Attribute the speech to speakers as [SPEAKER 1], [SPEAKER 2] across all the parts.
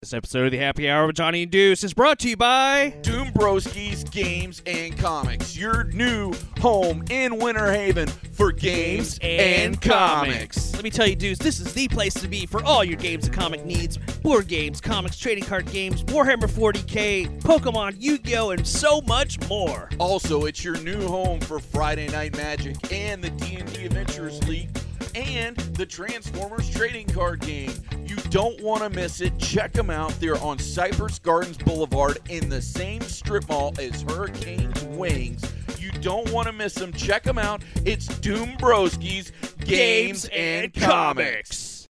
[SPEAKER 1] This episode of the Happy Hour with Johnny and Deuce is brought to you by.
[SPEAKER 2] Doom Broskies Games and Comics, your new home in Winter Haven for games and comics.
[SPEAKER 1] Let me tell you, dudes, this is the place to be for all your games and comic needs board games, comics, trading card games, Warhammer 40k, Pokemon, Yu Gi Oh!, and so much more.
[SPEAKER 2] Also, it's your new home for Friday Night Magic and the D&D Adventures League and the Transformers Trading Card Game. You don't want to miss it. Check them out. They're on Cypress Gardens Boulevard in the same strip mall as Hurricane's Wings. You don't want to miss them. Check them out. It's Doom Broskies Games and Comics.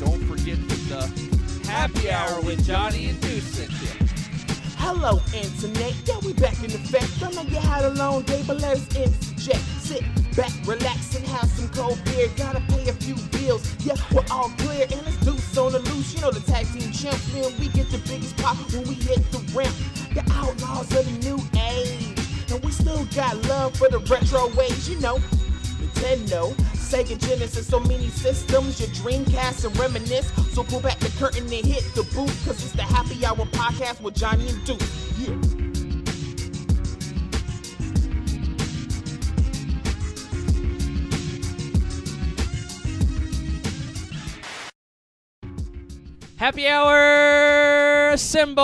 [SPEAKER 2] Don't forget the happy hour with Johnny and Deuce Cynthia.
[SPEAKER 3] Hello, internet. Yeah, we back in effect. I know you had a long day, but let's interject. Sit back, relax, and have some cold beer. Gotta pay a few bills. Yeah, we're all clear, and it's deuce on the loose. You know the tag team champs, man. We get the biggest pop when we hit the ramp. The outlaws of the new age, and we still got love for the retro ways. You know, Nintendo, Sega Genesis, so many systems, your Dreamcast and reminisce. So pull back the curtain and hit the booth, cause it's the Happy Hour podcast with Johnny and Duke. Yeah.
[SPEAKER 1] Happy hour symbol.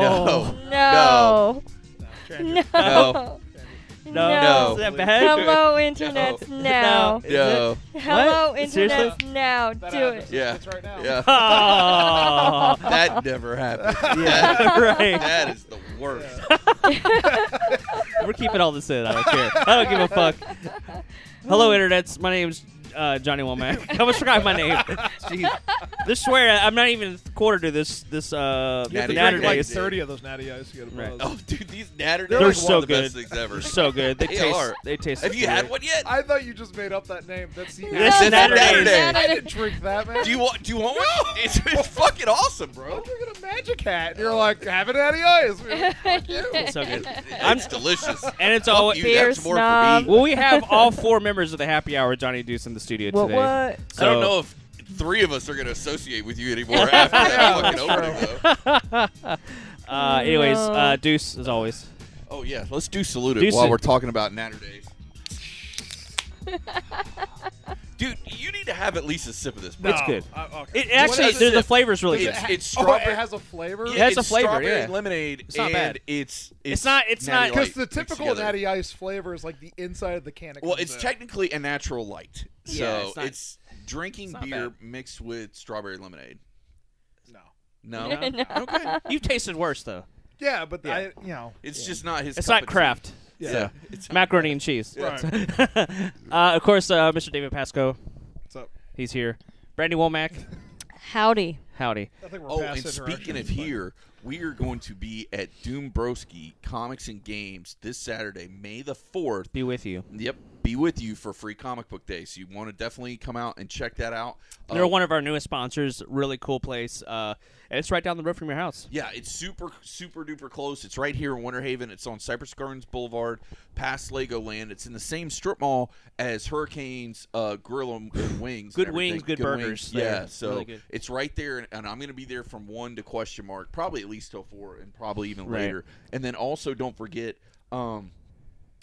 [SPEAKER 2] No.
[SPEAKER 4] No. No.
[SPEAKER 1] No.
[SPEAKER 2] No. No.
[SPEAKER 1] Is that bad?
[SPEAKER 4] Hello, internet. Now.
[SPEAKER 2] No.
[SPEAKER 4] Hello,
[SPEAKER 1] What?
[SPEAKER 4] internet. Now. Do it.
[SPEAKER 2] Yeah. Yeah.
[SPEAKER 1] Oh.
[SPEAKER 2] That never happened. That,
[SPEAKER 1] right.
[SPEAKER 2] that is the worst.
[SPEAKER 1] We're keeping all this in. I don't care. I don't give a fuck. Hello, internets. My name's uh, Johnny Womack. I almost forgot my name. Jeez. This swear, I'm not even quarter to this this uh,
[SPEAKER 2] You have
[SPEAKER 1] Natty
[SPEAKER 2] to drink
[SPEAKER 1] Natty
[SPEAKER 2] like
[SPEAKER 1] Days.
[SPEAKER 2] this. 30
[SPEAKER 5] of those natty ice. You
[SPEAKER 1] Right.
[SPEAKER 2] Oh, dude, these natter
[SPEAKER 1] They're
[SPEAKER 2] Days are
[SPEAKER 1] so
[SPEAKER 2] one of the best
[SPEAKER 1] good.
[SPEAKER 2] things ever.
[SPEAKER 1] They're so good. They,
[SPEAKER 2] They
[SPEAKER 1] taste.
[SPEAKER 2] are.
[SPEAKER 1] They taste.
[SPEAKER 2] Have you
[SPEAKER 1] great.
[SPEAKER 2] had one yet?
[SPEAKER 5] I thought you just made up that name. That's the
[SPEAKER 4] No,
[SPEAKER 1] This is
[SPEAKER 4] no,
[SPEAKER 1] Saturday.
[SPEAKER 4] no, no,
[SPEAKER 5] I
[SPEAKER 4] no.
[SPEAKER 5] didn't drink that, man.
[SPEAKER 2] Do you want? Do you want one? It's, it's fucking awesome, bro.
[SPEAKER 5] I'm drinking a magic hat. And you're like, have a natty ice. We're like, Fuck you.
[SPEAKER 1] It's so good. I'm-
[SPEAKER 2] It's delicious.
[SPEAKER 1] And it's
[SPEAKER 2] Fuck
[SPEAKER 1] always.
[SPEAKER 2] you, that's
[SPEAKER 4] Beer
[SPEAKER 2] more for me.
[SPEAKER 4] snob.
[SPEAKER 1] Well, we have all four members of the Happy Hour Johnny Deuce in the studio
[SPEAKER 4] What?
[SPEAKER 1] today.
[SPEAKER 4] What?
[SPEAKER 1] So,
[SPEAKER 2] I don't know if three of us are going to associate with you anymore after that fucking opening, though.
[SPEAKER 1] Uh, anyways,
[SPEAKER 4] No.
[SPEAKER 1] uh, Deuce, as always.
[SPEAKER 2] Oh, yeah. Let's do Salute
[SPEAKER 1] Do
[SPEAKER 2] It while
[SPEAKER 1] Salute.
[SPEAKER 2] we're talking about Natter Days. Dude, you need to have at least a sip of this, bro.
[SPEAKER 1] It's good.
[SPEAKER 5] I- okay.
[SPEAKER 1] It actually,
[SPEAKER 2] is
[SPEAKER 1] the, the
[SPEAKER 2] it?
[SPEAKER 1] flavor's really good.
[SPEAKER 2] It's, it's
[SPEAKER 5] Oh, it
[SPEAKER 2] strawberry.
[SPEAKER 5] has a flavor.
[SPEAKER 1] It has a
[SPEAKER 2] it's
[SPEAKER 1] flavor,
[SPEAKER 2] strawberry
[SPEAKER 1] yeah.
[SPEAKER 2] lemonade,
[SPEAKER 1] It's not
[SPEAKER 2] and
[SPEAKER 1] bad.
[SPEAKER 2] It's, it's
[SPEAKER 1] not- it's
[SPEAKER 2] Natty
[SPEAKER 1] not-
[SPEAKER 2] Light
[SPEAKER 5] Because the
[SPEAKER 2] mixed
[SPEAKER 5] typical
[SPEAKER 2] together.
[SPEAKER 5] natty ice flavor is like the inside of the can. It
[SPEAKER 2] Well,
[SPEAKER 5] comes
[SPEAKER 2] it's
[SPEAKER 5] in.
[SPEAKER 2] technically a natural light, so
[SPEAKER 1] Yeah, it's
[SPEAKER 2] it's,
[SPEAKER 1] not-
[SPEAKER 2] drinking
[SPEAKER 1] it's not
[SPEAKER 2] beer
[SPEAKER 1] bad.
[SPEAKER 2] mixed with strawberry lemonade.
[SPEAKER 5] No.
[SPEAKER 2] No,
[SPEAKER 1] No.
[SPEAKER 2] okay,
[SPEAKER 1] You've tasted worse though.
[SPEAKER 5] Yeah, but
[SPEAKER 1] Yeah.
[SPEAKER 5] I, you know.
[SPEAKER 2] it's just not his.
[SPEAKER 1] It's
[SPEAKER 2] cup
[SPEAKER 1] not
[SPEAKER 2] of tea.
[SPEAKER 1] Kraft.
[SPEAKER 2] Yeah,
[SPEAKER 1] So,
[SPEAKER 2] it's
[SPEAKER 1] macaroni and cheese.
[SPEAKER 5] Right.
[SPEAKER 1] uh, of course, uh, Mr. David Pasco,
[SPEAKER 5] What's up?
[SPEAKER 1] he's here. Brandy Womack,
[SPEAKER 4] Howdy.
[SPEAKER 1] howdy.
[SPEAKER 5] I think we're
[SPEAKER 2] Oh,
[SPEAKER 5] past
[SPEAKER 2] and speaking
[SPEAKER 5] interactions,
[SPEAKER 2] of
[SPEAKER 5] but-
[SPEAKER 2] here, we are going to be at Doom Broski Comics and Games this Saturday, May the fourth.
[SPEAKER 1] Be with you.
[SPEAKER 2] Yep, be with you for Free Comic Book Day, so you want to definitely come out and check that out. Uh,
[SPEAKER 1] They're one of our newest sponsors. Really cool place. Uh, and it's right down the road from your house.
[SPEAKER 2] Yeah, it's super, super duper close. It's right here in Winter Haven. It's on Cypress Gardens Boulevard, past Legoland. It's in the same strip mall as Hurricane's uh, Grill and and Wings. and
[SPEAKER 1] Good
[SPEAKER 2] everything.
[SPEAKER 1] wings, good burgers there.
[SPEAKER 2] Yeah, so
[SPEAKER 1] Really good.
[SPEAKER 2] it's right there, and, and I'm going to be there from one to question mark, probably at least till four, and probably even
[SPEAKER 1] Right.
[SPEAKER 2] later. And then also don't forget um,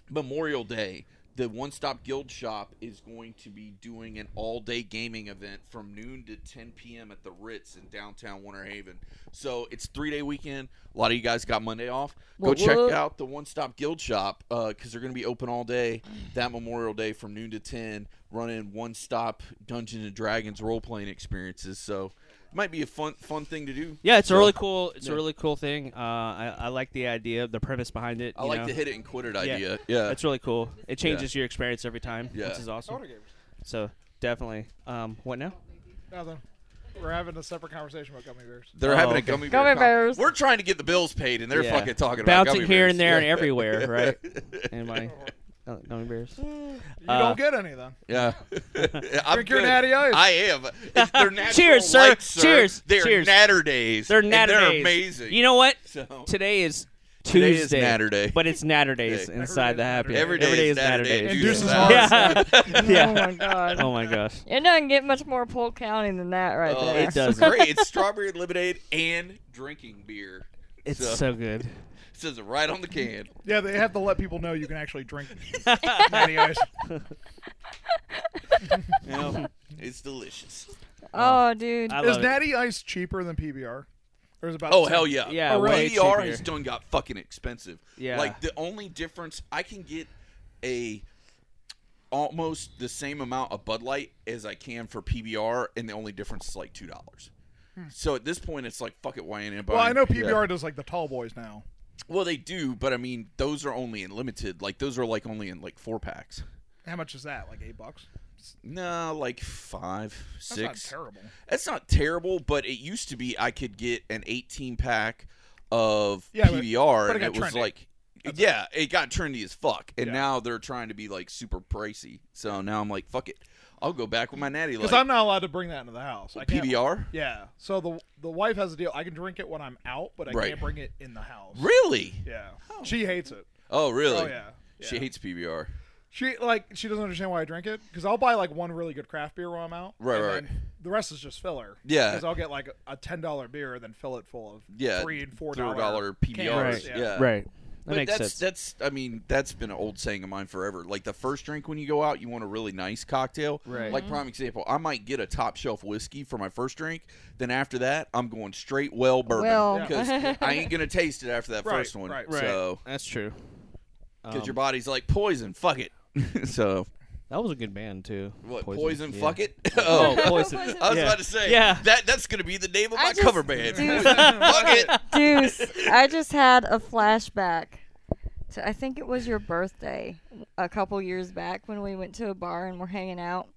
[SPEAKER 2] Memorial Day. The One Stop Guild Shop is going to be doing an all day gaming event from noon to 10 p.m. at the Ritz in downtown Winter Haven. So it's three day weekend. A lot of you guys got Monday off. Go
[SPEAKER 4] Whoop,
[SPEAKER 2] check
[SPEAKER 4] whoop.
[SPEAKER 2] out the One Stop Guild Shop because they're going to be open all day that Memorial Day from noon to 10, running one stop Dungeons and Dragons role playing experiences. So it might be a fun fun thing to do.
[SPEAKER 1] Yeah, it's a
[SPEAKER 2] So
[SPEAKER 1] really cool. It's a
[SPEAKER 2] yeah.
[SPEAKER 1] really cool thing. Uh, I, I like the idea, the premise behind it.
[SPEAKER 2] I
[SPEAKER 1] you
[SPEAKER 2] like
[SPEAKER 1] know?
[SPEAKER 2] the hit it and quit it
[SPEAKER 1] Yeah.
[SPEAKER 2] idea. Yeah.
[SPEAKER 1] It's really cool. It changes your experience every time,
[SPEAKER 2] Yeah.
[SPEAKER 1] which is awesome.
[SPEAKER 5] Order games.
[SPEAKER 1] So definitely. Um, what now?
[SPEAKER 5] Nothing. We're having a separate conversation about gummy bears.
[SPEAKER 2] They're
[SPEAKER 1] Oh,
[SPEAKER 2] having
[SPEAKER 1] okay.
[SPEAKER 2] a gummy bear.
[SPEAKER 4] Gummy
[SPEAKER 2] con-
[SPEAKER 4] bears.
[SPEAKER 2] We're trying to get the bills paid, and they're
[SPEAKER 1] Yeah.
[SPEAKER 2] fucking talking about
[SPEAKER 1] Bouncing
[SPEAKER 2] gummy
[SPEAKER 1] here
[SPEAKER 2] bears.
[SPEAKER 1] and there and
[SPEAKER 2] Yeah.
[SPEAKER 1] everywhere, right? And my uh, gummy bears.
[SPEAKER 5] You
[SPEAKER 1] Uh,
[SPEAKER 5] don't get any then.
[SPEAKER 2] Yeah. I'm
[SPEAKER 5] Drink your
[SPEAKER 2] good.
[SPEAKER 5] natty ice.
[SPEAKER 2] I am. It's- They're natural
[SPEAKER 1] Cheers, sir.
[SPEAKER 2] lights, sir.
[SPEAKER 1] Cheers.
[SPEAKER 2] They're
[SPEAKER 1] Cheers.
[SPEAKER 2] natter days.
[SPEAKER 1] They're
[SPEAKER 2] and
[SPEAKER 1] natter
[SPEAKER 2] They're
[SPEAKER 1] days.
[SPEAKER 2] amazing.
[SPEAKER 1] You know what?
[SPEAKER 2] So-
[SPEAKER 1] Today is
[SPEAKER 2] Today is
[SPEAKER 1] Tuesday,
[SPEAKER 2] Natter Day.
[SPEAKER 1] but it's Natter Days
[SPEAKER 2] Every
[SPEAKER 1] inside
[SPEAKER 5] day
[SPEAKER 1] the
[SPEAKER 5] is
[SPEAKER 1] happy.
[SPEAKER 5] Natter
[SPEAKER 2] Every day is Natter Day.
[SPEAKER 1] Days.
[SPEAKER 5] And
[SPEAKER 2] Tuesday.
[SPEAKER 5] Deuce is
[SPEAKER 2] Yeah.
[SPEAKER 5] hard.
[SPEAKER 1] Yeah.
[SPEAKER 4] Oh
[SPEAKER 1] yeah.
[SPEAKER 4] my god.
[SPEAKER 1] Oh my gosh.
[SPEAKER 4] It doesn't get much more Polk County than that right
[SPEAKER 2] Oh,
[SPEAKER 4] there.
[SPEAKER 1] It
[SPEAKER 2] it's
[SPEAKER 1] does. doesn't.
[SPEAKER 2] great. It's strawberry lemonade and drinking beer.
[SPEAKER 1] It's
[SPEAKER 2] So-
[SPEAKER 1] so, good.
[SPEAKER 2] It says it right on the can.
[SPEAKER 5] Yeah, they have to let people know you can actually drink natty ice.
[SPEAKER 2] You know, it's delicious.
[SPEAKER 4] Oh, dude.
[SPEAKER 1] I
[SPEAKER 5] Is
[SPEAKER 1] love
[SPEAKER 5] natty ice cheper than PBR? Or is it about
[SPEAKER 2] Oh
[SPEAKER 5] the
[SPEAKER 2] hell
[SPEAKER 5] same?
[SPEAKER 2] yeah!
[SPEAKER 1] Yeah,
[SPEAKER 5] Oh, really?
[SPEAKER 1] way
[SPEAKER 2] PBR
[SPEAKER 1] cheaper.
[SPEAKER 2] has done got fucking expensive.
[SPEAKER 1] Yeah.
[SPEAKER 2] Like the only difference I can get a almost the same amount of Bud Light as I can for PBR, and the only difference is like two dollars.
[SPEAKER 1] Hmm.
[SPEAKER 2] So at this point, it's like fuck it, why ain't anybody?
[SPEAKER 5] Well, I know
[SPEAKER 2] Yeah.
[SPEAKER 5] PBR does like the tall boys now.
[SPEAKER 2] Well, they do, but I mean, those are only in limited. Like those are like only in like four packs.
[SPEAKER 5] How much is that? Like eight bucks?
[SPEAKER 2] No, like five,
[SPEAKER 5] That's
[SPEAKER 2] six.
[SPEAKER 5] not terrible.
[SPEAKER 2] That's not terrible, but it used to be I could get an 18 pack of
[SPEAKER 5] Yeah, but-
[SPEAKER 2] PBR,
[SPEAKER 5] but it
[SPEAKER 2] and
[SPEAKER 5] got
[SPEAKER 2] it was
[SPEAKER 5] trendy.
[SPEAKER 2] like, yeah, it got trendy as fuck, and
[SPEAKER 5] Yeah.
[SPEAKER 2] now they're trying to be like super pricey. So now I'm like, fuck it, I'll go back with my natty
[SPEAKER 5] Because
[SPEAKER 2] like
[SPEAKER 5] I'm not allowed to bring that into the house. I can't-
[SPEAKER 2] PBR.
[SPEAKER 5] Yeah. So the the wife has a deal. I can drink it when I'm out, but I
[SPEAKER 2] Right.
[SPEAKER 5] can't bring it in the house.
[SPEAKER 2] Really?
[SPEAKER 5] Yeah. She hates it.
[SPEAKER 2] Oh, really?
[SPEAKER 5] Oh yeah.
[SPEAKER 2] She
[SPEAKER 5] Yeah.
[SPEAKER 2] hates PBR.
[SPEAKER 5] She like she doesn't understand why I drink it because I'll buy like one really good craft beer while I'm out.
[SPEAKER 2] Right,
[SPEAKER 5] and
[SPEAKER 2] right,
[SPEAKER 5] then The rest is just filler.
[SPEAKER 2] Yeah.
[SPEAKER 5] Because I'll get like a- a ten dollar beer and then fill it full of
[SPEAKER 2] Yeah,
[SPEAKER 5] three and four
[SPEAKER 2] $4
[SPEAKER 5] cans.
[SPEAKER 2] PBRs,
[SPEAKER 1] Right.
[SPEAKER 2] yeah.
[SPEAKER 1] it. Right. That
[SPEAKER 2] Uh, But
[SPEAKER 1] makes
[SPEAKER 2] that's
[SPEAKER 1] sense.
[SPEAKER 2] that's I mean that's been an old saying of mine forever. Like the first drink when you go out, you want a really nice cocktail.
[SPEAKER 1] Right.
[SPEAKER 4] Mm-hmm.
[SPEAKER 2] Like prime example, I might get a top shelf whiskey for my first drink. Then after that, I'm going straight well bourbon
[SPEAKER 4] Well. Yeah.
[SPEAKER 2] because I ain't gonna taste it after that
[SPEAKER 5] Right,
[SPEAKER 2] first one.
[SPEAKER 5] right.
[SPEAKER 1] right.
[SPEAKER 2] So
[SPEAKER 1] That's true.
[SPEAKER 2] because
[SPEAKER 1] Um,
[SPEAKER 2] your body's like poison, fuck it. so
[SPEAKER 1] that was a good band too.
[SPEAKER 2] what poison,
[SPEAKER 1] yeah.
[SPEAKER 2] fuck it? oh,
[SPEAKER 1] Oh, poison.
[SPEAKER 4] Poison.
[SPEAKER 2] I was
[SPEAKER 1] Yeah.
[SPEAKER 2] about to say
[SPEAKER 1] Yeah.
[SPEAKER 2] that that's gonna be the name of
[SPEAKER 4] I
[SPEAKER 2] my
[SPEAKER 4] just-
[SPEAKER 2] cover band.
[SPEAKER 4] dude.
[SPEAKER 2] Poison, fuck it.
[SPEAKER 4] Deuce, I just had a flashback. To, I think it was your birthday a couple years back when we went to a bar and we're hanging out.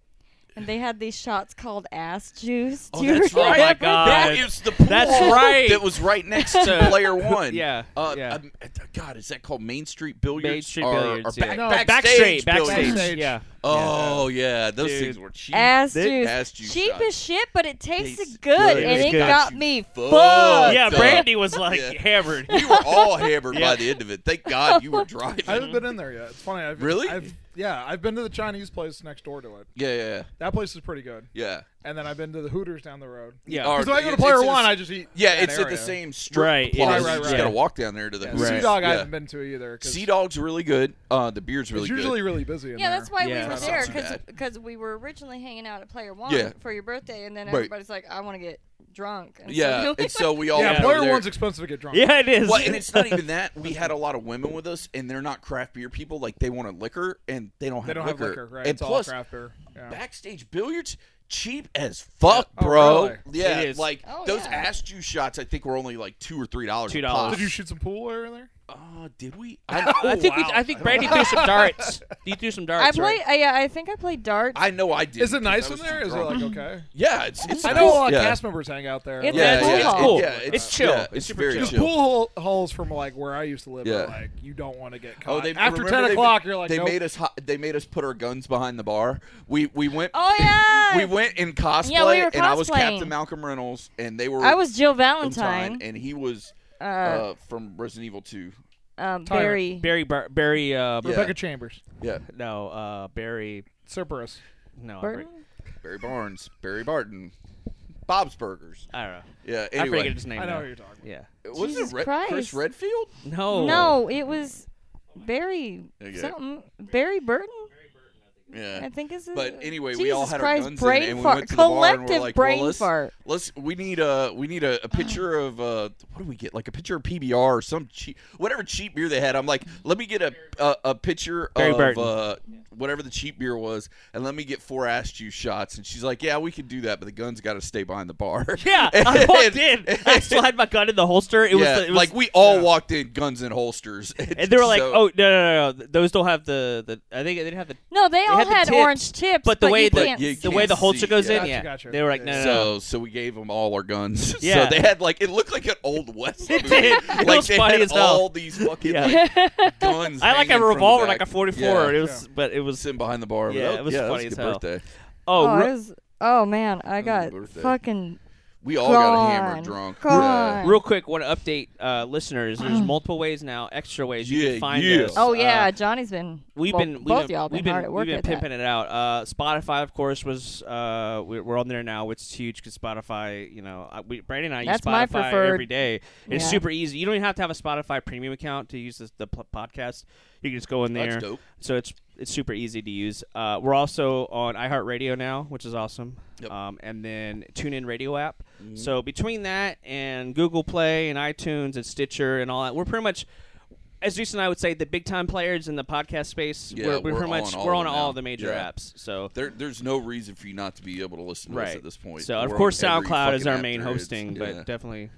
[SPEAKER 4] And they had these shots called ass juice. Do
[SPEAKER 2] Oh,
[SPEAKER 4] you
[SPEAKER 2] that's
[SPEAKER 4] remember?
[SPEAKER 2] right.
[SPEAKER 1] Oh my God.
[SPEAKER 2] That is the pool
[SPEAKER 1] That's right.
[SPEAKER 2] that was right next to
[SPEAKER 1] So-
[SPEAKER 2] player one.
[SPEAKER 1] Yeah,
[SPEAKER 2] Uh,
[SPEAKER 1] yeah.
[SPEAKER 2] um, uh, God, is that called Main Street Billiards?
[SPEAKER 1] Main Street
[SPEAKER 2] or,
[SPEAKER 1] Billiards.
[SPEAKER 2] Or back,
[SPEAKER 1] yeah.
[SPEAKER 5] No,
[SPEAKER 2] backstage,
[SPEAKER 1] backstage,
[SPEAKER 2] Billiards.
[SPEAKER 1] backstage.
[SPEAKER 5] Backstage.
[SPEAKER 1] Yeah.
[SPEAKER 2] Oh yeah, those
[SPEAKER 1] Dude.
[SPEAKER 2] things were cheap.
[SPEAKER 4] Ass
[SPEAKER 1] They-
[SPEAKER 4] juice.
[SPEAKER 2] ass juice
[SPEAKER 4] Cheap
[SPEAKER 2] shots.
[SPEAKER 4] as shit, but it tasted
[SPEAKER 2] Tastes
[SPEAKER 4] good,
[SPEAKER 2] good.
[SPEAKER 4] and
[SPEAKER 1] It's
[SPEAKER 4] it
[SPEAKER 1] good.
[SPEAKER 4] got me
[SPEAKER 2] Fucked
[SPEAKER 4] fucked.
[SPEAKER 1] Yeah,
[SPEAKER 2] Duh.
[SPEAKER 1] Brandy was like
[SPEAKER 2] Yeah.
[SPEAKER 1] hammered.
[SPEAKER 2] we were all hammered
[SPEAKER 1] Yeah.
[SPEAKER 2] by the end of it. Thank God you were driving.
[SPEAKER 5] I haven't been in there yet. It's funny. I've,
[SPEAKER 2] Really?
[SPEAKER 5] I've, yeah, I've been to the Chinese place next door to it.
[SPEAKER 2] yeah, yeah,
[SPEAKER 5] That place is pretty good.
[SPEAKER 2] yeah.
[SPEAKER 5] and then I've been to the Hooters down the road.
[SPEAKER 1] Yeah.
[SPEAKER 2] Or-
[SPEAKER 5] Because when I go to
[SPEAKER 2] it's-
[SPEAKER 5] Player
[SPEAKER 2] it's in the
[SPEAKER 5] One,
[SPEAKER 2] s-
[SPEAKER 5] I just eat.
[SPEAKER 2] Yeah,
[SPEAKER 5] that
[SPEAKER 2] it's at
[SPEAKER 5] area.
[SPEAKER 2] the same strip
[SPEAKER 1] Right, it
[SPEAKER 2] plaza.
[SPEAKER 5] is,
[SPEAKER 2] you just
[SPEAKER 5] yeah.
[SPEAKER 2] gotta walk down there to the
[SPEAKER 5] Yeah,
[SPEAKER 1] Right.
[SPEAKER 5] Sea
[SPEAKER 2] Hooters.
[SPEAKER 5] Dog, I
[SPEAKER 2] Yeah.
[SPEAKER 5] haven't been to either. 'cause
[SPEAKER 2] Sea Dog's really good. Uh, the beer's really
[SPEAKER 5] it's
[SPEAKER 2] good.
[SPEAKER 5] usually really busy. In
[SPEAKER 4] Yeah,
[SPEAKER 5] there.
[SPEAKER 4] that's why
[SPEAKER 1] Yeah.
[SPEAKER 4] we were
[SPEAKER 1] That's
[SPEAKER 4] there
[SPEAKER 2] not
[SPEAKER 4] because
[SPEAKER 2] bad.
[SPEAKER 4] we were originally hanging out at Player One
[SPEAKER 2] Yeah.
[SPEAKER 4] for your birthday, and then
[SPEAKER 2] Right.
[SPEAKER 4] everybody's like, "I want to get drunk." And so
[SPEAKER 2] Oh, yeah,
[SPEAKER 4] we
[SPEAKER 2] and so we all
[SPEAKER 5] Yeah,
[SPEAKER 2] went over
[SPEAKER 5] Player
[SPEAKER 2] there.
[SPEAKER 5] One's expensive to get drunk.
[SPEAKER 1] Yeah, it is.
[SPEAKER 2] Well, and it's not even that. We had a lot of women with us, and they're not craft beer people. Like they wanted liquor, and they don't have
[SPEAKER 5] they don't have
[SPEAKER 2] liquor.
[SPEAKER 5] liquor. Right,
[SPEAKER 2] And
[SPEAKER 5] it's
[SPEAKER 2] plus,
[SPEAKER 5] all craft beer. Yeah.
[SPEAKER 2] backstage billiards cheap as fuck,
[SPEAKER 5] Oh,
[SPEAKER 2] bro.
[SPEAKER 5] really?
[SPEAKER 2] Yeah,
[SPEAKER 1] It is.
[SPEAKER 2] like
[SPEAKER 4] Oh,
[SPEAKER 2] those
[SPEAKER 4] yeah.
[SPEAKER 2] ass juice shots. I think were only like two or three dollars.
[SPEAKER 1] Two
[SPEAKER 2] a pop.
[SPEAKER 1] dollars.
[SPEAKER 5] Did you shoot some pool earlier there?
[SPEAKER 2] Uh, did we? I,
[SPEAKER 1] I think we,
[SPEAKER 5] wow.
[SPEAKER 1] I think Brandy threw some darts. He threw some darts.
[SPEAKER 4] I
[SPEAKER 1] right?
[SPEAKER 4] play. I, yeah, I think I played darts.
[SPEAKER 2] I know I did.
[SPEAKER 5] Is it nice in there? Is it like okay?
[SPEAKER 2] Yeah, it's. it's
[SPEAKER 5] I know a
[SPEAKER 2] nice.
[SPEAKER 5] lot of
[SPEAKER 2] yeah.
[SPEAKER 5] cast members hang out there.
[SPEAKER 4] It's
[SPEAKER 2] Yeah,
[SPEAKER 4] a pool
[SPEAKER 2] yeah, it's
[SPEAKER 4] hall.
[SPEAKER 2] cool.
[SPEAKER 1] cool.
[SPEAKER 2] Yeah, it's,
[SPEAKER 1] It's chill.
[SPEAKER 2] yeah, it's,
[SPEAKER 1] It's super
[SPEAKER 2] very
[SPEAKER 1] chill.
[SPEAKER 5] Because
[SPEAKER 2] chill.
[SPEAKER 5] pool hall- halls from like where I used to live
[SPEAKER 2] Yeah.
[SPEAKER 5] are like you don't want to get caught.
[SPEAKER 2] Oh, they,
[SPEAKER 5] After
[SPEAKER 2] remember
[SPEAKER 5] ten
[SPEAKER 2] they-
[SPEAKER 5] o'clock, you're like
[SPEAKER 2] they
[SPEAKER 5] nope.
[SPEAKER 2] made us. Hot, they made us put our guns behind the bar. We we went.
[SPEAKER 4] Oh, yeah.
[SPEAKER 2] we went in cosplay,
[SPEAKER 4] Yeah, we were
[SPEAKER 2] and I was
[SPEAKER 4] cosplaying.
[SPEAKER 2] Captain Malcolm Reynolds, and they were.
[SPEAKER 4] I was Jill
[SPEAKER 2] Valentine,
[SPEAKER 4] Valentine.
[SPEAKER 2] and he was
[SPEAKER 4] Uh,
[SPEAKER 2] uh, from Resident Evil 2.
[SPEAKER 4] um,
[SPEAKER 5] Tyrant.
[SPEAKER 4] Barry.
[SPEAKER 1] Barry Bar- Barry uh
[SPEAKER 2] Yeah.
[SPEAKER 5] Rebecca Chambers,
[SPEAKER 2] Yeah,
[SPEAKER 1] no uh Barry
[SPEAKER 5] Cerberus.
[SPEAKER 1] no
[SPEAKER 4] Burton?
[SPEAKER 2] Barry Barnes, Barry Barton, Bob's Burgers.
[SPEAKER 1] I don't know.
[SPEAKER 2] Yeah.
[SPEAKER 1] I forget
[SPEAKER 2] Anyway,
[SPEAKER 1] his name.
[SPEAKER 5] I know
[SPEAKER 1] now.
[SPEAKER 5] who you're talking. about.
[SPEAKER 1] Yeah.
[SPEAKER 2] was
[SPEAKER 4] Jesus
[SPEAKER 2] it Red-
[SPEAKER 4] Christ.
[SPEAKER 2] Chris Redfield?
[SPEAKER 1] No.
[SPEAKER 4] No, it was Barry
[SPEAKER 2] Okay.
[SPEAKER 4] something. Barry Burton. I
[SPEAKER 2] Yeah.
[SPEAKER 4] think is.
[SPEAKER 2] But
[SPEAKER 4] it-
[SPEAKER 2] anyway,
[SPEAKER 4] Jesus
[SPEAKER 2] we all had
[SPEAKER 4] Christ,
[SPEAKER 2] our guns
[SPEAKER 4] brain
[SPEAKER 2] in, and we
[SPEAKER 4] fart.
[SPEAKER 2] went to the bar
[SPEAKER 4] Collective
[SPEAKER 2] and we're like,
[SPEAKER 4] brain
[SPEAKER 2] well, let's,
[SPEAKER 4] fart.
[SPEAKER 2] let's we need a we need a, a picture
[SPEAKER 1] Oh.
[SPEAKER 2] of uh what do we get like a picture of PBR or some cheap whatever cheap beer they had. I'm like, let me get a a, a picture
[SPEAKER 1] Barry
[SPEAKER 2] of
[SPEAKER 1] Burton.
[SPEAKER 2] uh whatever the cheap beer was, and let me get four ass juice shots. And she's like, yeah, we could do that, but the gun's got to stay behind the bar.
[SPEAKER 1] Yeah, I walked in. I still had my gun in the holster. It was,
[SPEAKER 2] yeah,
[SPEAKER 1] the, it was
[SPEAKER 2] like we all
[SPEAKER 5] yeah.
[SPEAKER 2] walked in guns and holsters,
[SPEAKER 1] and they were like,
[SPEAKER 2] So-
[SPEAKER 1] "Oh no, no, no, no! Those don't have the, the I think they didn't have the,
[SPEAKER 4] No, they, all
[SPEAKER 1] had
[SPEAKER 4] had,
[SPEAKER 1] the tips,
[SPEAKER 4] orange tips,
[SPEAKER 1] but the way
[SPEAKER 4] you
[SPEAKER 1] the
[SPEAKER 4] can't
[SPEAKER 2] you
[SPEAKER 1] the way
[SPEAKER 2] can't
[SPEAKER 1] the holster
[SPEAKER 2] see.
[SPEAKER 1] goes in,
[SPEAKER 5] Gotcha,
[SPEAKER 1] yeah,
[SPEAKER 5] gotcha.
[SPEAKER 1] they were like, no, no, no.
[SPEAKER 2] So so we gave them all our guns.
[SPEAKER 1] Yeah.
[SPEAKER 2] so they had like it looked like an old west.
[SPEAKER 1] It
[SPEAKER 2] movie.
[SPEAKER 1] did. It
[SPEAKER 2] Like
[SPEAKER 1] was
[SPEAKER 2] they
[SPEAKER 1] funny
[SPEAKER 2] had
[SPEAKER 1] as hell.
[SPEAKER 2] all these fucking
[SPEAKER 1] Yeah.
[SPEAKER 2] like, guns.
[SPEAKER 1] I like
[SPEAKER 2] hanging
[SPEAKER 1] a
[SPEAKER 2] from the
[SPEAKER 1] revolver, like
[SPEAKER 2] back.
[SPEAKER 1] a forty-four. It
[SPEAKER 2] Yeah.
[SPEAKER 1] was, but it was.
[SPEAKER 2] Sitting behind the bar. but
[SPEAKER 1] Yeah,
[SPEAKER 2] that-
[SPEAKER 1] it was
[SPEAKER 2] that
[SPEAKER 1] funny
[SPEAKER 2] a
[SPEAKER 1] as
[SPEAKER 2] good
[SPEAKER 1] hell.
[SPEAKER 2] Birthday.
[SPEAKER 1] Oh,
[SPEAKER 4] oh,
[SPEAKER 1] ru-
[SPEAKER 4] it was- oh, man, I
[SPEAKER 2] That was
[SPEAKER 4] got
[SPEAKER 2] your birthday.
[SPEAKER 4] fucking
[SPEAKER 2] We all got hammered
[SPEAKER 4] Gone.
[SPEAKER 2] drunk.
[SPEAKER 4] Gone.
[SPEAKER 1] Real quick, want to update uh, listeners. There's multiple ways now, extra ways you
[SPEAKER 2] Yeah,
[SPEAKER 1] can find
[SPEAKER 2] yeah.
[SPEAKER 1] us.
[SPEAKER 4] Oh yeah,
[SPEAKER 1] Uh,
[SPEAKER 4] Johnny's been.
[SPEAKER 1] we've
[SPEAKER 4] well,
[SPEAKER 1] been we've
[SPEAKER 4] both
[SPEAKER 1] been,
[SPEAKER 4] y'all
[SPEAKER 1] we've
[SPEAKER 4] been,
[SPEAKER 1] been
[SPEAKER 4] hard at work
[SPEAKER 1] we've been
[SPEAKER 4] at that.
[SPEAKER 1] pimping it out. Uh, Spotify, of course, was uh, we- we're on there now, which is huge because Spotify. You know, I- we, Brandon and I use
[SPEAKER 4] That's my
[SPEAKER 1] Spotify
[SPEAKER 4] preferred-
[SPEAKER 1] every day. It's
[SPEAKER 4] Yeah.
[SPEAKER 1] super easy. You don't even have to have a Spotify premium account to use this, the pl- podcast. You can just go in there.
[SPEAKER 2] That's dope.
[SPEAKER 1] So it's it's super easy to use. Uh, we're also on iHeartRadio now, which is awesome.
[SPEAKER 2] Yep. Mm-hmm.
[SPEAKER 1] Um, and then TuneIn Radio app. So between that and Google Play and iTunes and Stitcher and all that, we're pretty much, as Jason and I would say, the big time players in the podcast space.
[SPEAKER 2] Yeah,
[SPEAKER 1] we're,
[SPEAKER 2] we're
[SPEAKER 1] pretty
[SPEAKER 2] on
[SPEAKER 1] much
[SPEAKER 2] all
[SPEAKER 1] we're
[SPEAKER 2] of
[SPEAKER 1] on
[SPEAKER 2] them
[SPEAKER 1] all
[SPEAKER 2] now.
[SPEAKER 1] of the major
[SPEAKER 2] Yeah.
[SPEAKER 1] apps. So
[SPEAKER 2] There, there's no reason for you not to be able to listen to us
[SPEAKER 1] right
[SPEAKER 2] at this point.
[SPEAKER 1] So of
[SPEAKER 2] We're on
[SPEAKER 1] course
[SPEAKER 2] every
[SPEAKER 1] SoundCloud is
[SPEAKER 2] fucking
[SPEAKER 1] our
[SPEAKER 2] app
[SPEAKER 1] main
[SPEAKER 2] there is.
[SPEAKER 1] hosting,
[SPEAKER 2] Yeah.
[SPEAKER 1] but definitely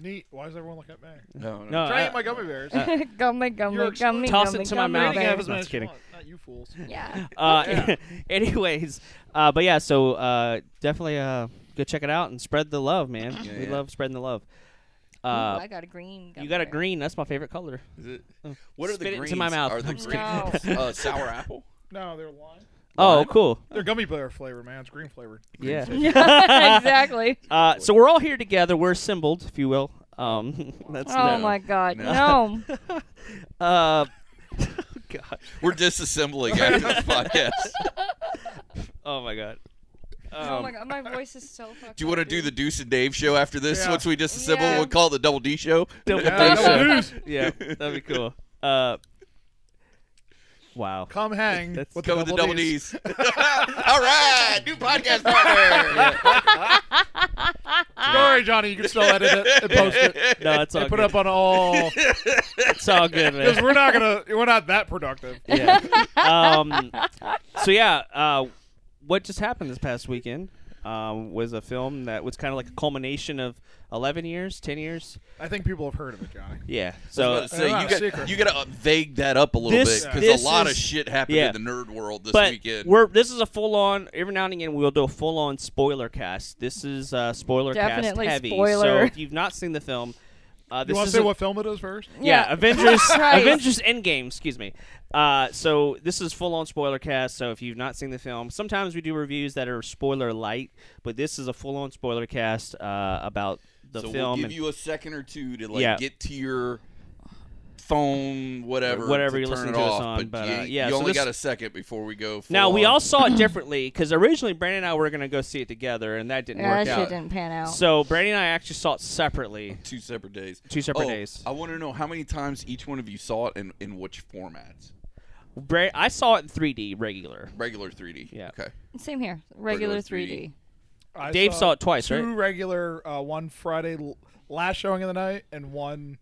[SPEAKER 5] Neat. Why does everyone look at me?
[SPEAKER 2] no, no.
[SPEAKER 1] no.
[SPEAKER 5] Try to
[SPEAKER 1] I-
[SPEAKER 5] eat my gummy bears.
[SPEAKER 2] uh,
[SPEAKER 4] gummy, gummy,
[SPEAKER 5] exclusive.
[SPEAKER 4] gummy,
[SPEAKER 1] Toss it
[SPEAKER 4] gummy,
[SPEAKER 1] to my mouth.
[SPEAKER 4] gummy
[SPEAKER 5] You can
[SPEAKER 1] Yeah,
[SPEAKER 4] bear.
[SPEAKER 5] have as many
[SPEAKER 1] Just
[SPEAKER 5] as you
[SPEAKER 1] kidding.
[SPEAKER 5] want. Not you fools.
[SPEAKER 4] Yeah.
[SPEAKER 1] Uh, anyways, uh, but yeah, so uh, definitely uh, go check it out and spread the love, man.
[SPEAKER 2] Yeah,
[SPEAKER 1] we
[SPEAKER 2] yeah.
[SPEAKER 1] love spreading the love.
[SPEAKER 4] Ooh,
[SPEAKER 1] Uh,
[SPEAKER 4] I got a green. Gummy
[SPEAKER 1] you got a
[SPEAKER 4] bear.
[SPEAKER 1] green. That's my favorite color.
[SPEAKER 2] Is it- What are the
[SPEAKER 1] Spit it
[SPEAKER 2] greens?
[SPEAKER 1] into my mouth.
[SPEAKER 2] Are the
[SPEAKER 1] I'm just
[SPEAKER 2] greens
[SPEAKER 4] kidding.
[SPEAKER 2] uh, sour apple?
[SPEAKER 5] No, they're lying.
[SPEAKER 1] Oh,
[SPEAKER 2] Lime?
[SPEAKER 1] cool.
[SPEAKER 5] They're gummy bear flavored, man. It's green flavored.
[SPEAKER 1] Yeah.
[SPEAKER 4] exactly.
[SPEAKER 1] Uh, so we're all here together. We're assembled, if you will. Um, that's
[SPEAKER 4] Oh
[SPEAKER 2] No.
[SPEAKER 4] my God.
[SPEAKER 2] No.
[SPEAKER 4] No.
[SPEAKER 1] Uh, God.
[SPEAKER 2] We're disassembling after this podcast.
[SPEAKER 1] Oh my God.
[SPEAKER 4] oh
[SPEAKER 1] Um,
[SPEAKER 4] my God. My voice is so fucking.
[SPEAKER 2] Do you want to do the Deuce and Dave show after this?
[SPEAKER 5] Yeah.
[SPEAKER 2] Once we disassemble,
[SPEAKER 4] Yeah.
[SPEAKER 2] we'll call it the Double D show.
[SPEAKER 1] Double
[SPEAKER 5] Yeah,
[SPEAKER 1] D
[SPEAKER 5] double
[SPEAKER 1] show.
[SPEAKER 5] D's.
[SPEAKER 1] yeah, that'd be cool. Uh, wow.
[SPEAKER 5] Come hang
[SPEAKER 1] That's-
[SPEAKER 5] with
[SPEAKER 2] Go
[SPEAKER 5] the
[SPEAKER 2] with the
[SPEAKER 5] double
[SPEAKER 2] Double
[SPEAKER 5] D's.
[SPEAKER 2] D's. All right, new podcast partner.
[SPEAKER 5] Sorry, Johnny. You can still edit it and post it.
[SPEAKER 1] No, it's all
[SPEAKER 5] And put
[SPEAKER 1] good.
[SPEAKER 5] up on all
[SPEAKER 1] it's all good, man.
[SPEAKER 5] because we're not gonna we're not that productive.
[SPEAKER 1] yeah. Um, so yeah, uh, what just happened this past weekend um, was a film that was kind of like a culmination of eleven years, ten years.
[SPEAKER 5] I think people have heard of it, Johnny.
[SPEAKER 1] Yeah.
[SPEAKER 2] So,
[SPEAKER 1] So,
[SPEAKER 2] so
[SPEAKER 5] Yeah,
[SPEAKER 2] you got
[SPEAKER 5] secret.
[SPEAKER 2] you got to vague that up a little
[SPEAKER 1] This-
[SPEAKER 2] bit because
[SPEAKER 1] this
[SPEAKER 2] a lot
[SPEAKER 1] is-
[SPEAKER 2] of shit happened
[SPEAKER 1] yeah.
[SPEAKER 2] in the nerd world this
[SPEAKER 1] but
[SPEAKER 2] weekend.
[SPEAKER 1] we're this is a full on. Every now and again, we'll do a full on spoiler cast. This is uh, spoiler
[SPEAKER 4] Definitely
[SPEAKER 1] cast heavy.
[SPEAKER 4] spoiler.
[SPEAKER 1] So if you've not seen the film, uh,
[SPEAKER 5] You
[SPEAKER 1] this
[SPEAKER 5] want
[SPEAKER 1] is
[SPEAKER 5] to say
[SPEAKER 1] a-
[SPEAKER 5] what film it is first?
[SPEAKER 1] yeah,
[SPEAKER 4] Yeah.
[SPEAKER 1] Avengers
[SPEAKER 4] Christ.
[SPEAKER 1] Avengers Endgame, excuse me. Uh, so this is full on spoiler cast, so if you've not seen the film, sometimes we do reviews that are spoiler light, but this is a full on spoiler cast uh, about the
[SPEAKER 2] so
[SPEAKER 1] film
[SPEAKER 2] we'll give
[SPEAKER 1] and
[SPEAKER 2] you a second or two to like
[SPEAKER 1] Yeah.
[SPEAKER 2] get to your phone, whatever,
[SPEAKER 1] Whatever
[SPEAKER 2] to
[SPEAKER 1] you
[SPEAKER 2] turn
[SPEAKER 1] listen
[SPEAKER 2] it
[SPEAKER 1] to us
[SPEAKER 2] off,
[SPEAKER 1] on, but,
[SPEAKER 2] you,
[SPEAKER 1] uh, yeah,
[SPEAKER 2] you
[SPEAKER 1] so
[SPEAKER 2] only
[SPEAKER 1] this-
[SPEAKER 2] got a second before we go. Full
[SPEAKER 1] Now we
[SPEAKER 2] on.
[SPEAKER 1] all saw it differently because originally Brandon and I were gonna go see it together and that didn't
[SPEAKER 4] Yeah,
[SPEAKER 1] work
[SPEAKER 4] that
[SPEAKER 1] out.
[SPEAKER 4] shit didn't pan out.
[SPEAKER 1] So Brandon and I actually saw it separately.
[SPEAKER 2] two separate days.
[SPEAKER 1] Two separate
[SPEAKER 2] Oh,
[SPEAKER 1] days.
[SPEAKER 2] I want to know how many times each one of you saw it and in which formats.
[SPEAKER 1] Bra- I saw it in 3D regular.
[SPEAKER 2] Regular 3D.
[SPEAKER 1] Yeah.
[SPEAKER 2] Okay.
[SPEAKER 4] Same here. Regular,
[SPEAKER 2] Regular
[SPEAKER 4] 3D.
[SPEAKER 5] I
[SPEAKER 1] Dave saw it twice,
[SPEAKER 5] Two
[SPEAKER 1] right?
[SPEAKER 5] regular, uh, one Friday l- last showing of the night, and one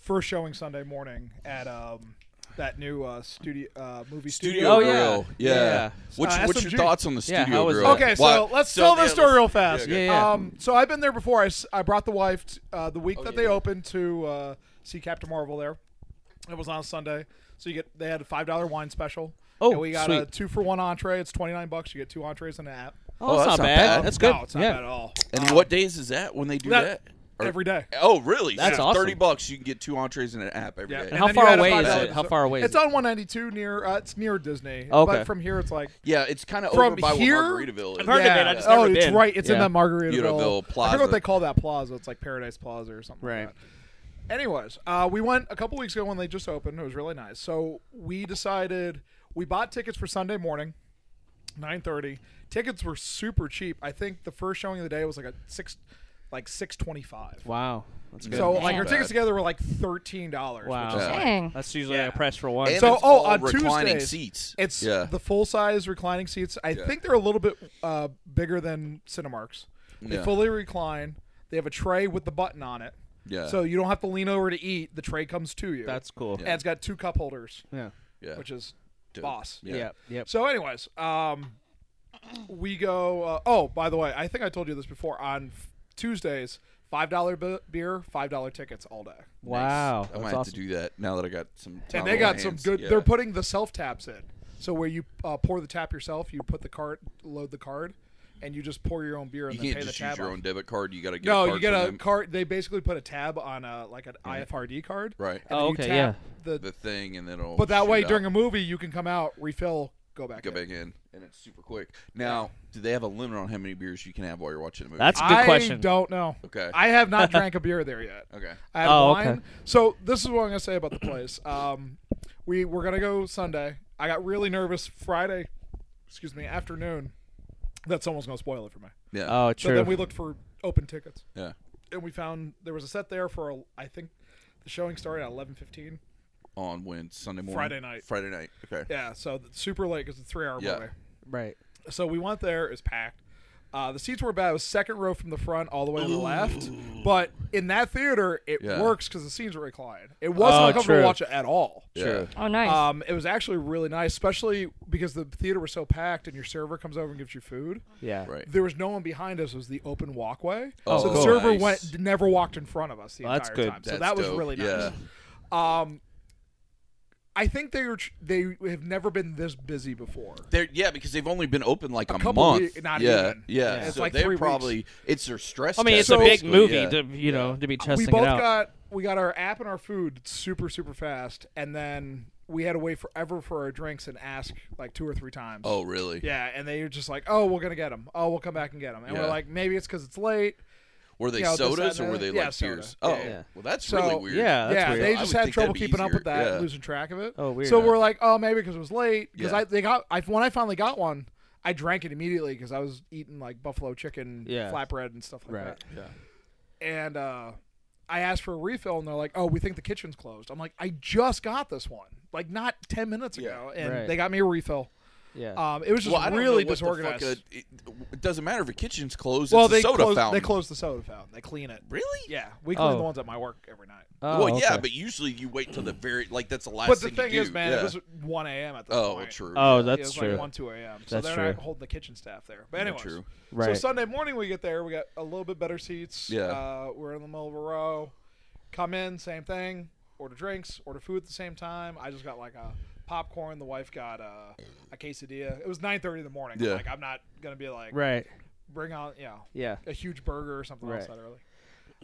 [SPEAKER 5] first showing Sunday morning at um, that new uh, studio uh, movie
[SPEAKER 2] Studio
[SPEAKER 1] Oh, yeah.
[SPEAKER 2] Grill. Yeah.
[SPEAKER 1] Yeah.
[SPEAKER 2] What's,
[SPEAKER 5] Uh,
[SPEAKER 2] what's your
[SPEAKER 5] SMG.
[SPEAKER 2] thoughts on the
[SPEAKER 1] Yeah,
[SPEAKER 2] Studio
[SPEAKER 1] how was
[SPEAKER 2] Grill?
[SPEAKER 1] that?
[SPEAKER 5] Okay, so
[SPEAKER 2] Why-
[SPEAKER 5] let's tell
[SPEAKER 2] yeah,
[SPEAKER 5] this story
[SPEAKER 2] let's-
[SPEAKER 5] real fast.
[SPEAKER 1] Yeah, yeah.
[SPEAKER 5] Um, so I've been there before. I, s- I brought the wife t- uh, the
[SPEAKER 1] Oh,
[SPEAKER 5] week that they opened to uh, see Captain Marvel there. It was on a Sunday, so you get they had a five dollar wine special.
[SPEAKER 1] Oh,
[SPEAKER 5] and we got a
[SPEAKER 1] sweet.
[SPEAKER 5] two for one entree. It's twenty nine bucks. You get two entrees and an app.
[SPEAKER 1] Oh,
[SPEAKER 2] that's
[SPEAKER 1] that's,
[SPEAKER 2] not
[SPEAKER 1] not bad.
[SPEAKER 2] bad.
[SPEAKER 1] That's good.
[SPEAKER 5] No, it's not
[SPEAKER 1] yeah.
[SPEAKER 5] bad at all.
[SPEAKER 2] And what days is that when they do that?
[SPEAKER 5] that-
[SPEAKER 2] Or-
[SPEAKER 5] Every day.
[SPEAKER 2] Oh, really?
[SPEAKER 1] That's
[SPEAKER 2] so
[SPEAKER 1] awesome.
[SPEAKER 2] 30 bucks, you can get two entrees and an app every day.
[SPEAKER 5] Yeah.
[SPEAKER 1] And how
[SPEAKER 5] then you
[SPEAKER 1] far
[SPEAKER 5] add a
[SPEAKER 1] away is
[SPEAKER 5] $5
[SPEAKER 1] it? How far away is
[SPEAKER 5] It's
[SPEAKER 1] it?
[SPEAKER 5] on 192 near. Uh, it's near Disney.
[SPEAKER 1] Okay.
[SPEAKER 5] But from here, it's like
[SPEAKER 2] Yeah, it's kind of
[SPEAKER 5] From
[SPEAKER 2] over by
[SPEAKER 5] here-
[SPEAKER 2] where Margaritaville is.
[SPEAKER 1] I've heard of
[SPEAKER 5] yeah.
[SPEAKER 1] it, I just
[SPEAKER 5] oh,
[SPEAKER 1] never
[SPEAKER 5] it's
[SPEAKER 1] been.
[SPEAKER 5] right. It's in
[SPEAKER 1] Yeah.
[SPEAKER 5] that Margaritaville
[SPEAKER 2] Margaritaville
[SPEAKER 5] I
[SPEAKER 2] Plaza.
[SPEAKER 5] forget what they call that plaza. It's like Paradise Plaza or something.
[SPEAKER 1] Right.
[SPEAKER 5] Like that. Anyways, uh, we went a couple weeks ago when they just opened. It was really nice. So we decided we bought tickets for Sunday morning, nine thirty. Tickets were super cheap. I think the first showing of the day was like a six, like six twenty five.
[SPEAKER 1] Wow. That's good.
[SPEAKER 5] So like
[SPEAKER 4] Damn.
[SPEAKER 5] our tickets
[SPEAKER 2] Bad.
[SPEAKER 5] together were like thirteen dollars.
[SPEAKER 1] wow.
[SPEAKER 5] Which is like,
[SPEAKER 4] Dang.
[SPEAKER 1] That's usually
[SPEAKER 5] Yeah.
[SPEAKER 1] a press for one.
[SPEAKER 2] And
[SPEAKER 5] So,
[SPEAKER 2] it's
[SPEAKER 5] oh,
[SPEAKER 2] all
[SPEAKER 5] on
[SPEAKER 2] reclining
[SPEAKER 5] Tuesdays,
[SPEAKER 2] seats.
[SPEAKER 5] It's
[SPEAKER 2] yeah.
[SPEAKER 5] the full size reclining seats. I
[SPEAKER 2] Yeah.
[SPEAKER 5] think they're a little bit uh, bigger than Cinemark's. They
[SPEAKER 2] Yeah.
[SPEAKER 5] fully recline. They have a tray with the button on it.
[SPEAKER 2] Yeah.
[SPEAKER 5] So you don't have to lean over to eat. The tray comes to you.
[SPEAKER 1] That's cool.
[SPEAKER 5] and it's got two cup holders,
[SPEAKER 1] Yeah.
[SPEAKER 2] yeah.
[SPEAKER 5] which is
[SPEAKER 2] Dope.
[SPEAKER 5] boss.
[SPEAKER 2] Yeah.
[SPEAKER 1] Yep. Yep.
[SPEAKER 5] So, anyways, um, we go. Uh, oh, by the way, I think I told you this before. On f- Tuesdays, five dollar b- beer, five dollar tickets all day.
[SPEAKER 1] Wow.
[SPEAKER 2] I might have to do that now that I got some time
[SPEAKER 5] and
[SPEAKER 2] on
[SPEAKER 5] they
[SPEAKER 2] my
[SPEAKER 5] got some
[SPEAKER 2] hands.
[SPEAKER 5] good.
[SPEAKER 2] Yeah.
[SPEAKER 5] They're putting the self taps in, so where you uh, pour the tap yourself, you put the card, load the card, and you just pour your own beer and
[SPEAKER 2] you
[SPEAKER 5] then
[SPEAKER 2] can't
[SPEAKER 5] pay
[SPEAKER 2] just
[SPEAKER 5] the tab.
[SPEAKER 2] use your
[SPEAKER 5] off.
[SPEAKER 2] own debit card. You got to get a
[SPEAKER 5] no,
[SPEAKER 2] card
[SPEAKER 5] you get
[SPEAKER 2] from
[SPEAKER 5] a
[SPEAKER 2] them.
[SPEAKER 5] card. They basically put a tab on a like an IFRD card,
[SPEAKER 2] Right.
[SPEAKER 5] and then
[SPEAKER 1] Oh,
[SPEAKER 5] you
[SPEAKER 1] okay,
[SPEAKER 5] tap The,
[SPEAKER 2] the thing, and then it'll.
[SPEAKER 5] but that way,
[SPEAKER 2] shoot
[SPEAKER 5] during
[SPEAKER 2] out.
[SPEAKER 5] a movie, you can come out, refill, go back.
[SPEAKER 2] Go
[SPEAKER 5] in.
[SPEAKER 2] back in, and it's super quick. Now, do they have a limit on how many beers you can have while you're watching a movie?
[SPEAKER 1] That's a good
[SPEAKER 5] I
[SPEAKER 1] question.
[SPEAKER 5] don't know.
[SPEAKER 2] Okay.
[SPEAKER 5] I have not drank a beer there yet.
[SPEAKER 2] okay.
[SPEAKER 5] I had
[SPEAKER 1] Oh,
[SPEAKER 5] wine.
[SPEAKER 1] okay.
[SPEAKER 5] So this is what I'm gonna say about the place. Um, we were gonna go Sunday. I got really nervous Friday, excuse me, afternoon. That someone's gonna spoil it for me.
[SPEAKER 2] Yeah.
[SPEAKER 1] Oh,
[SPEAKER 5] So
[SPEAKER 1] true.
[SPEAKER 5] then we looked for open tickets,
[SPEAKER 2] yeah.
[SPEAKER 5] and we found there was a set there for I think the showing started at 11:15.
[SPEAKER 2] On when Sunday morning.
[SPEAKER 5] Friday night.
[SPEAKER 2] Friday night. Okay.
[SPEAKER 5] Yeah, so it's super late because it's a three-hour
[SPEAKER 2] Yeah.
[SPEAKER 5] movie.
[SPEAKER 1] right.
[SPEAKER 5] So we went there. It was packed. Uh, the seats were bad. It was second row from the front all the way to the left. But in that theater, it
[SPEAKER 2] Yeah.
[SPEAKER 5] works because the scenes were reclined. It wasn't
[SPEAKER 1] Oh,
[SPEAKER 5] uncomfortable to
[SPEAKER 1] true.
[SPEAKER 5] watch it at all.
[SPEAKER 2] Yeah.
[SPEAKER 1] True.
[SPEAKER 4] Oh, nice.
[SPEAKER 2] Uh,
[SPEAKER 5] Um, it was actually really nice, especially because the theater was so packed and your server comes over and gives you food.
[SPEAKER 1] Yeah.
[SPEAKER 2] Right.
[SPEAKER 5] There was no one behind us. It was the open walkway.
[SPEAKER 2] Oh,
[SPEAKER 5] so the
[SPEAKER 2] cool.
[SPEAKER 5] server
[SPEAKER 2] nice.
[SPEAKER 5] went never walked in front of us the
[SPEAKER 1] Well,
[SPEAKER 5] entire
[SPEAKER 1] that's good.
[SPEAKER 5] time. So
[SPEAKER 2] That's
[SPEAKER 5] that was
[SPEAKER 2] dope.
[SPEAKER 5] really nice.
[SPEAKER 2] Yeah.
[SPEAKER 5] Um, I think they were tr- they have never been this busy before.
[SPEAKER 2] They're, yeah, because they've only been open like a,
[SPEAKER 5] couple
[SPEAKER 2] month.
[SPEAKER 5] ye- not
[SPEAKER 2] yeah,
[SPEAKER 5] even.
[SPEAKER 2] yeah.
[SPEAKER 5] Yeah. It's
[SPEAKER 2] so
[SPEAKER 5] like
[SPEAKER 2] they're
[SPEAKER 5] three weeks.
[SPEAKER 2] probably it's their stress.
[SPEAKER 1] I mean, it's
[SPEAKER 2] test,
[SPEAKER 1] a big
[SPEAKER 2] basically,
[SPEAKER 1] movie
[SPEAKER 2] yeah.
[SPEAKER 1] to you know to be
[SPEAKER 5] we
[SPEAKER 1] testing
[SPEAKER 5] both
[SPEAKER 1] it out.
[SPEAKER 5] got we got our app and our food super super fast, and then we had to wait forever for our drinks and ask like two or three times.
[SPEAKER 2] Oh, really?
[SPEAKER 5] Yeah, and they were just like, "Oh, we're gonna get them. Oh, we'll come back and get them." And
[SPEAKER 2] Yeah.
[SPEAKER 5] we're like, "Maybe it's because it's late."
[SPEAKER 2] Were they
[SPEAKER 5] Yeah, this, that,
[SPEAKER 2] sodas or
[SPEAKER 5] and
[SPEAKER 2] were
[SPEAKER 5] the
[SPEAKER 2] they
[SPEAKER 5] other. Yeah,
[SPEAKER 2] like
[SPEAKER 5] soda.
[SPEAKER 2] beers?
[SPEAKER 5] Yeah,
[SPEAKER 2] Oh,
[SPEAKER 5] yeah.
[SPEAKER 2] well, that's
[SPEAKER 5] So-
[SPEAKER 2] really weird.
[SPEAKER 1] Yeah, that's
[SPEAKER 5] yeah,
[SPEAKER 1] weird.
[SPEAKER 5] they
[SPEAKER 2] I
[SPEAKER 5] just
[SPEAKER 2] would
[SPEAKER 5] had
[SPEAKER 2] think that'd
[SPEAKER 5] trouble
[SPEAKER 2] be
[SPEAKER 5] keeping up
[SPEAKER 2] easier.
[SPEAKER 5] with that,
[SPEAKER 2] Yeah.
[SPEAKER 5] and losing track of it.
[SPEAKER 1] Oh, weird.
[SPEAKER 5] So we're like, "Oh, maybe because it was late." Because
[SPEAKER 2] Yeah.
[SPEAKER 5] I they got I when I finally got one, I drank it immediately because I was eating like buffalo chicken
[SPEAKER 1] Yeah.
[SPEAKER 5] flatbread and stuff like
[SPEAKER 1] Right.
[SPEAKER 5] that. Yeah, and uh, I asked for a refill, and they're like, "Oh, we think the kitchen's closed." I'm like, "I just got this one, like not ten minutes
[SPEAKER 2] Yeah.
[SPEAKER 5] ago," and
[SPEAKER 1] Right.
[SPEAKER 5] they got me a refill.
[SPEAKER 1] yeah. Uh,
[SPEAKER 5] Um, it was just
[SPEAKER 2] Well, I don't
[SPEAKER 5] really
[SPEAKER 2] know what the fuck
[SPEAKER 5] disorganized.
[SPEAKER 2] a- it, it doesn't matter if a kitchen's closed.
[SPEAKER 5] well,
[SPEAKER 2] it's a
[SPEAKER 5] they
[SPEAKER 2] soda
[SPEAKER 5] close,
[SPEAKER 2] fountain.
[SPEAKER 5] they close the soda fountain. They clean it.
[SPEAKER 2] Really?
[SPEAKER 5] Yeah, we clean
[SPEAKER 1] Oh.
[SPEAKER 5] the ones at my work every night.
[SPEAKER 1] Oh,
[SPEAKER 2] Well, yeah,
[SPEAKER 1] okay.
[SPEAKER 2] but usually you wait till the very like that's the last.
[SPEAKER 5] But the
[SPEAKER 2] thing, you
[SPEAKER 5] thing is,
[SPEAKER 2] do.
[SPEAKER 5] man,
[SPEAKER 2] yeah.
[SPEAKER 5] it was 1 a.m. at this
[SPEAKER 2] oh,
[SPEAKER 5] point.
[SPEAKER 2] true.
[SPEAKER 1] oh,
[SPEAKER 5] it
[SPEAKER 1] that's
[SPEAKER 5] was
[SPEAKER 1] true.
[SPEAKER 5] like 1, 2 a.m. So
[SPEAKER 1] That's
[SPEAKER 5] they're
[SPEAKER 1] true.
[SPEAKER 5] not holding the kitchen staff there. But
[SPEAKER 2] Yeah,
[SPEAKER 5] anyways,
[SPEAKER 2] true.
[SPEAKER 5] so
[SPEAKER 1] right.
[SPEAKER 5] Sunday morning we get there, we got a little bit better seats.
[SPEAKER 2] Yeah.
[SPEAKER 5] Uh, we're in the middle of a row. Come in, same thing. Order drinks, order food at the same time. I just got like a popcorn. The wife got uh, a quesadilla. It was 9.30 in the morning.
[SPEAKER 2] Yeah.
[SPEAKER 5] Like, I'm not going to be like,
[SPEAKER 1] right.
[SPEAKER 5] bring on, you know,
[SPEAKER 1] Yeah.
[SPEAKER 5] a huge burger or something else
[SPEAKER 1] Right.
[SPEAKER 5] that early.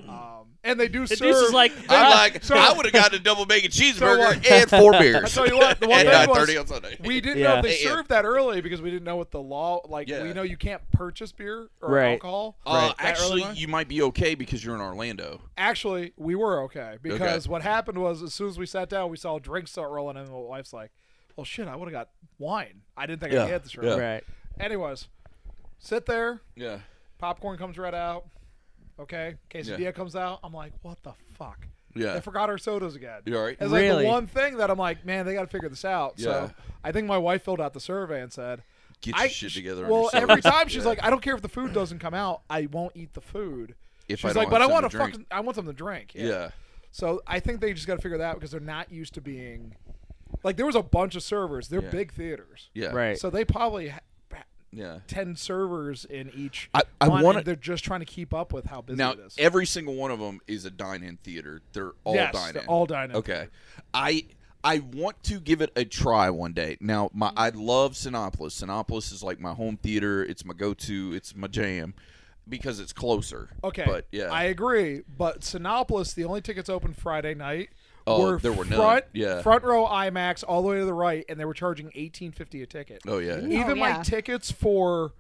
[SPEAKER 5] Um, and they do
[SPEAKER 1] This
[SPEAKER 5] serve.
[SPEAKER 1] is like
[SPEAKER 2] I'm
[SPEAKER 1] uh,
[SPEAKER 2] like,
[SPEAKER 5] so-
[SPEAKER 2] I would have gotten a double bacon cheeseburger
[SPEAKER 5] what?
[SPEAKER 2] and four beers.
[SPEAKER 5] I tell you what, the one
[SPEAKER 2] at
[SPEAKER 5] thing was-
[SPEAKER 2] 9:30 on Sunday.
[SPEAKER 5] We didn't know
[SPEAKER 1] Yeah.
[SPEAKER 5] if they
[SPEAKER 2] Hey, yeah.
[SPEAKER 5] served that early because we didn't know what the law like.
[SPEAKER 2] Yeah.
[SPEAKER 5] We know you can't purchase beer or
[SPEAKER 1] Right.
[SPEAKER 5] alcohol.
[SPEAKER 2] Uh,
[SPEAKER 5] that
[SPEAKER 2] actually,
[SPEAKER 5] early on.
[SPEAKER 2] you might be okay because you're in Orlando.
[SPEAKER 5] Actually, we were okay because what happened was as soon as we sat down, we saw drinks start rolling in, and my wife's like, "Well, shit, I would have got wine. I didn't think I
[SPEAKER 2] Yeah,
[SPEAKER 5] could get this
[SPEAKER 2] yeah.
[SPEAKER 5] early."
[SPEAKER 1] right.
[SPEAKER 5] Anyways, sit there.
[SPEAKER 2] Yeah.
[SPEAKER 5] Popcorn comes right out. Okay, quesadilla
[SPEAKER 2] Yeah.
[SPEAKER 5] comes out. I'm like, "What the fuck?"
[SPEAKER 2] Yeah.
[SPEAKER 5] They forgot our sodas again.
[SPEAKER 2] You all right?
[SPEAKER 5] It's like
[SPEAKER 1] Really?
[SPEAKER 5] the one thing that I'm like, man, they got to figure this out.
[SPEAKER 2] Yeah.
[SPEAKER 5] So I think my wife filled out the survey and said,
[SPEAKER 2] Get your
[SPEAKER 5] I,
[SPEAKER 2] shit together on
[SPEAKER 5] Well,
[SPEAKER 2] yourself.
[SPEAKER 5] every time she's
[SPEAKER 2] Yeah.
[SPEAKER 5] like, I don't care if the food doesn't come out, I won't eat the food.
[SPEAKER 2] If I
[SPEAKER 5] she's
[SPEAKER 2] don't
[SPEAKER 5] like, but I
[SPEAKER 2] have
[SPEAKER 5] want
[SPEAKER 2] something to drink."
[SPEAKER 5] fucking, I want something to drink.
[SPEAKER 2] Yeah.
[SPEAKER 5] So I think they just got to figure that out because they're not used to being, like, there was a bunch of servers. They're
[SPEAKER 2] Yeah.
[SPEAKER 5] big theaters,
[SPEAKER 2] Yeah.
[SPEAKER 1] Right.
[SPEAKER 5] so they probably. Ha-
[SPEAKER 2] Yeah.
[SPEAKER 5] Ten servers in each.
[SPEAKER 2] I- I
[SPEAKER 5] one, and
[SPEAKER 2] wanna-
[SPEAKER 5] They're just trying to keep up with how busy
[SPEAKER 2] Now,
[SPEAKER 5] it is.
[SPEAKER 2] every single one of them is a dine-in theater. They're all
[SPEAKER 5] yes,
[SPEAKER 2] dine-in.
[SPEAKER 5] they're all dine-in.
[SPEAKER 2] Okay. I I want to give it a try one day. Now, my I love Sinopolis. Sinopolis is like my home theater. It's my go-to. It's my jam because it's closer.
[SPEAKER 5] Okay.
[SPEAKER 2] But yeah.
[SPEAKER 5] I agree. But Sinopolis, the only tickets open Friday night.
[SPEAKER 2] Oh,
[SPEAKER 5] were
[SPEAKER 2] there were none.
[SPEAKER 5] front,
[SPEAKER 2] Yeah.
[SPEAKER 5] front row IMAX all the way to the right, and they were charging eighteen fifty a ticket.
[SPEAKER 2] oh yeah.
[SPEAKER 5] Even
[SPEAKER 4] Oh, yeah.
[SPEAKER 5] my tickets for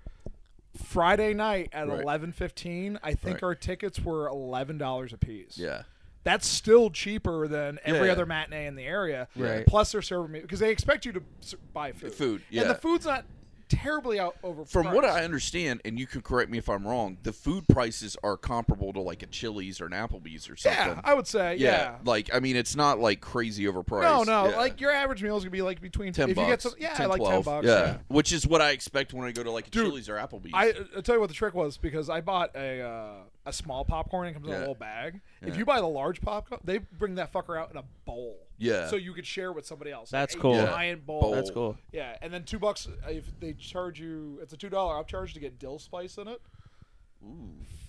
[SPEAKER 5] Friday night at
[SPEAKER 2] Right.
[SPEAKER 5] eleven fifteen, I think
[SPEAKER 2] Right.
[SPEAKER 5] our tickets were eleven dollars a piece.
[SPEAKER 2] Yeah.
[SPEAKER 5] that's still cheaper than every
[SPEAKER 2] Yeah.
[SPEAKER 5] other matinee in the area.
[SPEAKER 1] Right.
[SPEAKER 5] Plus, they're serving me because they expect you to s- buy food.
[SPEAKER 2] Food,
[SPEAKER 5] and
[SPEAKER 2] yeah.
[SPEAKER 5] the food's not terribly out over.
[SPEAKER 2] From what I understand, and you can correct me if I'm wrong, the food prices are comparable to like a Chili's or an Applebee's or something.
[SPEAKER 5] yeah, I would say yeah.
[SPEAKER 2] Like I mean, it's not like crazy overpriced.
[SPEAKER 5] No, no.
[SPEAKER 2] Yeah.
[SPEAKER 5] Like your average meal is gonna be like between
[SPEAKER 2] ten
[SPEAKER 5] if
[SPEAKER 2] bucks.
[SPEAKER 5] You get some, yeah,
[SPEAKER 2] 10,
[SPEAKER 5] like
[SPEAKER 2] 12.
[SPEAKER 5] ten bucks.
[SPEAKER 2] Yeah.
[SPEAKER 5] Yeah.
[SPEAKER 2] which is what I expect when I go to like a
[SPEAKER 5] Dude,
[SPEAKER 2] Chili's or Applebee's.
[SPEAKER 5] I uh, I'll tell you what the trick was because I bought a uh, a small popcorn and it comes in
[SPEAKER 2] Yeah.
[SPEAKER 5] a little bag.
[SPEAKER 2] Yeah.
[SPEAKER 5] If you buy the large popcorn, they bring that fucker out in a bowl.
[SPEAKER 2] Yeah.
[SPEAKER 5] So you could share with somebody else.
[SPEAKER 1] That's
[SPEAKER 5] Like a
[SPEAKER 1] cool.
[SPEAKER 2] Yeah.
[SPEAKER 5] Giant bowl.
[SPEAKER 2] Bowl.
[SPEAKER 1] That's cool.
[SPEAKER 5] uh, Yeah, and then two bucks if they charge you. It's a two dollar upcharge to get dill spice in it.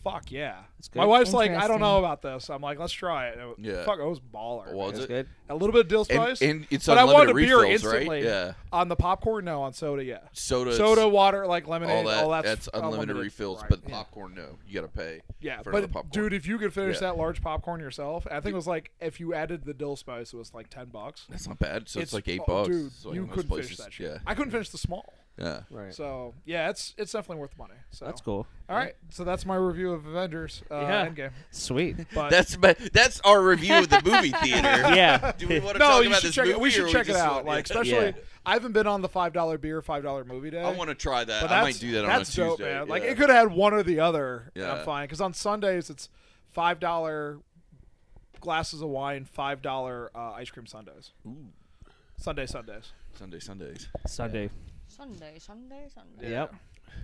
[SPEAKER 5] Fuck yeah.
[SPEAKER 1] That's
[SPEAKER 5] My
[SPEAKER 1] good.
[SPEAKER 5] wife's like, I don't
[SPEAKER 4] Interesting.
[SPEAKER 5] know about this. I'm like, let's try it. And
[SPEAKER 2] Yeah.
[SPEAKER 5] Fuck, it was baller.
[SPEAKER 2] Was
[SPEAKER 5] man.
[SPEAKER 1] That's
[SPEAKER 2] it?
[SPEAKER 1] good.
[SPEAKER 5] A little bit of dill spice.
[SPEAKER 2] and it's
[SPEAKER 5] but I wanted a
[SPEAKER 2] unlimited
[SPEAKER 5] beer
[SPEAKER 2] refills, right?
[SPEAKER 5] instantly.
[SPEAKER 2] Yeah.
[SPEAKER 5] On the popcorn, no. On soda, yeah.
[SPEAKER 2] Soda,
[SPEAKER 5] Soda, water, like lemonade,
[SPEAKER 2] all that.
[SPEAKER 5] that's,
[SPEAKER 2] that's unlimited refills,
[SPEAKER 5] right,
[SPEAKER 2] but
[SPEAKER 5] yeah.
[SPEAKER 2] popcorn, no. You got to pay.
[SPEAKER 5] Yeah,
[SPEAKER 2] for another
[SPEAKER 5] but
[SPEAKER 2] popcorn.
[SPEAKER 5] dude, if you could finish
[SPEAKER 2] Yeah.
[SPEAKER 5] that large popcorn yourself, I think it was like if you added the dill spice, it was like ten bucks.
[SPEAKER 2] that's not bad. So it's, like eight
[SPEAKER 5] oh,
[SPEAKER 2] bucks.
[SPEAKER 5] Dude,
[SPEAKER 2] It's like
[SPEAKER 5] you
[SPEAKER 2] most
[SPEAKER 5] couldn't
[SPEAKER 2] places.
[SPEAKER 5] finish that shit.
[SPEAKER 2] Yeah,
[SPEAKER 5] I couldn't finish the small.
[SPEAKER 2] yeah.
[SPEAKER 1] Right.
[SPEAKER 5] So yeah, it's it's definitely worth the money. So
[SPEAKER 1] That's cool.
[SPEAKER 5] All right, so that's my review of Avengers uh,
[SPEAKER 1] Yeah.
[SPEAKER 5] Endgame.
[SPEAKER 1] Sweet.
[SPEAKER 5] But
[SPEAKER 2] That's ba- that's our review of the movie theater.
[SPEAKER 1] yeah.
[SPEAKER 2] Do we want to
[SPEAKER 5] no,
[SPEAKER 2] talk
[SPEAKER 5] you
[SPEAKER 2] about
[SPEAKER 5] should
[SPEAKER 2] this
[SPEAKER 5] check
[SPEAKER 2] movie?
[SPEAKER 5] it. We
[SPEAKER 2] or
[SPEAKER 5] should check it
[SPEAKER 2] just
[SPEAKER 5] out.
[SPEAKER 2] want-
[SPEAKER 5] Like
[SPEAKER 2] yeah.
[SPEAKER 5] especially,
[SPEAKER 1] Yeah.
[SPEAKER 5] I haven't been on the five dollar beer, five dollar movie day.
[SPEAKER 2] I want to try that.
[SPEAKER 5] But
[SPEAKER 2] I might
[SPEAKER 5] that's-
[SPEAKER 2] do that on a
[SPEAKER 5] that's
[SPEAKER 2] Tuesday.
[SPEAKER 5] dope, man. Like
[SPEAKER 2] yeah.
[SPEAKER 5] it could have had one or the other. Yeah,
[SPEAKER 2] Yeah.
[SPEAKER 5] I'm fine because on Sundays it's five dollar glasses of wine, five dollar uh, ice cream sundaes.
[SPEAKER 2] Ooh.
[SPEAKER 5] Sunday Sundays.
[SPEAKER 2] Sunday, Sundays.
[SPEAKER 1] Sunday.
[SPEAKER 4] Sunday, Sunday, Sunday.
[SPEAKER 5] Yeah.
[SPEAKER 1] Yep.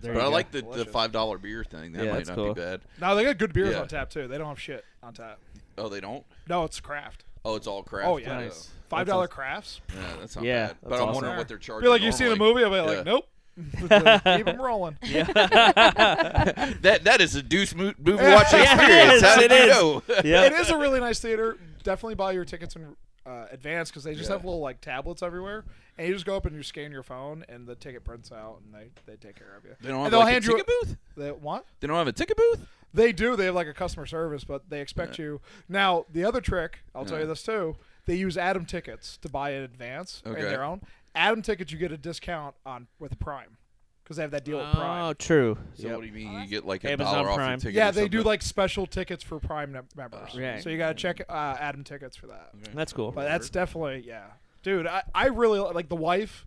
[SPEAKER 1] There you
[SPEAKER 2] but I
[SPEAKER 1] go.
[SPEAKER 2] like the, the
[SPEAKER 5] Delicious.
[SPEAKER 2] five dollar beer thing. That
[SPEAKER 1] Yeah,
[SPEAKER 2] might
[SPEAKER 1] that's
[SPEAKER 2] not
[SPEAKER 1] cool.
[SPEAKER 2] be bad.
[SPEAKER 5] Now they got good beers
[SPEAKER 2] Yeah.
[SPEAKER 5] on tap too. They don't have shit on tap.
[SPEAKER 2] Oh, they don't.
[SPEAKER 5] No, it's craft.
[SPEAKER 2] Oh, it's all craft.
[SPEAKER 5] Oh yeah,
[SPEAKER 1] Nice.
[SPEAKER 5] five dollar
[SPEAKER 1] That's
[SPEAKER 5] crafts.
[SPEAKER 2] Yeah, that's not
[SPEAKER 1] Yeah,
[SPEAKER 2] bad. But
[SPEAKER 1] that's
[SPEAKER 2] I'm
[SPEAKER 1] awesome.
[SPEAKER 2] wondering what they're charging.
[SPEAKER 5] Be like you see the
[SPEAKER 2] normally.
[SPEAKER 5] movie, I'll be like,
[SPEAKER 2] Yeah.
[SPEAKER 5] nope. Keep them rolling.
[SPEAKER 2] That that is a deuce mo- movie
[SPEAKER 5] Yeah.
[SPEAKER 2] watching
[SPEAKER 5] Yeah, it
[SPEAKER 2] experience.
[SPEAKER 1] is,
[SPEAKER 2] How
[SPEAKER 1] it
[SPEAKER 2] did you
[SPEAKER 1] is.
[SPEAKER 2] know?
[SPEAKER 1] Yep.
[SPEAKER 5] It is a really nice theater. Definitely buy your tickets in uh, advance because they just
[SPEAKER 2] Yeah.
[SPEAKER 5] have little like tablets everywhere, and you just go up and you scan your phone, and the ticket prints out, and they, they take care of you.
[SPEAKER 2] They don't
[SPEAKER 5] And
[SPEAKER 2] have
[SPEAKER 5] they'll
[SPEAKER 2] like, a
[SPEAKER 5] hand you
[SPEAKER 2] ticket booth.
[SPEAKER 5] They what?
[SPEAKER 2] They don't have a ticket booth.
[SPEAKER 5] They do. They have like a customer service, but they expect you. Now the other trick, I'll tell
[SPEAKER 2] Yeah.
[SPEAKER 5] you this too. They use Adam tickets to buy in advance
[SPEAKER 2] Okay.
[SPEAKER 5] in their own. Adam tickets, you get a discount on with Prime because they have that deal with Prime.
[SPEAKER 1] Oh, true.
[SPEAKER 2] So
[SPEAKER 1] Yep.
[SPEAKER 2] what do you mean? You get like a
[SPEAKER 1] Amazon
[SPEAKER 2] dollar off your
[SPEAKER 1] Prime.
[SPEAKER 2] ticket?
[SPEAKER 5] Yeah,
[SPEAKER 2] or
[SPEAKER 5] they do
[SPEAKER 2] something?
[SPEAKER 5] like special tickets for Prime mem- members.
[SPEAKER 1] Right.
[SPEAKER 5] So you gotta check uh, Adam tickets for that.
[SPEAKER 1] That's cool.
[SPEAKER 5] But that's definitely yeah, dude. I, I really li- like the wife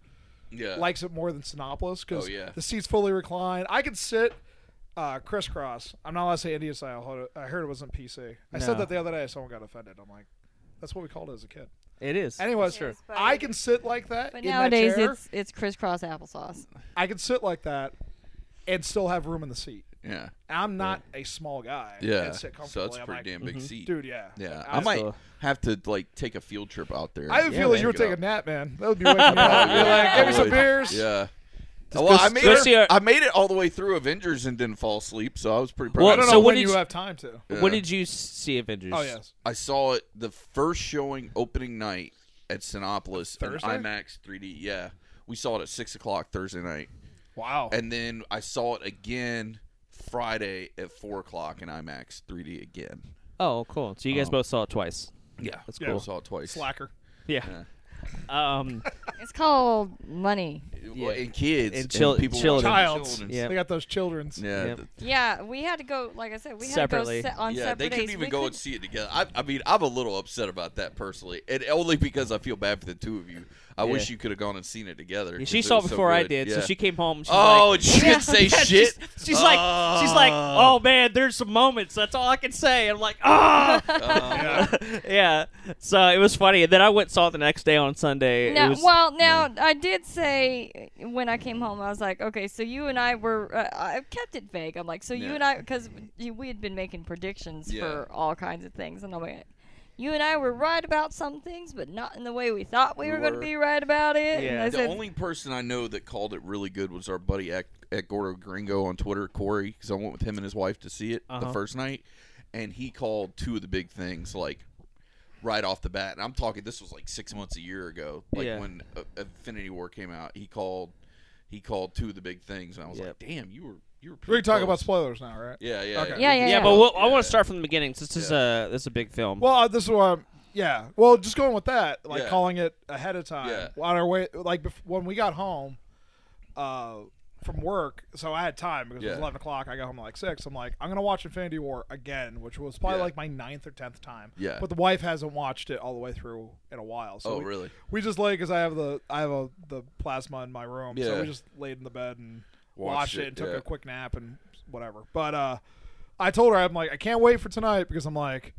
[SPEAKER 2] yeah.
[SPEAKER 5] likes it more than Sinopolis because
[SPEAKER 2] Oh, yeah.
[SPEAKER 5] the seats fully reclined. I could sit uh, crisscross. I'm not allowed to say Indian style. Hold it- I heard it wasn't PC.
[SPEAKER 1] No.
[SPEAKER 5] I said that the other day. Someone got offended. I'm like, that's what we called it as a kid.
[SPEAKER 1] it is.
[SPEAKER 5] Anyways,
[SPEAKER 4] It is, but-
[SPEAKER 5] I can sit like that.
[SPEAKER 4] But
[SPEAKER 5] in
[SPEAKER 4] nowadays
[SPEAKER 5] that chair.
[SPEAKER 4] it's it's crisscross applesauce.
[SPEAKER 5] I can sit like that and still have room in the seat.
[SPEAKER 2] yeah.
[SPEAKER 5] I'm not a small guy.
[SPEAKER 2] Yeah.
[SPEAKER 5] and sit
[SPEAKER 2] So
[SPEAKER 5] comfortably.
[SPEAKER 2] that's a
[SPEAKER 5] I'm
[SPEAKER 2] pretty
[SPEAKER 5] like, "Mm, mm-hmm.
[SPEAKER 2] damn big seat.
[SPEAKER 5] Dude, yeah.
[SPEAKER 2] Yeah,
[SPEAKER 5] Like,
[SPEAKER 2] I
[SPEAKER 5] I,
[SPEAKER 2] might
[SPEAKER 1] cool.
[SPEAKER 2] have to like take a field trip out there.
[SPEAKER 5] I have a
[SPEAKER 1] Yeah,
[SPEAKER 5] feeling
[SPEAKER 1] man.
[SPEAKER 5] you were
[SPEAKER 2] Check it
[SPEAKER 5] taking a
[SPEAKER 2] out.
[SPEAKER 5] nap, man. That would be waking me up. You're like, give me some
[SPEAKER 2] Probably.
[SPEAKER 5] beers.
[SPEAKER 2] Oh, Yeah. well,
[SPEAKER 1] go-
[SPEAKER 2] I made,
[SPEAKER 1] go
[SPEAKER 2] it,
[SPEAKER 1] see our-
[SPEAKER 2] I made it all the way through Avengers and didn't fall asleep, so I was pretty proud.
[SPEAKER 1] Well,
[SPEAKER 5] I
[SPEAKER 2] of
[SPEAKER 5] don't
[SPEAKER 1] So
[SPEAKER 5] know
[SPEAKER 2] myself.
[SPEAKER 1] what
[SPEAKER 5] when
[SPEAKER 1] did
[SPEAKER 5] you
[SPEAKER 1] you-
[SPEAKER 5] have time to.
[SPEAKER 2] Yeah.
[SPEAKER 1] What did you s- see Avengers?
[SPEAKER 5] Oh yes.
[SPEAKER 2] I saw it the first showing opening night at Sinopolis in
[SPEAKER 5] Thursday?
[SPEAKER 2] IMAX 3D. Yeah, we saw it at six o'clock Thursday night,
[SPEAKER 5] Wow.
[SPEAKER 2] and then I saw it again Friday at four o'clock in IMAX 3D again.
[SPEAKER 1] Oh, cool. So you guys
[SPEAKER 2] Um,
[SPEAKER 1] both saw it twice.
[SPEAKER 2] Yeah,
[SPEAKER 1] That's
[SPEAKER 2] I
[SPEAKER 1] cool.
[SPEAKER 2] saw it twice.
[SPEAKER 5] Slacker.
[SPEAKER 1] Yeah. Um.
[SPEAKER 4] It's called money.
[SPEAKER 2] Well, and kids
[SPEAKER 1] And chil-
[SPEAKER 2] people
[SPEAKER 1] children.
[SPEAKER 2] watching
[SPEAKER 5] Childs.
[SPEAKER 2] children.
[SPEAKER 1] Yeah.
[SPEAKER 5] They got those children's.
[SPEAKER 2] Yeah,
[SPEAKER 1] Yep.
[SPEAKER 2] th-
[SPEAKER 4] Yeah, we had to go. Like I said, we had
[SPEAKER 1] Separately.
[SPEAKER 4] to go se- on
[SPEAKER 2] yeah,
[SPEAKER 4] separate
[SPEAKER 2] they couldn't
[SPEAKER 4] days.
[SPEAKER 2] even
[SPEAKER 4] We
[SPEAKER 2] go and
[SPEAKER 4] couldn't-
[SPEAKER 2] see it together. I, I mean, I'm a little upset about that personally, and only because I feel bad for the two of you. I
[SPEAKER 1] Yeah.
[SPEAKER 2] wish you could have gone and seen it together.
[SPEAKER 1] Yeah,
[SPEAKER 2] 'cause
[SPEAKER 1] she
[SPEAKER 2] it
[SPEAKER 1] saw it
[SPEAKER 2] was so
[SPEAKER 1] before I
[SPEAKER 2] good.
[SPEAKER 1] did,
[SPEAKER 2] Yeah.
[SPEAKER 1] so she came home. and She's
[SPEAKER 2] oh,
[SPEAKER 1] like,
[SPEAKER 2] and she didn't say
[SPEAKER 1] Yeah,
[SPEAKER 2] shit.
[SPEAKER 1] She's, she's like, she's like, oh man, there's some moments. That's all I can say. I'm like, ah,
[SPEAKER 2] Um,
[SPEAKER 1] yeah. So it was funny, and then I went and saw it the next day on Sunday.
[SPEAKER 4] Now,
[SPEAKER 1] it was,
[SPEAKER 4] well, now I did say uh, when I came home, I was like, okay, so you and I were. Uh, I kept it vague. I'm like, so
[SPEAKER 2] Yeah.
[SPEAKER 4] you and I, because we had been making predictions
[SPEAKER 2] Yeah.
[SPEAKER 4] for all kinds of things, and I'm like, you and I were right about some things, but not in the way we thought we
[SPEAKER 2] We
[SPEAKER 4] were, going
[SPEAKER 2] were.
[SPEAKER 4] to be right about it.
[SPEAKER 1] Yeah.
[SPEAKER 4] And I
[SPEAKER 2] the
[SPEAKER 4] said,
[SPEAKER 2] only person I know that called it really good was our buddy at, at Gordo Gringo on Twitter, Corey, because I went with him and his wife to see it the
[SPEAKER 1] Uh-huh.
[SPEAKER 2] first night, and he called two of the big things like right off the bat. And I'm talking this was like six months a year ago, like
[SPEAKER 1] Yeah.
[SPEAKER 2] when uh, Infinity War came out. He called he called two of the big things, and I was
[SPEAKER 1] Yep.
[SPEAKER 2] like, damn, you were you were.
[SPEAKER 5] We
[SPEAKER 2] pretty
[SPEAKER 5] can talk about
[SPEAKER 2] close."
[SPEAKER 5] spoilers now, right?
[SPEAKER 2] Yeah, yeah,
[SPEAKER 5] Okay.
[SPEAKER 4] yeah, yeah,
[SPEAKER 1] yeah,
[SPEAKER 4] yeah.
[SPEAKER 1] but we'll, I want
[SPEAKER 2] Yeah.
[SPEAKER 1] to start from the beginning. Since this is a this is a big film.
[SPEAKER 5] Well, uh, this is why. I'm, yeah. Well, just going with that, like
[SPEAKER 2] Um, Yeah.
[SPEAKER 5] calling it ahead of time
[SPEAKER 2] Yeah.
[SPEAKER 5] on our way. Like bef- when we got home uh, from work, so I had time because it was
[SPEAKER 2] Yeah.
[SPEAKER 5] eleven o'clock. I got home at like six. I'm like, I'm gonna watch Infinity War again, which was probably
[SPEAKER 2] Yeah.
[SPEAKER 5] like my ninth or tenth time.
[SPEAKER 2] Yeah.
[SPEAKER 5] But the wife hasn't watched it all the way through in a while. So
[SPEAKER 2] Oh,
[SPEAKER 5] we,
[SPEAKER 2] really?
[SPEAKER 5] We just lay because I have the I have a the plasma in my room, so
[SPEAKER 2] Yeah.
[SPEAKER 5] we just laid in the bed and
[SPEAKER 2] Watched
[SPEAKER 5] watched it,
[SPEAKER 2] it,
[SPEAKER 5] and took
[SPEAKER 2] yeah.
[SPEAKER 5] a quick nap and whatever. But uh, I told her I'm like I can't wait for tonight because I'm like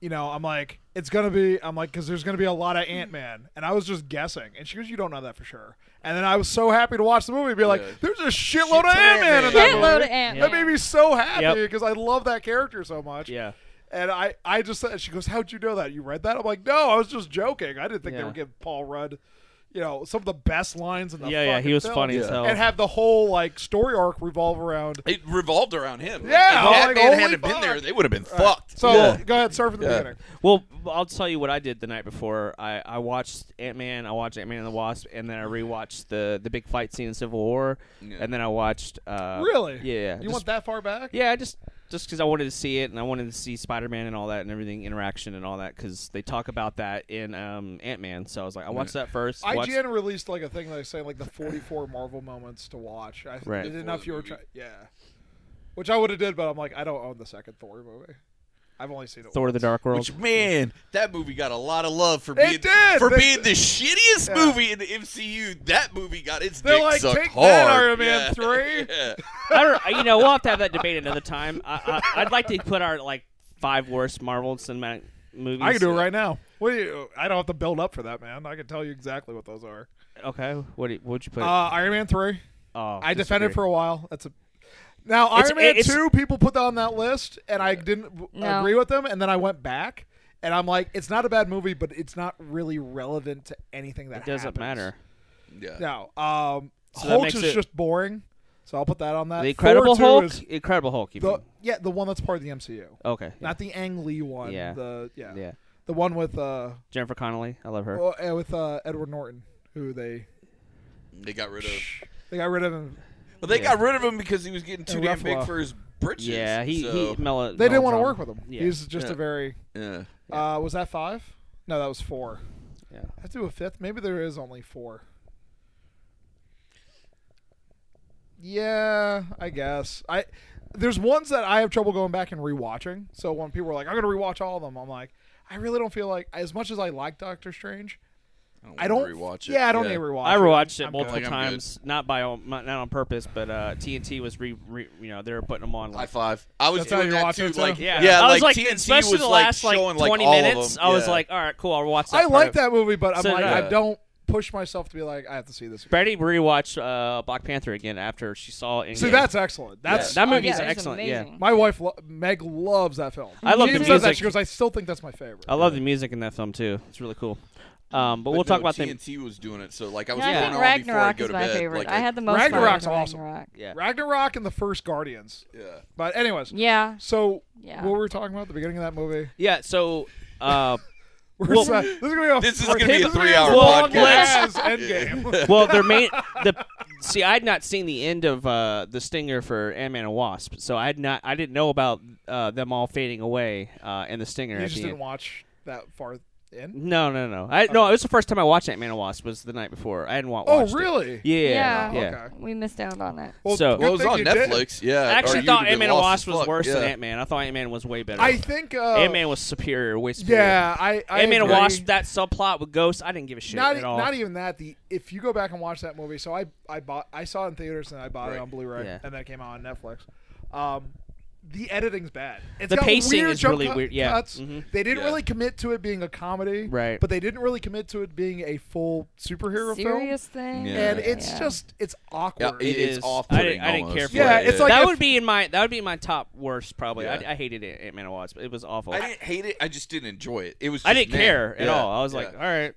[SPEAKER 5] you know, I'm like, it's gonna be, I'm like, because there's gonna be a lot of Ant Man, and I was just guessing, and she goes, you don't know that for sure, and then I was so happy to watch the movie, and be like,
[SPEAKER 2] Yeah.
[SPEAKER 5] there's a shitload of
[SPEAKER 2] Shitload of
[SPEAKER 5] Ant Man in that
[SPEAKER 2] Ant-Man.
[SPEAKER 4] Shitload
[SPEAKER 5] movie.
[SPEAKER 4] of Ant-Man.
[SPEAKER 5] That made me so happy
[SPEAKER 1] Yep.
[SPEAKER 5] because I love that character so much.
[SPEAKER 1] yeah,
[SPEAKER 5] And I, I just, said- she goes, how'd you know that? You read that? I'm like, no, I was just joking. I didn't think they
[SPEAKER 1] Yeah.
[SPEAKER 5] would give Paul Rudd, you know some of the best lines in the
[SPEAKER 1] yeah, yeah,
[SPEAKER 5] fucking
[SPEAKER 1] he was
[SPEAKER 5] film.
[SPEAKER 1] funny as
[SPEAKER 2] Yeah.
[SPEAKER 1] hell.
[SPEAKER 5] and have the whole like story arc revolve around.
[SPEAKER 2] It revolved around him.
[SPEAKER 5] Yeah,
[SPEAKER 2] if that
[SPEAKER 5] like,
[SPEAKER 2] man
[SPEAKER 5] holy
[SPEAKER 2] hadn't been there,
[SPEAKER 5] fuck.
[SPEAKER 2] they would have been fucked.
[SPEAKER 5] So
[SPEAKER 2] Yeah.
[SPEAKER 5] go ahead, start from the
[SPEAKER 2] Yeah.
[SPEAKER 5] beginning.
[SPEAKER 1] Well, I'll tell you what I did the night before. I, I watched Ant Man, I watched Ant Man and the Wasp, and then I rewatched the the big fight scene in Civil War,
[SPEAKER 2] Yeah.
[SPEAKER 1] and then I watched. Uh,
[SPEAKER 5] Really?
[SPEAKER 1] Yeah. yeah.
[SPEAKER 5] You
[SPEAKER 1] just,
[SPEAKER 5] want that far back?
[SPEAKER 1] Yeah, I just just because I wanted to see it, and I wanted to see Spider Man and all that, and everything interaction and all that, because they talk about that in um, Ant Man. So I was like, I watched that first. watched-
[SPEAKER 5] IGN released like a thing like saying like the 44 Marvel moments to watch. I
[SPEAKER 1] Right.
[SPEAKER 5] didn't
[SPEAKER 2] Before
[SPEAKER 5] enough
[SPEAKER 2] the
[SPEAKER 5] you were
[SPEAKER 2] movie.
[SPEAKER 5] trying. Yeah, which I would have did, but I'm like I don't own the second Thor movie. I've only seen it.
[SPEAKER 1] Thor: The
[SPEAKER 5] once.
[SPEAKER 1] Dark World.
[SPEAKER 2] Which man, that movie got a lot of love for
[SPEAKER 5] It
[SPEAKER 2] being
[SPEAKER 5] did!
[SPEAKER 2] for
[SPEAKER 5] They-
[SPEAKER 2] being the shittiest
[SPEAKER 5] Yeah.
[SPEAKER 2] movie in the MCU. That movie got its
[SPEAKER 5] They're
[SPEAKER 2] dick
[SPEAKER 5] like,
[SPEAKER 2] sucked
[SPEAKER 5] "Take
[SPEAKER 2] hard.
[SPEAKER 5] that, Iron Man
[SPEAKER 2] yeah.
[SPEAKER 5] 3.
[SPEAKER 2] yeah.
[SPEAKER 1] I don't. You know, we'll have to have that debate another time. I, I, I'd like to put our like five worst Marvel cinematic movies.
[SPEAKER 5] I can do it right now. What do you, I don't have to build up for that, man. I can tell you exactly what those are.
[SPEAKER 1] Okay. What do you- what would you put?
[SPEAKER 5] Uh, Iron Man three.
[SPEAKER 1] oh,
[SPEAKER 5] I defended
[SPEAKER 1] disagree.
[SPEAKER 5] for a while. That's a now
[SPEAKER 1] It's-
[SPEAKER 5] Iron Man
[SPEAKER 1] it's-
[SPEAKER 5] two. People put that on that list, and I didn't w-
[SPEAKER 4] No.
[SPEAKER 5] agree with them. And then I went back, and I'm like, it's not a bad movie, but it's not really relevant to anything that
[SPEAKER 1] It doesn't
[SPEAKER 5] happens.
[SPEAKER 1] matter.
[SPEAKER 2] Yeah.
[SPEAKER 5] No, um,
[SPEAKER 1] So that
[SPEAKER 5] Hulk
[SPEAKER 1] makes
[SPEAKER 5] is
[SPEAKER 1] it-
[SPEAKER 5] just boring. So I'll put that on that.
[SPEAKER 1] The Incredible
[SPEAKER 5] Thor 2
[SPEAKER 1] Hulk.
[SPEAKER 5] Uh, is
[SPEAKER 1] Incredible Hulk. You
[SPEAKER 5] the
[SPEAKER 1] mean.
[SPEAKER 5] yeah the one that's part of the MCU,
[SPEAKER 1] Okay. yeah,
[SPEAKER 5] not the Ang Lee one.
[SPEAKER 1] Yeah.
[SPEAKER 5] the yeah,
[SPEAKER 1] yeah.
[SPEAKER 5] the one with uh
[SPEAKER 1] Jennifer Connelly. I love her.
[SPEAKER 5] well, uh, with uh Edward Norton, who they
[SPEAKER 2] They got rid of.
[SPEAKER 5] they got rid of him.
[SPEAKER 2] Well, they
[SPEAKER 1] Yeah.
[SPEAKER 2] got rid of him because he was getting too
[SPEAKER 5] And
[SPEAKER 2] damn
[SPEAKER 5] Ruffalo.
[SPEAKER 2] big for his britches.
[SPEAKER 1] yeah. He
[SPEAKER 2] so,
[SPEAKER 1] he. Mel-
[SPEAKER 5] They didn't want to work with him.
[SPEAKER 1] Yeah.
[SPEAKER 5] He's just
[SPEAKER 2] Yeah.
[SPEAKER 5] a very
[SPEAKER 2] yeah.
[SPEAKER 5] Uh, was that five? No, that was four.
[SPEAKER 1] Yeah.
[SPEAKER 5] Let's do a fifth. Maybe there is only four. Yeah, I guess. I there's ones that I have trouble going back and rewatching. So when people are like, "I'm gonna rewatch all of them," I'm like, I really don't feel like as much as I like Doctor Strange. I don't
[SPEAKER 2] wanna rewatch it.
[SPEAKER 5] Yeah, I don't need to rewatch.
[SPEAKER 1] I rewatched it
[SPEAKER 5] I'm
[SPEAKER 1] multiple
[SPEAKER 2] good. Like, I'm good.
[SPEAKER 1] times, not by all- not not on purpose, but uh, TNT was re, re you know they were putting them on
[SPEAKER 2] High
[SPEAKER 1] like
[SPEAKER 2] five. I was
[SPEAKER 5] That's how
[SPEAKER 2] doing
[SPEAKER 5] you're
[SPEAKER 2] that
[SPEAKER 5] watching
[SPEAKER 2] too.
[SPEAKER 5] it, too?
[SPEAKER 2] Like,
[SPEAKER 1] yeah,
[SPEAKER 2] yeah
[SPEAKER 1] I was like,
[SPEAKER 2] like, TNT
[SPEAKER 1] especially
[SPEAKER 2] was
[SPEAKER 1] the
[SPEAKER 2] like
[SPEAKER 1] last
[SPEAKER 2] showing
[SPEAKER 1] like
[SPEAKER 2] like
[SPEAKER 1] twenty
[SPEAKER 2] all
[SPEAKER 1] minutes.
[SPEAKER 2] Of them.
[SPEAKER 1] I was
[SPEAKER 2] yeah.
[SPEAKER 1] like, all right, cool, I'll watch. That
[SPEAKER 5] I
[SPEAKER 1] part
[SPEAKER 5] like
[SPEAKER 1] of-
[SPEAKER 5] that movie, but I'm
[SPEAKER 1] So
[SPEAKER 5] like,
[SPEAKER 1] did
[SPEAKER 5] I
[SPEAKER 2] I.
[SPEAKER 5] don't push myself to be like, I have to see this. Again.
[SPEAKER 1] Betty rewatched uh, Black Panther again after she saw. Endgame.
[SPEAKER 5] See, that's excellent. That's
[SPEAKER 1] that
[SPEAKER 4] Oh,
[SPEAKER 1] movie's
[SPEAKER 4] yeah, it's
[SPEAKER 1] excellent. Yeah,
[SPEAKER 4] amazing.
[SPEAKER 5] my wife. Lo- Meg loves that film.
[SPEAKER 1] I love
[SPEAKER 5] she
[SPEAKER 1] the
[SPEAKER 5] says That.
[SPEAKER 1] music.
[SPEAKER 5] She goes, I still think that's my favorite.
[SPEAKER 1] I love the music in that film too. It's really cool. Um, but,
[SPEAKER 2] But
[SPEAKER 1] we'll talk
[SPEAKER 2] no,
[SPEAKER 1] about them.
[SPEAKER 2] TNT was doing it, so like I was
[SPEAKER 4] No, I
[SPEAKER 2] going
[SPEAKER 4] think
[SPEAKER 2] on before I
[SPEAKER 4] Ragnarok
[SPEAKER 2] go
[SPEAKER 4] is
[SPEAKER 2] to
[SPEAKER 4] my
[SPEAKER 2] bed.
[SPEAKER 4] favorite.
[SPEAKER 2] Like,
[SPEAKER 4] I had the most
[SPEAKER 5] Ragnarok's
[SPEAKER 4] fun with
[SPEAKER 5] awesome.
[SPEAKER 4] Ragnarok.
[SPEAKER 1] Yeah,
[SPEAKER 5] Ragnarok and the first Guardians.
[SPEAKER 2] Yeah.
[SPEAKER 5] But anyways,
[SPEAKER 4] Yeah.
[SPEAKER 5] so
[SPEAKER 4] Yeah.
[SPEAKER 5] what were we talking about at the beginning of that movie?
[SPEAKER 1] yeah. So, uh,
[SPEAKER 5] We're
[SPEAKER 1] Well-
[SPEAKER 5] sa- this is gonna be a
[SPEAKER 2] This is
[SPEAKER 5] fucking-
[SPEAKER 2] gonna be a
[SPEAKER 5] this is gonna
[SPEAKER 2] three-hour
[SPEAKER 5] as long
[SPEAKER 1] podcast.
[SPEAKER 5] as Endgame.
[SPEAKER 1] well, their main the see, I had not seen the end of uh, the stinger for Ant Man and Wasp, so I had not I didn't know about uh, them all fading away uh, and the stinger.
[SPEAKER 5] you
[SPEAKER 1] at
[SPEAKER 5] just
[SPEAKER 1] the
[SPEAKER 5] didn't
[SPEAKER 1] end.
[SPEAKER 5] watch that far in.
[SPEAKER 1] No, no, no. I no. It was the first time I watched Ant Man and Wasp. Was the night before. I hadn't wa- watched.
[SPEAKER 5] Oh,
[SPEAKER 1] it.
[SPEAKER 5] really? Oh,
[SPEAKER 1] Yeah.
[SPEAKER 4] Yeah.
[SPEAKER 1] Yeah.
[SPEAKER 5] Okay.
[SPEAKER 4] We missed out on it.
[SPEAKER 5] Well,
[SPEAKER 1] So-
[SPEAKER 5] good
[SPEAKER 2] Well, it was
[SPEAKER 5] thing
[SPEAKER 2] on
[SPEAKER 5] you didn't.
[SPEAKER 2] Netflix. Yeah.
[SPEAKER 1] I
[SPEAKER 2] or
[SPEAKER 1] actually
[SPEAKER 2] you'd
[SPEAKER 1] thought
[SPEAKER 2] have
[SPEAKER 1] Ant Man
[SPEAKER 2] been
[SPEAKER 1] and Wasp
[SPEAKER 2] lost as
[SPEAKER 1] was
[SPEAKER 2] fuck,
[SPEAKER 1] worse than
[SPEAKER 2] yeah.
[SPEAKER 1] Ant Man. I thought Ant Man was way better.
[SPEAKER 5] I think. Uh,
[SPEAKER 1] Ant Man was superior, way superior.
[SPEAKER 5] Yeah, I. I
[SPEAKER 1] Ant Man and
[SPEAKER 5] agree.
[SPEAKER 1] Wasp. That subplot with Ghost, I didn't give a shit
[SPEAKER 5] Not, e-
[SPEAKER 1] at all.
[SPEAKER 5] not even that. The if you go back and watch that movie, so I I bought I saw it in theaters and I bought
[SPEAKER 2] Right.
[SPEAKER 5] it on Blu-ray
[SPEAKER 1] Yeah.
[SPEAKER 5] and then it came out on Netflix. Um, the editing's bad. It's
[SPEAKER 1] The
[SPEAKER 5] got
[SPEAKER 1] pacing
[SPEAKER 5] weird
[SPEAKER 1] is
[SPEAKER 5] jump
[SPEAKER 1] really
[SPEAKER 5] cut-
[SPEAKER 1] weird, yeah.
[SPEAKER 5] cuts.
[SPEAKER 1] Mhm.
[SPEAKER 5] They didn't
[SPEAKER 2] Yeah.
[SPEAKER 5] really commit to it being a comedy,
[SPEAKER 1] Right.
[SPEAKER 5] But they didn't really commit to it being a full superhero film.
[SPEAKER 4] Serious thing.
[SPEAKER 2] Yeah.
[SPEAKER 5] And it's
[SPEAKER 4] Yeah.
[SPEAKER 5] just it's
[SPEAKER 2] Yeah,
[SPEAKER 5] awkward.
[SPEAKER 2] it is
[SPEAKER 1] is.
[SPEAKER 2] off-putting
[SPEAKER 1] I didn't, I didn't care
[SPEAKER 2] almost.
[SPEAKER 1] for
[SPEAKER 5] Yeah,
[SPEAKER 1] it.
[SPEAKER 5] it's like
[SPEAKER 1] that
[SPEAKER 5] if-
[SPEAKER 1] would be in my that would be my top worst probably.
[SPEAKER 2] Yeah.
[SPEAKER 1] I, I hated it, Ant Man and Wasp. It was awful.
[SPEAKER 2] I didn't hate it. I just didn't enjoy it. It was. Just
[SPEAKER 1] I didn't
[SPEAKER 2] meh.
[SPEAKER 1] care at
[SPEAKER 2] Yeah,
[SPEAKER 1] all. I was
[SPEAKER 2] yeah.
[SPEAKER 1] like, all right.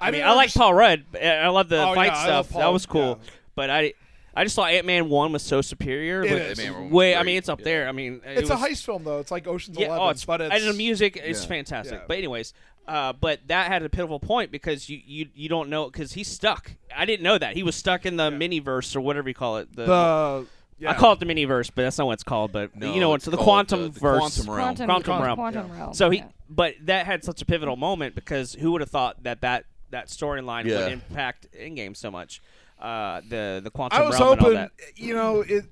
[SPEAKER 1] I, mean,
[SPEAKER 5] didn't
[SPEAKER 1] I like
[SPEAKER 5] understand-
[SPEAKER 1] Paul Rudd. but I love the
[SPEAKER 5] Oh,
[SPEAKER 1] fight
[SPEAKER 5] yeah, I love
[SPEAKER 1] stuff. that
[SPEAKER 5] Paul,
[SPEAKER 1] was cool.
[SPEAKER 5] yeah.
[SPEAKER 1] But I, I just thought Ant Man One was so superior.
[SPEAKER 5] It
[SPEAKER 1] but
[SPEAKER 5] is.
[SPEAKER 2] Ant-Man 1 was
[SPEAKER 1] way, I
[SPEAKER 2] great,
[SPEAKER 1] mean, it's up
[SPEAKER 2] yeah.
[SPEAKER 1] there. I mean, it
[SPEAKER 5] It's a
[SPEAKER 1] was-
[SPEAKER 5] heist film though. It's like Ocean's Eleven,
[SPEAKER 1] oh, it's
[SPEAKER 5] but it's
[SPEAKER 1] and the music is
[SPEAKER 2] Yeah.
[SPEAKER 1] fantastic.
[SPEAKER 5] Yeah.
[SPEAKER 1] But anyways, uh, but that had a pivotal point because you you, you don't know because he's stuck. I didn't know that he was stuck in the miniverse or whatever you call it. The,
[SPEAKER 5] the yeah.
[SPEAKER 1] I call it the miniverse, but that's not what it's called. But
[SPEAKER 2] No,
[SPEAKER 1] you know,
[SPEAKER 2] it's
[SPEAKER 1] it's the
[SPEAKER 2] called,
[SPEAKER 1] quantum
[SPEAKER 2] uh, the
[SPEAKER 1] verse.
[SPEAKER 2] Quantum realm.
[SPEAKER 4] Quantum,
[SPEAKER 1] Quantum Realm.
[SPEAKER 4] Quantum
[SPEAKER 5] Yeah.
[SPEAKER 4] Realm.
[SPEAKER 1] So he,
[SPEAKER 4] yeah.
[SPEAKER 1] but that had such a pivotal moment because who would have thought that that that storyline
[SPEAKER 2] Yeah.
[SPEAKER 1] would impact Endgame so much? Uh, the the quantum
[SPEAKER 5] I was
[SPEAKER 1] realm and all
[SPEAKER 5] hoping,
[SPEAKER 1] that.
[SPEAKER 5] you know, it.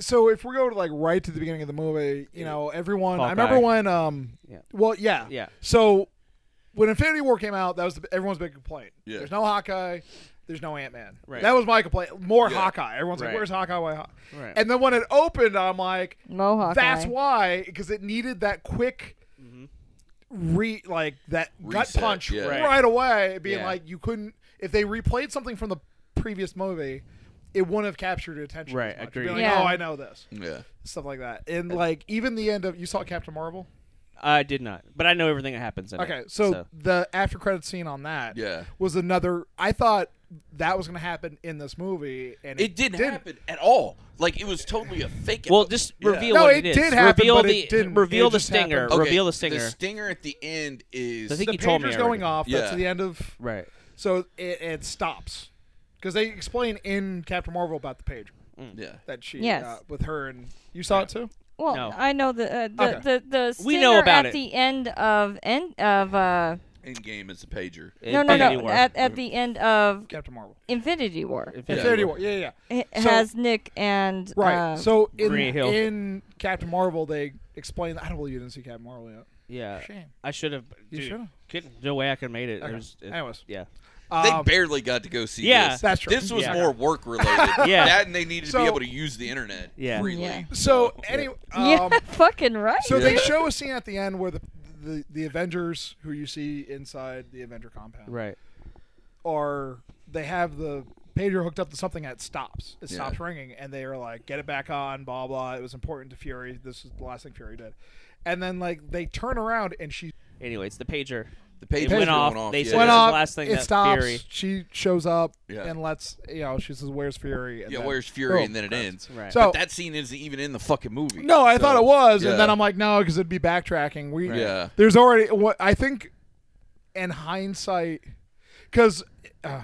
[SPEAKER 5] So if we go to like right to the beginning of the movie, you know, everyone. I remember
[SPEAKER 1] Hawkeye.
[SPEAKER 5] when, um,
[SPEAKER 1] Yeah.
[SPEAKER 5] well, yeah,
[SPEAKER 1] Yeah.
[SPEAKER 5] So when Infinity War came out, that was the, everyone's big complaint.
[SPEAKER 2] Yeah.
[SPEAKER 5] There's no Hawkeye. There's no Ant Man.
[SPEAKER 1] Right.
[SPEAKER 5] That was my complaint. More
[SPEAKER 2] Yeah.
[SPEAKER 5] Hawkeye. Everyone's
[SPEAKER 1] Right.
[SPEAKER 5] like, "Where's Hawkeye? Why Haw-"
[SPEAKER 1] Right.
[SPEAKER 5] And then when it opened, I'm like,
[SPEAKER 4] Mohawk.
[SPEAKER 5] "That's
[SPEAKER 4] Eye.
[SPEAKER 5] why," because it needed that quick. Re like that
[SPEAKER 2] Reset,
[SPEAKER 5] gut punch
[SPEAKER 2] yeah.
[SPEAKER 5] right.
[SPEAKER 1] Right.
[SPEAKER 5] away, being
[SPEAKER 1] Yeah.
[SPEAKER 5] like you couldn't if they replayed something from the previous movie, it wouldn't have captured your attention.
[SPEAKER 1] Right,
[SPEAKER 5] as much.
[SPEAKER 1] agreed.
[SPEAKER 5] You'd be Like,
[SPEAKER 4] Yeah.
[SPEAKER 5] Oh, I know this
[SPEAKER 2] Yeah.
[SPEAKER 5] stuff like that, and like even the end of you saw Captain Marvel.
[SPEAKER 1] I did not, but I know everything that happens. In it,
[SPEAKER 5] Okay, so, the after credit scene on that
[SPEAKER 2] Yeah.
[SPEAKER 5] was another. I thought that was going to happen in this movie, and it,
[SPEAKER 2] It didn't, happen at all. Like it was totally a fake.
[SPEAKER 1] well,
[SPEAKER 2] out.
[SPEAKER 1] just
[SPEAKER 2] Yeah.
[SPEAKER 1] reveal
[SPEAKER 5] No,
[SPEAKER 1] what
[SPEAKER 5] it
[SPEAKER 1] it is.
[SPEAKER 5] did happen,
[SPEAKER 1] reveal
[SPEAKER 5] but
[SPEAKER 1] the
[SPEAKER 5] it didn't.
[SPEAKER 1] reveal
[SPEAKER 5] It
[SPEAKER 1] the
[SPEAKER 5] just
[SPEAKER 1] stinger.
[SPEAKER 5] happened.
[SPEAKER 2] Okay,
[SPEAKER 1] Reveal the stinger.
[SPEAKER 2] stinger at the end is.
[SPEAKER 1] I think
[SPEAKER 5] The
[SPEAKER 1] you told me
[SPEAKER 5] pager's
[SPEAKER 1] already.
[SPEAKER 5] going off. That's
[SPEAKER 2] Yeah.
[SPEAKER 5] the end of
[SPEAKER 1] right.
[SPEAKER 5] So it, it stops because they explain in Captain Marvel about the pager
[SPEAKER 2] Mm, yeah.
[SPEAKER 5] that she
[SPEAKER 4] Yes.
[SPEAKER 5] uh, with her and you saw it too.
[SPEAKER 4] Well,
[SPEAKER 1] No.
[SPEAKER 4] I know the uh, the,
[SPEAKER 5] Okay.
[SPEAKER 4] the the
[SPEAKER 1] We know
[SPEAKER 4] stinger
[SPEAKER 1] about
[SPEAKER 4] at
[SPEAKER 1] it.
[SPEAKER 4] the end of end of uh
[SPEAKER 2] End game is the pager.
[SPEAKER 4] no no
[SPEAKER 1] Infinity
[SPEAKER 4] no
[SPEAKER 1] War.
[SPEAKER 4] at, at the end of
[SPEAKER 5] Captain Marvel.
[SPEAKER 4] Infinity War
[SPEAKER 1] Infinity
[SPEAKER 5] Infinity
[SPEAKER 1] War.
[SPEAKER 5] War. Yeah, yeah. yeah.
[SPEAKER 4] it
[SPEAKER 5] So-
[SPEAKER 4] has Nick and
[SPEAKER 5] Right.
[SPEAKER 4] uh,
[SPEAKER 5] so in
[SPEAKER 1] Green Hill.
[SPEAKER 5] in Captain Marvel, they explain. I don't believe you didn't see Captain Marvel yet.
[SPEAKER 1] Yeah,
[SPEAKER 5] Shame.
[SPEAKER 1] I should have.
[SPEAKER 5] You should've.
[SPEAKER 1] Couldn't. No way I could have made it.
[SPEAKER 5] Okay.
[SPEAKER 1] It was, it-
[SPEAKER 5] Anyways.
[SPEAKER 1] yeah.
[SPEAKER 5] Um,
[SPEAKER 2] they barely got to go see
[SPEAKER 1] Yeah.
[SPEAKER 2] this.
[SPEAKER 5] That's true.
[SPEAKER 2] This was
[SPEAKER 1] Yeah.
[SPEAKER 2] more work related.
[SPEAKER 1] Yeah.
[SPEAKER 2] That and they needed to
[SPEAKER 5] So-
[SPEAKER 2] be able to use the internet
[SPEAKER 1] Yeah.
[SPEAKER 2] freely.
[SPEAKER 4] Yeah.
[SPEAKER 5] so anyway. Um,
[SPEAKER 4] yeah fucking right
[SPEAKER 5] So they
[SPEAKER 2] Yeah.
[SPEAKER 5] show a scene at the end where the, the the Avengers, who you see inside the Avenger compound,
[SPEAKER 1] Right.
[SPEAKER 5] are they have the pager hooked up to something that stops. It
[SPEAKER 2] Yeah.
[SPEAKER 5] stops ringing, and they are like, "Get it back on." Blah blah. It was important to Fury. This is the last thing Fury did. And then like they turn around and she
[SPEAKER 1] Anyways, the pager.
[SPEAKER 2] The
[SPEAKER 1] It
[SPEAKER 2] pager
[SPEAKER 1] went off. They
[SPEAKER 2] yeah.
[SPEAKER 1] said
[SPEAKER 5] went
[SPEAKER 1] it was
[SPEAKER 5] off.
[SPEAKER 1] the last thing
[SPEAKER 5] it
[SPEAKER 1] that
[SPEAKER 5] stops.
[SPEAKER 1] Fury-
[SPEAKER 5] She shows up
[SPEAKER 2] Yeah.
[SPEAKER 5] and lets you know. She says, "Where's Fury?" And
[SPEAKER 2] Yeah,
[SPEAKER 5] then-
[SPEAKER 2] where's Fury?
[SPEAKER 5] Oh,
[SPEAKER 2] and then it
[SPEAKER 5] Christ.
[SPEAKER 2] ends.
[SPEAKER 1] Right.
[SPEAKER 5] So-
[SPEAKER 2] but that scene isn't even in the fucking movie.
[SPEAKER 5] No, I
[SPEAKER 2] So-
[SPEAKER 5] thought it was,
[SPEAKER 2] Yeah.
[SPEAKER 5] and then I'm like, no, because it'd be backtracking. We
[SPEAKER 2] Right. Yeah.
[SPEAKER 5] there's already what I think, in hindsight, because uh,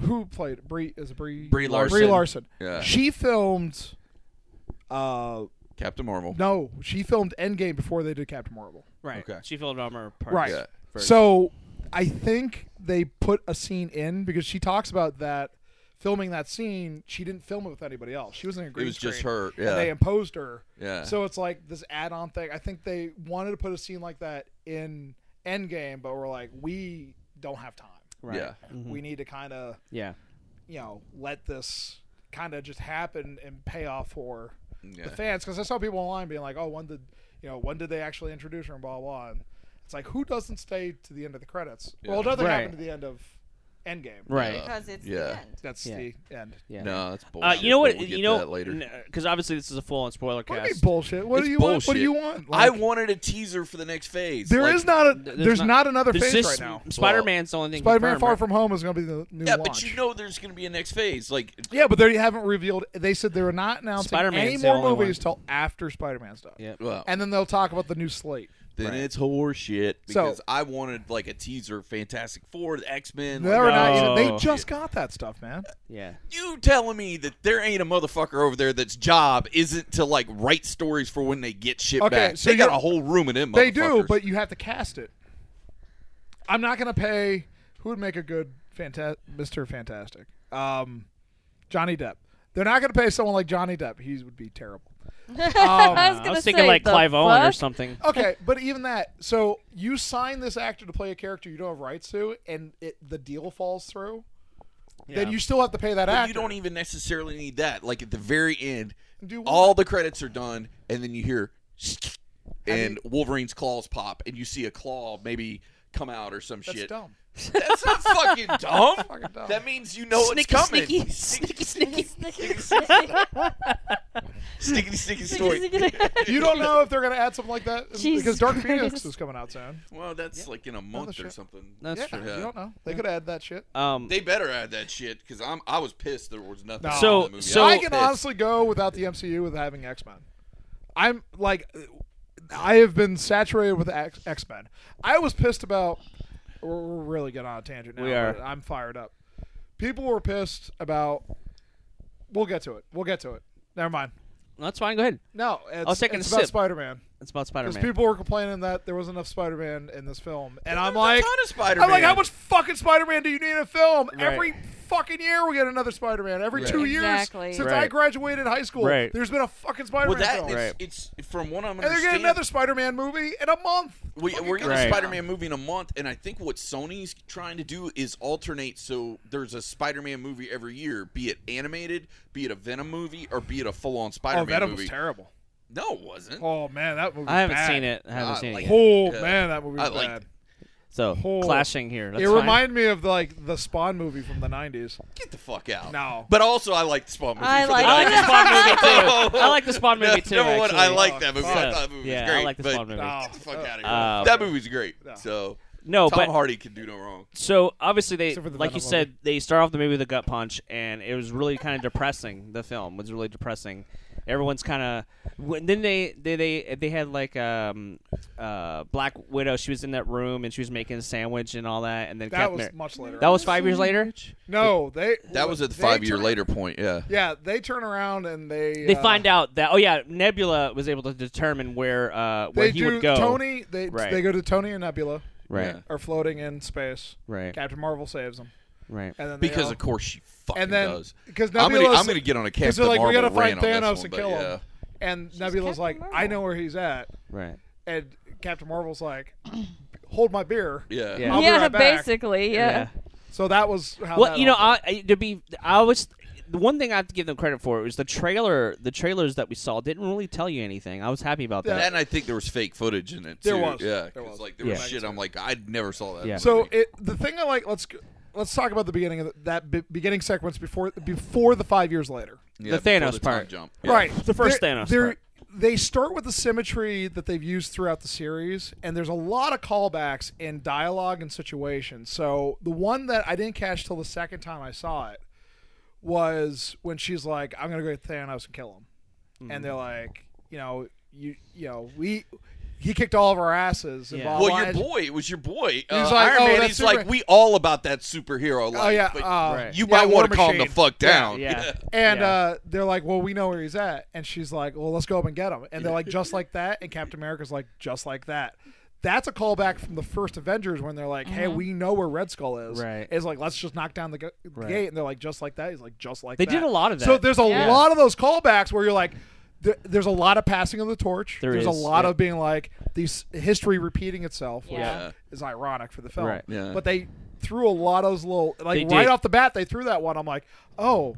[SPEAKER 5] who played it? Brie is it Brie
[SPEAKER 2] Brie Larson.
[SPEAKER 5] Brie Larson.
[SPEAKER 2] Yeah.
[SPEAKER 5] She filmed. Uh
[SPEAKER 2] Captain Marvel.
[SPEAKER 5] no, she filmed Endgame before they did Captain Marvel.
[SPEAKER 1] Right.
[SPEAKER 2] Okay.
[SPEAKER 1] She filled on her part.
[SPEAKER 5] Right.
[SPEAKER 2] Yeah.
[SPEAKER 1] First.
[SPEAKER 5] So I think they put a scene in because she talks about that filming that scene. She didn't film it with anybody else. She was in a green
[SPEAKER 2] was just
[SPEAKER 5] screen,
[SPEAKER 2] her, yeah.
[SPEAKER 5] And they imposed her.
[SPEAKER 2] Yeah.
[SPEAKER 5] So it's like this add-on thing. I think they wanted to put a scene like that in Endgame, but we're like, we don't have time.
[SPEAKER 1] Right.
[SPEAKER 2] Yeah. Uh,
[SPEAKER 5] We need to kind of,
[SPEAKER 1] Yeah. Uh,
[SPEAKER 5] you know, let this kind of just happen and pay off for
[SPEAKER 2] Yeah.
[SPEAKER 5] the fans because I saw people online being like, "Oh, when did you know when did they actually introduce her?" and blah blah. And it's like, who doesn't stay to the end of the credits? Well, it doesn't
[SPEAKER 1] Right.
[SPEAKER 5] happen to the end of Endgame.
[SPEAKER 1] Right.
[SPEAKER 4] because it's
[SPEAKER 2] Yeah.
[SPEAKER 4] the end
[SPEAKER 5] That's
[SPEAKER 1] Yeah.
[SPEAKER 5] the end.
[SPEAKER 1] Yeah.
[SPEAKER 2] No, that's
[SPEAKER 1] Uh,
[SPEAKER 2] bullshit.
[SPEAKER 1] you know
[SPEAKER 2] but
[SPEAKER 1] what?
[SPEAKER 2] We'll get
[SPEAKER 1] you
[SPEAKER 2] to
[SPEAKER 1] know
[SPEAKER 2] that later.
[SPEAKER 1] because obviously this is a full-on spoiler
[SPEAKER 5] What do you mean
[SPEAKER 1] cast.
[SPEAKER 5] bullshit? What
[SPEAKER 2] It's
[SPEAKER 5] do you want? What
[SPEAKER 2] bullshit.
[SPEAKER 5] do you want?
[SPEAKER 2] I
[SPEAKER 5] Like,
[SPEAKER 2] wanted a teaser for the next phase.
[SPEAKER 5] There is
[SPEAKER 2] Like,
[SPEAKER 5] not a.
[SPEAKER 1] Th-
[SPEAKER 5] There's, not, another
[SPEAKER 1] there's
[SPEAKER 5] phase
[SPEAKER 1] this-
[SPEAKER 5] right now.
[SPEAKER 1] Spider-Man's the only thing.
[SPEAKER 5] Spider-Man:
[SPEAKER 1] confirmed,
[SPEAKER 5] Far
[SPEAKER 1] right?
[SPEAKER 5] From Home is going to be the new
[SPEAKER 2] Yeah,
[SPEAKER 5] launch.
[SPEAKER 2] but you know there's going to be a next phase. Like,
[SPEAKER 5] Yeah, but they haven't revealed. They said they were not announcing
[SPEAKER 1] Spider-Man's
[SPEAKER 5] any
[SPEAKER 1] the
[SPEAKER 5] more
[SPEAKER 1] only one.
[SPEAKER 5] movies till after Spider-Man's done.
[SPEAKER 1] Yeah.
[SPEAKER 2] well,
[SPEAKER 5] And then they'll talk about the new slate.
[SPEAKER 2] uh, then
[SPEAKER 1] Right.
[SPEAKER 2] it's horseshit
[SPEAKER 5] So-
[SPEAKER 2] because I wanted like a teaser, Fantastic Four, the X Men.
[SPEAKER 5] They're not.
[SPEAKER 1] No.
[SPEAKER 5] They just got that stuff, man.
[SPEAKER 1] Yeah.
[SPEAKER 2] you telling me that there ain't a motherfucker over there that's job isn't to like write stories for when they get shit
[SPEAKER 5] Okay,
[SPEAKER 2] back?
[SPEAKER 5] so
[SPEAKER 2] they got
[SPEAKER 5] you're-
[SPEAKER 2] a whole room of them.
[SPEAKER 5] They do,
[SPEAKER 2] motherfuckers.
[SPEAKER 5] but you have to cast it. I'm not going to pay. Who would make a good Fanta- Mr. Fantastic? Um, Johnny Depp. They're not going to pay someone like Johnny Depp. He would be terrible.
[SPEAKER 4] I
[SPEAKER 5] Um,
[SPEAKER 4] was,
[SPEAKER 1] Uh, I
[SPEAKER 4] gonna
[SPEAKER 1] was thinking
[SPEAKER 4] say,
[SPEAKER 1] like
[SPEAKER 4] the
[SPEAKER 1] Clive Owen or
[SPEAKER 4] fuck?
[SPEAKER 1] something.
[SPEAKER 5] okay, but even that. So you sign this actor to play a character you don't have rights to, and it, the deal falls through. Then
[SPEAKER 1] Yeah.
[SPEAKER 5] you still have to pay that
[SPEAKER 2] But
[SPEAKER 5] actor.
[SPEAKER 2] you don't even necessarily need that. Like at the very end,
[SPEAKER 5] Do what?
[SPEAKER 2] all the credits are done, and then you hear and Wolverine's claws pop, and you see a claw maybe come out or some
[SPEAKER 5] That's
[SPEAKER 2] shit.
[SPEAKER 5] dumb.
[SPEAKER 2] That's not fucking dumb.
[SPEAKER 5] Fucking dumb.
[SPEAKER 2] That means you know
[SPEAKER 5] Oh,
[SPEAKER 2] it's
[SPEAKER 1] Snicky,
[SPEAKER 2] coming.
[SPEAKER 1] snicky,
[SPEAKER 2] Snicky, snicky, snicky story.
[SPEAKER 5] you don't know if they're going to add something like that because
[SPEAKER 4] Jesus
[SPEAKER 5] Dark Phoenix
[SPEAKER 4] Christ.
[SPEAKER 5] is coming out soon.
[SPEAKER 2] Well, that's like in a month or
[SPEAKER 5] shit.
[SPEAKER 2] something.
[SPEAKER 1] That's
[SPEAKER 5] yeah,
[SPEAKER 1] true.
[SPEAKER 5] you
[SPEAKER 2] Yeah.
[SPEAKER 5] don't know. They could add that shit.
[SPEAKER 1] Um.
[SPEAKER 2] They better add that shit because I'm I was pissed there was nothing.
[SPEAKER 5] No.
[SPEAKER 1] So-
[SPEAKER 2] in the movie.
[SPEAKER 1] so-
[SPEAKER 5] I can
[SPEAKER 2] pissed.
[SPEAKER 5] honestly go without the MCU with having X Men. I'm like, I have been saturated with X Men. I was pissed about. We're we're really getting on a tangent now.
[SPEAKER 1] We are.
[SPEAKER 5] but I'm fired up. People were pissed about. We'll get to it. We'll get to it. Never mind.
[SPEAKER 1] that's fine. Go ahead.
[SPEAKER 5] No, it's,
[SPEAKER 1] I was taking
[SPEAKER 5] it's
[SPEAKER 1] a
[SPEAKER 5] about
[SPEAKER 1] sip.
[SPEAKER 5] Spider Man
[SPEAKER 1] It's about
[SPEAKER 5] because
[SPEAKER 1] Spider-Man.
[SPEAKER 5] people were complaining that there wasn't enough Spider Man in this film, and I'm
[SPEAKER 2] There's a ton
[SPEAKER 5] like,
[SPEAKER 2] of
[SPEAKER 5] I'm like,
[SPEAKER 2] Spider-Man.
[SPEAKER 5] how much fucking Spider Man do you need in a film?
[SPEAKER 1] Right.
[SPEAKER 5] Every fucking year we get another Spider Man. Every
[SPEAKER 2] Right.
[SPEAKER 5] two years
[SPEAKER 4] Exactly.
[SPEAKER 5] since I
[SPEAKER 1] Right.
[SPEAKER 5] graduated high school,
[SPEAKER 1] Right.
[SPEAKER 5] there's been a fucking Spider
[SPEAKER 2] Well,
[SPEAKER 5] Man
[SPEAKER 2] that
[SPEAKER 5] film.
[SPEAKER 2] it's,
[SPEAKER 1] Right.
[SPEAKER 2] it's from what I'm
[SPEAKER 5] And they're
[SPEAKER 2] understanding.
[SPEAKER 5] getting another Spider Man movie in a month.
[SPEAKER 2] We, we're getting
[SPEAKER 1] Right.
[SPEAKER 2] a Spider-Man movie in a month, and I think what Sony's trying to do is alternate. So there's a Spider-Man movie every year, be it animated, be it a Venom movie, or be it a full-on Spider-Man movie.
[SPEAKER 5] Oh, terrible.
[SPEAKER 2] no, it wasn't.
[SPEAKER 5] Oh man, that movie.
[SPEAKER 1] I haven't seen it. I haven't
[SPEAKER 2] God,
[SPEAKER 1] seen
[SPEAKER 2] like-
[SPEAKER 1] it. Yet.
[SPEAKER 5] Oh
[SPEAKER 2] Yeah.
[SPEAKER 5] man, that movie
[SPEAKER 2] I
[SPEAKER 5] was
[SPEAKER 2] liked
[SPEAKER 5] bad.
[SPEAKER 2] it.
[SPEAKER 1] So
[SPEAKER 5] Oh.
[SPEAKER 1] clashing here. That's
[SPEAKER 5] it
[SPEAKER 1] fine.
[SPEAKER 5] reminded me of like the Spawn movie from the '90s.
[SPEAKER 2] Get the fuck out.
[SPEAKER 5] No.
[SPEAKER 2] But also, I like the Spawn movie.
[SPEAKER 4] I
[SPEAKER 2] for
[SPEAKER 4] like
[SPEAKER 2] the
[SPEAKER 1] I like the
[SPEAKER 2] nineties.
[SPEAKER 1] Spawn movie too. I like the Spawn
[SPEAKER 2] No,
[SPEAKER 1] movie too.
[SPEAKER 2] number one, I
[SPEAKER 1] actually.
[SPEAKER 2] like that movie. I
[SPEAKER 1] Yeah.
[SPEAKER 2] thought that movie
[SPEAKER 1] Yeah,
[SPEAKER 2] was great.
[SPEAKER 1] I like the
[SPEAKER 2] but
[SPEAKER 1] Spawn movie.
[SPEAKER 5] No.
[SPEAKER 2] Get the fuck out of here.
[SPEAKER 1] Uh,
[SPEAKER 2] that movie's great.
[SPEAKER 5] Yeah.
[SPEAKER 2] So
[SPEAKER 1] No,
[SPEAKER 2] Tom
[SPEAKER 1] Oh, but
[SPEAKER 2] Hardy can do no wrong.
[SPEAKER 1] so obviously they,
[SPEAKER 5] Except for the
[SPEAKER 1] like you
[SPEAKER 5] Venom
[SPEAKER 1] said, they start off the movie with a gut punch, and it was really kind of depressing. The film was really depressing. Everyone's kind of. Then they they they they had like um uh Black Widow. She was in that room and she was making a sandwich and all that, and then
[SPEAKER 5] That
[SPEAKER 1] Captain
[SPEAKER 5] was
[SPEAKER 1] Mar-
[SPEAKER 5] much later.
[SPEAKER 1] that was five years later.
[SPEAKER 5] no, they
[SPEAKER 2] That was at the
[SPEAKER 5] they
[SPEAKER 2] five year
[SPEAKER 5] turn-
[SPEAKER 2] later point. Yeah.
[SPEAKER 5] Yeah, they turn around and they
[SPEAKER 1] They
[SPEAKER 5] uh,
[SPEAKER 1] find out that oh yeah, Nebula was able to determine where uh where
[SPEAKER 5] they
[SPEAKER 1] he
[SPEAKER 5] do
[SPEAKER 1] would go.
[SPEAKER 5] Tony. They
[SPEAKER 1] Right.
[SPEAKER 5] they go to Tony and Nebula
[SPEAKER 1] Right,
[SPEAKER 2] Yeah.
[SPEAKER 5] are floating in space.
[SPEAKER 1] right,
[SPEAKER 5] Captain Marvel saves them,
[SPEAKER 1] right.
[SPEAKER 5] and then they
[SPEAKER 2] Because
[SPEAKER 5] all-
[SPEAKER 2] of course she fucking
[SPEAKER 5] and then
[SPEAKER 2] does.
[SPEAKER 5] because
[SPEAKER 2] I'm
[SPEAKER 5] Nebula's
[SPEAKER 2] gonna, I'm gonna get on a Captain
[SPEAKER 5] because they're like we
[SPEAKER 2] Marvel
[SPEAKER 5] gotta fight
[SPEAKER 2] rant on this
[SPEAKER 5] Thanos
[SPEAKER 2] one,
[SPEAKER 5] and
[SPEAKER 2] but
[SPEAKER 5] kill
[SPEAKER 2] yeah.
[SPEAKER 5] him, and Nebula's
[SPEAKER 4] Captain
[SPEAKER 5] like
[SPEAKER 4] Marvel.
[SPEAKER 5] I know where he's at,
[SPEAKER 1] Right.
[SPEAKER 5] and Captain Marvel's like hold my beer.
[SPEAKER 2] Yeah.
[SPEAKER 1] Yeah.
[SPEAKER 5] I'll be
[SPEAKER 4] yeah,
[SPEAKER 5] right back.
[SPEAKER 4] basically, yeah.
[SPEAKER 5] So that was how.
[SPEAKER 1] Well,
[SPEAKER 5] that
[SPEAKER 1] you know,
[SPEAKER 5] all-
[SPEAKER 1] I, I- to be, I was the one thing I have to give them credit for was the trailer. The trailers that we saw didn't really tell you anything. I was happy about
[SPEAKER 5] Yeah.
[SPEAKER 1] that.
[SPEAKER 2] And I think there was fake footage in it too.
[SPEAKER 5] There was.
[SPEAKER 2] Yeah.
[SPEAKER 5] There
[SPEAKER 2] 'cause,
[SPEAKER 5] was.
[SPEAKER 2] like there was
[SPEAKER 1] Yeah.
[SPEAKER 2] shit. I'm like I never saw that.
[SPEAKER 1] Yeah.
[SPEAKER 5] so
[SPEAKER 2] movie.
[SPEAKER 5] it, the thing I like let's go- let's talk about the beginning of the, that be- beginning sequence before before the five years later.
[SPEAKER 2] Yeah,
[SPEAKER 1] the
[SPEAKER 2] before
[SPEAKER 1] Thanos
[SPEAKER 2] time
[SPEAKER 1] part.
[SPEAKER 2] Jump.
[SPEAKER 5] Right.
[SPEAKER 1] The first
[SPEAKER 5] They're-
[SPEAKER 1] Thanos
[SPEAKER 5] they're-
[SPEAKER 1] part.
[SPEAKER 5] They start with the symmetry that they've used throughout the series, and there's a lot of callbacks in dialogue and situations. So the one that I didn't catch till the second time I saw it was when she's like, "I'm gonna go get Thanos and kill him,"
[SPEAKER 1] Mm-hmm.
[SPEAKER 5] and they're like, "You know, you you know we." He kicked all of our asses. and
[SPEAKER 1] Yeah.
[SPEAKER 5] blah,
[SPEAKER 2] Well,
[SPEAKER 5] blah,
[SPEAKER 2] your
[SPEAKER 5] blah."
[SPEAKER 2] boy, it was your boy. He's uh,
[SPEAKER 5] like,
[SPEAKER 2] Iron
[SPEAKER 5] oh,
[SPEAKER 2] Man.
[SPEAKER 5] that's
[SPEAKER 2] He's
[SPEAKER 5] super-
[SPEAKER 2] like, we all about that superhero life.
[SPEAKER 5] Oh yeah,
[SPEAKER 2] but
[SPEAKER 5] uh,
[SPEAKER 1] Right.
[SPEAKER 2] you
[SPEAKER 5] yeah,
[SPEAKER 2] might
[SPEAKER 5] War
[SPEAKER 2] want to calm the
[SPEAKER 5] Machine.
[SPEAKER 2] fuck down.
[SPEAKER 1] yeah.
[SPEAKER 5] And
[SPEAKER 1] Yeah.
[SPEAKER 5] uh, they're like, "Well, we know where he's at," and she's like, "Well, let's go up and get him." And they're like, "Just like that," and Captain America's like, "Just like that." That's a callback from the first Avengers when they're like,
[SPEAKER 4] Mm-hmm.
[SPEAKER 5] "Hey, we know where Red Skull is."
[SPEAKER 1] Right.
[SPEAKER 5] It's like, "Let's just knock down the, g- the
[SPEAKER 1] Right.
[SPEAKER 5] gate," and they're like, "Just like that." He's like, "Just like
[SPEAKER 1] They
[SPEAKER 5] that."
[SPEAKER 1] did a lot of
[SPEAKER 5] So
[SPEAKER 1] that.
[SPEAKER 5] there's a
[SPEAKER 4] Yeah.
[SPEAKER 5] lot of those callbacks where you're like, there, "There's a lot of passing of the torch."
[SPEAKER 1] There
[SPEAKER 5] there's a
[SPEAKER 1] is,
[SPEAKER 5] lot
[SPEAKER 1] yeah.
[SPEAKER 5] of being like, "These history repeating itself," which
[SPEAKER 4] Yeah.
[SPEAKER 5] is ironic for the film.
[SPEAKER 1] Right.
[SPEAKER 2] Yeah.
[SPEAKER 5] But they threw a lot of those little like
[SPEAKER 1] They
[SPEAKER 5] right
[SPEAKER 1] did.
[SPEAKER 5] off the bat they threw that one. I'm like, oh,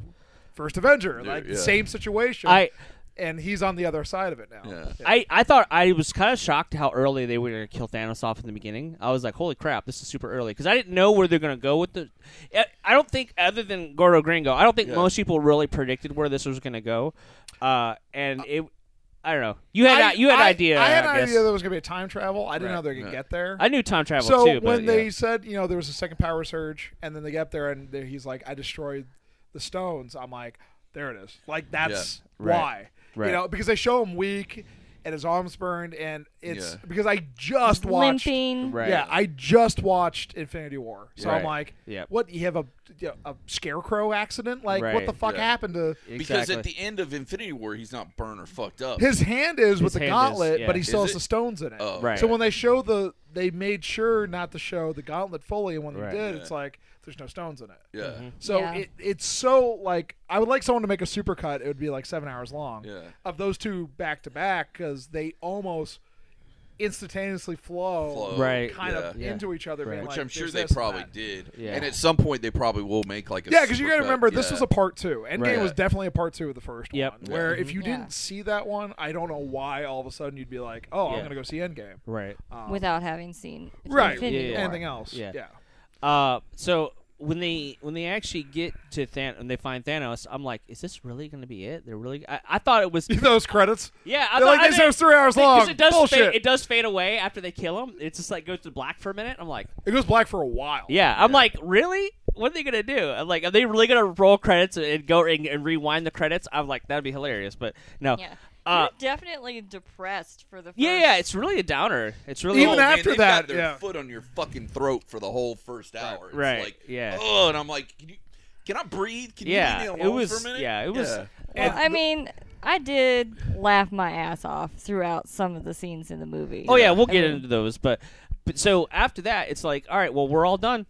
[SPEAKER 5] first Avenger, like
[SPEAKER 2] yeah.
[SPEAKER 5] same situation.
[SPEAKER 1] I,
[SPEAKER 5] and he's on the other side of it now.
[SPEAKER 2] Yeah.
[SPEAKER 1] I, I thought I was kind of shocked how early they were going to kill Thanos off in the beginning. I was like, holy crap, this is super early because I didn't know where they're going to go with the. I- I don't think other than Gordo Gringo, I don't think
[SPEAKER 2] Yeah.
[SPEAKER 1] most people really predicted where this was going to go, uh, and it. I don't know. You had
[SPEAKER 5] I-
[SPEAKER 1] a- you had an
[SPEAKER 5] I-
[SPEAKER 1] idea.
[SPEAKER 5] I had
[SPEAKER 1] I
[SPEAKER 5] an
[SPEAKER 1] guess.
[SPEAKER 5] idea there was going to be a time travel. I didn't
[SPEAKER 1] Right.
[SPEAKER 5] know they could
[SPEAKER 2] Yeah.
[SPEAKER 5] get there.
[SPEAKER 1] I knew time travel
[SPEAKER 5] so
[SPEAKER 1] too, but
[SPEAKER 5] when
[SPEAKER 1] yeah.
[SPEAKER 5] they said you know there was a second power surge, and then they get up there and they- he's like, I destroyed the stones. I'm like, there it is. Like that's
[SPEAKER 1] Right.
[SPEAKER 5] why.
[SPEAKER 1] Right.
[SPEAKER 5] You know because they show him weak and his arms burned, and it's
[SPEAKER 2] Yeah.
[SPEAKER 5] because I just watched.
[SPEAKER 4] Limping.
[SPEAKER 1] Right.
[SPEAKER 5] Yeah, I just watched Infinity War, so
[SPEAKER 1] Right.
[SPEAKER 5] I'm like,
[SPEAKER 1] Yep.
[SPEAKER 5] "What? You have a you know, a scarecrow accident? Like, what
[SPEAKER 1] Right.
[SPEAKER 5] the fuck
[SPEAKER 2] Yeah.
[SPEAKER 5] happened to
[SPEAKER 2] Because at the end of Infinity War, he's not burned or fucked up.
[SPEAKER 5] his hand? Is with the
[SPEAKER 1] hand is-
[SPEAKER 5] gauntlet,
[SPEAKER 1] yeah.
[SPEAKER 5] but he
[SPEAKER 1] Is
[SPEAKER 5] still
[SPEAKER 2] it-
[SPEAKER 5] has the stones in it.
[SPEAKER 2] Oh.
[SPEAKER 1] Right.
[SPEAKER 5] So when they show the, they made sure not to show the gauntlet fully, and when
[SPEAKER 1] Right.
[SPEAKER 5] they did,
[SPEAKER 2] Yeah.
[SPEAKER 5] it's like there's no stones in it.
[SPEAKER 2] yeah.
[SPEAKER 1] Mm-hmm.
[SPEAKER 5] So
[SPEAKER 4] Yeah.
[SPEAKER 5] it, it's so like I would like someone to make a supercut. It would be like seven hours long
[SPEAKER 2] Yeah.
[SPEAKER 5] of those two back to back because they almost instantaneously flow,
[SPEAKER 2] Flow,
[SPEAKER 1] Right.
[SPEAKER 5] kind of
[SPEAKER 1] yeah.
[SPEAKER 5] into each other,
[SPEAKER 1] Right.
[SPEAKER 5] being
[SPEAKER 2] Which
[SPEAKER 5] like,
[SPEAKER 2] I'm sure
[SPEAKER 5] "There's
[SPEAKER 2] they
[SPEAKER 5] this and
[SPEAKER 2] probably
[SPEAKER 5] that."
[SPEAKER 2] did.
[SPEAKER 1] Yeah.
[SPEAKER 2] And at some point, they probably will make like a.
[SPEAKER 5] Yeah, because you got to
[SPEAKER 2] supercut.
[SPEAKER 5] remember this
[SPEAKER 2] Yeah.
[SPEAKER 5] was a part two. Endgame
[SPEAKER 1] Right.
[SPEAKER 5] was definitely a part two of the first
[SPEAKER 1] Yep.
[SPEAKER 5] one. Where if you
[SPEAKER 4] Mm-hmm. Yeah.
[SPEAKER 5] didn't see that one, I don't know why all of a sudden you'd be like, "Oh, I'm
[SPEAKER 1] Yeah.
[SPEAKER 5] gonna go see Endgame."
[SPEAKER 1] right.
[SPEAKER 5] Um,
[SPEAKER 4] Without having seen
[SPEAKER 5] right,
[SPEAKER 4] Infinity
[SPEAKER 1] Yeah,
[SPEAKER 4] War.
[SPEAKER 1] yeah.
[SPEAKER 5] anything else?
[SPEAKER 1] Yeah.
[SPEAKER 5] Yeah.
[SPEAKER 1] Uh, so when they when they actually get to Than when they find Thanos, I'm like, is this really going to be it? They're really. I, I thought it was.
[SPEAKER 5] Those credits.
[SPEAKER 1] Yeah, I
[SPEAKER 5] They're
[SPEAKER 1] thought,
[SPEAKER 5] like this
[SPEAKER 1] I
[SPEAKER 5] was three hours long.
[SPEAKER 1] Because it does
[SPEAKER 5] Bullshit.
[SPEAKER 1] Fade, it does fade away after they kill him. It's just like goes to black for a minute. I'm like,
[SPEAKER 5] It goes black for a while.
[SPEAKER 1] yeah. I'm like, really? What are they gonna do? I'm like, are they really gonna roll credits and go and, and rewind the credits? I'm like, that'd be hilarious, but no.
[SPEAKER 4] Yeah.
[SPEAKER 1] Uh,
[SPEAKER 4] You're definitely depressed for the first
[SPEAKER 1] yeah, yeah. It's really a downer. It's really
[SPEAKER 5] Even
[SPEAKER 2] oh, man,
[SPEAKER 5] after
[SPEAKER 2] they've got
[SPEAKER 5] that,
[SPEAKER 2] their
[SPEAKER 5] yeah.
[SPEAKER 2] foot on your fucking throat for the whole first hour. It's
[SPEAKER 1] Right,
[SPEAKER 2] Like,
[SPEAKER 1] yeah.
[SPEAKER 2] Oh, and I'm like, can you? Can I breathe? Can
[SPEAKER 1] yeah.
[SPEAKER 2] you leave me
[SPEAKER 1] It
[SPEAKER 2] alone
[SPEAKER 1] was
[SPEAKER 2] for a minute?
[SPEAKER 1] yeah. It was.
[SPEAKER 4] Well,
[SPEAKER 5] And
[SPEAKER 4] I mean, I did laugh my ass off throughout some of the scenes in the movie.
[SPEAKER 1] Oh yeah, we'll get
[SPEAKER 4] I mean-
[SPEAKER 1] into those. But, but so after that, it's like, all right, well, we're all done.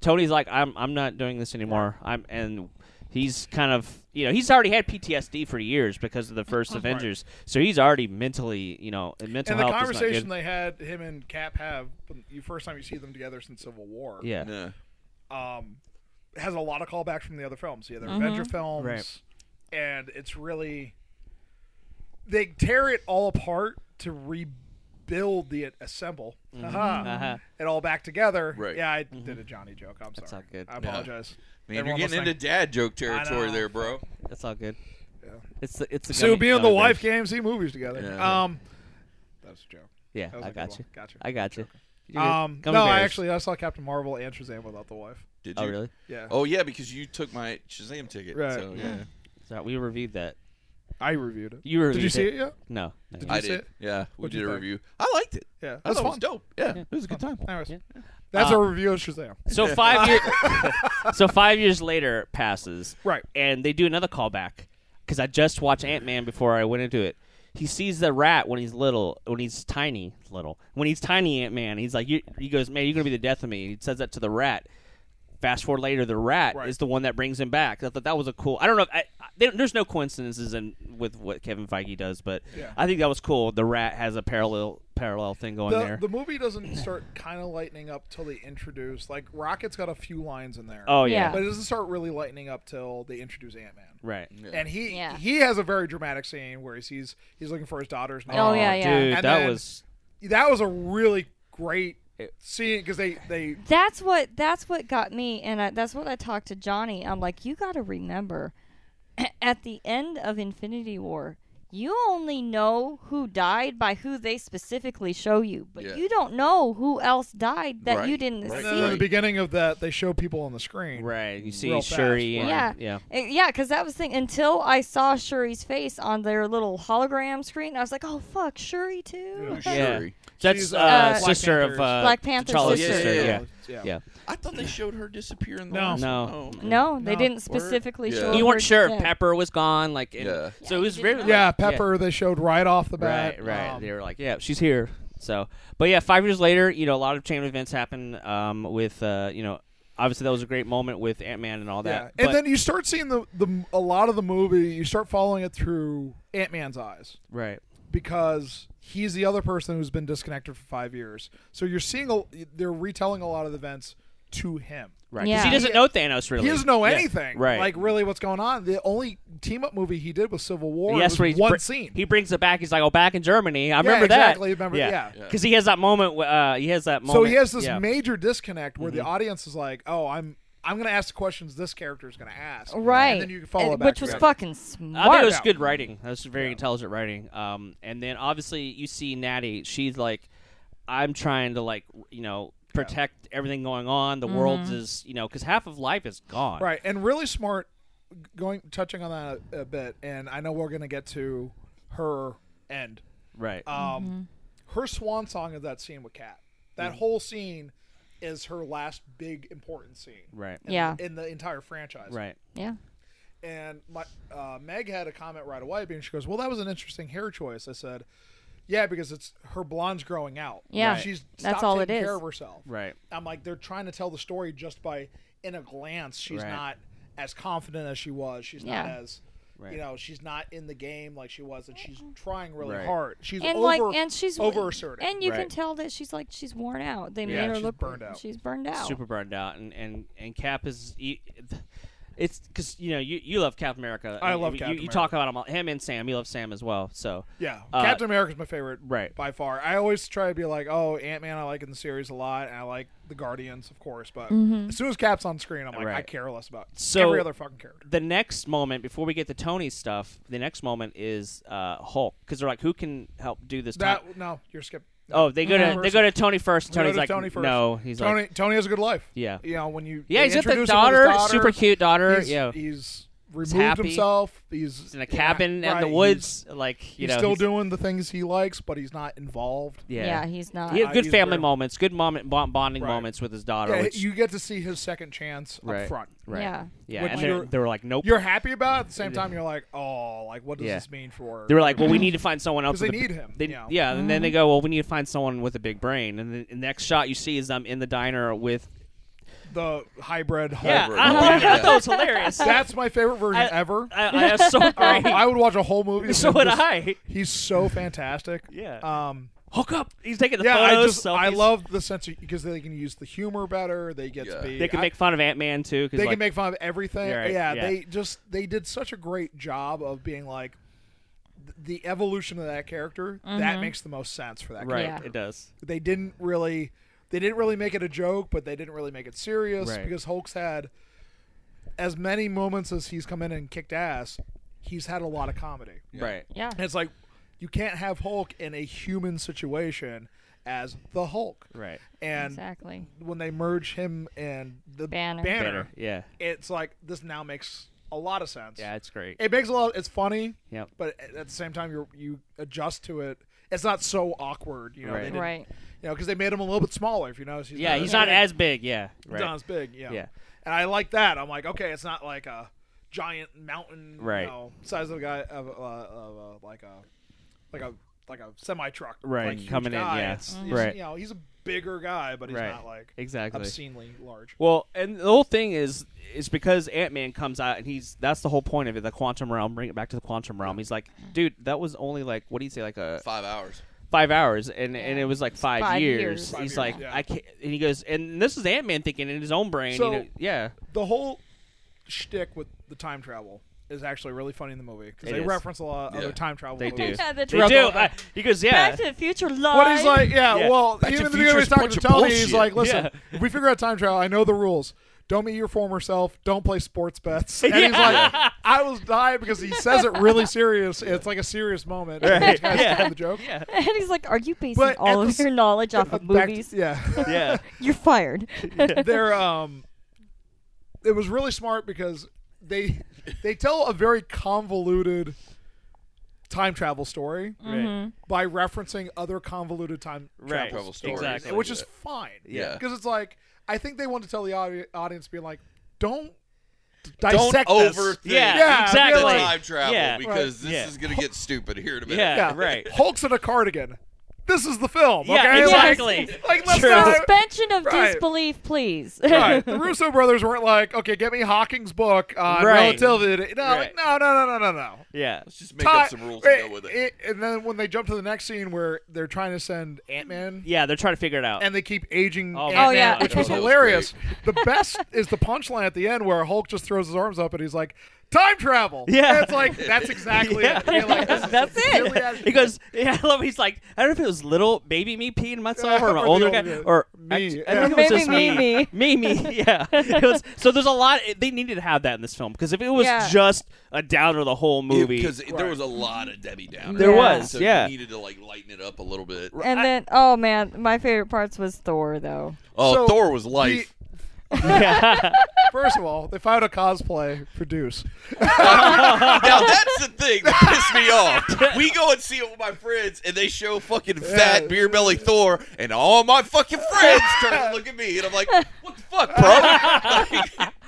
[SPEAKER 1] Tony's like, I'm I'm not doing this anymore. I'm and he's kind of you know he's already had PTSD for years because of the first Avengers, so he's already mentally you know and mental
[SPEAKER 5] and the
[SPEAKER 1] health is
[SPEAKER 5] conversation
[SPEAKER 1] not
[SPEAKER 5] they had him and Cap have when you first time you see them together since Civil War.
[SPEAKER 1] good. yeah.
[SPEAKER 2] Yeah.
[SPEAKER 5] um, has a lot of callbacks from the other films, the other
[SPEAKER 1] Mm-hmm.
[SPEAKER 5] Avenger films,
[SPEAKER 1] Right.
[SPEAKER 5] and it's really they tear it all apart to rebuild build the assemble Aha.
[SPEAKER 1] Uh-huh. Mm-hmm.
[SPEAKER 5] it all back together.
[SPEAKER 2] Mm-hmm. Right.
[SPEAKER 5] Yeah, I did a Johnny joke. I'm sorry.
[SPEAKER 1] That's all good.
[SPEAKER 5] I
[SPEAKER 1] Yeah.
[SPEAKER 5] apologize.
[SPEAKER 2] Man, you're
[SPEAKER 5] Everyone
[SPEAKER 2] getting into
[SPEAKER 5] listening.
[SPEAKER 2] dad joke territory
[SPEAKER 5] know.
[SPEAKER 2] there, bro.
[SPEAKER 1] That's all good.
[SPEAKER 5] Yeah.
[SPEAKER 1] It's the it's the
[SPEAKER 5] So
[SPEAKER 1] gummy-
[SPEAKER 5] being
[SPEAKER 1] gummy
[SPEAKER 5] the wife
[SPEAKER 1] bears.
[SPEAKER 5] can't see movies together.
[SPEAKER 2] Yeah.
[SPEAKER 5] Um, that was a joke.
[SPEAKER 1] Yeah,
[SPEAKER 5] That was
[SPEAKER 1] I
[SPEAKER 5] a good
[SPEAKER 1] got
[SPEAKER 5] one.
[SPEAKER 1] you.
[SPEAKER 5] Gotcha.
[SPEAKER 1] I got you. You're good.
[SPEAKER 5] Um, no,
[SPEAKER 1] Gummy
[SPEAKER 5] I
[SPEAKER 1] bears.
[SPEAKER 5] actually I saw Captain Marvel and Shazam without the wife.
[SPEAKER 2] Did you?
[SPEAKER 1] Oh really?
[SPEAKER 5] Yeah.
[SPEAKER 2] Oh yeah, because you took my Shazam ticket.
[SPEAKER 5] Right.
[SPEAKER 2] So yeah,
[SPEAKER 1] Sorry, we reviewed that.
[SPEAKER 5] I reviewed it.
[SPEAKER 1] You reviewed
[SPEAKER 5] Did you see
[SPEAKER 1] it?
[SPEAKER 5] it yet?
[SPEAKER 1] No. no.
[SPEAKER 5] Did you
[SPEAKER 2] I
[SPEAKER 5] see
[SPEAKER 2] did.
[SPEAKER 5] it?
[SPEAKER 2] Yeah, we
[SPEAKER 5] What'd you
[SPEAKER 2] did a
[SPEAKER 5] think?
[SPEAKER 2] review. I liked it. I
[SPEAKER 5] Yeah. That's
[SPEAKER 2] thought it was
[SPEAKER 5] fun.
[SPEAKER 2] dope. Yeah, it was a good time.
[SPEAKER 5] Anyways,
[SPEAKER 1] Yeah.
[SPEAKER 5] that's
[SPEAKER 1] Uh,
[SPEAKER 5] a review of Shazam.
[SPEAKER 1] So five years. so five years later passes.
[SPEAKER 5] Right.
[SPEAKER 1] And they do another callback because I just watched Ant Man before I went into it. He sees the rat when he's little, when he's tiny, little. When he's tiny, Ant Man, he's like, you, he goes, man, you're gonna be the death of me. And he says that to the rat. Fast forward later, the rat
[SPEAKER 5] Right.
[SPEAKER 1] is the one that brings him back. I thought that was a cool. I don't know. If I, I, there- there's no coincidences in with what Kevin Feige does, but
[SPEAKER 5] Yeah.
[SPEAKER 1] I think that was cool. The rat has a parallel parallel thing going
[SPEAKER 5] The,
[SPEAKER 1] there.
[SPEAKER 5] the movie doesn't start kind of lightening up till they introduce like Rocket's got a few lines in there.
[SPEAKER 1] oh
[SPEAKER 4] Yeah.
[SPEAKER 1] yeah,
[SPEAKER 5] But it doesn't start really lightening up till they introduce Ant Man.
[SPEAKER 1] right.
[SPEAKER 5] And he
[SPEAKER 4] Yeah.
[SPEAKER 5] he has a very dramatic scene where he sees he's looking for his daughter's name.
[SPEAKER 4] Oh, yeah, yeah.
[SPEAKER 1] dude,
[SPEAKER 5] And
[SPEAKER 1] that
[SPEAKER 5] then-
[SPEAKER 1] was
[SPEAKER 5] That was a really great
[SPEAKER 1] It-
[SPEAKER 5] scene because they they
[SPEAKER 4] That's what that's what got me, and I, that's what I talked to Johnny. I'm like, you got to remember, at the end of Infinity War, you only know who died by who they specifically show you, but
[SPEAKER 2] Yeah.
[SPEAKER 4] you don't know who else died that you
[SPEAKER 2] Right,
[SPEAKER 4] didn't
[SPEAKER 2] right,
[SPEAKER 5] and
[SPEAKER 4] see.
[SPEAKER 5] then in the
[SPEAKER 2] Right.
[SPEAKER 5] beginning of that they show people on the screen.
[SPEAKER 1] Right. You see
[SPEAKER 5] real fast,
[SPEAKER 1] Shuri.
[SPEAKER 5] right.
[SPEAKER 1] and-
[SPEAKER 4] Yeah.
[SPEAKER 1] Yeah.
[SPEAKER 4] Uh, Yeah, because that was the thing. Until I saw Shuri's face on their little hologram screen, I was like, "Oh fuck, Shuri too."
[SPEAKER 5] Yeah.
[SPEAKER 1] Yeah.
[SPEAKER 2] Shuri.
[SPEAKER 1] That's
[SPEAKER 5] She's,
[SPEAKER 1] uh,
[SPEAKER 5] uh, Black
[SPEAKER 1] sister of
[SPEAKER 5] Panther's-
[SPEAKER 1] uh,
[SPEAKER 4] Black Panther's
[SPEAKER 1] T'Challa's
[SPEAKER 2] sister.
[SPEAKER 1] sister.
[SPEAKER 2] Yeah,
[SPEAKER 1] Yeah.
[SPEAKER 2] yeah,
[SPEAKER 5] yeah.
[SPEAKER 1] Yeah.
[SPEAKER 2] I thought they showed her disappear in the
[SPEAKER 5] No.
[SPEAKER 2] last
[SPEAKER 1] No.
[SPEAKER 2] one. Oh, okay.
[SPEAKER 4] No, they
[SPEAKER 5] No.
[SPEAKER 4] didn't specifically
[SPEAKER 2] Yeah.
[SPEAKER 4] show.
[SPEAKER 1] You weren't
[SPEAKER 4] her
[SPEAKER 1] sure if
[SPEAKER 4] dead.
[SPEAKER 1] Pepper was gone, like, and
[SPEAKER 2] Yeah.
[SPEAKER 1] so it
[SPEAKER 4] you
[SPEAKER 1] was
[SPEAKER 4] didn't
[SPEAKER 1] very
[SPEAKER 4] know.
[SPEAKER 5] Yeah, Pepper they showed right off the bat.
[SPEAKER 1] Right, right.
[SPEAKER 5] Um,
[SPEAKER 1] they were like, yeah, she's here. So, but yeah, five years later, you know, a lot of chain events happen. Um, with uh, you know, obviously that was a great moment with Ant Man and all
[SPEAKER 5] yeah.
[SPEAKER 1] that.
[SPEAKER 5] And
[SPEAKER 1] but-
[SPEAKER 5] then you start seeing the, the a lot of the movie, you start following it through Ant Man's eyes.
[SPEAKER 1] right,
[SPEAKER 5] because he's the other person who's been disconnected for five years. So you're seeing a, they're retelling a lot of the events to him.
[SPEAKER 1] right, 'Cause
[SPEAKER 4] Yeah.
[SPEAKER 1] he doesn't know Thanos really.
[SPEAKER 5] He doesn't know
[SPEAKER 1] Yeah.
[SPEAKER 5] anything,
[SPEAKER 1] Right.
[SPEAKER 5] Like really, what's going on? The only team up movie he did was Civil War.
[SPEAKER 1] Yes,
[SPEAKER 5] It
[SPEAKER 1] where
[SPEAKER 5] was
[SPEAKER 1] he's
[SPEAKER 5] one
[SPEAKER 1] br-
[SPEAKER 5] scene.
[SPEAKER 1] He brings it back. He's like, "Oh, back in Germany. I remember
[SPEAKER 5] exactly,
[SPEAKER 1] that."
[SPEAKER 5] remember- yeah.
[SPEAKER 1] because he has that moment. wh- Uh, he has that moment.
[SPEAKER 5] so he has this
[SPEAKER 1] yeah. Mm-hmm.
[SPEAKER 5] major disconnect where the audience is like, "Oh, I'm I'm going to ask the questions this character is going to ask,"
[SPEAKER 4] Right,
[SPEAKER 5] And then you can follow
[SPEAKER 4] And-
[SPEAKER 5] it back.
[SPEAKER 4] which was
[SPEAKER 5] together.
[SPEAKER 4] fucking
[SPEAKER 1] I think
[SPEAKER 4] smart.
[SPEAKER 1] it was
[SPEAKER 5] out.
[SPEAKER 1] good writing. That was very intelligent writing. Um, and then obviously you see Natty. She's like, I'm trying to like, you know, protect everything going on. The world's is, you know, because half of life is gone.
[SPEAKER 5] Right, and really smart. Going touching on that a, a bit, and I know we're going to get to her end
[SPEAKER 1] Right.
[SPEAKER 5] Um, Her swan song is that scene with Kat. That whole scene is her last big important scene.
[SPEAKER 1] right.
[SPEAKER 5] in-
[SPEAKER 4] Yeah.
[SPEAKER 5] In the entire franchise.
[SPEAKER 1] Right.
[SPEAKER 4] Yeah.
[SPEAKER 5] And my, uh, Meg had a comment right away, being she goes, "Well, that was an interesting hair choice." I said, "Yeah, because it's her blonde's growing out.
[SPEAKER 4] Yeah. Right.
[SPEAKER 5] She's
[SPEAKER 4] That's
[SPEAKER 5] stopped
[SPEAKER 4] all
[SPEAKER 5] taking
[SPEAKER 4] it
[SPEAKER 5] care
[SPEAKER 4] is.
[SPEAKER 5] of herself.
[SPEAKER 1] Right.
[SPEAKER 5] I'm like, they're trying to tell the story just by in a glance. She's
[SPEAKER 1] Right.
[SPEAKER 5] not as confident as she was. She's not
[SPEAKER 4] Yeah.
[SPEAKER 5] as."
[SPEAKER 1] Right.
[SPEAKER 5] You know, she's not in the game like she was, and she's trying really
[SPEAKER 1] Right.
[SPEAKER 5] hard. She's
[SPEAKER 4] and
[SPEAKER 5] over,
[SPEAKER 4] like and she's
[SPEAKER 5] over assertive.
[SPEAKER 4] and you can
[SPEAKER 1] Right.
[SPEAKER 4] tell that she's like she's worn out they
[SPEAKER 1] Yeah,
[SPEAKER 4] made her
[SPEAKER 5] she's
[SPEAKER 4] look
[SPEAKER 5] burned out.
[SPEAKER 4] she's burned out
[SPEAKER 1] Super burned out, and and and Cap is. he- it's because you know you, you love Cap America.
[SPEAKER 5] I
[SPEAKER 1] And
[SPEAKER 5] love
[SPEAKER 1] you,
[SPEAKER 5] Captain
[SPEAKER 1] You, you talk about him, all- him and Sam. You love Sam as well. So
[SPEAKER 5] Yeah,
[SPEAKER 1] Uh,
[SPEAKER 5] Captain America's my favorite,
[SPEAKER 1] right.
[SPEAKER 5] By far, I always try to be like, "Oh, Ant Man, I like in the series a lot, and I like the Guardians, of course." But as soon as Cap's on screen, I'm like, I
[SPEAKER 1] Right.
[SPEAKER 5] care less about
[SPEAKER 1] So-
[SPEAKER 5] every other fucking character.
[SPEAKER 1] the next moment before we get to Tony's stuff, the next moment is uh, Hulk because they're like, who can help do this? time-
[SPEAKER 5] That no, you're skipping.
[SPEAKER 1] Oh, they go
[SPEAKER 5] No.
[SPEAKER 1] to they go to Tony first.
[SPEAKER 5] We go
[SPEAKER 1] Tony's
[SPEAKER 5] to
[SPEAKER 1] like,
[SPEAKER 5] Tony first.
[SPEAKER 1] no, he's
[SPEAKER 5] Tony.
[SPEAKER 1] like,
[SPEAKER 5] Tony has a good life.
[SPEAKER 1] Yeah.
[SPEAKER 5] you know when you
[SPEAKER 1] yeah,
[SPEAKER 5] they
[SPEAKER 1] he's got the
[SPEAKER 5] introduce him to his
[SPEAKER 1] daughter, super cute daughter.
[SPEAKER 5] He's,
[SPEAKER 1] yeah, he's
[SPEAKER 5] he's removed
[SPEAKER 1] happy.
[SPEAKER 5] himself. He's,
[SPEAKER 1] in a cabin
[SPEAKER 5] right,
[SPEAKER 1] in the
[SPEAKER 5] he's-
[SPEAKER 1] woods, like you
[SPEAKER 5] He's
[SPEAKER 1] know,
[SPEAKER 5] still
[SPEAKER 1] he's-
[SPEAKER 5] doing the things he likes, but he's not involved.
[SPEAKER 1] Yeah,
[SPEAKER 4] yeah. he's not
[SPEAKER 1] he had good
[SPEAKER 5] he's
[SPEAKER 1] family
[SPEAKER 5] real.
[SPEAKER 1] moments, good moment bond- bonding
[SPEAKER 5] Right.
[SPEAKER 1] moments with his daughter.
[SPEAKER 5] Yeah,
[SPEAKER 1] which,
[SPEAKER 5] you get to see his second chance
[SPEAKER 1] Right.
[SPEAKER 5] up front.
[SPEAKER 1] right.
[SPEAKER 4] Yeah.
[SPEAKER 1] yeah,
[SPEAKER 5] Which
[SPEAKER 1] and they
[SPEAKER 5] you're-
[SPEAKER 1] they were like, nope.
[SPEAKER 5] You're happy about it. At the same time, you're like, oh, like what does
[SPEAKER 1] Yeah.
[SPEAKER 5] this mean for?
[SPEAKER 1] They were like, well, we need to find someone else.
[SPEAKER 5] 'Cause
[SPEAKER 1] with
[SPEAKER 5] they
[SPEAKER 1] a b-
[SPEAKER 5] need him,
[SPEAKER 1] They,
[SPEAKER 5] you know.
[SPEAKER 1] Yeah, and then they go, well, we need to find someone with a big brain. And the, the next shot you see is them in the diner with.
[SPEAKER 5] the hybrid.
[SPEAKER 1] Yeah,
[SPEAKER 5] hybrid.
[SPEAKER 1] I,
[SPEAKER 2] Yeah.
[SPEAKER 1] loved it. I thought it was hilarious. I,
[SPEAKER 5] That's my favorite version
[SPEAKER 1] I-
[SPEAKER 5] ever.
[SPEAKER 1] I, that's so
[SPEAKER 5] Um,
[SPEAKER 1] great.
[SPEAKER 5] I would watch a whole movie.
[SPEAKER 1] so
[SPEAKER 5] of
[SPEAKER 1] would
[SPEAKER 5] this.
[SPEAKER 1] I.
[SPEAKER 5] He's so fantastic.
[SPEAKER 1] Yeah.
[SPEAKER 5] Um.
[SPEAKER 1] Hook up. He's taking the
[SPEAKER 5] Yeah. I
[SPEAKER 1] photos.
[SPEAKER 5] just I
[SPEAKER 1] selfies.
[SPEAKER 5] love the sense of because they can use the humor better. They get
[SPEAKER 2] Yeah.
[SPEAKER 5] to be.
[SPEAKER 1] They can
[SPEAKER 5] I-
[SPEAKER 1] make fun of Ant Man too. 'cause,
[SPEAKER 5] They
[SPEAKER 1] like,
[SPEAKER 5] can make fun of everything.
[SPEAKER 1] Yeah, right,
[SPEAKER 5] yeah,
[SPEAKER 1] yeah.
[SPEAKER 5] They just they did such a great job of being like. th- the evolution of that character that makes the most sense for that
[SPEAKER 1] Right,
[SPEAKER 5] character.
[SPEAKER 4] Yeah.
[SPEAKER 1] it does.
[SPEAKER 5] They didn't really they didn't really make it a joke, but they didn't really make it serious
[SPEAKER 1] Right.
[SPEAKER 5] because Hulk's had as many moments as he's come in and kicked ass, he's had a lot of comedy.
[SPEAKER 1] Right.
[SPEAKER 4] Yeah.
[SPEAKER 5] And it's like you can't have Hulk in a human situation as the Hulk.
[SPEAKER 1] Right.
[SPEAKER 5] And
[SPEAKER 4] Exactly.
[SPEAKER 5] when they merge him and the
[SPEAKER 4] Banner.
[SPEAKER 1] Better. Yeah.
[SPEAKER 5] it's like this now makes a lot of sense.
[SPEAKER 1] Yeah, it's great.
[SPEAKER 5] It makes a lot. It's funny.
[SPEAKER 1] Yep.
[SPEAKER 5] But at at the same time, you you adjust to it. It's not so awkward, you know.
[SPEAKER 1] Right.
[SPEAKER 5] They didn't-
[SPEAKER 4] Right.
[SPEAKER 5] You know, because they made him a little bit smaller. If you notice, he's
[SPEAKER 1] yeah, he's not
[SPEAKER 5] big.
[SPEAKER 1] as big. Yeah.
[SPEAKER 5] He's
[SPEAKER 1] Right.
[SPEAKER 5] not as big. Yeah.
[SPEAKER 1] Yeah.
[SPEAKER 5] And I like that. I'm like, okay, it's not like a giant mountain,
[SPEAKER 1] Right.
[SPEAKER 5] You know, size of a guy of, uh, of uh, like a like a like a semi truck,
[SPEAKER 1] Right,
[SPEAKER 5] Like, huge
[SPEAKER 1] coming in,
[SPEAKER 5] guy.
[SPEAKER 1] yeah.
[SPEAKER 5] It's-
[SPEAKER 1] Mhm.
[SPEAKER 5] he's-
[SPEAKER 1] Right.
[SPEAKER 5] You know, he's a bigger guy, but he's
[SPEAKER 1] Right.
[SPEAKER 5] not like
[SPEAKER 1] Exactly.
[SPEAKER 5] obscenely large.
[SPEAKER 1] Well, and the whole thing is is because Ant Man comes out and he's that's the whole point of it, the quantum realm, bring it back to the quantum realm. He's like, dude, that was only like what do you say, like a
[SPEAKER 2] Five hours.
[SPEAKER 1] five hours and and
[SPEAKER 4] Yeah.
[SPEAKER 1] it was like five,
[SPEAKER 4] Five
[SPEAKER 1] years.
[SPEAKER 4] years.
[SPEAKER 5] Five
[SPEAKER 1] he's
[SPEAKER 5] years,
[SPEAKER 1] like
[SPEAKER 5] yeah.
[SPEAKER 1] I can't and he goes and this is Ant Man thinking in his own brain,
[SPEAKER 5] So-
[SPEAKER 1] you know, yeah.
[SPEAKER 5] the whole shtick with the time travel is actually really funny in the movie because
[SPEAKER 1] It
[SPEAKER 5] they
[SPEAKER 1] is.
[SPEAKER 5] reference a lot of
[SPEAKER 2] Yeah.
[SPEAKER 5] other time travel.
[SPEAKER 1] They do.
[SPEAKER 5] movies.
[SPEAKER 4] Yeah,
[SPEAKER 1] they
[SPEAKER 4] the
[SPEAKER 1] do.
[SPEAKER 4] trouble.
[SPEAKER 1] I, he goes, yeah.
[SPEAKER 4] Back to the Future live.
[SPEAKER 5] But he's like, yeah,
[SPEAKER 1] Yeah.
[SPEAKER 5] well,
[SPEAKER 2] Back to
[SPEAKER 5] even in the
[SPEAKER 2] Future's
[SPEAKER 5] beginning, he's talking
[SPEAKER 2] bunch
[SPEAKER 5] to
[SPEAKER 2] of
[SPEAKER 5] Tony. He's
[SPEAKER 2] bullshit.
[SPEAKER 5] like, listen,
[SPEAKER 1] Yeah.
[SPEAKER 5] if we figure out time travel, I know the rules. Don't meet your former self. Don't play sports bets. And he's
[SPEAKER 1] Yeah.
[SPEAKER 5] like, I was dying because he says it really serious. It's like a serious moment.
[SPEAKER 1] Right.
[SPEAKER 5] These guys
[SPEAKER 1] Yeah.
[SPEAKER 5] know the joke.
[SPEAKER 1] yeah.
[SPEAKER 4] and he's like, "Are you basing
[SPEAKER 5] But
[SPEAKER 4] all
[SPEAKER 5] at
[SPEAKER 4] of
[SPEAKER 5] the
[SPEAKER 4] your knowledge off of
[SPEAKER 5] Back to-
[SPEAKER 4] movies?
[SPEAKER 5] yeah.
[SPEAKER 1] Yeah.
[SPEAKER 4] You're fired."
[SPEAKER 5] they're um it was really smart because they they tell a very convoluted time travel story
[SPEAKER 4] Mm-hmm.
[SPEAKER 1] Right.
[SPEAKER 5] by referencing other convoluted time
[SPEAKER 1] Right.
[SPEAKER 5] travel stories
[SPEAKER 1] Exactly.
[SPEAKER 5] which is fine
[SPEAKER 2] Yeah.
[SPEAKER 5] because it's like i think they want to tell the audi- audience be like don't
[SPEAKER 2] Don't
[SPEAKER 5] dissect this.
[SPEAKER 2] overthink
[SPEAKER 1] Yeah,
[SPEAKER 5] Yeah,
[SPEAKER 1] exactly.
[SPEAKER 5] real
[SPEAKER 2] the time travel
[SPEAKER 1] yeah.
[SPEAKER 2] because this
[SPEAKER 1] Yeah.
[SPEAKER 2] is going to get stupid here in a minute.
[SPEAKER 1] Yeah,
[SPEAKER 5] yeah
[SPEAKER 1] right.
[SPEAKER 5] hulk's in a cardigan this is the film
[SPEAKER 1] Yeah,
[SPEAKER 5] okay Like-
[SPEAKER 1] exactly.
[SPEAKER 5] like, let's
[SPEAKER 1] True.
[SPEAKER 5] not
[SPEAKER 4] Suspension of
[SPEAKER 5] Right.
[SPEAKER 4] disbelief, please.
[SPEAKER 5] right. The Russo brothers weren't like, okay, get me Hawking's book uh, on
[SPEAKER 1] Right.
[SPEAKER 5] relativity. No,
[SPEAKER 1] Right.
[SPEAKER 5] like, no, no, no, no, no, no.
[SPEAKER 1] Yeah.
[SPEAKER 2] Let's just make up some rules and go with it.
[SPEAKER 5] and then when they jump to the next scene where they're trying to send Ant Man,
[SPEAKER 1] Yeah, they're trying to figure it out.
[SPEAKER 5] and they keep aging
[SPEAKER 1] Oh,
[SPEAKER 5] Ant
[SPEAKER 1] my
[SPEAKER 5] Man,
[SPEAKER 4] Oh, yeah.
[SPEAKER 5] which was
[SPEAKER 2] That was
[SPEAKER 5] hilarious. the best is the punchline at the end where Hulk just throws his arms up and he's like, "Time travel."
[SPEAKER 1] Yeah.
[SPEAKER 5] And it's like that's exactly
[SPEAKER 1] Yeah.
[SPEAKER 5] it. You're like, this is
[SPEAKER 4] That's
[SPEAKER 5] really
[SPEAKER 4] it.
[SPEAKER 5] as-
[SPEAKER 1] He goes, yeah, I love. He's like, I don't know if it was little baby me peeing myself or my
[SPEAKER 5] Or the
[SPEAKER 1] older
[SPEAKER 5] old
[SPEAKER 1] guy
[SPEAKER 5] guy.
[SPEAKER 1] or
[SPEAKER 5] Me.
[SPEAKER 1] I, I think it was
[SPEAKER 4] Maybe
[SPEAKER 1] just me,
[SPEAKER 4] me,
[SPEAKER 1] me. Yeah. It was, so there's a lot. They needed to have that in this film because if it was
[SPEAKER 4] Yeah.
[SPEAKER 1] just a downer the whole movie,
[SPEAKER 2] because there
[SPEAKER 5] Right.
[SPEAKER 2] was a lot of Debbie Downer.
[SPEAKER 1] There
[SPEAKER 4] Yeah.
[SPEAKER 1] was,
[SPEAKER 2] so
[SPEAKER 1] yeah.
[SPEAKER 2] you needed to like lighten it up a little bit.
[SPEAKER 4] and then, oh man, my favorite parts was Thor though.
[SPEAKER 2] Oh,
[SPEAKER 5] So
[SPEAKER 2] Thor was life.
[SPEAKER 5] he-
[SPEAKER 1] yeah,
[SPEAKER 5] first of all, they found a cosplay for Deuce.
[SPEAKER 2] now that's the thing that pissed me off. We go and see it with my friends, and they show fucking fat beer belly Thor, and all my fucking friends turn and look at me, and I'm like, "What the fuck, bro?"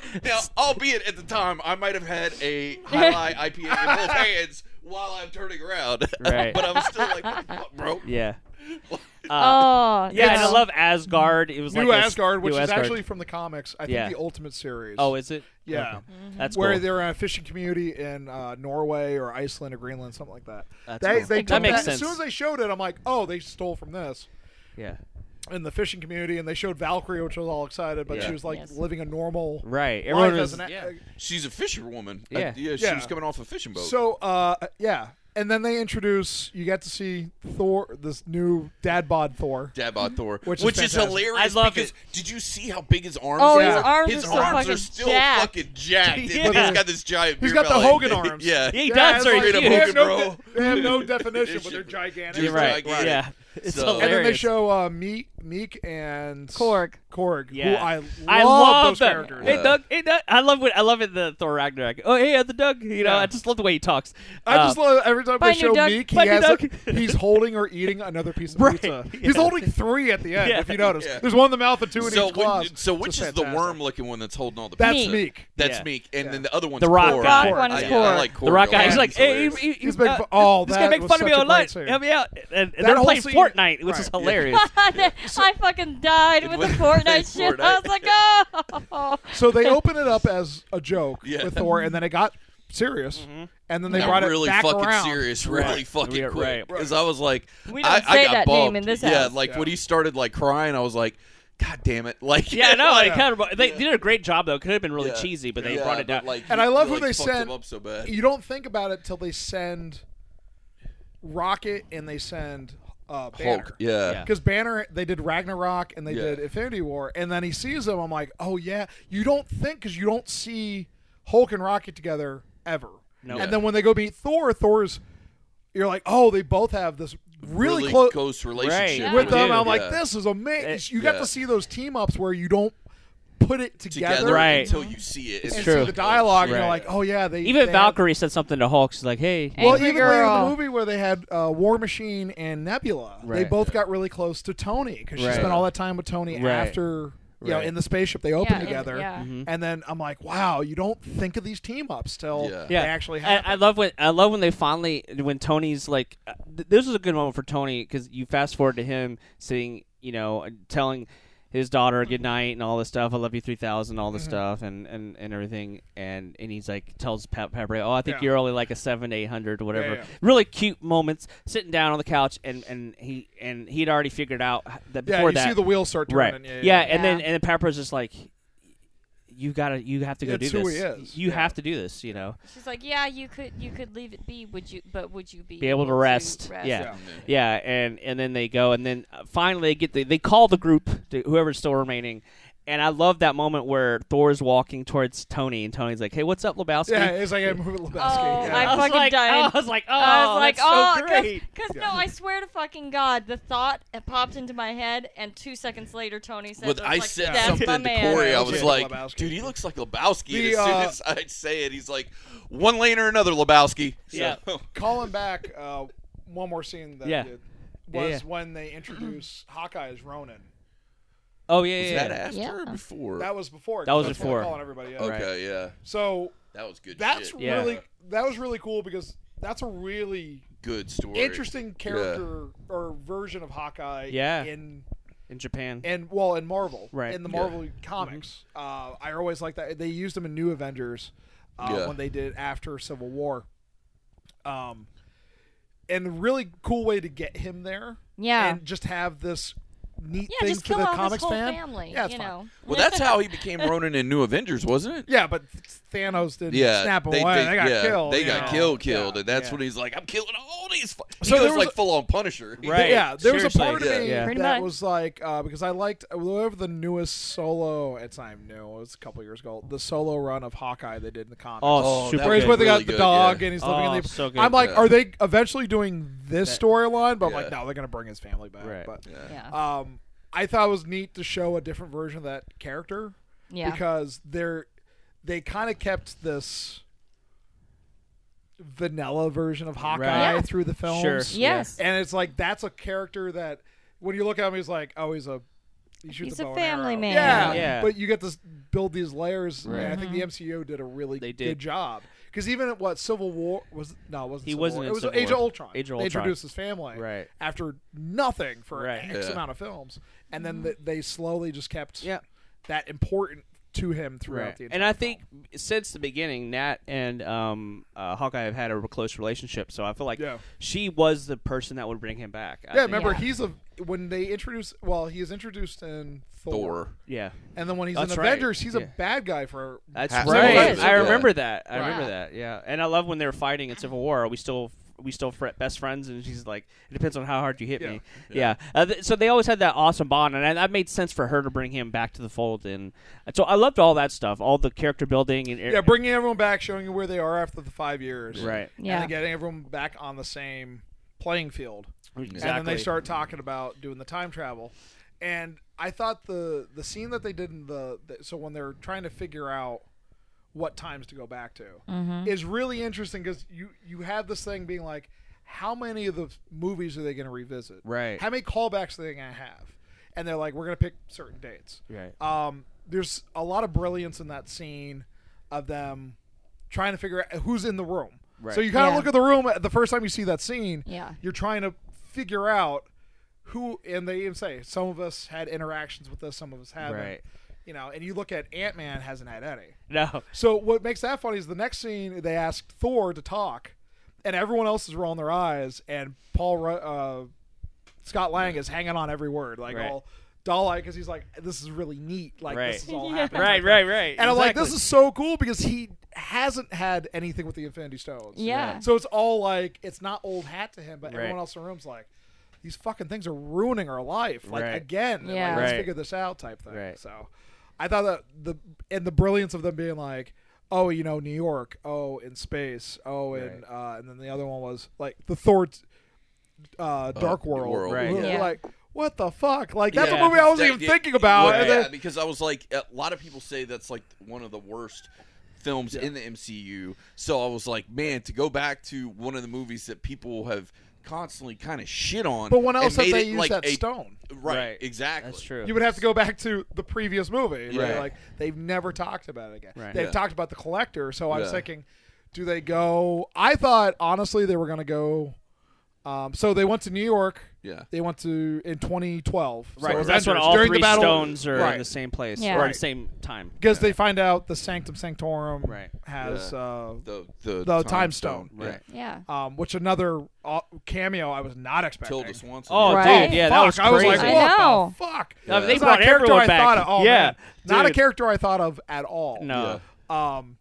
[SPEAKER 2] Like, now, albeit at the time, I might have had a highlight IPA in both hands while I'm turning around,
[SPEAKER 1] Right.
[SPEAKER 2] but I'm still like, "What the fuck, bro?"
[SPEAKER 1] yeah. Uh,
[SPEAKER 4] Oh,
[SPEAKER 1] yeah, and I
[SPEAKER 4] no.
[SPEAKER 1] love Asgard. It was
[SPEAKER 5] New
[SPEAKER 1] like a s-
[SPEAKER 5] Asgard, which
[SPEAKER 1] New
[SPEAKER 5] is
[SPEAKER 1] Asgard.
[SPEAKER 5] actually from the comics. I think
[SPEAKER 1] Yeah.
[SPEAKER 5] the Ultimate series.
[SPEAKER 1] oh, is it?
[SPEAKER 5] Yeah.
[SPEAKER 1] Okay. that's
[SPEAKER 5] where
[SPEAKER 1] cool.
[SPEAKER 5] they're in a fishing community in uh, Norway or Iceland or Greenland, something like that.
[SPEAKER 1] That's
[SPEAKER 5] They-
[SPEAKER 1] cool.
[SPEAKER 5] they
[SPEAKER 1] That
[SPEAKER 5] took
[SPEAKER 1] makes
[SPEAKER 5] As
[SPEAKER 1] sense.
[SPEAKER 5] soon as they showed it, I'm like, oh, they stole from this
[SPEAKER 1] yeah,
[SPEAKER 5] in the fishing community, and they showed Valkyrie, which I was all excited, but
[SPEAKER 2] Yeah.
[SPEAKER 5] she was like
[SPEAKER 4] Yes.
[SPEAKER 5] living a normal
[SPEAKER 1] right.
[SPEAKER 5] life
[SPEAKER 1] Everyone was
[SPEAKER 5] as an a- uh,
[SPEAKER 1] yeah.
[SPEAKER 2] She's a fisherwoman.
[SPEAKER 1] Yeah.
[SPEAKER 2] Uh, yeah, she
[SPEAKER 5] Yeah.
[SPEAKER 2] was coming off a fishing boat.
[SPEAKER 5] So, uh, yeah. And then they introduce, you get to see Thor, this new dad bod Thor.
[SPEAKER 2] Dab out Thor,
[SPEAKER 5] Which is fantastic.
[SPEAKER 2] hilarious.
[SPEAKER 1] I love
[SPEAKER 2] because
[SPEAKER 1] it.
[SPEAKER 2] did you see how big his arms?
[SPEAKER 4] Oh,
[SPEAKER 2] are?
[SPEAKER 5] his
[SPEAKER 4] arms
[SPEAKER 2] his
[SPEAKER 4] are so
[SPEAKER 2] arms
[SPEAKER 4] fucking
[SPEAKER 2] are still
[SPEAKER 4] jacked.
[SPEAKER 2] fucking jacked. and
[SPEAKER 1] Yeah.
[SPEAKER 2] He's got this giant.
[SPEAKER 5] He's
[SPEAKER 2] beer
[SPEAKER 5] got the
[SPEAKER 2] belly.
[SPEAKER 5] Hogan arms.
[SPEAKER 2] yeah,
[SPEAKER 1] Yeah, he
[SPEAKER 5] Yeah,
[SPEAKER 1] does.
[SPEAKER 5] it's
[SPEAKER 1] Or
[SPEAKER 5] like-
[SPEAKER 1] he
[SPEAKER 2] Straight up
[SPEAKER 5] they,
[SPEAKER 1] did.
[SPEAKER 2] Hogan,
[SPEAKER 5] have no
[SPEAKER 2] bro.
[SPEAKER 5] de- they have no definition, but they're
[SPEAKER 2] Just-
[SPEAKER 5] gigantic.
[SPEAKER 1] You're right.
[SPEAKER 2] gigantic.
[SPEAKER 1] Yeah, it's
[SPEAKER 2] So-
[SPEAKER 1] hilarious.
[SPEAKER 5] And then they show uh, Meek, Meek and
[SPEAKER 4] Korg.
[SPEAKER 5] Korg, who
[SPEAKER 1] Yeah.
[SPEAKER 5] I love,
[SPEAKER 1] I love
[SPEAKER 5] those
[SPEAKER 1] them.
[SPEAKER 5] characters.
[SPEAKER 1] Hey
[SPEAKER 2] Yeah.
[SPEAKER 1] Doug, hey Doug, I love what I love it. The Thor Ragnarok. Oh hey, uh, the Doug. You know,
[SPEAKER 5] Yeah.
[SPEAKER 1] I just love the way he talks.
[SPEAKER 5] I just
[SPEAKER 1] Uh,
[SPEAKER 5] love every time they
[SPEAKER 4] Bye, new
[SPEAKER 5] show
[SPEAKER 4] duck.
[SPEAKER 5] Meek, he
[SPEAKER 1] Bye, new
[SPEAKER 5] has
[SPEAKER 1] duck.
[SPEAKER 5] he's holding or eating another piece of
[SPEAKER 1] Right,
[SPEAKER 5] pizza.
[SPEAKER 1] yeah.
[SPEAKER 5] He's holding three at the end,
[SPEAKER 1] Yeah.
[SPEAKER 5] if you notice.
[SPEAKER 2] Yeah.
[SPEAKER 5] There's one in the mouth and two in
[SPEAKER 2] So,
[SPEAKER 5] each claws.
[SPEAKER 2] when, so which
[SPEAKER 5] Just
[SPEAKER 2] is the
[SPEAKER 5] fantastic.
[SPEAKER 2] worm-looking one that's holding all the
[SPEAKER 5] That's
[SPEAKER 2] pizza?
[SPEAKER 5] Meek.
[SPEAKER 2] That's
[SPEAKER 1] Yeah.
[SPEAKER 2] Meek, and
[SPEAKER 5] Yeah.
[SPEAKER 2] then the other one's
[SPEAKER 1] The Rock
[SPEAKER 2] Korg.
[SPEAKER 1] guy.
[SPEAKER 4] Rock one
[SPEAKER 2] I,
[SPEAKER 4] is
[SPEAKER 2] yeah, I
[SPEAKER 4] Korg.
[SPEAKER 2] like Korg.
[SPEAKER 1] the rock guy.
[SPEAKER 2] I
[SPEAKER 1] He's
[SPEAKER 2] think
[SPEAKER 1] like, hey,
[SPEAKER 2] hilarious.
[SPEAKER 1] he- he-
[SPEAKER 5] He's big
[SPEAKER 1] uh,
[SPEAKER 5] for- oh,
[SPEAKER 1] this
[SPEAKER 5] that
[SPEAKER 1] guy make
[SPEAKER 5] was
[SPEAKER 1] fun of me
[SPEAKER 5] such a
[SPEAKER 1] all
[SPEAKER 5] great
[SPEAKER 1] night.
[SPEAKER 5] scene.
[SPEAKER 1] Help me out. And, and
[SPEAKER 5] That
[SPEAKER 1] they're
[SPEAKER 5] whole
[SPEAKER 1] playing
[SPEAKER 5] scene-
[SPEAKER 1] Fortnite, which is
[SPEAKER 5] Right.
[SPEAKER 1] hilarious.
[SPEAKER 4] I fucking died with the Fortnite shit. I was like, oh.
[SPEAKER 5] So they open it up as a joke
[SPEAKER 2] Yeah.
[SPEAKER 5] with Thor, and then it got serious,
[SPEAKER 1] Mm-hmm.
[SPEAKER 5] and then they
[SPEAKER 2] Got
[SPEAKER 5] brought
[SPEAKER 2] really
[SPEAKER 5] it back
[SPEAKER 2] fucking
[SPEAKER 5] around.
[SPEAKER 2] serious, really fucking
[SPEAKER 1] Yeah,
[SPEAKER 2] quick.
[SPEAKER 1] right.
[SPEAKER 2] Because I was like,
[SPEAKER 4] We
[SPEAKER 2] I,
[SPEAKER 4] don't
[SPEAKER 2] I
[SPEAKER 4] say
[SPEAKER 2] got
[SPEAKER 4] that
[SPEAKER 2] bugged.
[SPEAKER 4] name in this
[SPEAKER 2] Yeah,
[SPEAKER 4] house.
[SPEAKER 2] like
[SPEAKER 5] Yeah.
[SPEAKER 2] when he started like crying, I was like, God damn it! Like,
[SPEAKER 1] yeah, no,
[SPEAKER 2] like,
[SPEAKER 1] like, kind of, they, they did a great job though. Could have been really
[SPEAKER 2] Yeah.
[SPEAKER 1] cheesy, but they
[SPEAKER 2] Yeah,
[SPEAKER 1] brought it
[SPEAKER 2] but,
[SPEAKER 1] down.
[SPEAKER 2] Like,
[SPEAKER 5] And
[SPEAKER 2] you-
[SPEAKER 5] I love
[SPEAKER 2] you,
[SPEAKER 5] who
[SPEAKER 2] like,
[SPEAKER 5] they
[SPEAKER 2] fucked him
[SPEAKER 5] sent-
[SPEAKER 2] up so bad.
[SPEAKER 5] You don't think about it till they send Rocket and they send uh, Banner.
[SPEAKER 2] Hulk. Yeah.
[SPEAKER 1] Yeah.
[SPEAKER 5] Because Banner, they did Ragnarok and they
[SPEAKER 2] Yeah.
[SPEAKER 5] did Infinity War, and then he sees them. I'm like, oh yeah, you don't think because you don't see Hulk and Rocket together ever.
[SPEAKER 1] No.
[SPEAKER 5] And then when they go meet Thor, Thor's, you're like, oh, they both have this really, close
[SPEAKER 2] close relationship
[SPEAKER 1] Yeah.
[SPEAKER 5] with them.
[SPEAKER 1] Dude,
[SPEAKER 5] I'm like,
[SPEAKER 2] Yeah. Eh,
[SPEAKER 5] this is amazing.
[SPEAKER 1] It-
[SPEAKER 5] you got
[SPEAKER 2] yeah.
[SPEAKER 5] to see those team ups where you don't put it together,
[SPEAKER 2] together
[SPEAKER 1] Right.
[SPEAKER 2] until you see it. It's
[SPEAKER 5] and
[SPEAKER 1] true.
[SPEAKER 5] see the dialogue, and
[SPEAKER 1] Right.
[SPEAKER 5] you're like, oh yeah, they
[SPEAKER 1] Even
[SPEAKER 5] they have-
[SPEAKER 1] Valkyrie said something to Hulk. She's like, "Hey,
[SPEAKER 4] Hey.
[SPEAKER 5] well,
[SPEAKER 4] Angry
[SPEAKER 5] even later in
[SPEAKER 4] Girl.
[SPEAKER 5] the movie where they had uh, War Machine and Nebula, they
[SPEAKER 1] Right.
[SPEAKER 5] both got really close to Tony because she
[SPEAKER 1] Right.
[SPEAKER 5] spent all that time with Tony
[SPEAKER 1] Right.
[SPEAKER 5] after, you know,
[SPEAKER 1] Right.
[SPEAKER 5] in the spaceship they opened
[SPEAKER 4] Yeah, in-
[SPEAKER 5] together.
[SPEAKER 4] yeah.
[SPEAKER 1] Mm-hmm.
[SPEAKER 5] And then I'm like, wow, you don't think of these team ups till
[SPEAKER 2] Yeah.
[SPEAKER 5] they actually
[SPEAKER 1] I,
[SPEAKER 5] happen.
[SPEAKER 1] I love when I love when they finally when Tony's like uh, th- this is a good moment for Tony because you fast forward to him sitting you know and telling his
[SPEAKER 5] Mm-hmm.
[SPEAKER 1] daughter good night and all this stuff I love you three thousand all this stuff and, and and everything and and he's like tells Pep Pepper oh I think
[SPEAKER 5] Yeah.
[SPEAKER 1] you're only like a seven eight hundred or whatever
[SPEAKER 5] yeah.
[SPEAKER 1] really cute moments sitting down on the couch and and he and he'd already figured out h- that
[SPEAKER 5] yeah,
[SPEAKER 1] before
[SPEAKER 5] you
[SPEAKER 1] that
[SPEAKER 5] see the wheels start
[SPEAKER 1] right
[SPEAKER 5] turning. Yeah,
[SPEAKER 1] yeah,
[SPEAKER 5] yeah.
[SPEAKER 1] and then
[SPEAKER 4] Yeah.
[SPEAKER 1] and then Pepper's just like. You gotta, you have to go
[SPEAKER 5] That's
[SPEAKER 1] do
[SPEAKER 5] who
[SPEAKER 1] this.
[SPEAKER 5] he is.
[SPEAKER 1] You
[SPEAKER 5] Yeah.
[SPEAKER 1] have to do this. You know.
[SPEAKER 4] She's like, yeah, you could you could leave it be, would you? But would you be,
[SPEAKER 1] Be able to rest. Yeah.
[SPEAKER 5] Yeah.
[SPEAKER 1] Yeah, and and then they go, and then uh, finally they get the, they call the group, to whoever's still remaining, and I love that moment where Thor's walking towards Tony, and Tony's like, "Hey, what's up, Lebowski?"
[SPEAKER 5] Yeah, it's like a movie Lebowski.
[SPEAKER 4] Oh,
[SPEAKER 5] yeah.
[SPEAKER 4] I
[SPEAKER 1] was
[SPEAKER 4] fucking
[SPEAKER 1] like,
[SPEAKER 4] died.
[SPEAKER 1] I was like, "Oh,
[SPEAKER 4] I was like,
[SPEAKER 1] that's
[SPEAKER 4] oh,
[SPEAKER 1] so great."
[SPEAKER 4] because no, I swear to fucking God, the thought it popped into my head, and two seconds later, Tony said,
[SPEAKER 2] But
[SPEAKER 4] I
[SPEAKER 2] I
[SPEAKER 4] was like,
[SPEAKER 2] said
[SPEAKER 4] "That's
[SPEAKER 2] something
[SPEAKER 4] my
[SPEAKER 2] to
[SPEAKER 4] man."
[SPEAKER 2] Corey. I
[SPEAKER 5] Yeah,
[SPEAKER 2] was
[SPEAKER 5] yeah.
[SPEAKER 2] like,
[SPEAKER 5] Lebowski.
[SPEAKER 2] dude, he looks like Lebowski.
[SPEAKER 5] The,
[SPEAKER 2] and as soon
[SPEAKER 5] uh,
[SPEAKER 2] as I'd say it, he's like, one lane or another Lebowski. So,
[SPEAKER 1] Yeah.
[SPEAKER 5] Calling back uh, one more scene that
[SPEAKER 1] Yeah.
[SPEAKER 5] you did
[SPEAKER 1] Yeah,
[SPEAKER 5] was
[SPEAKER 1] yeah.
[SPEAKER 5] when they introduce Hawkeye as Ronin.
[SPEAKER 1] Oh yeah, yeah,
[SPEAKER 2] Is
[SPEAKER 1] yeah.
[SPEAKER 2] that after or
[SPEAKER 4] Yeah.
[SPEAKER 2] before?
[SPEAKER 5] That was before.
[SPEAKER 1] That was
[SPEAKER 5] that's when
[SPEAKER 1] before.
[SPEAKER 5] they're Calling everybody. out.
[SPEAKER 2] okay, yeah.
[SPEAKER 5] So
[SPEAKER 2] That was good
[SPEAKER 5] that's
[SPEAKER 2] shit.
[SPEAKER 1] Yeah.
[SPEAKER 5] really that was really cool because that's a really
[SPEAKER 2] Good story.
[SPEAKER 5] interesting character or version of Hawkeye.
[SPEAKER 1] Yeah.
[SPEAKER 5] In
[SPEAKER 1] in Japan.
[SPEAKER 5] and well in Marvel.
[SPEAKER 1] Right.
[SPEAKER 5] In the
[SPEAKER 2] Yeah. Mm-hmm.
[SPEAKER 5] Marvel comics, uh, I always like that they used him in New Avengers uh,
[SPEAKER 2] Yeah.
[SPEAKER 5] when they did after Civil War. Um, and a really cool way to get him there.
[SPEAKER 4] Yeah.
[SPEAKER 5] And just have this neat
[SPEAKER 4] yeah,
[SPEAKER 5] thing
[SPEAKER 4] just
[SPEAKER 5] for
[SPEAKER 4] kill
[SPEAKER 5] the
[SPEAKER 4] off his
[SPEAKER 5] comics
[SPEAKER 4] whole
[SPEAKER 5] fan.
[SPEAKER 4] family.
[SPEAKER 5] yeah, it's
[SPEAKER 4] you
[SPEAKER 5] fine.
[SPEAKER 4] know.
[SPEAKER 2] Well, that's how he became Ronin in New Avengers, wasn't it?
[SPEAKER 5] Yeah, but Thanos didn't
[SPEAKER 2] Yeah,
[SPEAKER 5] snap away. They, got
[SPEAKER 2] yeah,
[SPEAKER 5] killed.
[SPEAKER 2] They
[SPEAKER 5] you
[SPEAKER 2] got
[SPEAKER 5] know.
[SPEAKER 2] killed, killed,
[SPEAKER 5] Yeah,
[SPEAKER 2] and that's
[SPEAKER 5] yeah.
[SPEAKER 2] when he's like, "I'm killing all these." Fu-. He
[SPEAKER 5] So there
[SPEAKER 2] goes
[SPEAKER 5] was
[SPEAKER 2] like
[SPEAKER 5] a-
[SPEAKER 2] full on Punisher,
[SPEAKER 1] Right.
[SPEAKER 5] Yeah, there was a
[SPEAKER 1] Seriously.
[SPEAKER 5] part of me
[SPEAKER 2] Yeah.
[SPEAKER 4] Pretty
[SPEAKER 5] that
[SPEAKER 4] much.
[SPEAKER 5] was like uh, because I liked whatever the newest solo. It's I'm new. It was a couple years ago. The solo run of Hawkeye they did in the comics.
[SPEAKER 1] Oh,
[SPEAKER 2] Oh,
[SPEAKER 1] super
[SPEAKER 2] that was
[SPEAKER 5] Whereas
[SPEAKER 1] good.
[SPEAKER 5] when they
[SPEAKER 2] really
[SPEAKER 5] got the
[SPEAKER 2] good,
[SPEAKER 5] dog
[SPEAKER 2] yeah.
[SPEAKER 5] and he's living
[SPEAKER 1] Oh,
[SPEAKER 5] in the.
[SPEAKER 1] so good.
[SPEAKER 5] I'm like,
[SPEAKER 2] Yeah.
[SPEAKER 5] are they eventually doing this storyline? But I'm
[SPEAKER 2] Yeah.
[SPEAKER 5] like, no, they're gonna bring his family back.
[SPEAKER 1] Right.
[SPEAKER 5] But
[SPEAKER 4] Yeah.
[SPEAKER 5] um, I thought it was neat to show a different version of that character
[SPEAKER 4] Yeah.
[SPEAKER 5] because they're they kind of kept this vanilla version of Hawkeye
[SPEAKER 1] Yeah.
[SPEAKER 5] through the films.
[SPEAKER 1] Sure.
[SPEAKER 4] Yes.
[SPEAKER 5] And it's like that's a character that when you look at him, he's like, oh, he's a he shoots
[SPEAKER 4] He's
[SPEAKER 5] a,
[SPEAKER 4] a
[SPEAKER 5] bow and
[SPEAKER 4] family
[SPEAKER 5] arrow.
[SPEAKER 4] man. Mm-hmm.
[SPEAKER 5] Yeah.
[SPEAKER 1] Yeah.
[SPEAKER 5] But you get to s- build these layers,
[SPEAKER 1] Right.
[SPEAKER 5] and I think the MCU did a really
[SPEAKER 1] They did.
[SPEAKER 5] good job. Because even at what Civil War was no, it wasn't.
[SPEAKER 1] He
[SPEAKER 5] Civil
[SPEAKER 1] wasn't
[SPEAKER 5] War.
[SPEAKER 1] in
[SPEAKER 5] It was
[SPEAKER 1] Civil
[SPEAKER 5] Age of
[SPEAKER 1] War.
[SPEAKER 5] Ultron.
[SPEAKER 1] Age of
[SPEAKER 5] They
[SPEAKER 1] Ultron.
[SPEAKER 5] introduced his family
[SPEAKER 1] Right.
[SPEAKER 5] after nothing for
[SPEAKER 1] Right.
[SPEAKER 5] X
[SPEAKER 2] Yeah.
[SPEAKER 5] amount of films, and
[SPEAKER 4] Mm-hmm.
[SPEAKER 5] then th- they slowly just kept
[SPEAKER 1] Yeah.
[SPEAKER 5] that important to him throughout
[SPEAKER 1] Right.
[SPEAKER 5] the entire
[SPEAKER 1] And I
[SPEAKER 5] film.
[SPEAKER 1] think since the beginning, Nat and um, uh, Hawkeye have had a close relationship, so I feel like
[SPEAKER 5] Yeah.
[SPEAKER 1] she was the person that would bring him back. I
[SPEAKER 5] yeah,
[SPEAKER 1] think.
[SPEAKER 5] remember
[SPEAKER 4] Yeah.
[SPEAKER 5] he's a when they introduce well he is introduced in
[SPEAKER 2] Thor.
[SPEAKER 1] Yeah,
[SPEAKER 5] And then when he's
[SPEAKER 1] That's
[SPEAKER 5] in
[SPEAKER 1] right.
[SPEAKER 5] Avengers, he's
[SPEAKER 1] Yeah.
[SPEAKER 5] a bad guy for.
[SPEAKER 1] that's
[SPEAKER 2] Half-
[SPEAKER 1] right.
[SPEAKER 5] Right.
[SPEAKER 1] I
[SPEAKER 2] Yeah.
[SPEAKER 1] remember that. I
[SPEAKER 5] Right.
[SPEAKER 1] remember that. Yeah, and I love when they were fighting in Civil War. Are we still we still fr- best friends? And she's like, it depends on how hard you hit
[SPEAKER 5] Yeah.
[SPEAKER 1] me. Yeah. Uh, th- so they always had that awesome bond, and that- that made sense for her to bring him back to the fold. And and so I loved all that stuff, all the character building and
[SPEAKER 5] Yeah, bringing everyone back, showing you where they are after the five years.
[SPEAKER 1] right.
[SPEAKER 5] And
[SPEAKER 4] Yeah.
[SPEAKER 5] then getting everyone back on the same playing field.
[SPEAKER 1] Exactly.
[SPEAKER 5] And then they start talking about doing the time travel. And I thought the the scene that they did in the, the so when they're trying to figure out what times to go back to is really interesting because you you have this thing being like, how many of the movies are they going to revisit?
[SPEAKER 1] Right.
[SPEAKER 5] How many callbacks are they going to have? And they're like, we're going to pick certain dates.
[SPEAKER 1] Right.
[SPEAKER 5] Um, there's a lot of brilliance in that scene of them trying to figure out who's in the room.
[SPEAKER 1] Right.
[SPEAKER 5] So you kind of
[SPEAKER 4] Yeah.
[SPEAKER 5] look at the room the first time you see that scene.
[SPEAKER 4] Yeah.
[SPEAKER 5] You're trying to figure out who, and they even say some of us had interactions with this, some of us haven't.
[SPEAKER 1] Right.
[SPEAKER 5] You know, and you look at Ant Man hasn't had any.
[SPEAKER 1] No.
[SPEAKER 5] So what makes that funny is the next scene they ask Thor to talk, and everyone else is rolling their eyes, and Paul Ru- uh, Scott Lang is hanging on every word, like
[SPEAKER 1] Right.
[SPEAKER 5] all doll because he's like, "This is really neat, like
[SPEAKER 1] Right.
[SPEAKER 5] this is all happening."
[SPEAKER 1] Right. Right. Right.
[SPEAKER 5] And I'm like, "This is so cool because he hasn't had anything with the Infinity Stones.
[SPEAKER 4] Yeah.
[SPEAKER 5] So it's all like it's not old hat to him, but
[SPEAKER 1] Right.
[SPEAKER 5] everyone else in the room's like, these fucking things are ruining our life. Like
[SPEAKER 1] Right.
[SPEAKER 5] again, and, like,
[SPEAKER 4] Yeah.
[SPEAKER 5] let's
[SPEAKER 1] Right.
[SPEAKER 5] figure this out type thing.
[SPEAKER 1] Right.
[SPEAKER 5] So I thought that the and the brilliance of them being like, oh, you know, New York, oh, in space, oh, and uh, and then the other one was like the Thor, t- uh, Dark World,
[SPEAKER 2] World,
[SPEAKER 1] Right.
[SPEAKER 5] We're
[SPEAKER 4] yeah.
[SPEAKER 5] Like what the fuck? Like that's
[SPEAKER 1] Yeah.
[SPEAKER 5] a movie I wasn't
[SPEAKER 2] That-
[SPEAKER 5] even
[SPEAKER 2] yeah,
[SPEAKER 5] thinking about.
[SPEAKER 2] Yeah,
[SPEAKER 5] and then-
[SPEAKER 2] because I was like, a lot of people say that's like one of the worst films in the MCU. So I was like, man, to go back to one of the movies that people have constantly kind of shit on.
[SPEAKER 5] but when
[SPEAKER 2] and
[SPEAKER 5] else have
[SPEAKER 2] made
[SPEAKER 5] they
[SPEAKER 2] it,
[SPEAKER 5] used
[SPEAKER 2] like,
[SPEAKER 5] that
[SPEAKER 2] a-
[SPEAKER 5] stone?
[SPEAKER 2] Right,
[SPEAKER 1] Right.
[SPEAKER 2] exactly.
[SPEAKER 1] That's true.
[SPEAKER 5] You would have to go back to the previous movie. right?
[SPEAKER 2] Yeah.
[SPEAKER 5] Like they've never talked about it again.
[SPEAKER 1] Right.
[SPEAKER 5] They've
[SPEAKER 2] Yeah.
[SPEAKER 5] talked about the collector. So I was
[SPEAKER 2] Yeah.
[SPEAKER 5] thinking, do they go? I thought honestly they were gonna go. Um, so they went to New York.
[SPEAKER 2] Yeah.
[SPEAKER 5] They went to in 2012.
[SPEAKER 1] Right,
[SPEAKER 5] So
[SPEAKER 1] 'cause that's when
[SPEAKER 5] Avengers,
[SPEAKER 1] all
[SPEAKER 5] during
[SPEAKER 1] three
[SPEAKER 5] the battle,
[SPEAKER 1] stones are
[SPEAKER 5] right.
[SPEAKER 1] in the same place or
[SPEAKER 4] Yeah.
[SPEAKER 1] in
[SPEAKER 4] Right.
[SPEAKER 1] the same time.
[SPEAKER 5] because they find out the Sanctum Sanctorum
[SPEAKER 1] Right.
[SPEAKER 5] has
[SPEAKER 2] Yeah.
[SPEAKER 5] uh,
[SPEAKER 2] The the,
[SPEAKER 5] The Time Stone.
[SPEAKER 1] Right.
[SPEAKER 4] Yeah.
[SPEAKER 5] um, which another uh, cameo I was not expecting.
[SPEAKER 2] Tilda Swanson.
[SPEAKER 1] Oh,
[SPEAKER 4] Right.
[SPEAKER 1] dude, yeah, that
[SPEAKER 5] Fuck,
[SPEAKER 1] was
[SPEAKER 5] I was
[SPEAKER 1] crazy.
[SPEAKER 5] like,
[SPEAKER 4] I
[SPEAKER 5] what
[SPEAKER 4] know.
[SPEAKER 5] the fuck?
[SPEAKER 1] I mean, they
[SPEAKER 5] That's not
[SPEAKER 1] brought
[SPEAKER 5] a character
[SPEAKER 1] everyone
[SPEAKER 5] I
[SPEAKER 1] back.
[SPEAKER 5] thought of. Oh,
[SPEAKER 1] Yeah,
[SPEAKER 5] man. Not a
[SPEAKER 1] dude.
[SPEAKER 5] character I thought of at all.
[SPEAKER 1] no,
[SPEAKER 2] Yeah.
[SPEAKER 5] Um,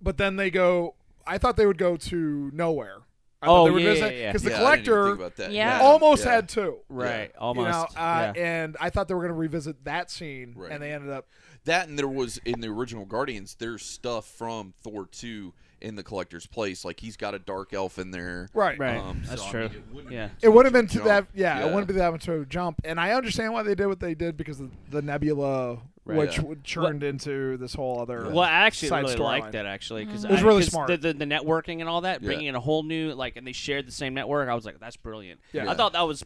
[SPEAKER 5] but then they go. I thought they would go to nowhere.
[SPEAKER 1] Oh,
[SPEAKER 5] I thought they would
[SPEAKER 1] yeah,
[SPEAKER 5] visit,
[SPEAKER 1] yeah, yeah.
[SPEAKER 5] Because
[SPEAKER 2] Yeah,
[SPEAKER 5] the
[SPEAKER 2] I didn't even
[SPEAKER 5] collector
[SPEAKER 2] think about that.
[SPEAKER 4] Yeah.
[SPEAKER 5] almost
[SPEAKER 2] yeah.
[SPEAKER 5] had two.
[SPEAKER 1] right,
[SPEAKER 5] You
[SPEAKER 1] almost.
[SPEAKER 5] know, uh,
[SPEAKER 1] yeah.
[SPEAKER 5] and I thought they were going to revisit that scene,
[SPEAKER 2] Right.
[SPEAKER 5] and they ended up.
[SPEAKER 2] that and there was in the original Guardians, there's stuff from Thor 2 in the collector's place. Like he's got a dark elf in there.
[SPEAKER 5] Right.
[SPEAKER 1] Right,
[SPEAKER 2] Um,
[SPEAKER 1] that's
[SPEAKER 2] so, I
[SPEAKER 1] true.
[SPEAKER 2] mean, it wouldn't
[SPEAKER 1] yeah,
[SPEAKER 5] It would have been to
[SPEAKER 2] Jump.
[SPEAKER 5] that, yeah,
[SPEAKER 2] Yeah.
[SPEAKER 5] It wouldn't be that much of a jump, and I understand why they did what they did because of the nebula,
[SPEAKER 1] Right.
[SPEAKER 5] which
[SPEAKER 2] Yeah.
[SPEAKER 5] would churned into this whole other.
[SPEAKER 1] Well, I actually
[SPEAKER 5] side
[SPEAKER 1] really
[SPEAKER 5] storyline.
[SPEAKER 1] liked that actually because
[SPEAKER 5] It was really smart.
[SPEAKER 1] The, the, the networking and all that,
[SPEAKER 2] Yeah.
[SPEAKER 1] bringing in a whole new like, and they shared the same network. I was like, that's brilliant.
[SPEAKER 5] Yeah.
[SPEAKER 1] I thought that was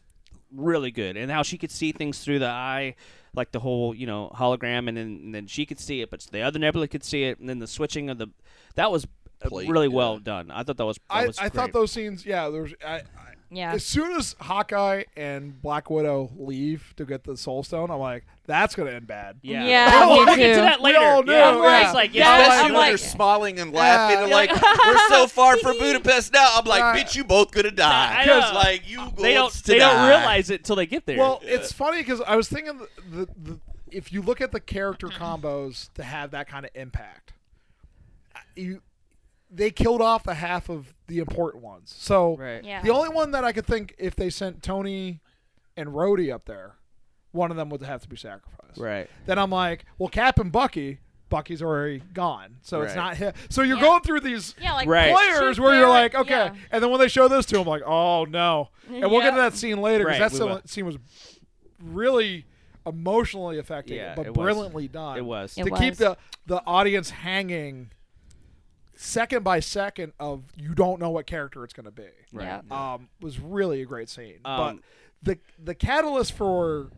[SPEAKER 1] really good, and how she could see things through the eye, like the whole you know hologram, and then and then she could see it, but the other Nebula could see it, and then the switching of the that was uh,
[SPEAKER 2] Plate,
[SPEAKER 1] really
[SPEAKER 2] yeah.
[SPEAKER 1] well done. I thought that was. That
[SPEAKER 5] I,
[SPEAKER 1] was
[SPEAKER 5] I
[SPEAKER 1] great.
[SPEAKER 5] thought those scenes, yeah, there was. I, I,
[SPEAKER 4] Yeah.
[SPEAKER 5] As soon as Hawkeye and Black Widow leave to get the Soul Stone, I'm like, that's gonna end bad.
[SPEAKER 1] Yeah.
[SPEAKER 4] Yeah,
[SPEAKER 5] me
[SPEAKER 1] we'll get
[SPEAKER 4] too.
[SPEAKER 1] to that
[SPEAKER 5] We
[SPEAKER 1] later.
[SPEAKER 5] all knew,
[SPEAKER 1] yeah.
[SPEAKER 5] yeah.
[SPEAKER 1] It's like,
[SPEAKER 4] Yeah,
[SPEAKER 1] yeah,
[SPEAKER 2] Especially
[SPEAKER 4] I'm
[SPEAKER 2] when
[SPEAKER 4] like-
[SPEAKER 2] they're smiling and laughing
[SPEAKER 5] Yeah.
[SPEAKER 2] and like, we're so far from Budapest now. I'm like,
[SPEAKER 5] Right.
[SPEAKER 2] bitch, you both gonna die.
[SPEAKER 1] I know.
[SPEAKER 2] Because like you
[SPEAKER 1] they
[SPEAKER 2] going
[SPEAKER 1] don't
[SPEAKER 2] to
[SPEAKER 1] they
[SPEAKER 2] die.
[SPEAKER 1] don't realize it till they get there.
[SPEAKER 5] Well, it's funny because I was thinking the, the, the if you look at the character combos to have that kind of impact, uh, you they killed off the half of the important ones. So
[SPEAKER 1] right.
[SPEAKER 4] Yeah.
[SPEAKER 5] the only one that I could think if they sent Tony and Rhodey up there, one of them would have to be sacrificed.
[SPEAKER 1] Right.
[SPEAKER 5] Then I'm like, well, Cap and Bucky, Bucky's already gone, so
[SPEAKER 1] Right.
[SPEAKER 5] it's not him. So you're
[SPEAKER 4] Yeah.
[SPEAKER 5] going through these
[SPEAKER 4] yeah, like
[SPEAKER 1] Right.
[SPEAKER 5] players
[SPEAKER 4] shoot,
[SPEAKER 5] where you're
[SPEAKER 4] they're
[SPEAKER 5] like, okay.
[SPEAKER 4] yeah.
[SPEAKER 5] And then when they show this to him, like, oh no. And we'll get to
[SPEAKER 4] Yeah.
[SPEAKER 5] that scene later because
[SPEAKER 1] Right,
[SPEAKER 5] that
[SPEAKER 1] we
[SPEAKER 5] scene,
[SPEAKER 1] will.
[SPEAKER 5] scene was really emotionally affecting,
[SPEAKER 1] Yeah,
[SPEAKER 5] but
[SPEAKER 1] it was.
[SPEAKER 5] brilliantly done.
[SPEAKER 1] It was.
[SPEAKER 5] to
[SPEAKER 4] It
[SPEAKER 5] keep
[SPEAKER 4] was.
[SPEAKER 5] the the audience hanging second by second of you don't know what character it's going to be.
[SPEAKER 4] Yeah.
[SPEAKER 5] Um, was really a great scene,
[SPEAKER 1] Um,
[SPEAKER 5] but the the catalyst for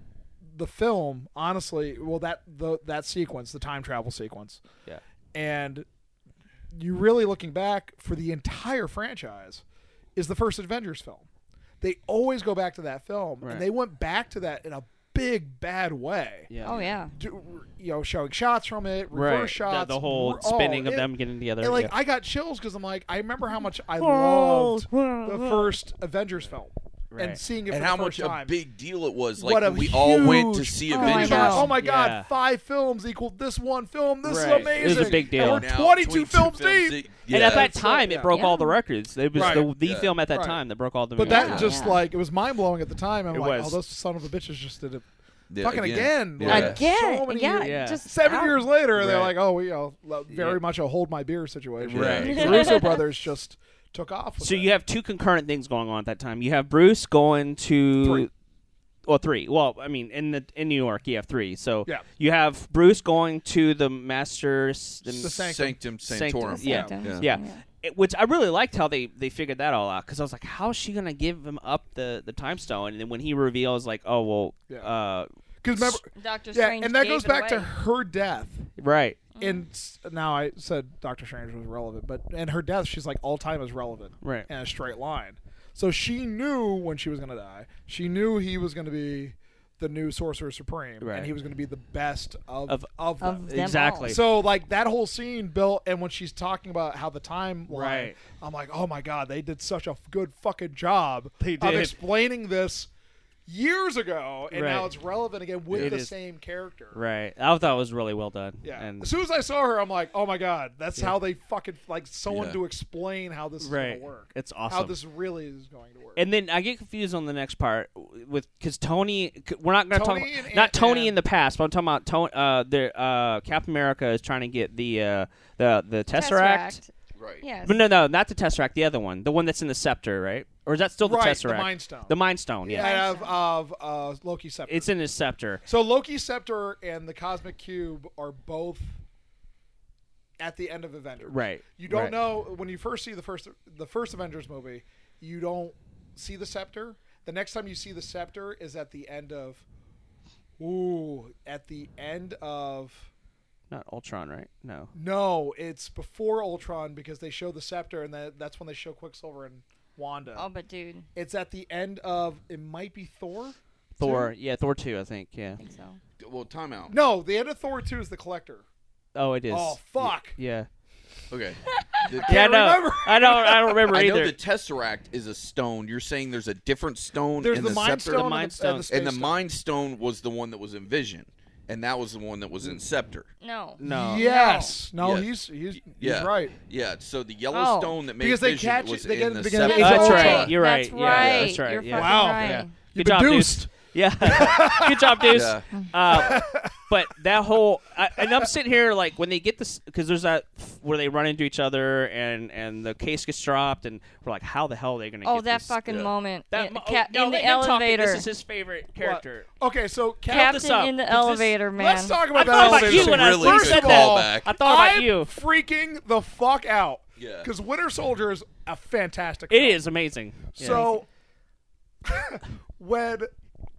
[SPEAKER 5] the film, honestly, well that the, that sequence, the time travel sequence,
[SPEAKER 1] Yeah.
[SPEAKER 5] and you really looking back for the entire franchise is the first Avengers film. They always go back to that film,
[SPEAKER 1] Right.
[SPEAKER 5] and they went back to that in a big bad way.
[SPEAKER 1] Yeah.
[SPEAKER 4] Oh yeah.
[SPEAKER 5] Do, you know, showing shots from it, reverse
[SPEAKER 1] Right. The-
[SPEAKER 5] shots,
[SPEAKER 1] The, whole
[SPEAKER 5] r- all-
[SPEAKER 1] spinning of
[SPEAKER 5] it-
[SPEAKER 1] them getting together.
[SPEAKER 5] and like
[SPEAKER 1] yeah.
[SPEAKER 5] I got chills because I'm like I remember how much I
[SPEAKER 4] Whoa,
[SPEAKER 5] loved
[SPEAKER 4] whoa,
[SPEAKER 5] the
[SPEAKER 4] whoa.
[SPEAKER 5] first Avengers film and
[SPEAKER 1] Right.
[SPEAKER 5] seeing it
[SPEAKER 2] and
[SPEAKER 5] for
[SPEAKER 2] how
[SPEAKER 5] the
[SPEAKER 2] much
[SPEAKER 5] first time.
[SPEAKER 2] a big deal it was. Like
[SPEAKER 5] what a
[SPEAKER 2] when we all went to
[SPEAKER 5] huge-
[SPEAKER 2] see
[SPEAKER 4] Oh my
[SPEAKER 2] Avengers.
[SPEAKER 4] God.
[SPEAKER 5] Oh my god!
[SPEAKER 1] Yeah.
[SPEAKER 5] Five films equaled this one film. This
[SPEAKER 1] Right.
[SPEAKER 5] is amazing.
[SPEAKER 1] It was a big deal.
[SPEAKER 5] And we're
[SPEAKER 2] Now,
[SPEAKER 5] 22,
[SPEAKER 2] 22
[SPEAKER 5] films deep.
[SPEAKER 2] deep.
[SPEAKER 1] and at
[SPEAKER 2] Yeah.
[SPEAKER 1] that
[SPEAKER 5] so-
[SPEAKER 1] time,
[SPEAKER 5] yeah.
[SPEAKER 1] it broke all
[SPEAKER 4] Yeah.
[SPEAKER 1] the records. It was
[SPEAKER 5] Right.
[SPEAKER 1] the, the
[SPEAKER 2] Yeah.
[SPEAKER 1] film at that
[SPEAKER 5] Right.
[SPEAKER 1] time that broke all the.
[SPEAKER 5] But
[SPEAKER 1] movies.
[SPEAKER 5] that
[SPEAKER 4] Yeah.
[SPEAKER 5] just like it was mind blowing at the time. I'm
[SPEAKER 1] It
[SPEAKER 5] like,
[SPEAKER 1] was.
[SPEAKER 5] oh, those son of a bitches just did it
[SPEAKER 2] Yeah,
[SPEAKER 5] fucking again.
[SPEAKER 2] Yeah.
[SPEAKER 5] Like,
[SPEAKER 4] Again.
[SPEAKER 5] so many
[SPEAKER 4] yeah.
[SPEAKER 5] years-
[SPEAKER 1] Yeah.
[SPEAKER 4] Just
[SPEAKER 5] Seven
[SPEAKER 4] out.
[SPEAKER 5] years later, they're
[SPEAKER 1] Right.
[SPEAKER 5] like, oh, we uh, lo- very
[SPEAKER 1] Yeah.
[SPEAKER 5] much a hold my beer situation.
[SPEAKER 2] Right.
[SPEAKER 5] The Russo brothers just took off. With
[SPEAKER 1] So
[SPEAKER 5] it.
[SPEAKER 1] you have two concurrent things going on at that time. You have Bruce going to
[SPEAKER 5] Three.
[SPEAKER 1] well three. Well, I mean in the in New York you have three. So
[SPEAKER 5] Yeah.
[SPEAKER 1] you have Bruce going to the masters the,
[SPEAKER 5] The
[SPEAKER 2] Sanctum
[SPEAKER 5] Sanctum.
[SPEAKER 2] Sanctorum.
[SPEAKER 1] Yeah.
[SPEAKER 4] Sanctum.
[SPEAKER 1] Yeah.
[SPEAKER 4] Yeah.
[SPEAKER 1] It- which I really liked how they, they figured that all out because I was like, how is she gonna give him up the, the time stone? And then when he reveals like, oh well,
[SPEAKER 5] Yeah.
[SPEAKER 1] uh,
[SPEAKER 5] because remember,
[SPEAKER 4] Doctor
[SPEAKER 5] yeah,
[SPEAKER 4] Strange
[SPEAKER 5] and that
[SPEAKER 4] gave
[SPEAKER 5] goes
[SPEAKER 4] it
[SPEAKER 5] back to
[SPEAKER 4] away.
[SPEAKER 5] her death.
[SPEAKER 1] right,
[SPEAKER 5] And s- now I said Doctor Strange was relevant, but and her death, she's like all time is relevant,
[SPEAKER 1] Right.
[SPEAKER 5] In a straight line. So she knew when she was gonna die. She knew he was gonna be the new Sorcerer Supreme,
[SPEAKER 1] Right.
[SPEAKER 5] and he was gonna be the best of
[SPEAKER 1] Of-
[SPEAKER 5] of, them.
[SPEAKER 4] Of them all.
[SPEAKER 1] exactly.
[SPEAKER 5] So like that whole scene built, and when she's talking about how the timeline,
[SPEAKER 1] Right.
[SPEAKER 5] I'm like, oh my god, they did such a f- good fucking job
[SPEAKER 1] They
[SPEAKER 5] of
[SPEAKER 1] did.
[SPEAKER 5] explaining this years ago, and now
[SPEAKER 1] Right.
[SPEAKER 5] it's relevant again with
[SPEAKER 1] It
[SPEAKER 5] the
[SPEAKER 1] is.
[SPEAKER 5] same character.
[SPEAKER 1] Right. I thought it was really well done.
[SPEAKER 5] Yeah.
[SPEAKER 1] And
[SPEAKER 5] as soon as I saw her, I'm like, oh my god, that's how they fucking like someone
[SPEAKER 2] Yeah.
[SPEAKER 5] to explain how this is
[SPEAKER 1] right.
[SPEAKER 5] gonna work,
[SPEAKER 1] It's
[SPEAKER 5] how
[SPEAKER 1] awesome.
[SPEAKER 5] this really is going to work.
[SPEAKER 1] and then I get confused on the next part with because Tony. c- We're not going to talk
[SPEAKER 5] Tony
[SPEAKER 1] about,
[SPEAKER 5] and
[SPEAKER 1] not Tony
[SPEAKER 5] Ant-Man.
[SPEAKER 1] in the past, but I'm talking about Tony. Uh, the uh, Captain America is trying to get the uh, the the tesseract.
[SPEAKER 2] Right.
[SPEAKER 4] Yes.
[SPEAKER 1] But no, no, not the tesseract. The other one, the one that's in the scepter, right? Or is that still the
[SPEAKER 5] right,
[SPEAKER 1] tesseract?
[SPEAKER 5] the Mind Stone.
[SPEAKER 1] The Mind Stone. Yeah.
[SPEAKER 5] I have of uh, Loki scepter.
[SPEAKER 1] It's in his scepter.
[SPEAKER 5] so Loki scepter and the cosmic cube are both at the end of Avengers.
[SPEAKER 1] Right.
[SPEAKER 5] You don't
[SPEAKER 1] right.
[SPEAKER 5] know when you first see the first the first Avengers movie, you don't see the scepter. The next time you see the scepter is at the end of ooh, at the end of
[SPEAKER 1] Not Ultron, right? No.
[SPEAKER 5] no, it's before Ultron because they show the scepter and that, that's when they show Quicksilver and Wanda.
[SPEAKER 4] Oh, but dude,
[SPEAKER 5] It's at the end of it might be Thor.
[SPEAKER 1] Thor. Yeah, Thor two. I think. Yeah.
[SPEAKER 4] I think so.
[SPEAKER 2] Well, timeout.
[SPEAKER 5] No, the end of Thor two is the Collector.
[SPEAKER 1] Oh, it is.
[SPEAKER 5] Oh fuck!
[SPEAKER 1] Yeah.
[SPEAKER 2] Okay. The-
[SPEAKER 1] Yeah. No.
[SPEAKER 5] remember.
[SPEAKER 1] I don't. I don't remember
[SPEAKER 2] I
[SPEAKER 1] either.
[SPEAKER 2] know the Tesseract is a stone. You're saying there's a different stone
[SPEAKER 5] There's
[SPEAKER 2] in
[SPEAKER 5] the,
[SPEAKER 2] the,
[SPEAKER 5] Mind
[SPEAKER 2] scepter.
[SPEAKER 5] Stone,
[SPEAKER 1] Mind
[SPEAKER 5] and the,
[SPEAKER 1] Stone.
[SPEAKER 5] and the Space
[SPEAKER 2] and the
[SPEAKER 5] Stone.
[SPEAKER 2] Mind Stone was the one that was in Vision, and that was the one that was in Scepter.
[SPEAKER 4] No.
[SPEAKER 1] no.
[SPEAKER 5] Yes. No,
[SPEAKER 2] Yeah.
[SPEAKER 5] he's he's,
[SPEAKER 2] Yeah.
[SPEAKER 5] he's right
[SPEAKER 2] Yeah, so the yellow
[SPEAKER 4] Oh.
[SPEAKER 2] stone that made
[SPEAKER 5] Because they
[SPEAKER 2] Vision
[SPEAKER 5] catch it-
[SPEAKER 2] was
[SPEAKER 5] they
[SPEAKER 2] in
[SPEAKER 5] get it at
[SPEAKER 2] the
[SPEAKER 5] the beginning of
[SPEAKER 2] Scepter.
[SPEAKER 1] That's
[SPEAKER 4] That's
[SPEAKER 1] right.
[SPEAKER 4] right.
[SPEAKER 1] You're right.
[SPEAKER 4] That's
[SPEAKER 1] Yeah, yeah,
[SPEAKER 4] right.
[SPEAKER 1] that's right.
[SPEAKER 4] You're
[SPEAKER 1] Yeah.
[SPEAKER 4] fucking
[SPEAKER 5] Wow.
[SPEAKER 4] right.
[SPEAKER 5] Yeah.
[SPEAKER 1] Good job,
[SPEAKER 5] Reduced.
[SPEAKER 1] Deuce. Yeah. Good job, Deuce.
[SPEAKER 2] Yeah.
[SPEAKER 1] Uh, but that whole I, and I'm sitting here like when they get this because there's that f- where they run into each other and and the case gets dropped and we're like how the hell are they gonna
[SPEAKER 4] Oh,
[SPEAKER 1] get
[SPEAKER 4] that
[SPEAKER 1] this-
[SPEAKER 4] fucking
[SPEAKER 2] yeah.
[SPEAKER 4] moment
[SPEAKER 1] that
[SPEAKER 4] in,
[SPEAKER 1] mo- oh,
[SPEAKER 4] ca-
[SPEAKER 1] no,
[SPEAKER 4] in the
[SPEAKER 1] him talking,
[SPEAKER 4] elevator.
[SPEAKER 1] this is his favorite character
[SPEAKER 5] Okay, so Cap,
[SPEAKER 1] this
[SPEAKER 4] Captain
[SPEAKER 1] up.
[SPEAKER 4] in the
[SPEAKER 1] Did this-
[SPEAKER 4] elevator, man.
[SPEAKER 5] let's talk
[SPEAKER 1] I
[SPEAKER 5] about that.
[SPEAKER 1] thought about
[SPEAKER 5] elevator
[SPEAKER 1] you
[SPEAKER 5] scene.
[SPEAKER 1] when I
[SPEAKER 2] Really
[SPEAKER 1] first
[SPEAKER 2] good
[SPEAKER 1] said that
[SPEAKER 2] callback.
[SPEAKER 1] I thought about
[SPEAKER 5] I'm
[SPEAKER 1] you
[SPEAKER 5] freaking the fuck out.
[SPEAKER 2] Yeah.
[SPEAKER 5] Because Winter Soldier is a fantastic.
[SPEAKER 1] it
[SPEAKER 5] film.
[SPEAKER 1] is amazing Yeah.
[SPEAKER 5] So when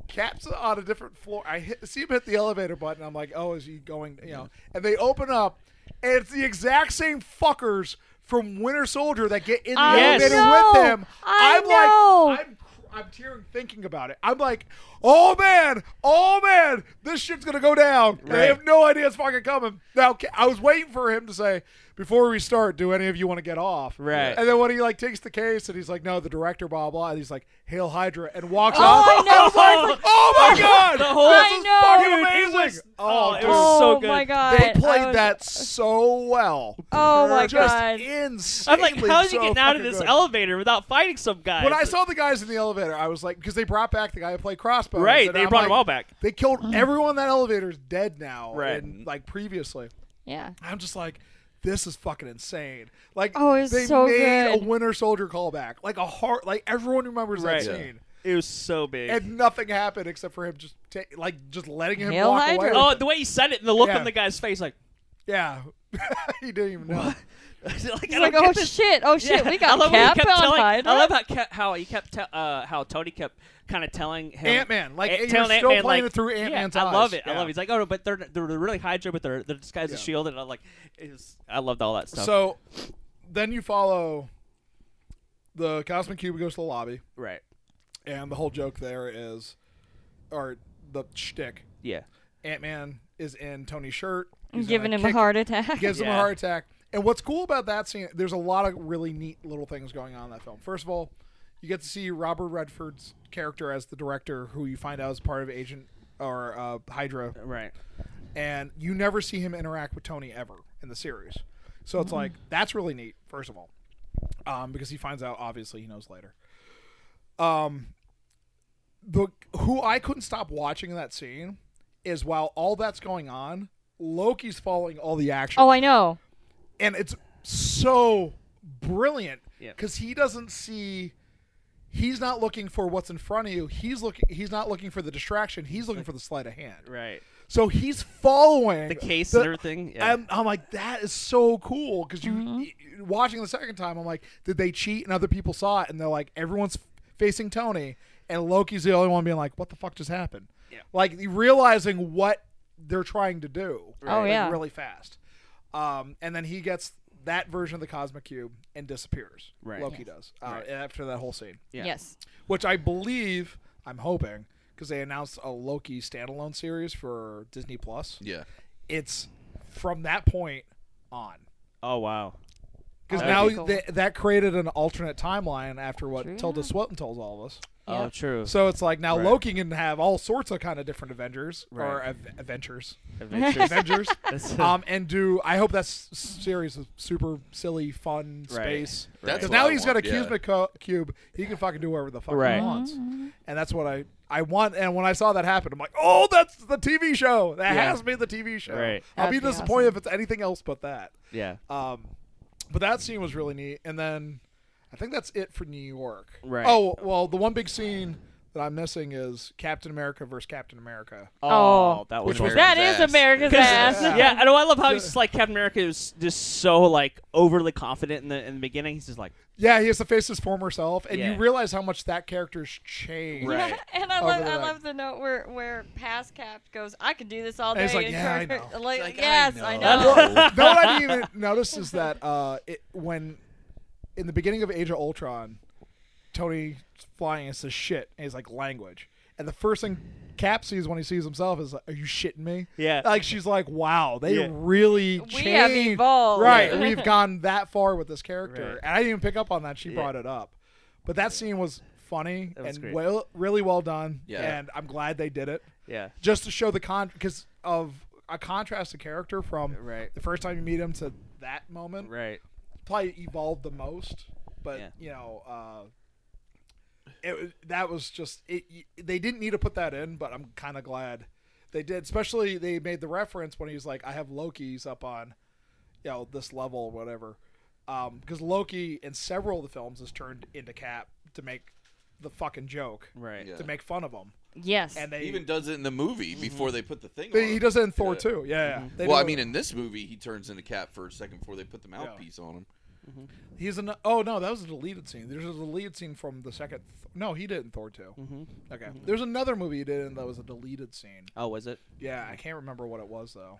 [SPEAKER 5] Cap's on a different floor, I hit, see him hit the elevator button. I'm like, oh, is he going? You know,
[SPEAKER 1] Mm-hmm.
[SPEAKER 5] and they open up, and it's the exact same fuckers from Winter Soldier that get in the
[SPEAKER 4] I
[SPEAKER 5] elevator
[SPEAKER 4] know.
[SPEAKER 5] with him.
[SPEAKER 4] I
[SPEAKER 5] am
[SPEAKER 4] know.
[SPEAKER 5] like, I'm. cr- I'm tearing thinking about it. I'm like, oh man, oh man, this shit's gonna go down. And I
[SPEAKER 1] Right.
[SPEAKER 5] have no idea it's fucking coming. Now Ca- I was waiting for him to say, before we start, do any of you want to get off?
[SPEAKER 1] Right.
[SPEAKER 5] And then when he like takes the case and he's like, no, the director, blah blah, and he's like, hail Hydra, and walks
[SPEAKER 4] Oh,
[SPEAKER 5] off.
[SPEAKER 4] I know.
[SPEAKER 5] was like, oh my god,
[SPEAKER 1] The whole-
[SPEAKER 5] this
[SPEAKER 4] I
[SPEAKER 5] is
[SPEAKER 4] know.
[SPEAKER 5] fucking
[SPEAKER 1] Dude, it
[SPEAKER 5] amazing.
[SPEAKER 1] was- oh,
[SPEAKER 5] oh,
[SPEAKER 1] it
[SPEAKER 5] dude.
[SPEAKER 1] was-
[SPEAKER 4] oh
[SPEAKER 1] so good.
[SPEAKER 4] my god.
[SPEAKER 5] they played
[SPEAKER 4] I was-
[SPEAKER 5] that so well.
[SPEAKER 4] Oh my
[SPEAKER 5] Just
[SPEAKER 4] god.
[SPEAKER 5] insanely
[SPEAKER 1] I'm like how is he
[SPEAKER 5] so
[SPEAKER 1] getting out of
[SPEAKER 5] fucking
[SPEAKER 1] this
[SPEAKER 5] good.
[SPEAKER 1] elevator without fighting some guy
[SPEAKER 5] When I saw the guys in the elevator, I was like, because they brought back the guy who played Crossbow.
[SPEAKER 1] right they brought
[SPEAKER 5] like,
[SPEAKER 1] him all back
[SPEAKER 5] They killed
[SPEAKER 4] Mm.
[SPEAKER 5] everyone. in That elevator's dead now.
[SPEAKER 1] Right.
[SPEAKER 5] And like previously,
[SPEAKER 4] yeah.
[SPEAKER 5] I'm just like, this is fucking insane. Like,
[SPEAKER 4] Oh, it's
[SPEAKER 5] they
[SPEAKER 4] so
[SPEAKER 5] made a
[SPEAKER 4] good.
[SPEAKER 5] Winter Soldier callback, like a heart. Like everyone remembers
[SPEAKER 1] Right.
[SPEAKER 5] that
[SPEAKER 1] Yeah.
[SPEAKER 5] scene,
[SPEAKER 1] it was so big
[SPEAKER 5] and nothing happened except for him just ta- like just letting him
[SPEAKER 4] Hail
[SPEAKER 5] walk away.
[SPEAKER 4] Hydra.
[SPEAKER 1] oh the way he said it and the look
[SPEAKER 5] Yeah.
[SPEAKER 1] on the guy's face like
[SPEAKER 5] yeah. he didn't even know.
[SPEAKER 1] like, I
[SPEAKER 4] It's like,
[SPEAKER 1] don't
[SPEAKER 4] oh
[SPEAKER 1] get this.
[SPEAKER 4] shit, oh shit, we got
[SPEAKER 1] I love
[SPEAKER 4] Cap
[SPEAKER 1] how he kept
[SPEAKER 4] on
[SPEAKER 1] telling,
[SPEAKER 4] Hydra.
[SPEAKER 1] I love how kept, how he kept te- uh, how Tony kept kind of telling him
[SPEAKER 5] Ant Man, like
[SPEAKER 1] Ant-
[SPEAKER 5] you're
[SPEAKER 1] telling
[SPEAKER 5] still
[SPEAKER 1] Ant-Man,
[SPEAKER 5] playing
[SPEAKER 1] like,
[SPEAKER 5] it through Ant
[SPEAKER 1] yeah,
[SPEAKER 5] Man's
[SPEAKER 1] I
[SPEAKER 5] eyes.
[SPEAKER 1] love it. I
[SPEAKER 5] Yeah.
[SPEAKER 1] love. it. He's like, oh, no, but they're they're really Hydra, but they're they're disguised as
[SPEAKER 5] Yeah.
[SPEAKER 1] Shield, and I'm like, it's, I loved all that stuff.
[SPEAKER 5] So then you follow the Cosmic Cube goes to the lobby,
[SPEAKER 1] right,
[SPEAKER 5] and the whole joke there is, or the shtick,
[SPEAKER 1] yeah,
[SPEAKER 5] Ant Man is in Tony's shirt,
[SPEAKER 4] I'm
[SPEAKER 5] he's
[SPEAKER 4] giving him a
[SPEAKER 5] kick-
[SPEAKER 4] heart attack.
[SPEAKER 5] gives him a
[SPEAKER 1] Yeah.
[SPEAKER 5] heart attack. And what's cool about that scene? There's a lot of really neat little things going on in that film. First of all, you get to see Robert Redford's character as the director, who you find out is part of Agent or uh, Hydra
[SPEAKER 1] right,
[SPEAKER 5] and you never see him interact with Tony ever in the series. So it's like that's really neat, first of all, um, because he finds out. Obviously, he knows later. Um, the who I couldn't stop watching in that scene is while all that's going on, Loki's following all the action,
[SPEAKER 4] Oh, I know.
[SPEAKER 5] and it's so brilliant
[SPEAKER 1] Yeah.
[SPEAKER 5] because he doesn't see. He's not looking for what's in front of you. He's looking. He's not looking for the distraction. He's looking for the sleight of hand.
[SPEAKER 1] right.
[SPEAKER 5] So he's following
[SPEAKER 1] The case
[SPEAKER 5] the-
[SPEAKER 1] and everything. Yeah.
[SPEAKER 5] I'm, I'm like, that is so cool because you
[SPEAKER 4] Mm-hmm.
[SPEAKER 5] y- y- watching the second time, I'm like, did they cheat and other people saw it? And they're like, everyone's f- facing Tony, and Loki's the only one being like, what the fuck just happened?
[SPEAKER 1] Yeah.
[SPEAKER 5] Like realizing what they're trying to do.
[SPEAKER 4] Oh,
[SPEAKER 5] like,
[SPEAKER 4] yeah.
[SPEAKER 5] really fast. Um, and then he gets that version of the Cosmic Cube and disappears.
[SPEAKER 1] Right.
[SPEAKER 5] Loki does uh, after that whole scene
[SPEAKER 1] Yeah.
[SPEAKER 4] Yes.
[SPEAKER 5] which I believe I'm hoping because they announced a Loki standalone series for Disney Plus.
[SPEAKER 2] Yeah.
[SPEAKER 5] It's from that point on.
[SPEAKER 1] oh wow,
[SPEAKER 5] Because
[SPEAKER 4] That'd
[SPEAKER 5] now
[SPEAKER 4] be cool.
[SPEAKER 5] th- that created an alternate timeline after what
[SPEAKER 4] True,
[SPEAKER 5] Tilda
[SPEAKER 4] yeah.
[SPEAKER 5] Swinton told all of us.
[SPEAKER 1] Oh,
[SPEAKER 4] Yep.
[SPEAKER 1] true.
[SPEAKER 5] So it's like now
[SPEAKER 1] Right.
[SPEAKER 5] Loki can have all sorts of kind of different Avengers or
[SPEAKER 1] Right.
[SPEAKER 5] av- adventures,
[SPEAKER 1] Adventures.
[SPEAKER 5] Avengers.
[SPEAKER 1] That's-
[SPEAKER 5] um, and do I hope that s- series is super silly, fun space.
[SPEAKER 1] Right.
[SPEAKER 2] That's
[SPEAKER 5] Because
[SPEAKER 2] what
[SPEAKER 5] now
[SPEAKER 2] I
[SPEAKER 5] he's got a
[SPEAKER 2] want, yeah.
[SPEAKER 5] Cubes co- cube, he can fucking do whatever the fuck
[SPEAKER 1] Right.
[SPEAKER 5] he wants,
[SPEAKER 4] Mm-hmm.
[SPEAKER 5] and that's what I I want. And when I saw that happen, I'm like, oh, that's the TV show. That
[SPEAKER 1] Yeah.
[SPEAKER 5] has to be the TV show.
[SPEAKER 1] Right.
[SPEAKER 5] I'll be
[SPEAKER 4] That'd be
[SPEAKER 5] disappointed
[SPEAKER 4] awesome.
[SPEAKER 5] if it's anything else but that.
[SPEAKER 1] yeah.
[SPEAKER 5] Um, but that scene was really neat. And then I think that's it for New York.
[SPEAKER 1] Right.
[SPEAKER 5] Oh well, the one big scene that I'm missing is Captain America versus Captain America.
[SPEAKER 1] Oh,
[SPEAKER 4] Oh.
[SPEAKER 1] that was
[SPEAKER 2] Which was
[SPEAKER 1] very-
[SPEAKER 4] That
[SPEAKER 2] America's
[SPEAKER 4] is
[SPEAKER 2] ass.
[SPEAKER 4] America's
[SPEAKER 1] 'Cause-
[SPEAKER 4] ass.
[SPEAKER 5] Yeah.
[SPEAKER 1] Yeah, I know. I love how he's just like Captain America is just so like overly confident in the in the beginning. He's just like,
[SPEAKER 5] Yeah, he has to face his former self, and
[SPEAKER 1] Yeah.
[SPEAKER 5] you realize how much that character's changed.
[SPEAKER 1] Right.
[SPEAKER 4] and I
[SPEAKER 5] Over
[SPEAKER 4] love,
[SPEAKER 5] the
[SPEAKER 4] I
[SPEAKER 5] back.
[SPEAKER 4] love the note where where past cap goes. I can do this all
[SPEAKER 5] And
[SPEAKER 4] day.
[SPEAKER 5] he's like, "Yeah, I
[SPEAKER 4] Carter-
[SPEAKER 5] know."
[SPEAKER 4] like,
[SPEAKER 2] It's like, I
[SPEAKER 4] yes, I
[SPEAKER 2] know.
[SPEAKER 4] know.
[SPEAKER 5] Well, no, what I didn't even notice is that uh, it, when in the beginning of Age of Ultron, Tony flying is says shit, and he's like language, and the first thing Cap sees when he sees himself is, like, "Are you shitting me?"
[SPEAKER 1] Yeah.
[SPEAKER 5] like she's like, "Wow, they
[SPEAKER 1] Yeah.
[SPEAKER 5] really
[SPEAKER 4] We have
[SPEAKER 5] changed."
[SPEAKER 4] evolved.
[SPEAKER 5] right?
[SPEAKER 4] Yeah.
[SPEAKER 5] We've gone that far with this character,
[SPEAKER 1] Right.
[SPEAKER 5] and I didn't even pick up on that. She
[SPEAKER 1] Yeah.
[SPEAKER 5] brought it up, but that scene was funny
[SPEAKER 1] That was
[SPEAKER 5] and
[SPEAKER 1] great.
[SPEAKER 5] well, really well done,
[SPEAKER 2] Yeah.
[SPEAKER 5] and I'm glad they did it
[SPEAKER 1] yeah,
[SPEAKER 5] just to show the con because of a contrast of character from
[SPEAKER 1] Right.
[SPEAKER 5] the first time you meet him to that moment
[SPEAKER 1] right,
[SPEAKER 5] probably evolved the most but
[SPEAKER 1] Yeah.
[SPEAKER 5] you know uh it was- that was just it y- they didn't need to put that in but i'm kind of glad they did especially they made the reference when he's like i have loki's up on you know this level or whatever um because loki in several of the films is turned into cap to make the fucking joke
[SPEAKER 1] right.
[SPEAKER 2] Yeah.
[SPEAKER 5] to make fun of him
[SPEAKER 4] yes.
[SPEAKER 5] and they
[SPEAKER 2] He even does it in the movie
[SPEAKER 1] Mm-hmm.
[SPEAKER 2] before they put the thing.
[SPEAKER 5] they,
[SPEAKER 2] on
[SPEAKER 5] he
[SPEAKER 2] him.
[SPEAKER 5] does it in Thor
[SPEAKER 2] Yeah.
[SPEAKER 5] too. Yeah. yeah. They
[SPEAKER 2] Well,
[SPEAKER 5] do
[SPEAKER 2] I
[SPEAKER 5] it.
[SPEAKER 2] mean, in this movie, he turns into Cap for a second before they put the mouthpiece on him.
[SPEAKER 5] he's an. Oh no, that was a deleted scene. There's a deleted scene from the second. Th- no, he did in Thor 2
[SPEAKER 1] Mm-hmm.
[SPEAKER 5] Okay. There's another movie he did in that was a deleted scene.
[SPEAKER 1] Oh, was it?
[SPEAKER 5] Yeah, I can't remember what it was though.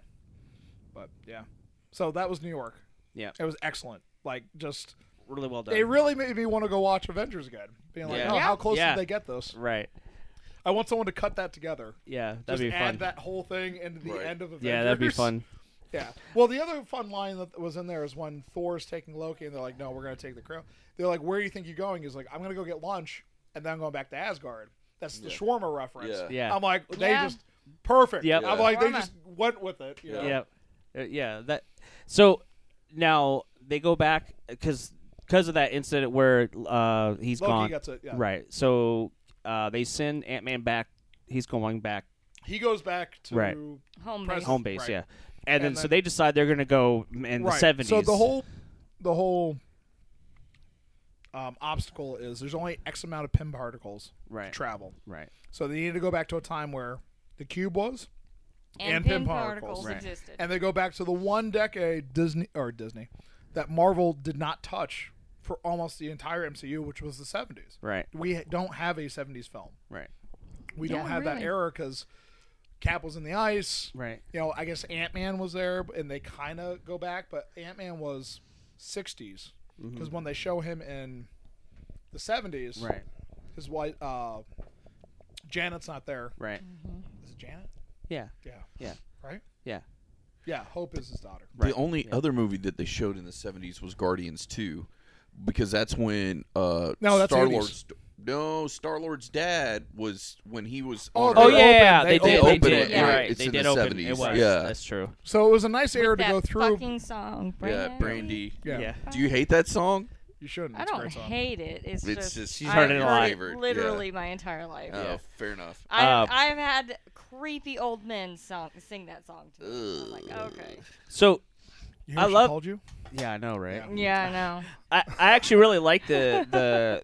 [SPEAKER 5] But yeah, so that was New York.
[SPEAKER 1] Yeah.
[SPEAKER 5] It was excellent. Like just
[SPEAKER 1] Really well done.
[SPEAKER 5] they really made me want to go watch Avengers again. Being like,
[SPEAKER 1] Yeah.
[SPEAKER 5] oh,
[SPEAKER 1] Yeah.
[SPEAKER 5] how close
[SPEAKER 1] Yeah.
[SPEAKER 5] did they get this?
[SPEAKER 1] right.
[SPEAKER 5] I want someone to cut that together.
[SPEAKER 1] Yeah, that'd
[SPEAKER 5] Just
[SPEAKER 1] be
[SPEAKER 5] add
[SPEAKER 1] fun.
[SPEAKER 5] that whole thing into the
[SPEAKER 2] Right.
[SPEAKER 5] end of Avengers.
[SPEAKER 1] yeah, that'd be fun.
[SPEAKER 5] Yeah. Well, the other fun line that was in there is when Thor's taking Loki, and they're like, "No, we're gonna take the crown." They're like, "Where do you think you're going?" He's like, "I'm gonna go get lunch, and then I'm going back to Asgard." That's the
[SPEAKER 2] Yeah.
[SPEAKER 5] shawarma reference.
[SPEAKER 2] Yeah.
[SPEAKER 1] Yeah.
[SPEAKER 5] I'm like, they
[SPEAKER 4] Yeah.
[SPEAKER 5] just perfect.
[SPEAKER 1] Yep.
[SPEAKER 5] I'm
[SPEAKER 2] Yeah.
[SPEAKER 5] like, they
[SPEAKER 4] Shawarma.
[SPEAKER 5] just went with it. you
[SPEAKER 2] Yeah.
[SPEAKER 5] know?
[SPEAKER 1] Yeah, Uh, yeah. That. So now they go back because because of that incident where uh he's
[SPEAKER 5] Loki
[SPEAKER 1] gone.
[SPEAKER 5] gets it. Yeah.
[SPEAKER 1] Right. So uh they send Ant Man back. He's going back
[SPEAKER 5] He goes back to
[SPEAKER 1] Right.
[SPEAKER 4] Home
[SPEAKER 5] Pres-
[SPEAKER 4] base.
[SPEAKER 1] home base.
[SPEAKER 5] Right.
[SPEAKER 1] Yeah. And,
[SPEAKER 5] And
[SPEAKER 1] then, so
[SPEAKER 5] then-
[SPEAKER 1] they decide they're gonna go in the
[SPEAKER 5] right.
[SPEAKER 1] seventies.
[SPEAKER 5] So the whole, the whole. Um, obstacle is there's only X amount of pin particles to
[SPEAKER 1] right,
[SPEAKER 5] travel,
[SPEAKER 1] right,
[SPEAKER 5] so they need to go back to a time where the cube was,
[SPEAKER 4] and,
[SPEAKER 5] and
[SPEAKER 4] pin
[SPEAKER 5] pin particles.
[SPEAKER 4] particles
[SPEAKER 1] Right.
[SPEAKER 4] existed.
[SPEAKER 5] and they go back to the one decade Disney or Disney that Marvel did not touch for almost the entire MCU, which was the 70s.
[SPEAKER 1] right,
[SPEAKER 5] We don't have a 70s film.
[SPEAKER 1] right,
[SPEAKER 5] We don't
[SPEAKER 4] Yeah,
[SPEAKER 5] have that
[SPEAKER 4] really.
[SPEAKER 5] era because Cap was in the ice.
[SPEAKER 1] right.
[SPEAKER 5] You know, I guess Ant Man was there, and they kind of go back, but Ant Man was 60s
[SPEAKER 1] Mm-hmm.
[SPEAKER 5] because when they show him in the 70s,
[SPEAKER 1] Right,
[SPEAKER 5] his wife uh, Janet's not there.
[SPEAKER 1] right.
[SPEAKER 5] Is it Janet?
[SPEAKER 1] Yeah,
[SPEAKER 5] Yeah.
[SPEAKER 1] yeah,
[SPEAKER 5] Right.
[SPEAKER 1] yeah.
[SPEAKER 5] Yeah. Hope is his daughter.
[SPEAKER 1] Right.
[SPEAKER 2] The only
[SPEAKER 1] Yeah.
[SPEAKER 2] other movie that they showed in the 70s was Guardians 2 because that's when uh
[SPEAKER 5] No, that's
[SPEAKER 2] Star
[SPEAKER 5] 80s.
[SPEAKER 2] Lord's No, Star-Lord's dad was when he was
[SPEAKER 5] Oh,
[SPEAKER 2] on
[SPEAKER 5] they
[SPEAKER 1] Oh
[SPEAKER 2] Earth.
[SPEAKER 1] yeah,
[SPEAKER 5] open-
[SPEAKER 1] yeah, they,
[SPEAKER 5] they
[SPEAKER 1] did.
[SPEAKER 5] open
[SPEAKER 1] they
[SPEAKER 5] it,
[SPEAKER 1] did. You're
[SPEAKER 5] right.
[SPEAKER 1] right.
[SPEAKER 2] It's
[SPEAKER 1] They
[SPEAKER 2] in
[SPEAKER 1] did
[SPEAKER 2] the
[SPEAKER 1] open. It
[SPEAKER 2] 70s,
[SPEAKER 1] was.
[SPEAKER 2] yeah.
[SPEAKER 1] That's true.
[SPEAKER 5] So it was a nice era
[SPEAKER 4] With
[SPEAKER 5] to
[SPEAKER 4] that
[SPEAKER 5] go through.
[SPEAKER 4] fucking song.
[SPEAKER 2] Yeah,
[SPEAKER 4] Brandy.
[SPEAKER 2] Brandy.
[SPEAKER 5] Yeah.
[SPEAKER 1] Yeah.
[SPEAKER 2] Do you hate that song?
[SPEAKER 5] You shouldn't.
[SPEAKER 4] I
[SPEAKER 5] It's a
[SPEAKER 4] don't
[SPEAKER 5] great song.
[SPEAKER 4] hate it. It's,
[SPEAKER 2] It's
[SPEAKER 4] just,
[SPEAKER 2] just-
[SPEAKER 1] She's
[SPEAKER 4] I've
[SPEAKER 1] heard it a lot.
[SPEAKER 4] heard
[SPEAKER 2] Favorite, yeah.
[SPEAKER 4] Literally my entire life.
[SPEAKER 2] Oh,
[SPEAKER 1] Yeah.
[SPEAKER 2] fair enough.
[SPEAKER 4] I,
[SPEAKER 1] Uh,
[SPEAKER 4] I've had creepy old men song, sing that song to me. I'm like, okay.
[SPEAKER 1] So
[SPEAKER 5] You
[SPEAKER 1] I love-
[SPEAKER 5] called you.
[SPEAKER 1] yeah, I know, right?
[SPEAKER 4] Yeah, I know.
[SPEAKER 1] I, I actually really like the the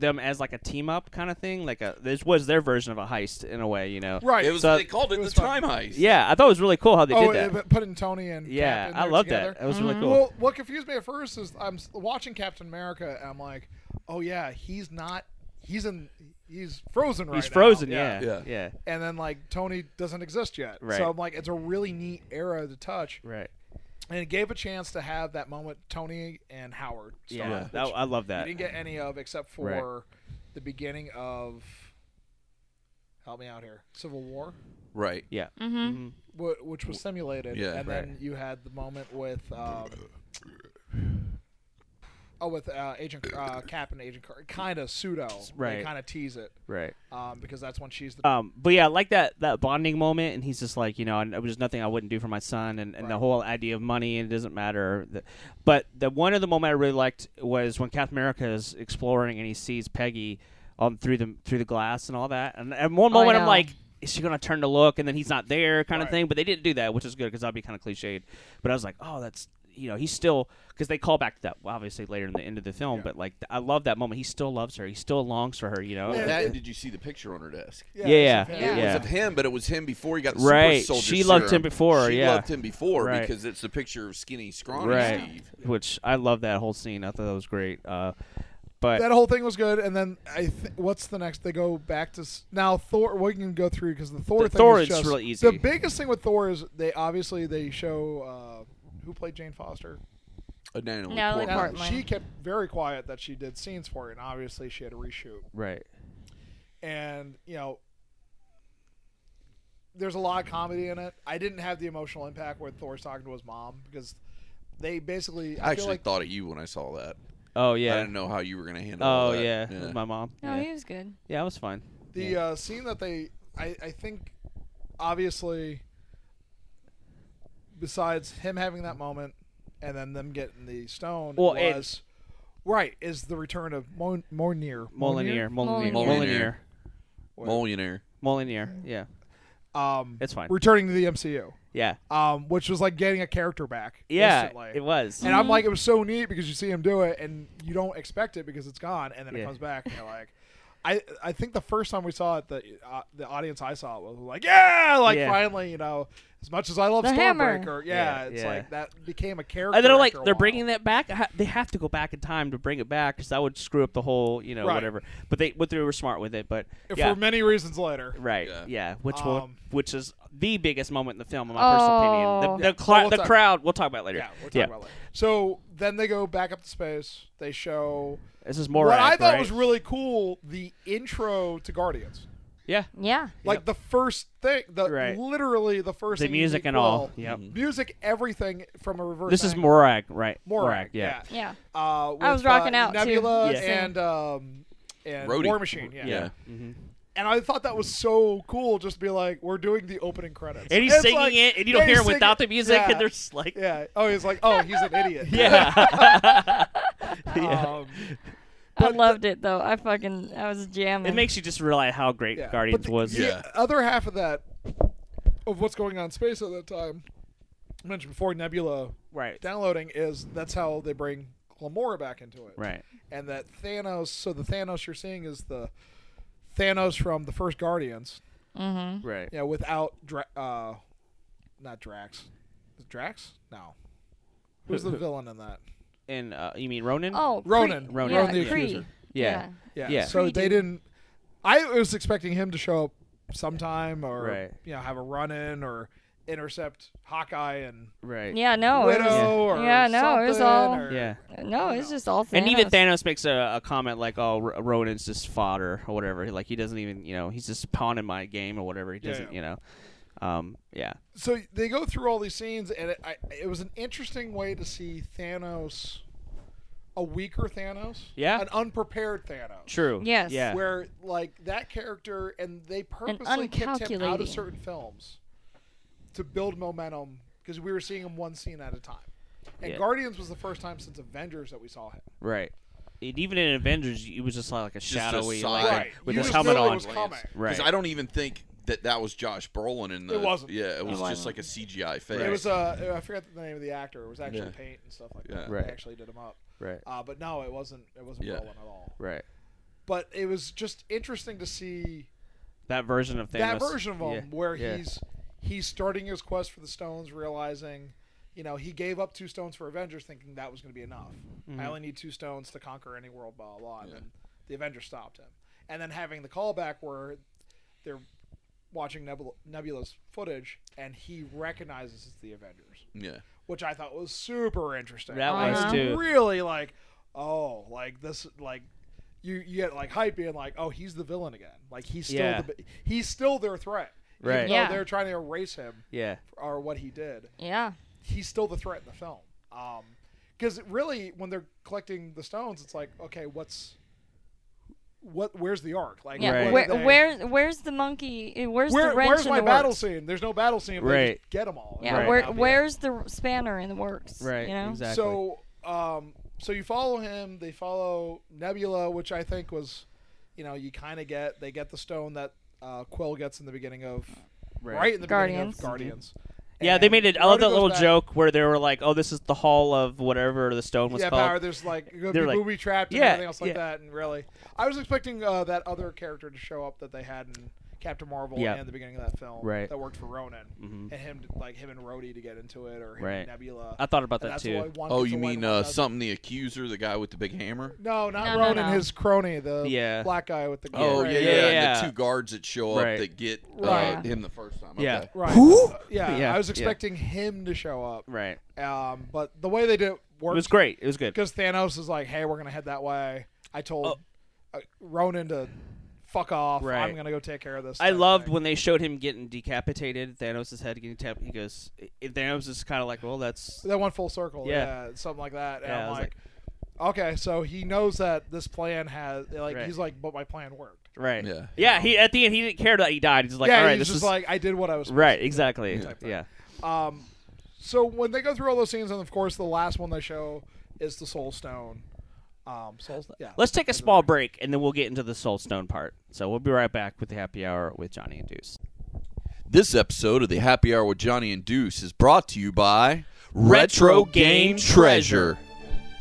[SPEAKER 1] them as like a team up kind of thing. Like a this was their version of a heist in a way, you know.
[SPEAKER 5] Right.
[SPEAKER 2] It was
[SPEAKER 1] So-
[SPEAKER 2] they called it,
[SPEAKER 5] it was
[SPEAKER 2] the
[SPEAKER 5] fun.
[SPEAKER 2] time heist.
[SPEAKER 1] Yeah, I thought it was really cool how they
[SPEAKER 5] oh,
[SPEAKER 1] did that.
[SPEAKER 5] it- putting Tony and
[SPEAKER 1] Yeah,
[SPEAKER 5] Cap in
[SPEAKER 1] I
[SPEAKER 5] there
[SPEAKER 1] love
[SPEAKER 5] together. Mm-hmm.
[SPEAKER 1] that. That was
[SPEAKER 4] Mm-hmm.
[SPEAKER 1] really cool.
[SPEAKER 5] Well, what confused me at first is I'm s- watching Captain America and I'm like, oh yeah, he's not. He's in. He's frozen right
[SPEAKER 1] He's
[SPEAKER 5] now.
[SPEAKER 1] frozen, yeah.
[SPEAKER 2] Yeah.
[SPEAKER 1] Yeah.
[SPEAKER 5] And then like Tony doesn't exist yet.
[SPEAKER 1] Right.
[SPEAKER 5] So I'm like, it's a really neat era to touch,
[SPEAKER 1] Right.
[SPEAKER 5] and it gave a chance to have that moment Tony and Howard.
[SPEAKER 1] Yeah.
[SPEAKER 5] started,
[SPEAKER 1] that-
[SPEAKER 5] which
[SPEAKER 1] I love
[SPEAKER 5] you
[SPEAKER 1] that.
[SPEAKER 5] didn't get any of except for
[SPEAKER 1] Right.
[SPEAKER 5] the beginning of. Help me out here. Civil War.
[SPEAKER 2] Right.
[SPEAKER 1] Yeah.
[SPEAKER 4] Mm-hmm.
[SPEAKER 1] Mhm.
[SPEAKER 5] wh- which was simulated.
[SPEAKER 2] Yeah.
[SPEAKER 5] and
[SPEAKER 1] Right.
[SPEAKER 5] then you had the moment with um, oh, with uh, Agent uh, Cap and Agent Carter, kind of pseudo,
[SPEAKER 1] Right.
[SPEAKER 5] They kind of tease it,
[SPEAKER 1] Right.
[SPEAKER 5] um, because that's when she's the
[SPEAKER 1] Um, but yeah, I like that that bonding moment, and he's just like, you know, and it was nothing I wouldn't do for my son, and, and the
[SPEAKER 5] Right.
[SPEAKER 1] whole idea of money and it doesn't matter. The- But the one of the moment I really liked was when Captain America is exploring and he sees Peggy on through the through the glass and all that, and and one
[SPEAKER 4] Oh, I
[SPEAKER 1] moment I'm
[SPEAKER 4] know.
[SPEAKER 1] like. Is she gonna turn to look, and then he's not there, kind of
[SPEAKER 5] Right.
[SPEAKER 1] thing? But they didn't do that, which is good because that'd be kind of cliched. But I was like, oh, that's you know, he's still because they call back to that obviously later in the end of the film.
[SPEAKER 5] Yeah.
[SPEAKER 1] But like, I love that moment. He still loves her. He still longs for her. You know,
[SPEAKER 2] Oh, that, and did you see the picture on her desk?
[SPEAKER 1] yeah,
[SPEAKER 5] it's a-
[SPEAKER 4] Yeah.
[SPEAKER 2] It was
[SPEAKER 1] Yeah.
[SPEAKER 2] of him, but it was him before he got the
[SPEAKER 1] Right.
[SPEAKER 2] super soldier
[SPEAKER 1] She loved
[SPEAKER 2] serum.
[SPEAKER 1] him before,
[SPEAKER 2] She
[SPEAKER 1] yeah.
[SPEAKER 2] loved him before
[SPEAKER 1] Right.
[SPEAKER 2] because it's the picture of skinny, scrawny
[SPEAKER 1] Right.
[SPEAKER 2] Steve.
[SPEAKER 1] which I love that whole scene. I thought that was great. Uh, but
[SPEAKER 5] that whole thing was good. And then I th- what's the next? They go back to s- now Thor. We can go through because the Thor
[SPEAKER 1] The
[SPEAKER 5] thing
[SPEAKER 1] Thor
[SPEAKER 5] is
[SPEAKER 1] is
[SPEAKER 5] just
[SPEAKER 1] really easy.
[SPEAKER 5] The biggest thing with Thor is they obviously they show uh, who played Jane Foster.
[SPEAKER 2] A Natalie,
[SPEAKER 4] Natalie
[SPEAKER 5] Now,
[SPEAKER 2] Portman.
[SPEAKER 4] Portman.
[SPEAKER 5] she kept very quiet that she did scenes for it, and obviously she had to reshoot.
[SPEAKER 1] right,
[SPEAKER 5] And you know, there's a lot of comedy in it. I didn't have the emotional impact with Thor talking to his mom because they basically I,
[SPEAKER 2] I
[SPEAKER 5] feel
[SPEAKER 2] actually
[SPEAKER 5] like
[SPEAKER 2] thought of you when I saw that.
[SPEAKER 1] oh
[SPEAKER 2] I
[SPEAKER 1] yeah,
[SPEAKER 2] didn't know how you were going to handle all
[SPEAKER 1] oh
[SPEAKER 2] that.
[SPEAKER 1] yeah, It was my mom.
[SPEAKER 4] No,
[SPEAKER 1] Oh, yeah.
[SPEAKER 4] Oh, he was good.
[SPEAKER 1] yeah, it was fine.
[SPEAKER 5] The
[SPEAKER 1] Yeah.
[SPEAKER 5] uh, scene that they, I, I think, obviously, besides him having that moment and then them getting the stone,
[SPEAKER 1] Well, it-
[SPEAKER 5] was right is the return of Mon- Mornir.
[SPEAKER 1] Molinier, Molinier, Molinier,
[SPEAKER 2] Molinier.
[SPEAKER 5] Molinier?
[SPEAKER 2] Millionaire.
[SPEAKER 1] Molinier. Yeah,
[SPEAKER 5] Um,
[SPEAKER 1] it's fine.
[SPEAKER 5] returning to the MCU,
[SPEAKER 1] Yeah,
[SPEAKER 5] um, which was like getting a character back.
[SPEAKER 1] yeah,
[SPEAKER 5] instantly.
[SPEAKER 1] it was.
[SPEAKER 5] And I'm like, it was so neat because you see him do it and you don't expect it because it's gone, and then
[SPEAKER 1] Yeah.
[SPEAKER 5] it comes back, and you're like, I I think the first time we saw it, the uh, the audience I saw it was like, yeah, like
[SPEAKER 1] Yeah.
[SPEAKER 5] finally, you know, as much as I love
[SPEAKER 4] The hammer.
[SPEAKER 5] Stormbreaker, yeah,
[SPEAKER 1] Yeah,
[SPEAKER 5] it's
[SPEAKER 1] yeah.
[SPEAKER 5] like that became a character.
[SPEAKER 1] And they're like,
[SPEAKER 5] after a
[SPEAKER 1] they're
[SPEAKER 5] while.
[SPEAKER 1] bringing that back. Ha- They have to go back in time to bring it back because that would screw up the whole, you know,
[SPEAKER 5] Right.
[SPEAKER 1] whatever. But they, but they were smart with it. But yeah,
[SPEAKER 5] for many reasons later.
[SPEAKER 1] Right. Yeah.
[SPEAKER 2] Yeah.
[SPEAKER 1] Which will,
[SPEAKER 5] Um,
[SPEAKER 1] which is the biggest moment in the film, in my personal
[SPEAKER 4] Oh.
[SPEAKER 1] opinion. The the,
[SPEAKER 5] Yeah,
[SPEAKER 1] cli-
[SPEAKER 5] we'll
[SPEAKER 1] the
[SPEAKER 5] talk-
[SPEAKER 1] crowd. We'll talk about it later.
[SPEAKER 5] Yeah, we'll talk about it later. So then they go back up to space. They show
[SPEAKER 1] This is more.
[SPEAKER 5] what I thought was really cool: the intro to Guardians.
[SPEAKER 1] Yeah.
[SPEAKER 4] Yeah.
[SPEAKER 5] Like the first thing, the
[SPEAKER 1] Right.
[SPEAKER 5] literally the first
[SPEAKER 1] The
[SPEAKER 5] thing you
[SPEAKER 1] music
[SPEAKER 5] need-
[SPEAKER 1] and all.
[SPEAKER 5] well,
[SPEAKER 1] Yep.
[SPEAKER 4] mm-hmm.
[SPEAKER 5] music, everything from a reverse.
[SPEAKER 1] This is
[SPEAKER 5] angle.
[SPEAKER 1] Morag, right?
[SPEAKER 5] Morag.
[SPEAKER 1] Yeah.
[SPEAKER 4] Yeah.
[SPEAKER 5] Uh, with,
[SPEAKER 4] was rocking
[SPEAKER 5] uh,
[SPEAKER 4] out, too.
[SPEAKER 5] Nebula
[SPEAKER 1] Yeah.
[SPEAKER 5] and um, and
[SPEAKER 2] Rhodey.
[SPEAKER 5] War Machine. Yeah.
[SPEAKER 2] Yeah.
[SPEAKER 1] hmm
[SPEAKER 5] And I thought that was so cool, just to be like, we're doing the opening credits,
[SPEAKER 1] And he's
[SPEAKER 5] It's
[SPEAKER 1] singing
[SPEAKER 5] like-
[SPEAKER 1] it, and you don't
[SPEAKER 5] yeah,
[SPEAKER 1] hear
[SPEAKER 5] he's
[SPEAKER 1] him without the
[SPEAKER 5] singing-
[SPEAKER 1] music,
[SPEAKER 5] yeah,
[SPEAKER 1] and they're just like,
[SPEAKER 5] yeah. Oh, he's like, oh, he's an idiot.
[SPEAKER 1] yeah. Yeah.
[SPEAKER 5] Um,
[SPEAKER 4] I
[SPEAKER 5] But the-
[SPEAKER 4] loved it though. I fucking I was jamming.
[SPEAKER 1] it makes you just realize how great
[SPEAKER 5] yeah. But
[SPEAKER 1] Guardians
[SPEAKER 5] the-
[SPEAKER 1] was.
[SPEAKER 5] The
[SPEAKER 2] Yeah.
[SPEAKER 5] other half of that, of what's going on in space at that time, I mentioned before Nebula
[SPEAKER 1] Right.
[SPEAKER 5] downloading is that's how they bring Glamora back into it.
[SPEAKER 1] Right.
[SPEAKER 5] and that Thanos. So the Thanos you're seeing is the Thanos from the first Guardians.
[SPEAKER 4] Mm-hmm.
[SPEAKER 1] Right.
[SPEAKER 5] Yeah, without Dra- uh, not Drax. Is it Drax? No. Who's the villain in that?
[SPEAKER 1] And uh, you mean Ronan?
[SPEAKER 4] Oh,
[SPEAKER 5] Ronan.
[SPEAKER 4] Kree.
[SPEAKER 1] Ronan.
[SPEAKER 4] Yeah,
[SPEAKER 1] Ronan
[SPEAKER 5] the
[SPEAKER 4] Kree.
[SPEAKER 5] Accuser.
[SPEAKER 1] Yeah.
[SPEAKER 5] Yeah.
[SPEAKER 1] Yeah.
[SPEAKER 5] So
[SPEAKER 4] Creed
[SPEAKER 5] they
[SPEAKER 4] dude.
[SPEAKER 5] didn't. I was expecting him to show up sometime, or
[SPEAKER 1] Right.
[SPEAKER 5] you know, have a run in, or intercept Hawkeye and
[SPEAKER 1] Right.
[SPEAKER 4] Yeah, no. it
[SPEAKER 5] Widow,
[SPEAKER 4] was-
[SPEAKER 5] or
[SPEAKER 4] Yeah, no, it was
[SPEAKER 5] something,
[SPEAKER 4] all-
[SPEAKER 5] or-
[SPEAKER 1] Oh, Yeah.
[SPEAKER 4] no, it's just all Thanos.
[SPEAKER 1] And even Thanos makes a, a comment like, "Oh, R- Ronan's just fodder or whatever. Like he doesn't even, you know, he's just a pawn in my game or whatever. He
[SPEAKER 5] Yeah,
[SPEAKER 1] doesn't,
[SPEAKER 5] yeah.
[SPEAKER 1] you know." Um, yeah.
[SPEAKER 5] so they go through all these scenes, and it, I, it was an interesting way to see Thanos, a weaker Thanos,
[SPEAKER 1] Yeah.
[SPEAKER 5] an unprepared Thanos,
[SPEAKER 1] True.
[SPEAKER 4] Yes.
[SPEAKER 1] Yeah.
[SPEAKER 5] where like that character, and they purposely kept him out
[SPEAKER 4] uncalculating.
[SPEAKER 5] of certain films to build momentum because we were seeing him one scene at a time. And
[SPEAKER 1] Yeah.
[SPEAKER 5] Guardians was the first time since Avengers that we saw him.
[SPEAKER 1] Right. And even in Avengers, it was just like a
[SPEAKER 2] a
[SPEAKER 1] shadowy, like
[SPEAKER 2] side.
[SPEAKER 1] a-
[SPEAKER 5] Right.
[SPEAKER 1] with
[SPEAKER 5] You
[SPEAKER 1] his
[SPEAKER 5] just
[SPEAKER 1] helmet
[SPEAKER 5] knew it
[SPEAKER 1] on.
[SPEAKER 5] was coming.
[SPEAKER 1] Right.
[SPEAKER 2] Because I don't even think that that was Josh Brolin in the.
[SPEAKER 5] It wasn't.
[SPEAKER 2] Yeah, it was just
[SPEAKER 4] wasn't.
[SPEAKER 2] like a CGI face.
[SPEAKER 5] It was uh, I forgot the name of the actor. It was actually
[SPEAKER 2] Yeah.
[SPEAKER 5] paint and stuff like
[SPEAKER 2] Yeah.
[SPEAKER 5] that.
[SPEAKER 1] Right.
[SPEAKER 5] They actually did him up.
[SPEAKER 1] Right.
[SPEAKER 5] Uh, but no, it wasn't. It wasn't
[SPEAKER 2] Yeah.
[SPEAKER 5] Brolin at all.
[SPEAKER 1] Right.
[SPEAKER 5] But it was just interesting to see
[SPEAKER 1] That version of Thanos.
[SPEAKER 5] that version of him
[SPEAKER 1] Yeah.
[SPEAKER 5] where
[SPEAKER 1] Yeah.
[SPEAKER 5] he's he's starting his quest for the stones, realizing, you know, he gave up two stones for Avengers, thinking that was going to be enough.
[SPEAKER 1] Mm-hmm.
[SPEAKER 5] I only need two stones to conquer any world, blah blah. blah. And
[SPEAKER 2] Yeah.
[SPEAKER 5] then the Avengers stopped him, and then having the callback where they're watching Nebula, Nebula's footage, and he recognizes it's the Avengers,
[SPEAKER 2] Yeah.
[SPEAKER 5] which I thought was super interesting.
[SPEAKER 1] That
[SPEAKER 5] Like,
[SPEAKER 4] was
[SPEAKER 5] it's
[SPEAKER 1] too.
[SPEAKER 5] really like, oh, like this, like. You, you get like hype being like, oh, he's the villain again. Like he's still
[SPEAKER 1] Yeah.
[SPEAKER 5] the, he's still their threat. Even
[SPEAKER 1] Right.
[SPEAKER 5] though
[SPEAKER 4] Yeah.
[SPEAKER 5] They're trying to erase him
[SPEAKER 1] Yeah.
[SPEAKER 5] or what he did.
[SPEAKER 4] Yeah.
[SPEAKER 5] He's still the threat in the film. Um, because really when they're collecting the stones, it's like okay, what's what? Where's the arc? Like
[SPEAKER 4] Yeah.
[SPEAKER 1] Right.
[SPEAKER 5] what
[SPEAKER 4] Where,
[SPEAKER 5] did they-
[SPEAKER 4] where where's the monkey? eh, Where's
[SPEAKER 5] where-
[SPEAKER 4] the wrench
[SPEAKER 5] where's
[SPEAKER 4] in
[SPEAKER 5] my
[SPEAKER 4] the
[SPEAKER 5] battle
[SPEAKER 4] works?
[SPEAKER 5] scene? There's no battle scene. If They
[SPEAKER 1] Right.
[SPEAKER 5] just get them all.
[SPEAKER 4] Yeah.
[SPEAKER 1] Right.
[SPEAKER 4] Where,
[SPEAKER 1] That'll be it.
[SPEAKER 4] where's the spanner in the works?
[SPEAKER 1] Right.
[SPEAKER 4] You know.
[SPEAKER 1] Exactly.
[SPEAKER 5] So, um, so you follow him. They follow Nebula, which I think was, you know, you kind of get. They get the stone that uh, Quill gets in the beginning of right, in the
[SPEAKER 4] Guardians.
[SPEAKER 5] beginning of Guardians.
[SPEAKER 1] Yeah,
[SPEAKER 5] And
[SPEAKER 1] they made it. I love
[SPEAKER 5] Rhoda
[SPEAKER 1] that
[SPEAKER 5] goes
[SPEAKER 1] little
[SPEAKER 5] back-
[SPEAKER 1] joke where they were like, "Oh, this is the hall of whatever the stone was
[SPEAKER 5] yeah,
[SPEAKER 1] called."
[SPEAKER 5] power. There's like you're
[SPEAKER 1] They're like,
[SPEAKER 5] gonna be booby trapped and
[SPEAKER 1] yeah,
[SPEAKER 5] everything else like
[SPEAKER 1] yeah.
[SPEAKER 5] that. And really, I was expecting uh, that other character to show up that they had in Captain Marvel
[SPEAKER 1] Yeah.
[SPEAKER 5] and the beginning of that film.
[SPEAKER 1] Right.
[SPEAKER 5] That worked for Ronan
[SPEAKER 1] Mhm.
[SPEAKER 5] and him, like him and Rhodey to get into it, or him
[SPEAKER 1] Right.
[SPEAKER 5] and Nebula.
[SPEAKER 1] I thought about
[SPEAKER 5] And
[SPEAKER 1] that
[SPEAKER 5] that's
[SPEAKER 1] too.
[SPEAKER 5] why one
[SPEAKER 2] Oh,
[SPEAKER 5] gets
[SPEAKER 2] you
[SPEAKER 5] away and
[SPEAKER 2] mean uh,
[SPEAKER 5] one doesn't.
[SPEAKER 2] something the accuser, the guy with the big hammer?
[SPEAKER 5] No, not
[SPEAKER 4] No, no,
[SPEAKER 5] Ronan,
[SPEAKER 4] no.
[SPEAKER 5] his crony, the
[SPEAKER 1] Yeah.
[SPEAKER 5] black guy with the
[SPEAKER 2] Oh
[SPEAKER 5] gray-
[SPEAKER 2] yeah, yeah,
[SPEAKER 1] Yeah,
[SPEAKER 2] and
[SPEAKER 1] yeah.
[SPEAKER 2] the two guards that show up
[SPEAKER 1] Right.
[SPEAKER 2] that get uh,
[SPEAKER 5] Right.
[SPEAKER 2] him the first time.
[SPEAKER 1] Yeah.
[SPEAKER 2] Okay.
[SPEAKER 5] Right.
[SPEAKER 1] Who?
[SPEAKER 5] Yeah,
[SPEAKER 1] Yeah,
[SPEAKER 5] I was
[SPEAKER 1] yeah.
[SPEAKER 5] expecting him to show up.
[SPEAKER 1] Right.
[SPEAKER 5] Um, but the way they did it
[SPEAKER 1] It
[SPEAKER 5] worked
[SPEAKER 1] was great. It was good.
[SPEAKER 5] because Thanos is like, "Hey, we're gonna head that way." I told uh, Ronan to fuck off.
[SPEAKER 1] Oh. Right.
[SPEAKER 5] I'm gonna go take care of this.
[SPEAKER 1] I
[SPEAKER 5] type
[SPEAKER 1] loved
[SPEAKER 5] thing.
[SPEAKER 1] when they showed him getting decapitated. Thanos' head getting tapped. He goes, Thanos is kind of like, well, that's
[SPEAKER 5] that went full circle.
[SPEAKER 1] Yeah.
[SPEAKER 5] Yeah, something like that. And
[SPEAKER 1] Yeah, I
[SPEAKER 5] I'm
[SPEAKER 1] was
[SPEAKER 5] like, okay, so he knows that this plan has like
[SPEAKER 1] Right.
[SPEAKER 5] he's like, but my plan worked.
[SPEAKER 1] right.
[SPEAKER 2] Yeah.
[SPEAKER 1] Yeah. He at the end he didn't care that he died. He's like,
[SPEAKER 5] yeah,
[SPEAKER 1] all right,
[SPEAKER 5] he's
[SPEAKER 1] this
[SPEAKER 5] just
[SPEAKER 1] is
[SPEAKER 5] like, I did what I was.
[SPEAKER 1] right. Exactly. Yeah.
[SPEAKER 2] Yeah.
[SPEAKER 5] Um, so when they go through all those scenes, and of course the last one they show is the Soul Stone. Um, Soul, yeah.
[SPEAKER 1] Let's take a small break and then we'll get into the Soul Stone part. So we'll be right back with the happy hour with Johnny and Deuce.
[SPEAKER 2] This episode of the Happy Hour with Johnny and Deuce is brought to you by
[SPEAKER 1] Retro Game Treasure.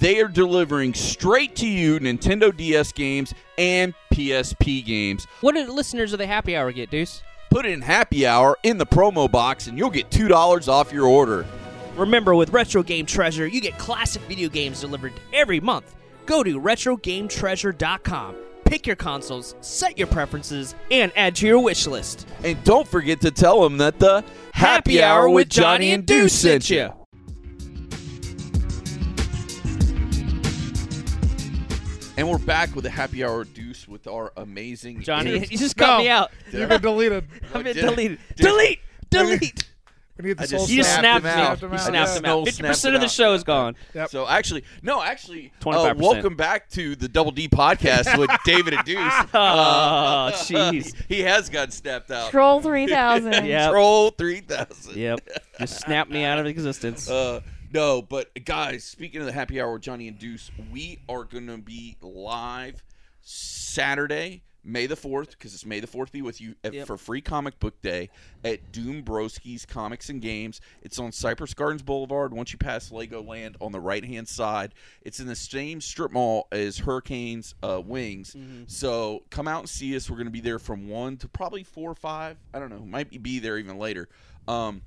[SPEAKER 2] they are delivering straight to you Nintendo DS games and PSP games.
[SPEAKER 1] What do the listeners of the happy hour get, Deuce?
[SPEAKER 2] Put in happy hour in the promo box and you'll get $2 off your order.
[SPEAKER 1] Remember, with Retro Game Treasure, you get classic video games delivered every month. Go to RetroGameTreasure.com, pick your consoles, set your preferences, and add to your wish list.
[SPEAKER 2] And don't forget to tell them that the Happy Hour with Johnny and Deuce sent you. And we're back with the Happy Hour with Deuce with our amazing
[SPEAKER 1] Johnny,
[SPEAKER 2] interview.
[SPEAKER 1] you just cut
[SPEAKER 5] No.
[SPEAKER 1] me out.
[SPEAKER 5] You've been deleted.
[SPEAKER 1] I've been
[SPEAKER 2] Did-
[SPEAKER 1] deleted.
[SPEAKER 2] did-
[SPEAKER 1] Delete! Delete!
[SPEAKER 5] We need the
[SPEAKER 2] I
[SPEAKER 5] Soul
[SPEAKER 2] just
[SPEAKER 1] You
[SPEAKER 5] Stone.
[SPEAKER 1] snapped
[SPEAKER 2] Snapped
[SPEAKER 1] me.
[SPEAKER 2] him out.
[SPEAKER 1] You
[SPEAKER 5] Snapped him
[SPEAKER 1] snapped him out.
[SPEAKER 2] Snow snapped
[SPEAKER 1] 50%
[SPEAKER 2] him
[SPEAKER 1] of the
[SPEAKER 2] out.
[SPEAKER 1] show is gone.
[SPEAKER 5] Yep.
[SPEAKER 2] So actually, no, actually, uh,
[SPEAKER 1] 25%.
[SPEAKER 2] welcome back to the Double D podcast with David and Deuce.
[SPEAKER 1] Oh, jeez.
[SPEAKER 2] he has got snapped out.
[SPEAKER 4] Troll three thousand.
[SPEAKER 1] Yeah. Yep.
[SPEAKER 2] Troll three thousand.
[SPEAKER 1] Yep. Just snapped me out of existence.
[SPEAKER 2] Uh, no, but guys, speaking of the happy hour with Johnny and Deuce, we are going to be live Saturday, May the 4th, because it's May the 4th be with you at,
[SPEAKER 1] Yep.
[SPEAKER 2] for free comic book day at Doom Broski's Comics and Games. It's on Cypress Gardens Boulevard once you pass Legoland on the right hand side. It's in the same strip mall as Hurricanes uh, Wings. So come out and see us. We're going to be there from 1 to probably 4 or 5. I don't know. Might be there even later. Um,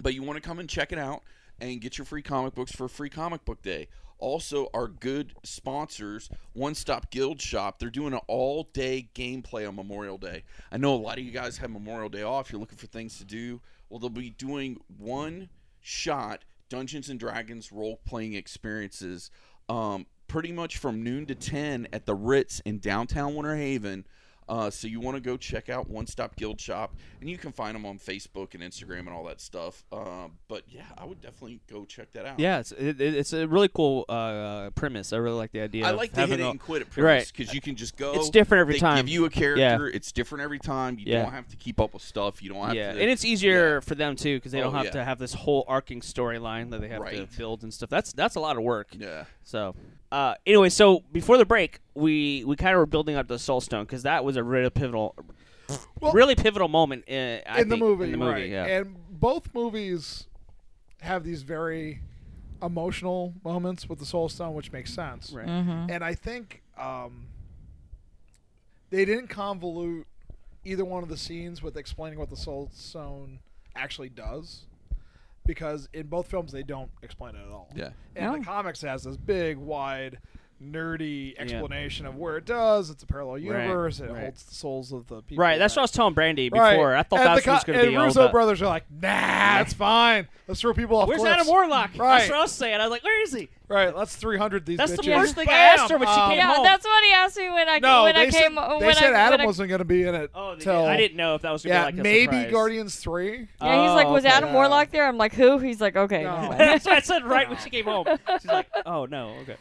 [SPEAKER 2] but you want to come and check it out and get your free comic books for free comic book day also our good sponsors one stop guild shop they're doing an all day gameplay on memorial day i know a lot of you guys have memorial day off you're looking for things to do well they'll be doing one shot dungeons and dragons role playing experiences um, pretty much from noon to 10 at the ritz in downtown winter haven uh, so you want to go check out One Stop Guild Shop, and you can find them on Facebook and Instagram and all that stuff. Um, but yeah, I would definitely go check that out.
[SPEAKER 1] Yeah, it's, it, it- it's a really cool uh, premise. I really like the idea.
[SPEAKER 2] I
[SPEAKER 1] of
[SPEAKER 2] like the
[SPEAKER 1] having
[SPEAKER 2] hit it
[SPEAKER 1] a-
[SPEAKER 2] and quit it
[SPEAKER 1] Right.
[SPEAKER 2] premise because you can just go.
[SPEAKER 1] It's different every
[SPEAKER 2] they
[SPEAKER 1] time.
[SPEAKER 2] Give you a character, it's different every time. You
[SPEAKER 1] Yeah.
[SPEAKER 2] don't have to keep up with stuff. You don't have
[SPEAKER 1] yeah,
[SPEAKER 2] to.
[SPEAKER 1] and it's easier for them too because they don't
[SPEAKER 2] Oh,
[SPEAKER 1] have
[SPEAKER 2] yeah.
[SPEAKER 1] to have this whole arcing storyline that they have
[SPEAKER 2] Right.
[SPEAKER 1] to build and stuff. That's that's a lot of work.
[SPEAKER 2] yeah.
[SPEAKER 1] So, uh, anyway, so before the break, we we kind of were building up the Soul Stone because that was a really pivotal,
[SPEAKER 5] Well-
[SPEAKER 1] really pivotal moment uh, I
[SPEAKER 5] in
[SPEAKER 1] think,
[SPEAKER 5] the movie,
[SPEAKER 1] In the movie,
[SPEAKER 5] right?
[SPEAKER 1] yeah.
[SPEAKER 5] And both movies have these very emotional moments with the Soul Stone, which makes sense.
[SPEAKER 1] Right.
[SPEAKER 4] Mm-hmm.
[SPEAKER 5] And I think um, they didn't convolute either one of the scenes with explaining what the Soul Stone actually does. because in both films they don't explain it at all.
[SPEAKER 2] Yeah.
[SPEAKER 5] And
[SPEAKER 4] No.
[SPEAKER 5] the comics has this big, wide, nerdy explanation of where it does. It's a parallel universe. it
[SPEAKER 1] right.
[SPEAKER 5] holds the souls of the people.
[SPEAKER 1] Right, that's
[SPEAKER 5] that-
[SPEAKER 1] what I was telling Brandy before.
[SPEAKER 5] Right.
[SPEAKER 1] I thought
[SPEAKER 5] and
[SPEAKER 1] that
[SPEAKER 5] the
[SPEAKER 1] was
[SPEAKER 5] co-
[SPEAKER 1] going to be
[SPEAKER 5] and
[SPEAKER 1] all
[SPEAKER 5] Russo
[SPEAKER 1] about-
[SPEAKER 5] brothers are like, nah, it's fine. Let's throw people off
[SPEAKER 1] Where's
[SPEAKER 5] cliffs.
[SPEAKER 1] Adam Warlock? That's
[SPEAKER 5] Right.
[SPEAKER 1] what I was saying. I was like, where is he?
[SPEAKER 5] Right, let's 300 these
[SPEAKER 1] That's
[SPEAKER 5] bitches.
[SPEAKER 1] the worst thing I
[SPEAKER 5] Bam!
[SPEAKER 1] asked her when she
[SPEAKER 5] Um,
[SPEAKER 1] came
[SPEAKER 4] yeah,
[SPEAKER 1] home.
[SPEAKER 4] that's what he asked me when I
[SPEAKER 5] No,
[SPEAKER 4] when
[SPEAKER 5] they
[SPEAKER 4] I came
[SPEAKER 5] said, they
[SPEAKER 4] when
[SPEAKER 5] said
[SPEAKER 4] I
[SPEAKER 5] Adam
[SPEAKER 4] when I-
[SPEAKER 5] wasn't going to be in it.
[SPEAKER 1] Oh, they did.
[SPEAKER 5] till,
[SPEAKER 1] I didn't know if that was going to
[SPEAKER 5] Yeah,
[SPEAKER 1] be like a
[SPEAKER 5] maybe
[SPEAKER 1] surprise.
[SPEAKER 5] Guardians 3.
[SPEAKER 4] Yeah, he's like,
[SPEAKER 1] Oh,
[SPEAKER 4] was
[SPEAKER 1] okay.
[SPEAKER 4] Adam Warlock there? I'm like, who? He's like, okay.
[SPEAKER 5] No.
[SPEAKER 4] never mind.
[SPEAKER 1] That's what I said right when she came home. She's like, oh no, okay.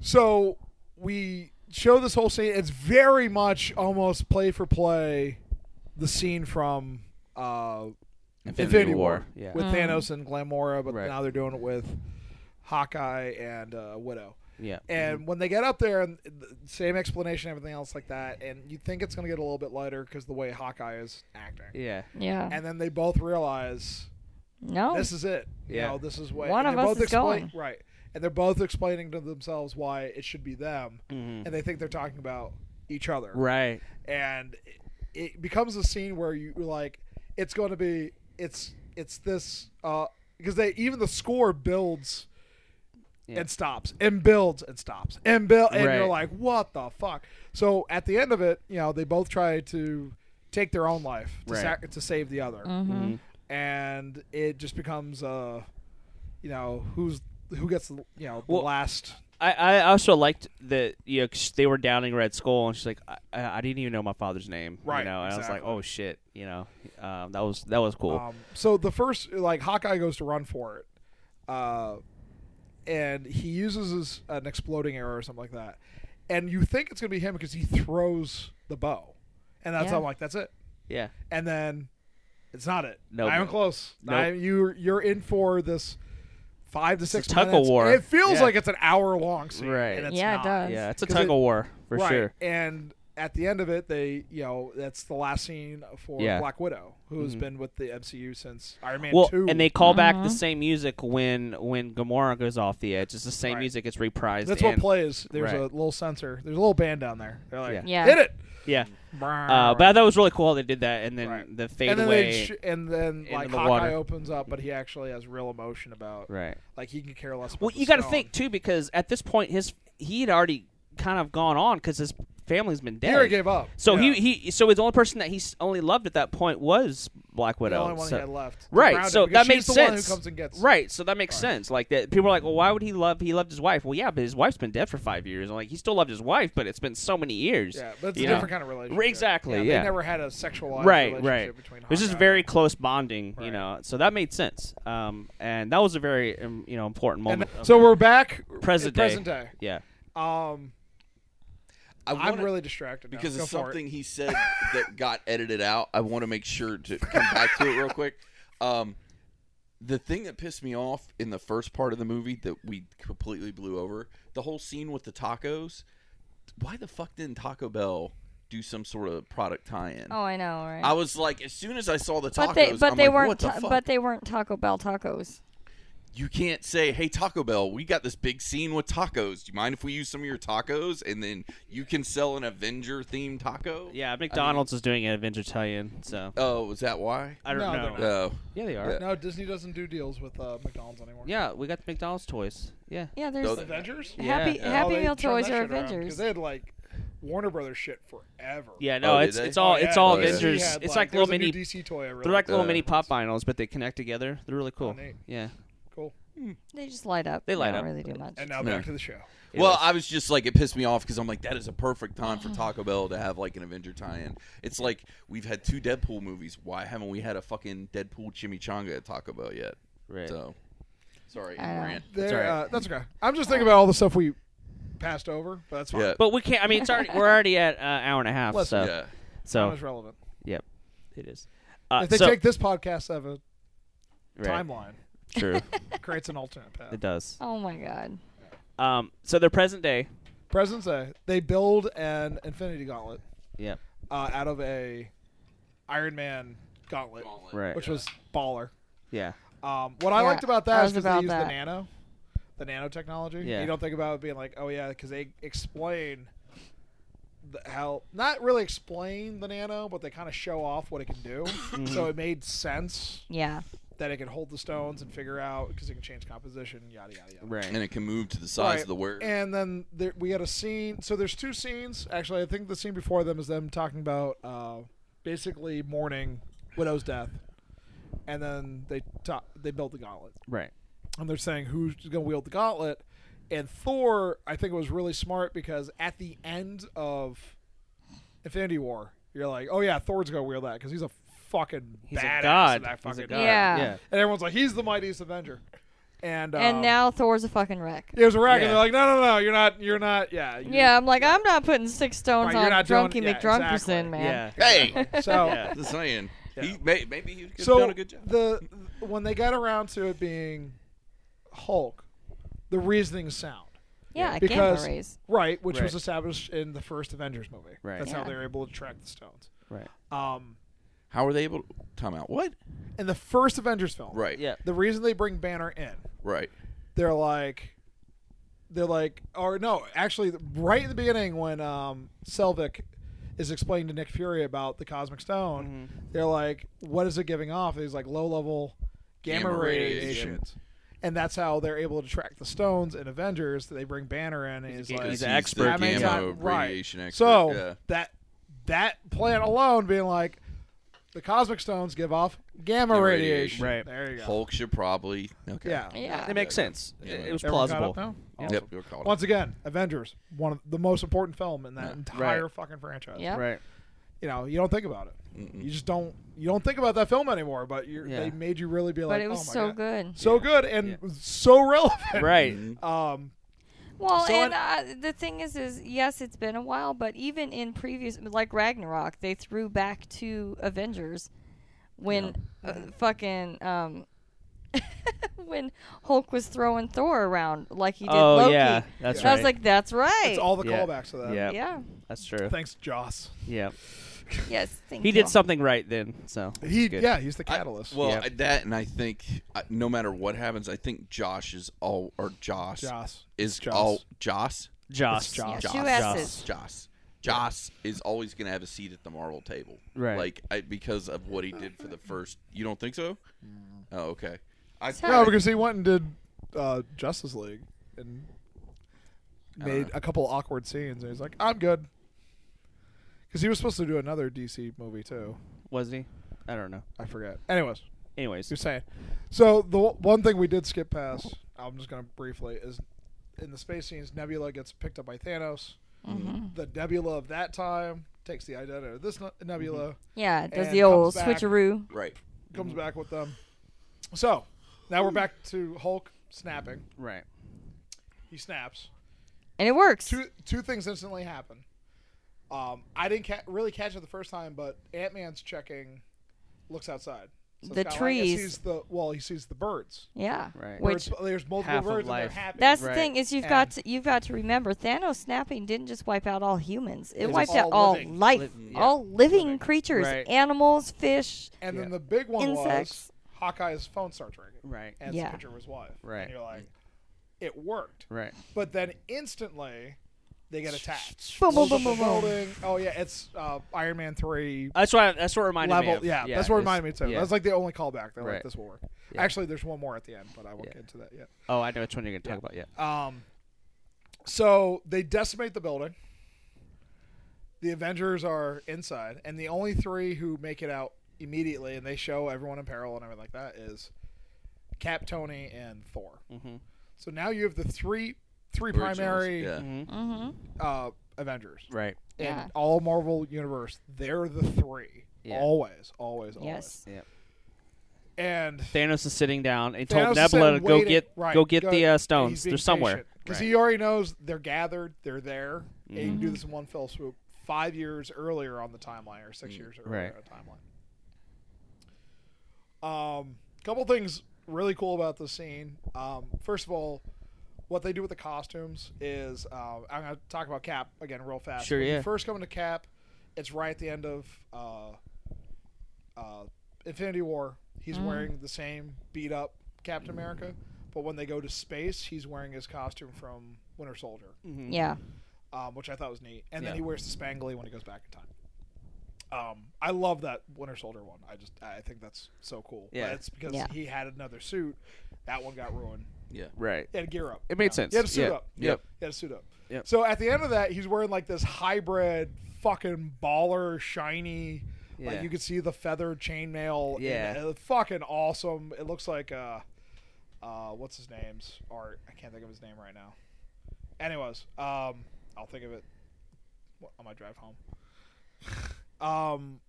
[SPEAKER 5] So we show this whole scene. It's very much almost play for play the scene from uh, Infinity, War,
[SPEAKER 1] yeah.
[SPEAKER 5] with Thanos and Glamora, but
[SPEAKER 1] Right.
[SPEAKER 5] now they're doing it with Hawkeye and uh, Widow.
[SPEAKER 1] Yeah.
[SPEAKER 5] And when they get up there, and the same explanation, everything else like that, and you think it's going to get a little bit lighter because the way Hawkeye is acting.
[SPEAKER 1] Yeah.
[SPEAKER 4] Yeah.
[SPEAKER 5] And then they both realize
[SPEAKER 4] no.
[SPEAKER 5] this is it.
[SPEAKER 1] Yeah.
[SPEAKER 5] You know, this is what
[SPEAKER 4] One
[SPEAKER 5] and
[SPEAKER 4] of
[SPEAKER 5] they're
[SPEAKER 4] us
[SPEAKER 5] both
[SPEAKER 4] is
[SPEAKER 5] explain-
[SPEAKER 4] going.
[SPEAKER 5] Right. And they're both explaining to themselves why it should be them.
[SPEAKER 4] Mm-hmm.
[SPEAKER 5] And they think they're talking about each other.
[SPEAKER 1] Right.
[SPEAKER 5] And it, it becomes a scene where you you're like it's going to be it's it's this uh because they even the score builds
[SPEAKER 1] Yeah.
[SPEAKER 5] and stops and builds and stops and build and
[SPEAKER 1] Right.
[SPEAKER 5] you're like what the fuck. So at the end of it, you know, they both try to take their own life to
[SPEAKER 1] Right. Mm-hmm.
[SPEAKER 5] sac- to save the other
[SPEAKER 4] hmm
[SPEAKER 5] and it just becomes uh you know who's who gets the you know the
[SPEAKER 1] Well-
[SPEAKER 5] last
[SPEAKER 1] I, I also liked that you know 'cause they were downing Red Skull, and she's like, I, I I didn't even know my father's name. You
[SPEAKER 5] Right,
[SPEAKER 1] know, and I was
[SPEAKER 5] exactly.
[SPEAKER 1] like, oh shit. You know, um, that was that was cool.
[SPEAKER 5] um so the first like Hawkeye goes to run for it uh and he uses his, an exploding arrow or something like that and you think it's going to be him because he throws the bow and that's
[SPEAKER 4] Yeah.
[SPEAKER 5] I'm like that's it
[SPEAKER 1] yeah.
[SPEAKER 5] and then it's not it
[SPEAKER 1] Nope.
[SPEAKER 5] I'm close
[SPEAKER 1] Nope.
[SPEAKER 5] I, you you're in for this 5 to 6
[SPEAKER 1] tug of
[SPEAKER 5] minutes.
[SPEAKER 1] war.
[SPEAKER 5] It feels
[SPEAKER 1] Yeah.
[SPEAKER 5] like it's an hour long scene
[SPEAKER 1] Right.
[SPEAKER 5] and it's
[SPEAKER 4] Yeah, it
[SPEAKER 5] not.
[SPEAKER 4] does.
[SPEAKER 1] Yeah. It's a
[SPEAKER 5] 'Cause
[SPEAKER 1] tug
[SPEAKER 5] it-
[SPEAKER 1] of war for
[SPEAKER 5] right.
[SPEAKER 1] sure.
[SPEAKER 5] And at the end of it, they, you know, that's the last scene for
[SPEAKER 1] Yeah. Mm-hmm.
[SPEAKER 5] Black Widow, who's been with the MCU since Iron Man
[SPEAKER 1] Well,
[SPEAKER 5] 2.
[SPEAKER 1] and they call back the same music when when Gamora goes off the edge. It's the same
[SPEAKER 5] Right.
[SPEAKER 1] music. It's reprised.
[SPEAKER 5] that's
[SPEAKER 1] and,
[SPEAKER 5] what plays. There's
[SPEAKER 1] right.
[SPEAKER 5] a little sensor. There's a little band down there. They're like,
[SPEAKER 4] Yeah. Yeah.
[SPEAKER 5] hit it.
[SPEAKER 1] Yeah. Uh, but I thought it was really cool how they did that, and then
[SPEAKER 5] Right.
[SPEAKER 1] the fade
[SPEAKER 5] and then,
[SPEAKER 1] away.
[SPEAKER 5] they sh- and then like
[SPEAKER 1] the
[SPEAKER 5] Hawkeye
[SPEAKER 1] water.
[SPEAKER 5] opens up, but he actually has real emotion about
[SPEAKER 1] right.
[SPEAKER 5] like he can care less. About
[SPEAKER 1] Well,
[SPEAKER 5] the
[SPEAKER 1] you got to
[SPEAKER 5] stone.
[SPEAKER 1] think too, because at this point, his he had already kind of gone on because his family's been
[SPEAKER 5] He
[SPEAKER 1] dead.
[SPEAKER 5] already gave up.
[SPEAKER 1] So
[SPEAKER 5] yeah.
[SPEAKER 1] he he so the only person that he s- only loved at that point was Black
[SPEAKER 5] the
[SPEAKER 1] Widow.
[SPEAKER 5] only one
[SPEAKER 1] so-
[SPEAKER 5] he had left.
[SPEAKER 1] right.
[SPEAKER 5] Grounded,
[SPEAKER 1] So
[SPEAKER 5] because
[SPEAKER 1] that makes
[SPEAKER 5] she's the
[SPEAKER 1] sense.
[SPEAKER 5] One who comes and gets
[SPEAKER 1] right. So that makes sense. Like that people are like, well, why would he love? He loved his wife. Well, yeah, but his wife's been dead for five years. And like he still loved his wife, but it's been so many years.
[SPEAKER 5] Yeah, but it's
[SPEAKER 1] you
[SPEAKER 5] a
[SPEAKER 1] know?
[SPEAKER 5] different kind of relationship.
[SPEAKER 1] Exactly,
[SPEAKER 5] Yeah,
[SPEAKER 1] yeah.
[SPEAKER 5] They never had a sexualized
[SPEAKER 1] right
[SPEAKER 5] relationship
[SPEAKER 1] right
[SPEAKER 5] between.
[SPEAKER 1] it was just
[SPEAKER 5] Hawkeye
[SPEAKER 1] very close bonding you
[SPEAKER 5] Right.
[SPEAKER 1] know so that made sense um and that was a very um, you know important
[SPEAKER 5] And
[SPEAKER 1] moment of
[SPEAKER 5] so we're back
[SPEAKER 1] present
[SPEAKER 5] at present
[SPEAKER 1] day. yeah
[SPEAKER 5] day. Um,
[SPEAKER 2] I
[SPEAKER 5] I'm
[SPEAKER 2] wanna-
[SPEAKER 5] really distracted now.
[SPEAKER 2] because
[SPEAKER 5] Go
[SPEAKER 2] of
[SPEAKER 5] for it.
[SPEAKER 2] something he said that got edited out. I want to make sure to come back to it real quick. Um, the thing that pissed me off in the first part of the movie that we completely blew over the whole scene with the tacos. Why the fuck didn't Taco Bell do some sort of product tie-in?
[SPEAKER 4] Oh, I know, right?
[SPEAKER 2] I was like, as soon as I saw the tacos,
[SPEAKER 4] but they but
[SPEAKER 2] I'm
[SPEAKER 4] they
[SPEAKER 2] like,
[SPEAKER 4] weren't
[SPEAKER 2] what the
[SPEAKER 4] ta-
[SPEAKER 2] fuck?
[SPEAKER 4] but they weren't Taco Bell tacos.
[SPEAKER 2] you can't say, "Hey Taco Bell, we got this big scene with tacos. Do you mind if we use some of your tacos and then you can sell an Avenger themed taco?"
[SPEAKER 1] yeah mcdonald's is doing an avenger tie-in so
[SPEAKER 2] Oh, is that why?
[SPEAKER 1] i don't
[SPEAKER 5] No,
[SPEAKER 1] know
[SPEAKER 5] they're not.
[SPEAKER 2] Oh.
[SPEAKER 1] yeah they are yeah.
[SPEAKER 2] Yeah.
[SPEAKER 5] No, Disney doesn't do deals with uh, McDonald's anymore.
[SPEAKER 1] we got the mcdonald's toys yeah
[SPEAKER 4] Yeah, there's
[SPEAKER 2] Those-
[SPEAKER 5] Avengers. Oh,
[SPEAKER 1] Yeah.
[SPEAKER 4] Happy
[SPEAKER 1] Yeah.
[SPEAKER 4] Happy Meal toys are Avengers.
[SPEAKER 5] Because they had like Warner Brothers shit forever.
[SPEAKER 1] yeah no
[SPEAKER 2] Oh, did
[SPEAKER 1] it's
[SPEAKER 2] they?
[SPEAKER 1] it's all
[SPEAKER 5] Oh, yeah,
[SPEAKER 1] it's all
[SPEAKER 2] Oh, yeah.
[SPEAKER 5] DC
[SPEAKER 1] avengers
[SPEAKER 5] had,
[SPEAKER 1] it's like
[SPEAKER 5] there was
[SPEAKER 1] little
[SPEAKER 5] a new
[SPEAKER 1] mini
[SPEAKER 5] DC toy. I really
[SPEAKER 1] they're like little
[SPEAKER 2] Uh,
[SPEAKER 1] mini pop vinyls but they connect together they're really cool
[SPEAKER 5] neat.
[SPEAKER 1] yeah
[SPEAKER 5] cool.
[SPEAKER 4] They just light up.
[SPEAKER 1] They light
[SPEAKER 4] don't
[SPEAKER 1] up,
[SPEAKER 4] Really do much.
[SPEAKER 5] And now
[SPEAKER 2] No.
[SPEAKER 5] back to the show.
[SPEAKER 1] It
[SPEAKER 2] Well,
[SPEAKER 1] was-
[SPEAKER 2] I was just like, it pissed me off because I'm like, that is a perfect time for Taco Bell to have like an Avenger tie-in. It's like we've had two Deadpool movies. Why haven't we had a fucking Deadpool chimichanga at Taco Bell yet?
[SPEAKER 1] Right.
[SPEAKER 2] So, sorry,
[SPEAKER 4] I know.
[SPEAKER 2] rant.
[SPEAKER 5] There,
[SPEAKER 1] all right.
[SPEAKER 5] uh, that's okay. I'm just thinking about all the stuff we passed over, but that's fine.
[SPEAKER 2] Yeah,
[SPEAKER 1] but we can't i mean it's already we're already at uh, hour and a half
[SPEAKER 5] Listen.
[SPEAKER 1] so
[SPEAKER 2] yeah.
[SPEAKER 5] Not
[SPEAKER 1] so
[SPEAKER 5] as relevant.
[SPEAKER 1] yep it is uh,
[SPEAKER 5] If they
[SPEAKER 1] so-
[SPEAKER 5] take this podcast out of a
[SPEAKER 1] right,
[SPEAKER 5] timeline,
[SPEAKER 1] true
[SPEAKER 5] it creates an alternate path.
[SPEAKER 1] it does
[SPEAKER 4] Oh my God.
[SPEAKER 1] um so they're present day
[SPEAKER 5] Present day, they build an Infinity Gauntlet.
[SPEAKER 1] Yep.
[SPEAKER 5] uh, out of a Iron Man gauntlet,
[SPEAKER 1] Right.
[SPEAKER 5] which was baller.
[SPEAKER 1] Yeah.
[SPEAKER 5] Um, what I
[SPEAKER 4] Yeah,
[SPEAKER 5] liked about
[SPEAKER 4] I
[SPEAKER 5] that
[SPEAKER 4] was
[SPEAKER 5] is 'cause
[SPEAKER 4] about
[SPEAKER 5] they used
[SPEAKER 4] that.
[SPEAKER 5] the nano, the nanotechnology.
[SPEAKER 1] Yeah.
[SPEAKER 5] You don't think about it being like, oh yeah, because they explain the, how not really explain the nano, but they kind of show off what it can do.
[SPEAKER 1] Mm-hmm.
[SPEAKER 5] So it made sense
[SPEAKER 4] Yeah.
[SPEAKER 5] that it can hold the stones and figure out because it can change composition, yada yada yada.
[SPEAKER 1] Right.
[SPEAKER 2] and it can move to the size
[SPEAKER 5] Right.
[SPEAKER 2] of the word.
[SPEAKER 5] And then there, we had a scene. So there's two scenes. Actually, I think the scene before them is them talking about uh, basically mourning widow's death, and then they ta- they build the gauntlet,
[SPEAKER 1] Right.
[SPEAKER 5] and they're saying who's going to wield the gauntlet. And Thor, I think, was really smart because at the end of Infinity War, you're like, oh yeah, Thor's going to wield that because he's a fucking
[SPEAKER 1] He's
[SPEAKER 5] badass
[SPEAKER 1] a
[SPEAKER 5] in
[SPEAKER 1] god.
[SPEAKER 5] that
[SPEAKER 1] He's a
[SPEAKER 5] fucking
[SPEAKER 1] god.
[SPEAKER 4] Yeah.
[SPEAKER 1] Yeah.
[SPEAKER 5] and everyone's like, he's the mightiest Avenger. And
[SPEAKER 4] and
[SPEAKER 5] um,
[SPEAKER 4] now Thor's a fucking wreck.
[SPEAKER 5] it was a wreck,
[SPEAKER 1] Yeah.
[SPEAKER 5] and they're like, no, no, no, you're not, you're not, yeah, you're-
[SPEAKER 4] Yeah, I'm like, I'm not putting six stones
[SPEAKER 5] Right, you're
[SPEAKER 4] on
[SPEAKER 5] not doing-
[SPEAKER 4] Drunky
[SPEAKER 5] yeah,
[SPEAKER 4] McDrunkerson,
[SPEAKER 5] exactly.
[SPEAKER 4] man.
[SPEAKER 1] Yeah.
[SPEAKER 2] hey,
[SPEAKER 5] So,
[SPEAKER 1] Yeah.
[SPEAKER 2] just saying.
[SPEAKER 5] Yeah.
[SPEAKER 2] He may, maybe he could have
[SPEAKER 5] so
[SPEAKER 2] done a good job.
[SPEAKER 5] the when they got around to it being Hulk, the reasoning sound
[SPEAKER 4] Yeah, I
[SPEAKER 5] because
[SPEAKER 4] can raise.
[SPEAKER 5] right, which
[SPEAKER 1] Right.
[SPEAKER 5] was established in the first Avengers movie.
[SPEAKER 1] Right.
[SPEAKER 5] That's how
[SPEAKER 4] Yeah.
[SPEAKER 5] they were able to track the stones.
[SPEAKER 1] Right.
[SPEAKER 5] Um,
[SPEAKER 2] How were they able? to... Time out. What?
[SPEAKER 5] in the first Avengers film,
[SPEAKER 2] Right.
[SPEAKER 1] Yeah.
[SPEAKER 5] the reason they bring Banner in,
[SPEAKER 2] Right.
[SPEAKER 5] they're like. They're like, or no, actually, right at the beginning when um, Selvik is explaining to Nick Fury about the Cosmic Stone,
[SPEAKER 1] Mm-hmm.
[SPEAKER 5] they're like, what is it giving off? And he's like, low level gamma,
[SPEAKER 2] Gamma
[SPEAKER 5] radiation.
[SPEAKER 2] radiation.
[SPEAKER 5] And that's how they're able to track the stones in Avengers. They bring Banner in, and he's
[SPEAKER 1] ga-
[SPEAKER 5] like,
[SPEAKER 1] he's
[SPEAKER 2] an
[SPEAKER 1] an expert
[SPEAKER 5] that
[SPEAKER 1] gamma
[SPEAKER 5] makes sense.
[SPEAKER 2] radiation
[SPEAKER 5] right.
[SPEAKER 2] expert.
[SPEAKER 5] So
[SPEAKER 2] yeah.
[SPEAKER 5] that that plan alone, being like, the cosmic stones give off gamma,
[SPEAKER 2] Gamma
[SPEAKER 5] radiation.
[SPEAKER 2] radiation.
[SPEAKER 1] Right.
[SPEAKER 5] There you go.
[SPEAKER 2] Hulk should probably. Okay.
[SPEAKER 5] Yeah.
[SPEAKER 4] Yeah.
[SPEAKER 1] It makes sense.
[SPEAKER 2] Yeah.
[SPEAKER 1] It was
[SPEAKER 5] Everyone caught
[SPEAKER 1] plausible.
[SPEAKER 5] up now?
[SPEAKER 1] Yeah.
[SPEAKER 2] Yep. we were caught
[SPEAKER 5] Once again, Avengers, one of the most important film in that
[SPEAKER 2] Yeah.
[SPEAKER 5] entire
[SPEAKER 1] Right.
[SPEAKER 5] fucking franchise.
[SPEAKER 4] Yep.
[SPEAKER 1] Right.
[SPEAKER 5] You know, you don't think about it. You just don't. You don't think about that film anymore. But you're,
[SPEAKER 1] Yeah.
[SPEAKER 5] they made you really be
[SPEAKER 4] But
[SPEAKER 5] like,
[SPEAKER 4] it was
[SPEAKER 5] oh my
[SPEAKER 4] so
[SPEAKER 5] God.
[SPEAKER 4] good.
[SPEAKER 5] so good and so relevant.
[SPEAKER 1] Right.
[SPEAKER 5] Um,
[SPEAKER 4] Well,
[SPEAKER 5] So
[SPEAKER 4] and
[SPEAKER 5] it-
[SPEAKER 4] uh, the thing is, is yes, it's been a while, but even in previous, like Ragnarok, they threw back to Avengers when uh, fucking um, when Hulk was throwing Thor around like he did
[SPEAKER 1] Oh
[SPEAKER 4] Loki.
[SPEAKER 1] yeah, that's
[SPEAKER 4] And
[SPEAKER 1] right.
[SPEAKER 4] I was like, that's right.
[SPEAKER 5] it's all the
[SPEAKER 1] Yeah.
[SPEAKER 5] callbacks to that.
[SPEAKER 1] Yeah.
[SPEAKER 4] yeah.
[SPEAKER 1] that's true.
[SPEAKER 5] Thanks, Joss.
[SPEAKER 1] Yeah,
[SPEAKER 4] Yes. Thank
[SPEAKER 1] he
[SPEAKER 4] you.
[SPEAKER 1] did something right then. So
[SPEAKER 5] He,
[SPEAKER 1] it's good.
[SPEAKER 5] yeah, he's the
[SPEAKER 2] I-
[SPEAKER 5] catalyst.
[SPEAKER 2] well,
[SPEAKER 1] Yeah.
[SPEAKER 2] I- that and I think I, no matter what happens, I think Josh is all or Josh
[SPEAKER 5] Joss
[SPEAKER 2] is
[SPEAKER 5] Joss.
[SPEAKER 2] all Josh.
[SPEAKER 1] Josh,
[SPEAKER 5] It's Joss.
[SPEAKER 4] Yeah,
[SPEAKER 2] Joss.
[SPEAKER 4] two
[SPEAKER 2] Joss.
[SPEAKER 4] S's.
[SPEAKER 2] Joss. Joss is always going to have a seat at the Marvel table,
[SPEAKER 1] Right.
[SPEAKER 2] Like I, because of what he did for the first. You don't think so? Oh, okay. I,
[SPEAKER 5] no, because he went and did uh, Justice League and made a couple awkward scenes, and he's like, "I'm good," because he was supposed to do another DC movie too.
[SPEAKER 1] was he? I don't know.
[SPEAKER 5] I forget. Anyways,
[SPEAKER 1] Anyways,
[SPEAKER 5] you're saying. So the w- one thing we did skip past, I'm just gonna briefly, is in the space scenes, Nebula gets picked up by Thanos. The Nebula of that time takes the identity of this ne- Nebula,
[SPEAKER 4] Yeah. Does
[SPEAKER 5] And
[SPEAKER 4] the old
[SPEAKER 5] comes back.
[SPEAKER 4] switcheroo?
[SPEAKER 2] right.
[SPEAKER 5] comes back with them. So now we're back to Hulk snapping.
[SPEAKER 1] right.
[SPEAKER 5] He snaps.
[SPEAKER 4] And it works.
[SPEAKER 5] two two things instantly happen. Um, I didn't ca- really catch it the first time, but Ant Man's checking, looks outside. So
[SPEAKER 4] The
[SPEAKER 5] it's kinda like he
[SPEAKER 4] trees.
[SPEAKER 5] sees the well. He sees the birds.
[SPEAKER 4] Yeah.
[SPEAKER 1] Right.
[SPEAKER 4] Which
[SPEAKER 5] Birds- there's multiple
[SPEAKER 1] half of
[SPEAKER 5] birds and they're
[SPEAKER 1] life.
[SPEAKER 5] happy.
[SPEAKER 4] That's
[SPEAKER 1] Right.
[SPEAKER 4] the thing is you've got to, you've got to remember Thanos snapping didn't just wipe out all humans. It
[SPEAKER 5] It's
[SPEAKER 4] wiped
[SPEAKER 5] all
[SPEAKER 4] out all
[SPEAKER 5] living.
[SPEAKER 4] life,
[SPEAKER 1] Li- yeah.
[SPEAKER 4] all living creatures,
[SPEAKER 1] Right.
[SPEAKER 4] animals, fish.
[SPEAKER 5] and
[SPEAKER 1] yeah.
[SPEAKER 5] then the big one
[SPEAKER 4] Insects.
[SPEAKER 5] was Hawkeye's phone starts ringing,
[SPEAKER 1] Right.
[SPEAKER 5] and it's
[SPEAKER 4] Yeah.
[SPEAKER 5] a picture of his wife.
[SPEAKER 1] Right.
[SPEAKER 5] And you're like, it worked.
[SPEAKER 1] Right.
[SPEAKER 5] But then instantly, they get attacked.
[SPEAKER 4] Boom, boom,
[SPEAKER 5] Blows up
[SPEAKER 4] boom, boom,
[SPEAKER 5] the
[SPEAKER 4] boom.
[SPEAKER 5] building. Oh yeah, it's uh, Iron Man three.
[SPEAKER 1] That's what. That's what reminded me.
[SPEAKER 5] level.
[SPEAKER 1] Of.
[SPEAKER 5] Yeah, that's
[SPEAKER 1] it's-
[SPEAKER 5] what reminded me too.
[SPEAKER 1] yeah.
[SPEAKER 5] That's like the only callback. They're like,
[SPEAKER 1] Right.
[SPEAKER 5] this will work.
[SPEAKER 1] Yeah.
[SPEAKER 5] Actually, there's one more at the end, but I won't
[SPEAKER 1] Yeah.
[SPEAKER 5] get into that yet.
[SPEAKER 1] oh, I know which one you're gonna talk about. Yeah.
[SPEAKER 5] Um, so they decimate the building. The Avengers are inside, and the only three who make it out immediately, and they show everyone in peril and everything like that, is Cap, Tony, and Thor.
[SPEAKER 1] Mhm.
[SPEAKER 5] So now you have the three three
[SPEAKER 2] Mm-hmm. Originals,
[SPEAKER 5] primary
[SPEAKER 2] Yeah.
[SPEAKER 4] Mm-hmm.
[SPEAKER 5] uh, Avengers
[SPEAKER 1] Right.
[SPEAKER 5] in
[SPEAKER 4] Yeah.
[SPEAKER 5] all Marvel universe. They're the three.
[SPEAKER 1] Yeah.
[SPEAKER 5] Always, always, always.
[SPEAKER 4] Yes.
[SPEAKER 5] And
[SPEAKER 1] Thanos is sitting down and
[SPEAKER 5] Thanos
[SPEAKER 1] told
[SPEAKER 5] is
[SPEAKER 1] Nebula to
[SPEAKER 5] sitting,
[SPEAKER 1] go
[SPEAKER 5] waiting-
[SPEAKER 1] get
[SPEAKER 5] right,
[SPEAKER 1] go get the uh, stones.
[SPEAKER 5] He's being
[SPEAKER 1] They're somewhere.
[SPEAKER 5] Because
[SPEAKER 1] Right. Mm-hmm.
[SPEAKER 5] he already knows they're gathered, they're there, and you can do this in one fell swoop. Five years earlier on the timeline, or six years earlier
[SPEAKER 1] Mm, Right.
[SPEAKER 5] on the timeline. Um, couple things really cool about this scene. Um, first of all, what they do with the costumes is uh, I'm going to talk about Cap again real fast.
[SPEAKER 1] Sure,
[SPEAKER 5] When you
[SPEAKER 1] yeah.
[SPEAKER 5] first coming to Cap, it's right at the end of uh, uh, Infinity War, he's
[SPEAKER 1] Mm.
[SPEAKER 5] wearing the same beat up Captain America, but when they go to space, he's wearing his costume from Winter Soldier.
[SPEAKER 4] Yeah.
[SPEAKER 5] um, which I thought was neat. And then
[SPEAKER 1] Yeah.
[SPEAKER 5] he wears the spangly when he goes back in time. Um, I love that Winter Soldier one. I just I think that's so cool.
[SPEAKER 1] Yeah.
[SPEAKER 5] but it's because
[SPEAKER 4] Yeah.
[SPEAKER 5] he had another suit. That one got ruined.
[SPEAKER 2] Yeah.
[SPEAKER 1] Right.
[SPEAKER 5] He had gear up.
[SPEAKER 1] It made
[SPEAKER 5] you know?
[SPEAKER 1] sense.
[SPEAKER 5] He had a suit
[SPEAKER 1] Yeah.
[SPEAKER 5] up.
[SPEAKER 1] Yep.
[SPEAKER 5] He had a suit up.
[SPEAKER 1] Yep.
[SPEAKER 5] So at the end of that, he's wearing like this hybrid fucking baller shiny.
[SPEAKER 1] Yeah.
[SPEAKER 5] Like you could see the feathered chainmail. in
[SPEAKER 1] Yeah.
[SPEAKER 5] it. fucking awesome. It looks like uh, uh, what's his name's art? I can't think of his name right now. Anyways, um, I'll think of it wh- on my drive home. um,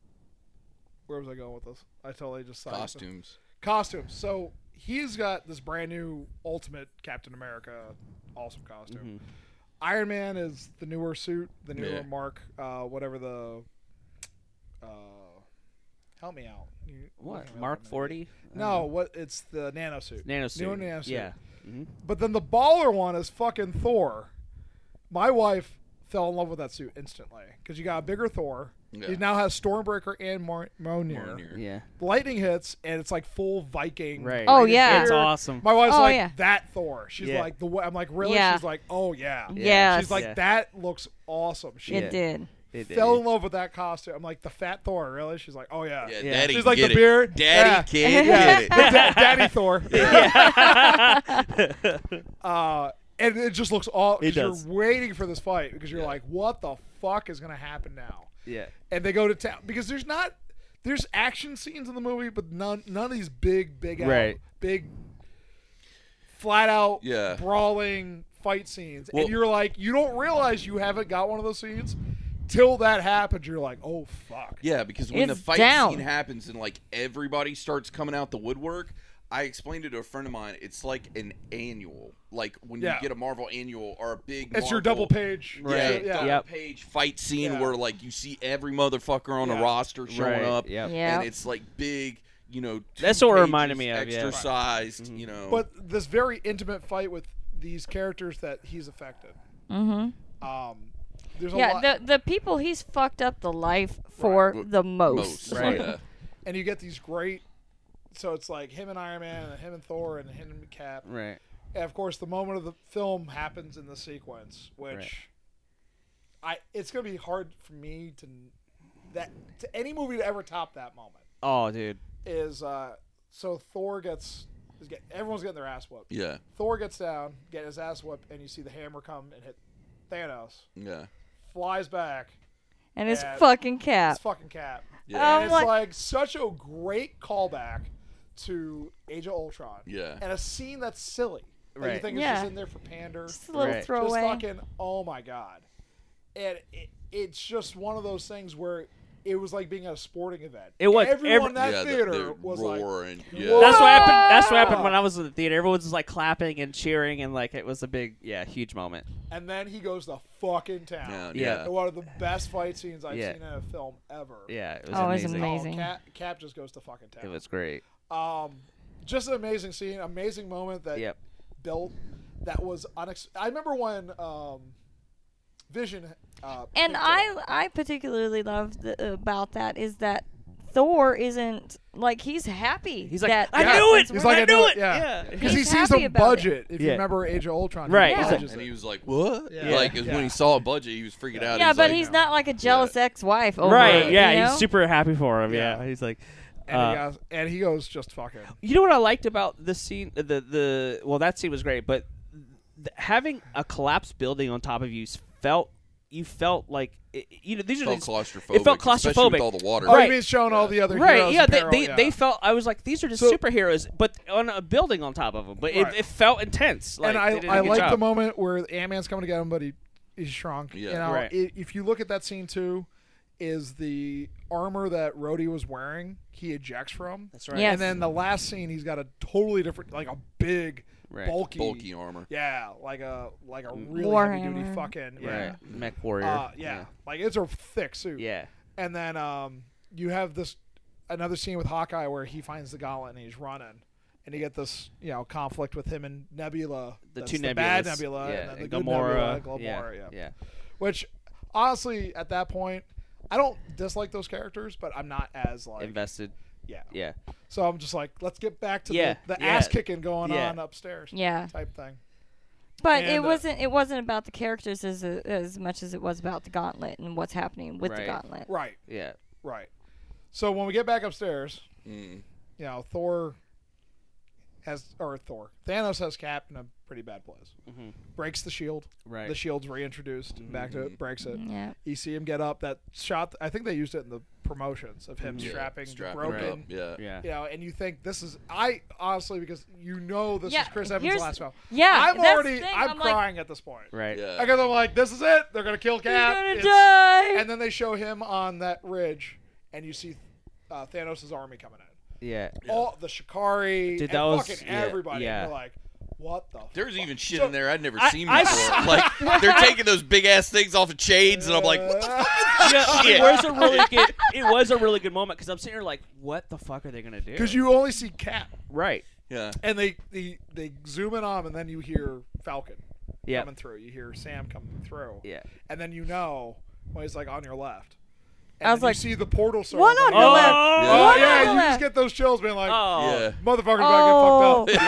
[SPEAKER 5] where was I going with this? I totally just sidetracked.
[SPEAKER 2] Costumes.
[SPEAKER 5] costumes. So he's got this brand new Ultimate Captain America, awesome costume.
[SPEAKER 1] Mm-hmm.
[SPEAKER 5] Iron Man is the newer suit, the newer
[SPEAKER 2] Yeah.
[SPEAKER 5] mark, uh, whatever the. Uh, help me out. You- you
[SPEAKER 1] What?
[SPEAKER 5] can
[SPEAKER 1] Mark
[SPEAKER 5] help me.
[SPEAKER 1] forty?
[SPEAKER 5] No, what? It's the nano suit.
[SPEAKER 1] Nano
[SPEAKER 5] Newer
[SPEAKER 1] suit.
[SPEAKER 5] nano suit.
[SPEAKER 1] Yeah. hmm
[SPEAKER 5] But then the baller one is fucking Thor. My wife fell in love with that suit instantly because you got a bigger Thor.
[SPEAKER 2] Yeah.
[SPEAKER 5] He now has Stormbreaker and Mar- Mjolnir
[SPEAKER 2] Mjolnir.
[SPEAKER 1] Yeah.
[SPEAKER 5] lightning hits and it's like full Viking.
[SPEAKER 1] Right.
[SPEAKER 4] Oh,
[SPEAKER 5] rated
[SPEAKER 4] yeah.
[SPEAKER 1] It's
[SPEAKER 5] beard.
[SPEAKER 1] awesome.
[SPEAKER 5] My wife's
[SPEAKER 4] Oh,
[SPEAKER 5] like
[SPEAKER 4] yeah.
[SPEAKER 5] that Thor. She's
[SPEAKER 1] Yeah.
[SPEAKER 5] like the way I'm like really.
[SPEAKER 4] Yeah.
[SPEAKER 5] She's like oh yeah.
[SPEAKER 1] Yeah.
[SPEAKER 4] Yes.
[SPEAKER 5] She's like
[SPEAKER 1] Yeah.
[SPEAKER 5] that looks awesome. She
[SPEAKER 4] It
[SPEAKER 1] Yeah.
[SPEAKER 4] did.
[SPEAKER 1] It-
[SPEAKER 5] fell in
[SPEAKER 1] it-
[SPEAKER 5] love with that costume. I'm like the fat Thor really. She's like oh yeah.
[SPEAKER 2] Yeah,
[SPEAKER 1] Yeah.
[SPEAKER 2] Daddy
[SPEAKER 5] She's like
[SPEAKER 2] get
[SPEAKER 5] the
[SPEAKER 2] it.
[SPEAKER 5] beard.
[SPEAKER 2] Daddy can't get it.
[SPEAKER 5] yeah. Da- Daddy Thor.
[SPEAKER 1] Yeah.
[SPEAKER 5] Uh, and it just looks all.
[SPEAKER 1] It
[SPEAKER 5] because You're
[SPEAKER 1] does.
[SPEAKER 5] waiting for this fight because you're
[SPEAKER 2] Yeah.
[SPEAKER 5] like what the fuck is gonna happen now?
[SPEAKER 1] yeah.
[SPEAKER 5] and they go to town because there's not there's action scenes in the movie, but none none of these big big out,
[SPEAKER 1] Right.
[SPEAKER 5] big flat out
[SPEAKER 2] Yeah.
[SPEAKER 5] brawling fight scenes.
[SPEAKER 2] Well-
[SPEAKER 5] and you're like, you don't realize you haven't got one of those scenes till that happens. You're like, oh fuck.
[SPEAKER 2] Yeah, because when the
[SPEAKER 4] It's
[SPEAKER 2] fight
[SPEAKER 4] down.
[SPEAKER 2] scene happens and like everybody starts coming out the woodwork, I explained it to a friend of mine. It's like an annual, like when
[SPEAKER 5] Yeah.
[SPEAKER 2] you get a Marvel annual or a big.
[SPEAKER 5] It's your
[SPEAKER 2] Marvel-
[SPEAKER 5] double page.
[SPEAKER 2] Yeah,
[SPEAKER 1] Right,
[SPEAKER 5] Yeah.
[SPEAKER 2] double
[SPEAKER 1] Yep.
[SPEAKER 2] page fight scene
[SPEAKER 5] Yeah.
[SPEAKER 2] where like you see every motherfucker on
[SPEAKER 5] Yeah.
[SPEAKER 2] the roster showing
[SPEAKER 1] right.
[SPEAKER 2] up,
[SPEAKER 1] Yeah.
[SPEAKER 4] Yeah.
[SPEAKER 2] and it's like big, you know. two
[SPEAKER 1] That's what it reminded
[SPEAKER 2] pages
[SPEAKER 1] me of, yeah. Mm-hmm.
[SPEAKER 2] Extra sized, you know.
[SPEAKER 5] But this very intimate fight with these characters that he's affected.
[SPEAKER 4] Mm-hmm.
[SPEAKER 5] Um, there's a
[SPEAKER 4] Yeah.
[SPEAKER 5] lot,
[SPEAKER 4] The the people he's fucked up the life for
[SPEAKER 2] Right.
[SPEAKER 4] the most.
[SPEAKER 2] most,
[SPEAKER 1] Right.
[SPEAKER 2] yeah.
[SPEAKER 5] and you get these great. So it's like him and Iron Man, and him and Thor, and him and Cap.
[SPEAKER 1] Right.
[SPEAKER 5] And of course, the moment of the film happens in the sequence, which I it's gonna be hard for me to that to any movie to ever top that moment
[SPEAKER 1] Oh, dude.
[SPEAKER 5] is uh so Thor gets is get everyone's getting their ass whooped.
[SPEAKER 2] yeah,
[SPEAKER 5] Thor gets down, get his ass whooped, and you see the hammer come and hit Thanos,
[SPEAKER 2] yeah,
[SPEAKER 5] flies back,
[SPEAKER 4] And his
[SPEAKER 5] Yeah.
[SPEAKER 4] fucking cap.
[SPEAKER 5] his fucking cap.
[SPEAKER 2] yeah,
[SPEAKER 4] Um,
[SPEAKER 5] And it's
[SPEAKER 4] like-
[SPEAKER 5] like such a great callback to Age of Ultron.
[SPEAKER 2] Yeah.
[SPEAKER 5] And a scene that's silly. that you
[SPEAKER 1] Right.
[SPEAKER 5] think is
[SPEAKER 4] Yeah.
[SPEAKER 5] just in there for pander.
[SPEAKER 4] Just a little
[SPEAKER 1] Right.
[SPEAKER 4] throwaway.
[SPEAKER 5] Just fucking, oh my god! And it, it's just one of those things where it was like being at a sporting event.
[SPEAKER 1] It was.
[SPEAKER 5] everyone
[SPEAKER 1] Every-
[SPEAKER 5] in that
[SPEAKER 2] yeah.
[SPEAKER 5] theater
[SPEAKER 2] the, the
[SPEAKER 5] was like,
[SPEAKER 2] roar and yeah.
[SPEAKER 5] Whoa.
[SPEAKER 1] That's what happened. That's what happened when I was in the theater. Everyone was just like clapping and cheering, and like it was a big, yeah, huge moment.
[SPEAKER 5] and then he goes to fucking town.
[SPEAKER 2] Down,
[SPEAKER 1] Yeah.
[SPEAKER 5] And one of the best fight scenes I've
[SPEAKER 1] Yeah.
[SPEAKER 5] seen in a film ever.
[SPEAKER 1] Yeah, it was
[SPEAKER 4] Oh, it was
[SPEAKER 1] amazing.
[SPEAKER 5] Oh,
[SPEAKER 4] amazing.
[SPEAKER 5] Cap, Cap just goes to fucking town.
[SPEAKER 1] It was great.
[SPEAKER 5] um, just an amazing scene, amazing moment that
[SPEAKER 1] Yep.
[SPEAKER 5] built that was unex. I remember when um, Vision. Uh,
[SPEAKER 4] and
[SPEAKER 5] picked
[SPEAKER 4] I
[SPEAKER 5] up-
[SPEAKER 4] I particularly love the, about that is that Thor isn't like he's happy.
[SPEAKER 1] He's like,
[SPEAKER 4] that,
[SPEAKER 1] I
[SPEAKER 4] that
[SPEAKER 1] knew it.
[SPEAKER 4] since
[SPEAKER 5] He's
[SPEAKER 4] we're
[SPEAKER 5] like,
[SPEAKER 1] I
[SPEAKER 5] I
[SPEAKER 1] knew
[SPEAKER 5] knew
[SPEAKER 1] it.
[SPEAKER 5] it, yeah.
[SPEAKER 1] Yeah.
[SPEAKER 5] because he
[SPEAKER 4] He's
[SPEAKER 5] sees
[SPEAKER 4] happy
[SPEAKER 5] a
[SPEAKER 4] about it.
[SPEAKER 5] budget. If
[SPEAKER 1] Yeah.
[SPEAKER 5] you remember Age of Ultron,
[SPEAKER 1] Right.
[SPEAKER 5] he
[SPEAKER 4] Yeah.
[SPEAKER 5] budgets
[SPEAKER 2] And
[SPEAKER 5] it.
[SPEAKER 2] he was like, "What?"
[SPEAKER 5] Yeah.
[SPEAKER 2] Like
[SPEAKER 5] Yeah.
[SPEAKER 2] when he saw a budget, he was freaking out.
[SPEAKER 4] Yeah,
[SPEAKER 2] He's
[SPEAKER 4] but
[SPEAKER 2] like,
[SPEAKER 4] he's not like a jealous ex-wife. Over
[SPEAKER 1] Right.
[SPEAKER 4] it,
[SPEAKER 1] Yeah.
[SPEAKER 4] you know?
[SPEAKER 1] He's super happy for him. Yeah.
[SPEAKER 5] Yeah.
[SPEAKER 1] He's like.
[SPEAKER 5] and,
[SPEAKER 1] uh,
[SPEAKER 5] he goes, and he goes just fucking.
[SPEAKER 1] You know what I liked about this scene? The the well, that scene was great, but th- having a collapsed building on top of you s- felt you felt like it, you know these are
[SPEAKER 2] Felt
[SPEAKER 1] these,
[SPEAKER 2] claustrophobic.
[SPEAKER 1] It felt
[SPEAKER 2] especially
[SPEAKER 1] claustrophobic.
[SPEAKER 2] with all the water.
[SPEAKER 5] Oh,
[SPEAKER 1] Right.
[SPEAKER 5] you mean showing all the other
[SPEAKER 1] right?
[SPEAKER 5] heroes
[SPEAKER 1] Yeah,
[SPEAKER 5] in
[SPEAKER 1] they,
[SPEAKER 5] peril,
[SPEAKER 1] they,
[SPEAKER 5] yeah.
[SPEAKER 1] they felt I was like these are just
[SPEAKER 5] So-
[SPEAKER 1] superheroes, but on a building on top of them. But
[SPEAKER 5] Right.
[SPEAKER 1] it, it felt intense. Like,
[SPEAKER 5] and
[SPEAKER 1] they did a
[SPEAKER 5] I, I
[SPEAKER 1] good
[SPEAKER 5] like
[SPEAKER 1] job.
[SPEAKER 5] the moment where Ant Man's coming to get him, but he he's shrunk.
[SPEAKER 2] Yeah.
[SPEAKER 5] You know,
[SPEAKER 1] Right.
[SPEAKER 5] i- if you look at that scene too, is the armor that Rhodey was wearing he ejects from.
[SPEAKER 1] That's right.
[SPEAKER 4] Yes.
[SPEAKER 5] And then the last scene, he's got a totally different, like a big,
[SPEAKER 1] Right. Mm.
[SPEAKER 5] bulky,
[SPEAKER 2] bulky armor.
[SPEAKER 5] Yeah, like a like a really
[SPEAKER 4] Warhammer.
[SPEAKER 5] heavy duty fucking
[SPEAKER 1] Right. Mech warrior.
[SPEAKER 5] Uh, yeah, like it's a thick suit.
[SPEAKER 1] Yeah.
[SPEAKER 5] And then um, you have this another scene with Hawkeye where he finds the gauntlet and he's running, and you get this you know conflict with him and Nebula,
[SPEAKER 1] The
[SPEAKER 5] that's
[SPEAKER 1] two
[SPEAKER 5] the
[SPEAKER 1] nebulas.
[SPEAKER 5] bad Nebula,
[SPEAKER 1] yeah.
[SPEAKER 5] and then the good
[SPEAKER 1] Gamora.
[SPEAKER 5] Nebula, Gamora, yeah.
[SPEAKER 1] Yeah.
[SPEAKER 5] Which honestly, at that point, I don't dislike those characters, but I'm not as like
[SPEAKER 1] Invested.
[SPEAKER 5] yeah.
[SPEAKER 1] Yeah.
[SPEAKER 5] So I'm just like, let's get back to
[SPEAKER 1] Yeah,
[SPEAKER 5] the, the
[SPEAKER 1] yeah,
[SPEAKER 5] ass kicking going
[SPEAKER 1] yeah.
[SPEAKER 5] on upstairs,
[SPEAKER 4] Yeah.
[SPEAKER 5] type thing.
[SPEAKER 4] But it
[SPEAKER 5] And, uh,
[SPEAKER 4] wasn't it wasn't about the characters as as much as it was about the gauntlet and what's happening with
[SPEAKER 1] Right.
[SPEAKER 4] the gauntlet.
[SPEAKER 5] Right,
[SPEAKER 1] Yeah.
[SPEAKER 5] right. So when we get back upstairs,
[SPEAKER 2] Mm.
[SPEAKER 5] you know, Thor has or Thor Thanos has Cap in a pretty bad place.
[SPEAKER 1] Mhm.
[SPEAKER 5] Breaks the shield.
[SPEAKER 1] Right.
[SPEAKER 5] The shield's reintroduced back to
[SPEAKER 2] Mm-hmm.
[SPEAKER 5] it. Breaks it.
[SPEAKER 4] Yeah.
[SPEAKER 5] You see him get up. That shot. I think they used it in the promotions of him
[SPEAKER 2] Yeah,
[SPEAKER 5] strapping,
[SPEAKER 2] strap it
[SPEAKER 5] broken.
[SPEAKER 2] up, Yeah.
[SPEAKER 1] yeah.
[SPEAKER 5] You know, and you think this is I honestly because you know this
[SPEAKER 4] Yeah,
[SPEAKER 5] is Chris Evans'
[SPEAKER 4] here's-
[SPEAKER 5] last film.
[SPEAKER 4] yeah,
[SPEAKER 5] I'm
[SPEAKER 4] that's the
[SPEAKER 5] already
[SPEAKER 4] thing,
[SPEAKER 5] I'm,
[SPEAKER 4] I'm like-
[SPEAKER 5] crying at this point.
[SPEAKER 1] Right.
[SPEAKER 2] Yeah.
[SPEAKER 5] Because I'm like, this is it. They're gonna kill
[SPEAKER 4] He's
[SPEAKER 5] Cap.
[SPEAKER 4] gonna
[SPEAKER 5] It's-
[SPEAKER 4] die.
[SPEAKER 5] And then they show him on that ridge, and you see uh, Thanos' army coming in.
[SPEAKER 1] Yeah.
[SPEAKER 5] all the Shikari,
[SPEAKER 1] Dude,
[SPEAKER 5] and
[SPEAKER 1] that was-
[SPEAKER 5] fucking
[SPEAKER 1] yeah,
[SPEAKER 5] everybody.
[SPEAKER 1] yeah.
[SPEAKER 5] And we're like, what the?
[SPEAKER 2] There's even shit
[SPEAKER 5] So,
[SPEAKER 2] in there I'd never
[SPEAKER 1] I-
[SPEAKER 2] seen
[SPEAKER 1] I-
[SPEAKER 2] before. like they're taking those big ass things off of chains, and I'm like,
[SPEAKER 5] Uh,
[SPEAKER 2] what the fuck?
[SPEAKER 1] yeah, uh,
[SPEAKER 2] Shit.
[SPEAKER 1] it was a really good. It was a really good moment because I'm sitting here like, what the fuck are they gonna do?
[SPEAKER 5] Because you only see Cap,
[SPEAKER 1] right.
[SPEAKER 2] Yeah.
[SPEAKER 5] and they, they they zoom in on, him, and then you hear Falcon
[SPEAKER 1] Yeah.
[SPEAKER 5] coming through. You hear Sam coming through.
[SPEAKER 1] Yeah.
[SPEAKER 5] and then you know when he's like on your left. And
[SPEAKER 4] I was
[SPEAKER 5] then
[SPEAKER 4] like,
[SPEAKER 5] you see the portal circle.
[SPEAKER 4] One on
[SPEAKER 5] and you're
[SPEAKER 4] your
[SPEAKER 1] Oh,
[SPEAKER 5] like,
[SPEAKER 4] left.
[SPEAKER 1] yeah.
[SPEAKER 5] Oh
[SPEAKER 4] One
[SPEAKER 5] yeah,
[SPEAKER 4] on
[SPEAKER 5] you
[SPEAKER 4] your
[SPEAKER 5] just
[SPEAKER 4] left.
[SPEAKER 5] get those chills, being like,
[SPEAKER 1] Oh.
[SPEAKER 2] Yeah.
[SPEAKER 5] motherfucker's
[SPEAKER 4] Oh.
[SPEAKER 5] about to get fucked up.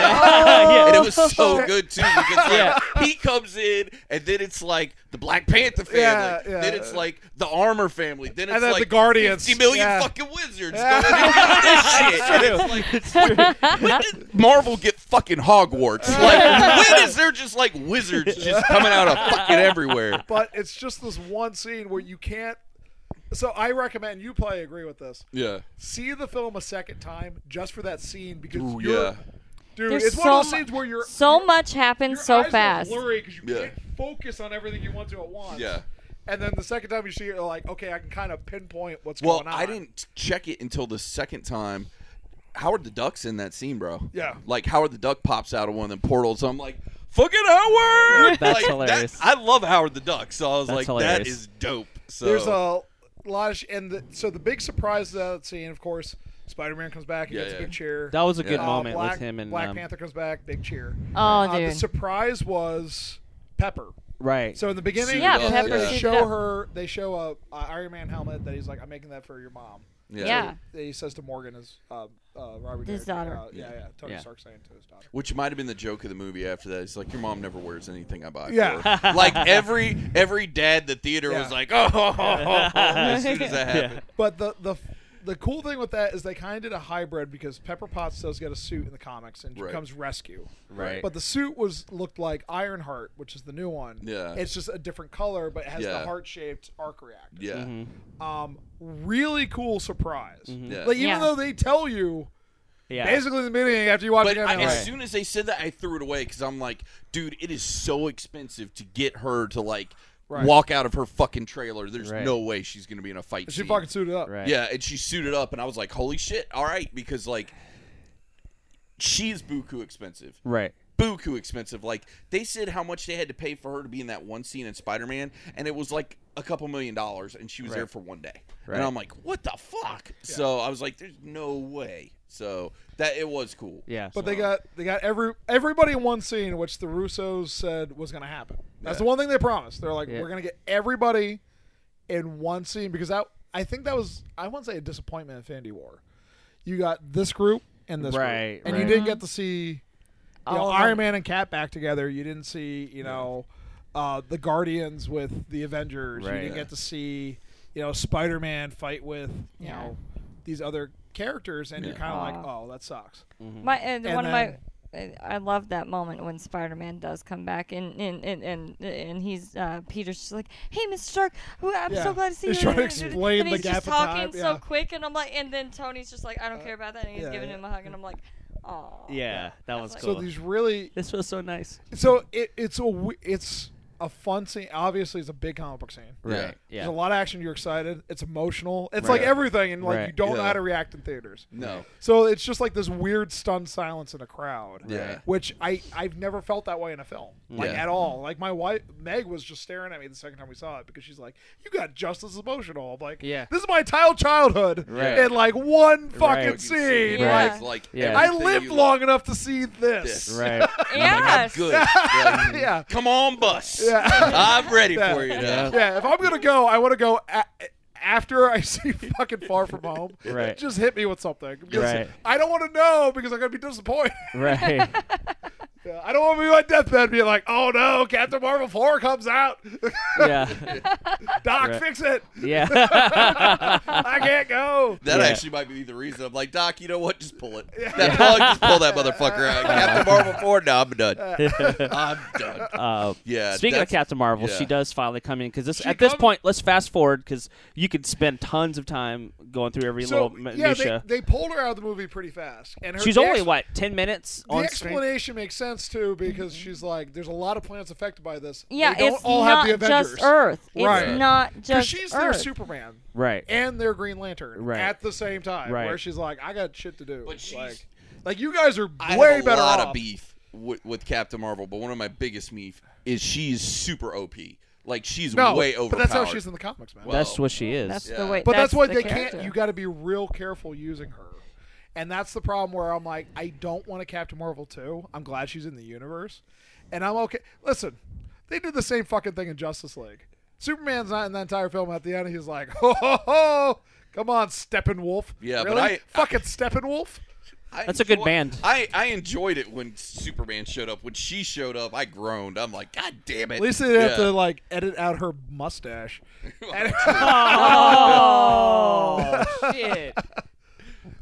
[SPEAKER 1] Yeah.
[SPEAKER 2] And it
[SPEAKER 4] Oh.
[SPEAKER 2] was so good too because like,
[SPEAKER 1] Yeah.
[SPEAKER 2] he comes in and then it's like the Black Panther family,
[SPEAKER 5] Yeah, yeah.
[SPEAKER 2] then it's like the Armor family, then it's
[SPEAKER 5] And then
[SPEAKER 2] like
[SPEAKER 5] the Guardians.
[SPEAKER 2] 50 million
[SPEAKER 5] Yeah.
[SPEAKER 2] fucking wizards.
[SPEAKER 5] Yeah.
[SPEAKER 2] Going into this shit. And it's like, when did Marvel get fucking Hogwarts? Like when is there just like wizards just coming out of fucking everywhere?
[SPEAKER 5] But it's just this one scene where you can't. So I recommend you play. Agree with this.
[SPEAKER 2] Yeah.
[SPEAKER 5] See the film a second time just for that scene because
[SPEAKER 2] Ooh,
[SPEAKER 5] you're
[SPEAKER 2] yeah.
[SPEAKER 5] Dude,
[SPEAKER 4] There's
[SPEAKER 5] it's
[SPEAKER 4] so
[SPEAKER 5] one of those
[SPEAKER 4] mu-
[SPEAKER 5] scenes where you're
[SPEAKER 4] So
[SPEAKER 5] your-
[SPEAKER 4] much
[SPEAKER 5] your
[SPEAKER 4] happens so
[SPEAKER 5] eyes are
[SPEAKER 4] fast.
[SPEAKER 5] blurry 'cause you
[SPEAKER 2] Yeah.
[SPEAKER 5] can't focus on everything you want to at once.
[SPEAKER 2] Yeah.
[SPEAKER 5] And then the second time you see it, you're like, okay, I can kind of pinpoint what's
[SPEAKER 2] Well,
[SPEAKER 5] going on.
[SPEAKER 2] I didn't check it until the second time. Howard the Duck's in that scene, bro.
[SPEAKER 5] Yeah.
[SPEAKER 2] Like Howard the Duck pops out of one of the portals. I'm like, fucking Howard!
[SPEAKER 1] That's
[SPEAKER 2] Like, that-
[SPEAKER 1] hilarious.
[SPEAKER 2] I love Howard the Duck, so I was
[SPEAKER 1] That's
[SPEAKER 2] like, that
[SPEAKER 1] hilarious.
[SPEAKER 2] is dope. So
[SPEAKER 5] There's a lot of sh- and the, so the big surprise of that scene, of course, Spider-Man comes back and
[SPEAKER 2] Yeah,
[SPEAKER 5] gets
[SPEAKER 2] yeah.
[SPEAKER 5] a big cheer.
[SPEAKER 1] That was a good
[SPEAKER 5] Uh,
[SPEAKER 1] moment
[SPEAKER 5] Black,
[SPEAKER 1] with him and
[SPEAKER 5] Black
[SPEAKER 1] um,
[SPEAKER 5] Panther comes back, big cheer.
[SPEAKER 4] Oh,
[SPEAKER 5] Uh, the
[SPEAKER 4] dude.
[SPEAKER 5] surprise was Pepper.
[SPEAKER 1] Right.
[SPEAKER 5] So in the beginning,
[SPEAKER 2] Suited Yeah,
[SPEAKER 5] they-
[SPEAKER 2] up, Pepper
[SPEAKER 5] they
[SPEAKER 2] suited
[SPEAKER 5] show
[SPEAKER 4] up.
[SPEAKER 5] her. They show a, a Iron Man helmet that he's like, "I'm making that for your mom."
[SPEAKER 2] yeah.
[SPEAKER 4] yeah.
[SPEAKER 5] that he says to Morgan is uh, uh, Robert
[SPEAKER 4] His
[SPEAKER 5] Downey-
[SPEAKER 4] daughter.
[SPEAKER 5] Uh, yeah, yeah, Tony
[SPEAKER 1] Yeah.
[SPEAKER 5] Stark saying to his daughter.
[SPEAKER 2] Which might have been the joke of the movie after that. It's like your mom never wears anything I buy.
[SPEAKER 5] Yeah.
[SPEAKER 2] for her. like every every dad at the theater
[SPEAKER 5] Yeah.
[SPEAKER 2] was like, oh, as soon as that happened.
[SPEAKER 5] But the the the cool thing with that is they kind of did a hybrid because Pepper Potts does get a suit in the comics and
[SPEAKER 2] Right.
[SPEAKER 5] becomes Rescue.
[SPEAKER 1] Right.
[SPEAKER 5] But the suit was looked like Ironheart, which is the new one.
[SPEAKER 2] Yeah.
[SPEAKER 5] It's just a different color, but it has
[SPEAKER 2] Yeah.
[SPEAKER 5] the heart shaped arc reactor.
[SPEAKER 2] Yeah.
[SPEAKER 5] Um, really cool surprise.
[SPEAKER 2] Yeah.
[SPEAKER 5] Like even
[SPEAKER 4] Yeah.
[SPEAKER 5] though they tell you
[SPEAKER 1] yeah.
[SPEAKER 5] basically in the beginning after you watch
[SPEAKER 2] But
[SPEAKER 5] it,
[SPEAKER 2] I,
[SPEAKER 5] you're like,
[SPEAKER 2] as soon as they said that, I threw it away because I'm like, dude, it is so expensive to get her to like
[SPEAKER 5] Right.
[SPEAKER 2] walk out of her fucking trailer. There's
[SPEAKER 1] Right.
[SPEAKER 2] no way she's gonna be in a fight.
[SPEAKER 5] she
[SPEAKER 2] scene.
[SPEAKER 5] fucking suited up.
[SPEAKER 1] Right.
[SPEAKER 2] yeah, and she suited up, and I was like, holy shit, all right, because like she is buku expensive.
[SPEAKER 1] Right.
[SPEAKER 2] Buku expensive. Like they said how much they had to pay for her to be in that one scene in Spider Man, and it was like a couple million dollars, and she was there for one day.
[SPEAKER 1] Right.
[SPEAKER 2] And I'm like, what the fuck? So I was like, there's no way. So that it was cool.
[SPEAKER 1] Yeah.
[SPEAKER 5] But they got they got every everybody in one scene, which the Russos said was going to happen. That's
[SPEAKER 2] Yeah.
[SPEAKER 5] the one thing they promised. They're like,
[SPEAKER 1] Yeah.
[SPEAKER 5] we're going to get everybody in one scene because that I think that was I won't say a disappointment in Infinity War. You got this group and this
[SPEAKER 1] Right,
[SPEAKER 5] group, and you
[SPEAKER 1] right.
[SPEAKER 5] didn't get to see you know,
[SPEAKER 4] Mm-hmm. All of
[SPEAKER 5] Iron
[SPEAKER 4] them.
[SPEAKER 5] Man and Cap back together. You didn't see you know uh, the Guardians with the Avengers. You
[SPEAKER 1] Right.
[SPEAKER 5] didn't get to see you know Spider Man fight with you
[SPEAKER 4] Yeah.
[SPEAKER 5] know these other characters, and you're kind of like,
[SPEAKER 4] Aw.
[SPEAKER 5] oh, that sucks.
[SPEAKER 4] My and
[SPEAKER 5] And
[SPEAKER 4] one of my, uh, I love that moment when Spider-Man does come back and and and and, and he's uh, Peter's just like, "Hey, Mr. Stark, who- I'm
[SPEAKER 5] Yeah.
[SPEAKER 4] so glad to see
[SPEAKER 5] He's
[SPEAKER 4] you."
[SPEAKER 5] trying to
[SPEAKER 4] And he's
[SPEAKER 5] explain the
[SPEAKER 4] just
[SPEAKER 5] gap of
[SPEAKER 4] talking
[SPEAKER 5] time,
[SPEAKER 4] so
[SPEAKER 5] yeah. Uh,
[SPEAKER 4] quick, and I'm like, and then Tony's just like, "I don't care about that," and he's
[SPEAKER 5] yeah,
[SPEAKER 4] giving
[SPEAKER 5] yeah.
[SPEAKER 4] him a hug, and I'm like, "Oh."
[SPEAKER 1] Yeah. That was
[SPEAKER 4] So
[SPEAKER 1] cool.
[SPEAKER 5] So these really
[SPEAKER 1] this was so nice.
[SPEAKER 5] So it, it's a w- it's a fun scene. Obviously, it's a big comic book scene.
[SPEAKER 1] Right. Yeah.
[SPEAKER 5] There's a lot of action. You're excited. It's emotional. It's like
[SPEAKER 2] Right.
[SPEAKER 5] everything, and like
[SPEAKER 1] Right.
[SPEAKER 5] you don't know
[SPEAKER 2] Yeah.
[SPEAKER 5] how to react in theaters.
[SPEAKER 2] No.
[SPEAKER 5] So it's just like this weird stunned silence in a crowd.
[SPEAKER 2] Yeah.
[SPEAKER 5] Which I I've never felt that way in a film, like
[SPEAKER 2] Yeah.
[SPEAKER 5] at all. Like my wife Meg was just staring at me the second time we saw it because she's like, "You got just as emotional." I'm like,
[SPEAKER 1] Yeah.
[SPEAKER 5] this is my entire childhood
[SPEAKER 1] Right.
[SPEAKER 5] in like one fucking
[SPEAKER 1] Right.
[SPEAKER 5] scene.
[SPEAKER 4] Yeah.
[SPEAKER 5] Like,
[SPEAKER 2] It's like
[SPEAKER 1] Yeah.
[SPEAKER 5] I
[SPEAKER 2] everything
[SPEAKER 5] lived
[SPEAKER 2] you
[SPEAKER 5] long enough to see this.
[SPEAKER 1] Right.
[SPEAKER 4] Yes.
[SPEAKER 2] Good. Like,
[SPEAKER 5] yeah.
[SPEAKER 2] Come on, bus.
[SPEAKER 5] Yeah.
[SPEAKER 2] I'm ready
[SPEAKER 5] Yeah.
[SPEAKER 2] for you. now.
[SPEAKER 1] Yeah.
[SPEAKER 5] yeah, if I'm gonna go, I want to go a- after I see fucking Far From Home.
[SPEAKER 1] Right.
[SPEAKER 5] Just hit me with something. Because
[SPEAKER 1] Right.
[SPEAKER 5] I don't want to know because I'm gonna be disappointed.
[SPEAKER 1] right.
[SPEAKER 5] Yeah, I don't want to be on my deathbed and be like, oh no, Captain Marvel 4 comes out.
[SPEAKER 1] yeah,
[SPEAKER 5] Doc,
[SPEAKER 1] Right.
[SPEAKER 5] fix it.
[SPEAKER 1] yeah.
[SPEAKER 5] I can't go.
[SPEAKER 2] That
[SPEAKER 1] Yeah.
[SPEAKER 2] actually might be the reason. I'm like, Doc, you know what? Just pull it. That plug, just pull that motherfucker out. Captain Marvel 4, no, I'm done. I'm done.
[SPEAKER 1] Uh,
[SPEAKER 2] Yeah,
[SPEAKER 1] Speaking of
[SPEAKER 2] that's-
[SPEAKER 1] Captain Marvel,
[SPEAKER 2] yeah.
[SPEAKER 1] she does finally come in because this at this
[SPEAKER 5] come-
[SPEAKER 1] point, let's fast forward because you could spend tons of time going through every
[SPEAKER 5] So,
[SPEAKER 1] little minutia.
[SPEAKER 5] yeah, they, they pulled her out of the movie pretty fast. And her
[SPEAKER 1] She's
[SPEAKER 5] the
[SPEAKER 1] only
[SPEAKER 5] ex-
[SPEAKER 1] what ten minutes
[SPEAKER 5] The
[SPEAKER 1] on screen.
[SPEAKER 5] explanation makes sense too because she's like, there's a lot of planets affected by this.
[SPEAKER 4] Mm-hmm. Yeah,
[SPEAKER 5] they don't
[SPEAKER 4] it's
[SPEAKER 5] all
[SPEAKER 4] not
[SPEAKER 5] have the Avengers.
[SPEAKER 4] just Earth. It's
[SPEAKER 5] Right.
[SPEAKER 4] not
[SPEAKER 5] Because
[SPEAKER 4] just
[SPEAKER 5] she's their
[SPEAKER 4] Earth.
[SPEAKER 5] Superman
[SPEAKER 1] Right.
[SPEAKER 5] and their Green Lantern
[SPEAKER 1] Right.
[SPEAKER 5] at the same time.
[SPEAKER 1] Right.
[SPEAKER 5] Where she's like, I got shit to do.
[SPEAKER 2] But she's-
[SPEAKER 5] like, like, you guys are
[SPEAKER 2] I
[SPEAKER 5] way
[SPEAKER 2] have a
[SPEAKER 5] better
[SPEAKER 2] lot
[SPEAKER 5] off.
[SPEAKER 2] of beef with, with Captain Marvel, but one of my biggest beef is she's super OP. Like, she's
[SPEAKER 5] no,
[SPEAKER 2] way overpowered.
[SPEAKER 5] but that's how she's in the comics, man.
[SPEAKER 2] Well,
[SPEAKER 1] That's
[SPEAKER 2] Wow.
[SPEAKER 1] what she is.
[SPEAKER 4] That's
[SPEAKER 2] Yeah.
[SPEAKER 4] the way.
[SPEAKER 5] But that's, why
[SPEAKER 4] the
[SPEAKER 5] they
[SPEAKER 4] character.
[SPEAKER 5] can't. You got to be real careful using her, and that's the problem. Where I'm like, I don't want a Captain Marvel two. I'm glad she's in the universe, and I'm okay. Listen, they did the same fucking thing in Justice League. Superman's not in the entire film. At the end, he's like, "Ho ho ho! Come on, Steppenwolf."
[SPEAKER 2] Yeah, but
[SPEAKER 5] really?
[SPEAKER 2] I-
[SPEAKER 5] fucking Steppenwolf.
[SPEAKER 2] I
[SPEAKER 1] That's a good
[SPEAKER 2] enjoy-
[SPEAKER 1] band.
[SPEAKER 2] I, I enjoyed it when Superman showed up. When she showed up, I groaned. I'm like, God damn it.
[SPEAKER 5] At least they didn't have
[SPEAKER 2] Yeah.
[SPEAKER 5] to like edit out her mustache. And-
[SPEAKER 1] Oh shit.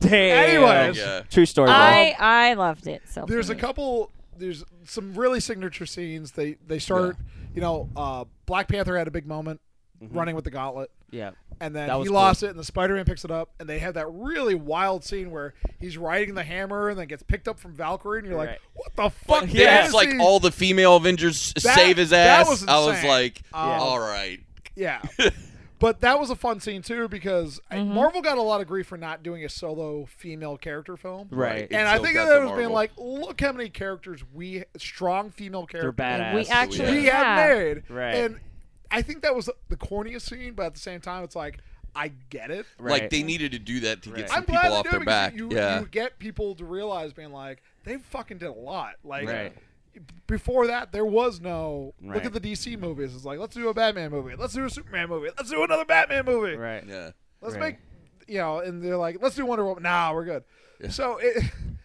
[SPEAKER 1] Damn.
[SPEAKER 5] Anyways.
[SPEAKER 2] Yeah.
[SPEAKER 1] True story.
[SPEAKER 4] I I loved it. So
[SPEAKER 5] There's a
[SPEAKER 4] much.
[SPEAKER 5] couple. There's some really signature scenes. They they start. You know, uh, Black Panther had a big moment running with the gauntlet,
[SPEAKER 1] bro. Yeah.
[SPEAKER 5] and then
[SPEAKER 1] That
[SPEAKER 5] he
[SPEAKER 1] was cool.
[SPEAKER 5] lost it, and the Spider Man picks it up, and they have that really wild scene where he's riding the hammer and then gets picked up from Valkyrie, and you're like,
[SPEAKER 1] Right.
[SPEAKER 5] what the fuck?
[SPEAKER 2] But
[SPEAKER 1] Yeah.
[SPEAKER 2] then
[SPEAKER 5] is
[SPEAKER 2] it's like
[SPEAKER 5] he-
[SPEAKER 2] all the female Avengers s-
[SPEAKER 5] That-
[SPEAKER 2] save his
[SPEAKER 5] that
[SPEAKER 2] ass.
[SPEAKER 5] was
[SPEAKER 2] I was
[SPEAKER 5] insane. Um,
[SPEAKER 2] like,
[SPEAKER 5] Yeah.
[SPEAKER 2] all right.
[SPEAKER 5] Yeah. But that was a fun scene too because I- Marvel got a lot of grief for not doing a solo female character film.
[SPEAKER 1] Right.
[SPEAKER 5] And I
[SPEAKER 2] Until
[SPEAKER 5] think that
[SPEAKER 2] Captain
[SPEAKER 5] was being
[SPEAKER 2] Marvel.
[SPEAKER 5] like, look how many characters we strong female
[SPEAKER 1] They're
[SPEAKER 5] characters
[SPEAKER 1] badass.
[SPEAKER 4] We actually
[SPEAKER 5] we
[SPEAKER 4] have.
[SPEAKER 5] had made.
[SPEAKER 1] Right.
[SPEAKER 5] And I think that was the corniest scene, but at the same time, it's like I get it.
[SPEAKER 1] Right.
[SPEAKER 2] Like they needed to do that to
[SPEAKER 1] Right.
[SPEAKER 2] get some
[SPEAKER 5] I'm glad
[SPEAKER 2] people
[SPEAKER 5] they
[SPEAKER 2] off
[SPEAKER 5] do
[SPEAKER 2] their
[SPEAKER 5] because
[SPEAKER 2] back.
[SPEAKER 5] You,
[SPEAKER 2] yeah.
[SPEAKER 5] you get people to realize being like they fucking did a lot. Like
[SPEAKER 1] Right.
[SPEAKER 5] before that, there was no look
[SPEAKER 1] Right.
[SPEAKER 5] at the DC movies. It's like let's do a Batman movie, let's do a Superman movie, let's do another Batman movie.
[SPEAKER 1] Right.
[SPEAKER 2] yeah.
[SPEAKER 5] Let's
[SPEAKER 1] Right.
[SPEAKER 5] make, you know, and they're like, let's do Wonder Woman. Nah, we're good. So, it,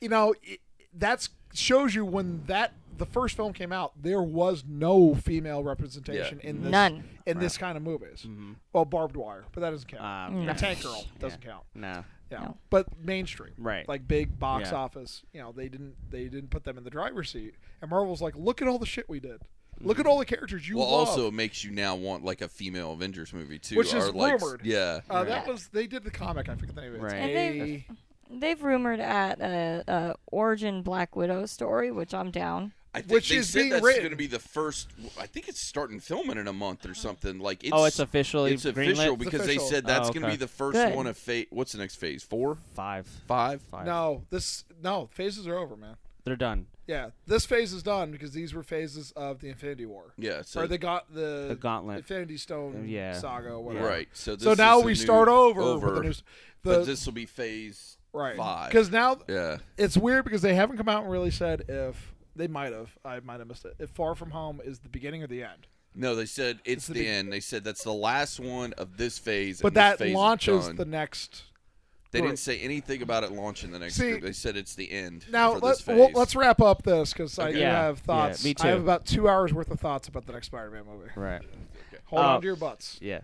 [SPEAKER 5] you know, it, that's shows you when that the first film came out, there was no female representation in this
[SPEAKER 4] None.
[SPEAKER 5] in this kind of movies. Well, barbed wire, but that doesn't count.
[SPEAKER 1] Mm-hmm. Um,
[SPEAKER 5] The Tank Girl doesn't count.
[SPEAKER 1] No.
[SPEAKER 5] Yeah,
[SPEAKER 4] No.
[SPEAKER 5] but mainstream,
[SPEAKER 1] Right.
[SPEAKER 5] Like big box
[SPEAKER 1] Yeah.
[SPEAKER 5] office. You know, they didn't they didn't put them in the driver's seat. And Marvel's like, look at all the shit we did. Look
[SPEAKER 1] Mm-hmm.
[SPEAKER 5] at all the characters you
[SPEAKER 2] Well,
[SPEAKER 5] love.
[SPEAKER 2] also it makes you now want like a female Avengers movie too,
[SPEAKER 5] Which
[SPEAKER 2] or
[SPEAKER 5] is
[SPEAKER 2] like s-
[SPEAKER 5] rumored.
[SPEAKER 2] yeah,
[SPEAKER 5] uh, that was they did the comic. I forget the name of it. It's
[SPEAKER 1] Right.
[SPEAKER 4] And they-
[SPEAKER 5] A-
[SPEAKER 4] They've rumored at a, a origin Black Widow story, which I'm down.
[SPEAKER 2] I think
[SPEAKER 5] Which
[SPEAKER 2] they
[SPEAKER 5] is
[SPEAKER 2] said
[SPEAKER 5] being
[SPEAKER 2] that's
[SPEAKER 5] written.
[SPEAKER 2] going to be the first. I think it's starting filming in a month or something. Like it's
[SPEAKER 1] Oh, it's officially
[SPEAKER 2] it's official
[SPEAKER 1] greenlit?
[SPEAKER 2] because
[SPEAKER 5] Official.
[SPEAKER 2] they said that's
[SPEAKER 1] Oh,
[SPEAKER 2] going to
[SPEAKER 1] okay.
[SPEAKER 2] be the first
[SPEAKER 4] Good.
[SPEAKER 2] one of phase. What's the next phase? Four,
[SPEAKER 1] Five.
[SPEAKER 2] five.
[SPEAKER 1] Five.
[SPEAKER 5] No, this no phases are over, man.
[SPEAKER 1] They're done.
[SPEAKER 5] Yeah, this phase is done because these were phases of the Infinity War.
[SPEAKER 2] Yeah, so
[SPEAKER 5] or they got the,
[SPEAKER 1] The gauntlet. Uh,
[SPEAKER 5] Infinity Stone,
[SPEAKER 1] Yeah.
[SPEAKER 5] saga, or whatever.
[SPEAKER 2] right. So this
[SPEAKER 5] So now
[SPEAKER 2] is the
[SPEAKER 5] we
[SPEAKER 2] new-
[SPEAKER 5] start over,
[SPEAKER 2] Over.
[SPEAKER 5] with the new, s- the,
[SPEAKER 2] but this will be phase
[SPEAKER 5] right
[SPEAKER 2] five.
[SPEAKER 5] because now
[SPEAKER 2] yeah,
[SPEAKER 5] it's weird because they haven't come out and really said if they might have. I might have missed it. If Far From Home is the beginning or the end,
[SPEAKER 2] no, they said it's
[SPEAKER 5] the
[SPEAKER 2] the
[SPEAKER 5] big-
[SPEAKER 2] end. They said that's the last one of this phase.
[SPEAKER 5] but
[SPEAKER 2] and this
[SPEAKER 5] that
[SPEAKER 2] phase is
[SPEAKER 5] launches
[SPEAKER 2] done.
[SPEAKER 5] the next.
[SPEAKER 2] They
[SPEAKER 5] group.
[SPEAKER 2] didn't say anything about it launching the next
[SPEAKER 5] See,
[SPEAKER 2] group. They said it's the end.
[SPEAKER 5] Now
[SPEAKER 2] for
[SPEAKER 5] let,
[SPEAKER 2] this phase.
[SPEAKER 5] well, let's wrap up this because I
[SPEAKER 2] Okay.
[SPEAKER 5] do
[SPEAKER 1] Yeah,
[SPEAKER 5] have
[SPEAKER 1] yeah,
[SPEAKER 5] thoughts.
[SPEAKER 1] me
[SPEAKER 5] I have
[SPEAKER 1] too.
[SPEAKER 5] about two hours worth of thoughts about the next Spider-Man movie.
[SPEAKER 1] Right.
[SPEAKER 5] Hold
[SPEAKER 1] Uh,
[SPEAKER 5] on to your butts.
[SPEAKER 1] Yeah.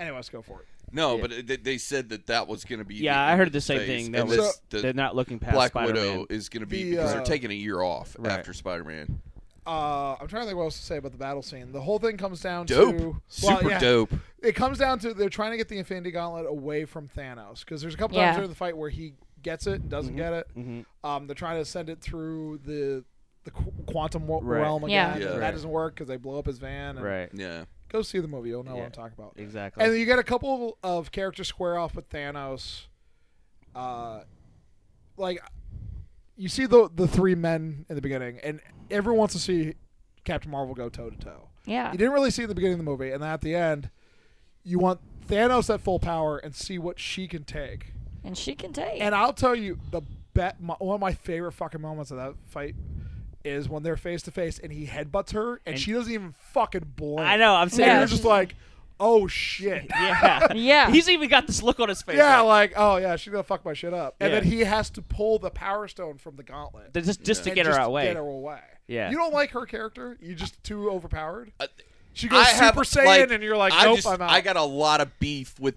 [SPEAKER 5] Anyways, go for it.
[SPEAKER 2] No,
[SPEAKER 1] Yeah.
[SPEAKER 2] but it- they, they said that that was going to be.
[SPEAKER 1] Yeah,
[SPEAKER 2] the
[SPEAKER 1] I heard
[SPEAKER 2] end
[SPEAKER 1] the same
[SPEAKER 2] phase,
[SPEAKER 1] thing. That
[SPEAKER 2] and
[SPEAKER 1] was
[SPEAKER 2] this-
[SPEAKER 1] they're
[SPEAKER 2] the
[SPEAKER 1] not looking past
[SPEAKER 2] Black
[SPEAKER 1] Spider-Man.
[SPEAKER 2] Widow is going to be
[SPEAKER 5] The,
[SPEAKER 2] because
[SPEAKER 5] uh,
[SPEAKER 2] they're taking a year off
[SPEAKER 1] Right.
[SPEAKER 2] after Spider-Man.
[SPEAKER 5] Uh, I'm trying to think what else to say about the battle scene. The whole thing comes down
[SPEAKER 2] Dope,
[SPEAKER 5] to well,
[SPEAKER 2] super
[SPEAKER 5] yeah.
[SPEAKER 2] dope.
[SPEAKER 5] It comes down to they're trying to get the Infinity Gauntlet away from Thanos because there's a couple
[SPEAKER 4] Yeah.
[SPEAKER 5] times during the fight where he gets it and doesn't get it.
[SPEAKER 1] Mhm.
[SPEAKER 5] Um, they're trying to send it through the the qu- quantum wo-
[SPEAKER 1] Right.
[SPEAKER 5] realm
[SPEAKER 4] Yeah.
[SPEAKER 5] again.
[SPEAKER 2] Yeah.
[SPEAKER 5] and That
[SPEAKER 1] Right.
[SPEAKER 5] doesn't work because they blow up his van. And
[SPEAKER 1] Right.
[SPEAKER 2] Yeah,
[SPEAKER 5] Go see the movie. You'll know what
[SPEAKER 1] Yeah.
[SPEAKER 5] I'm talking about.
[SPEAKER 1] Exactly.
[SPEAKER 5] And then you get a couple of characters square off with Thanos. Uh, like you see the the three men in the beginning, and everyone wants to see Captain Marvel go toe to toe.
[SPEAKER 4] Yeah.
[SPEAKER 5] You didn't really see it at the beginning of the movie, and then at the end, you want Thanos at full power and see what she can take.
[SPEAKER 4] And she can take.
[SPEAKER 5] And I'll tell you, the bet my, one of my favorite fucking moments of that fight is when they're face to face and he headbutts her, and,
[SPEAKER 1] And-
[SPEAKER 5] she doesn't even fucking blink.
[SPEAKER 1] I know. I'm
[SPEAKER 5] And
[SPEAKER 1] saying.
[SPEAKER 5] you're just like, oh shit.
[SPEAKER 1] Yeah.
[SPEAKER 4] Yeah.
[SPEAKER 1] He's even got this look on his face.
[SPEAKER 5] Yeah,
[SPEAKER 1] like,
[SPEAKER 5] like, oh yeah, she's gonna fuck my shit up, and
[SPEAKER 1] Yeah.
[SPEAKER 5] then he has to pull the power stone from the gauntlet
[SPEAKER 1] th- just just to
[SPEAKER 5] and
[SPEAKER 1] get her
[SPEAKER 5] just
[SPEAKER 1] out way.
[SPEAKER 5] Get her away.
[SPEAKER 1] Yeah.
[SPEAKER 5] you don't like her character. You just too overpowered.
[SPEAKER 2] Uh,
[SPEAKER 5] She goes
[SPEAKER 2] I
[SPEAKER 5] Super
[SPEAKER 2] have,
[SPEAKER 5] Saiyan,
[SPEAKER 2] like,
[SPEAKER 5] and you're like,
[SPEAKER 2] I
[SPEAKER 5] nope,
[SPEAKER 2] just-
[SPEAKER 5] I'm out.
[SPEAKER 2] I got a lot of beef with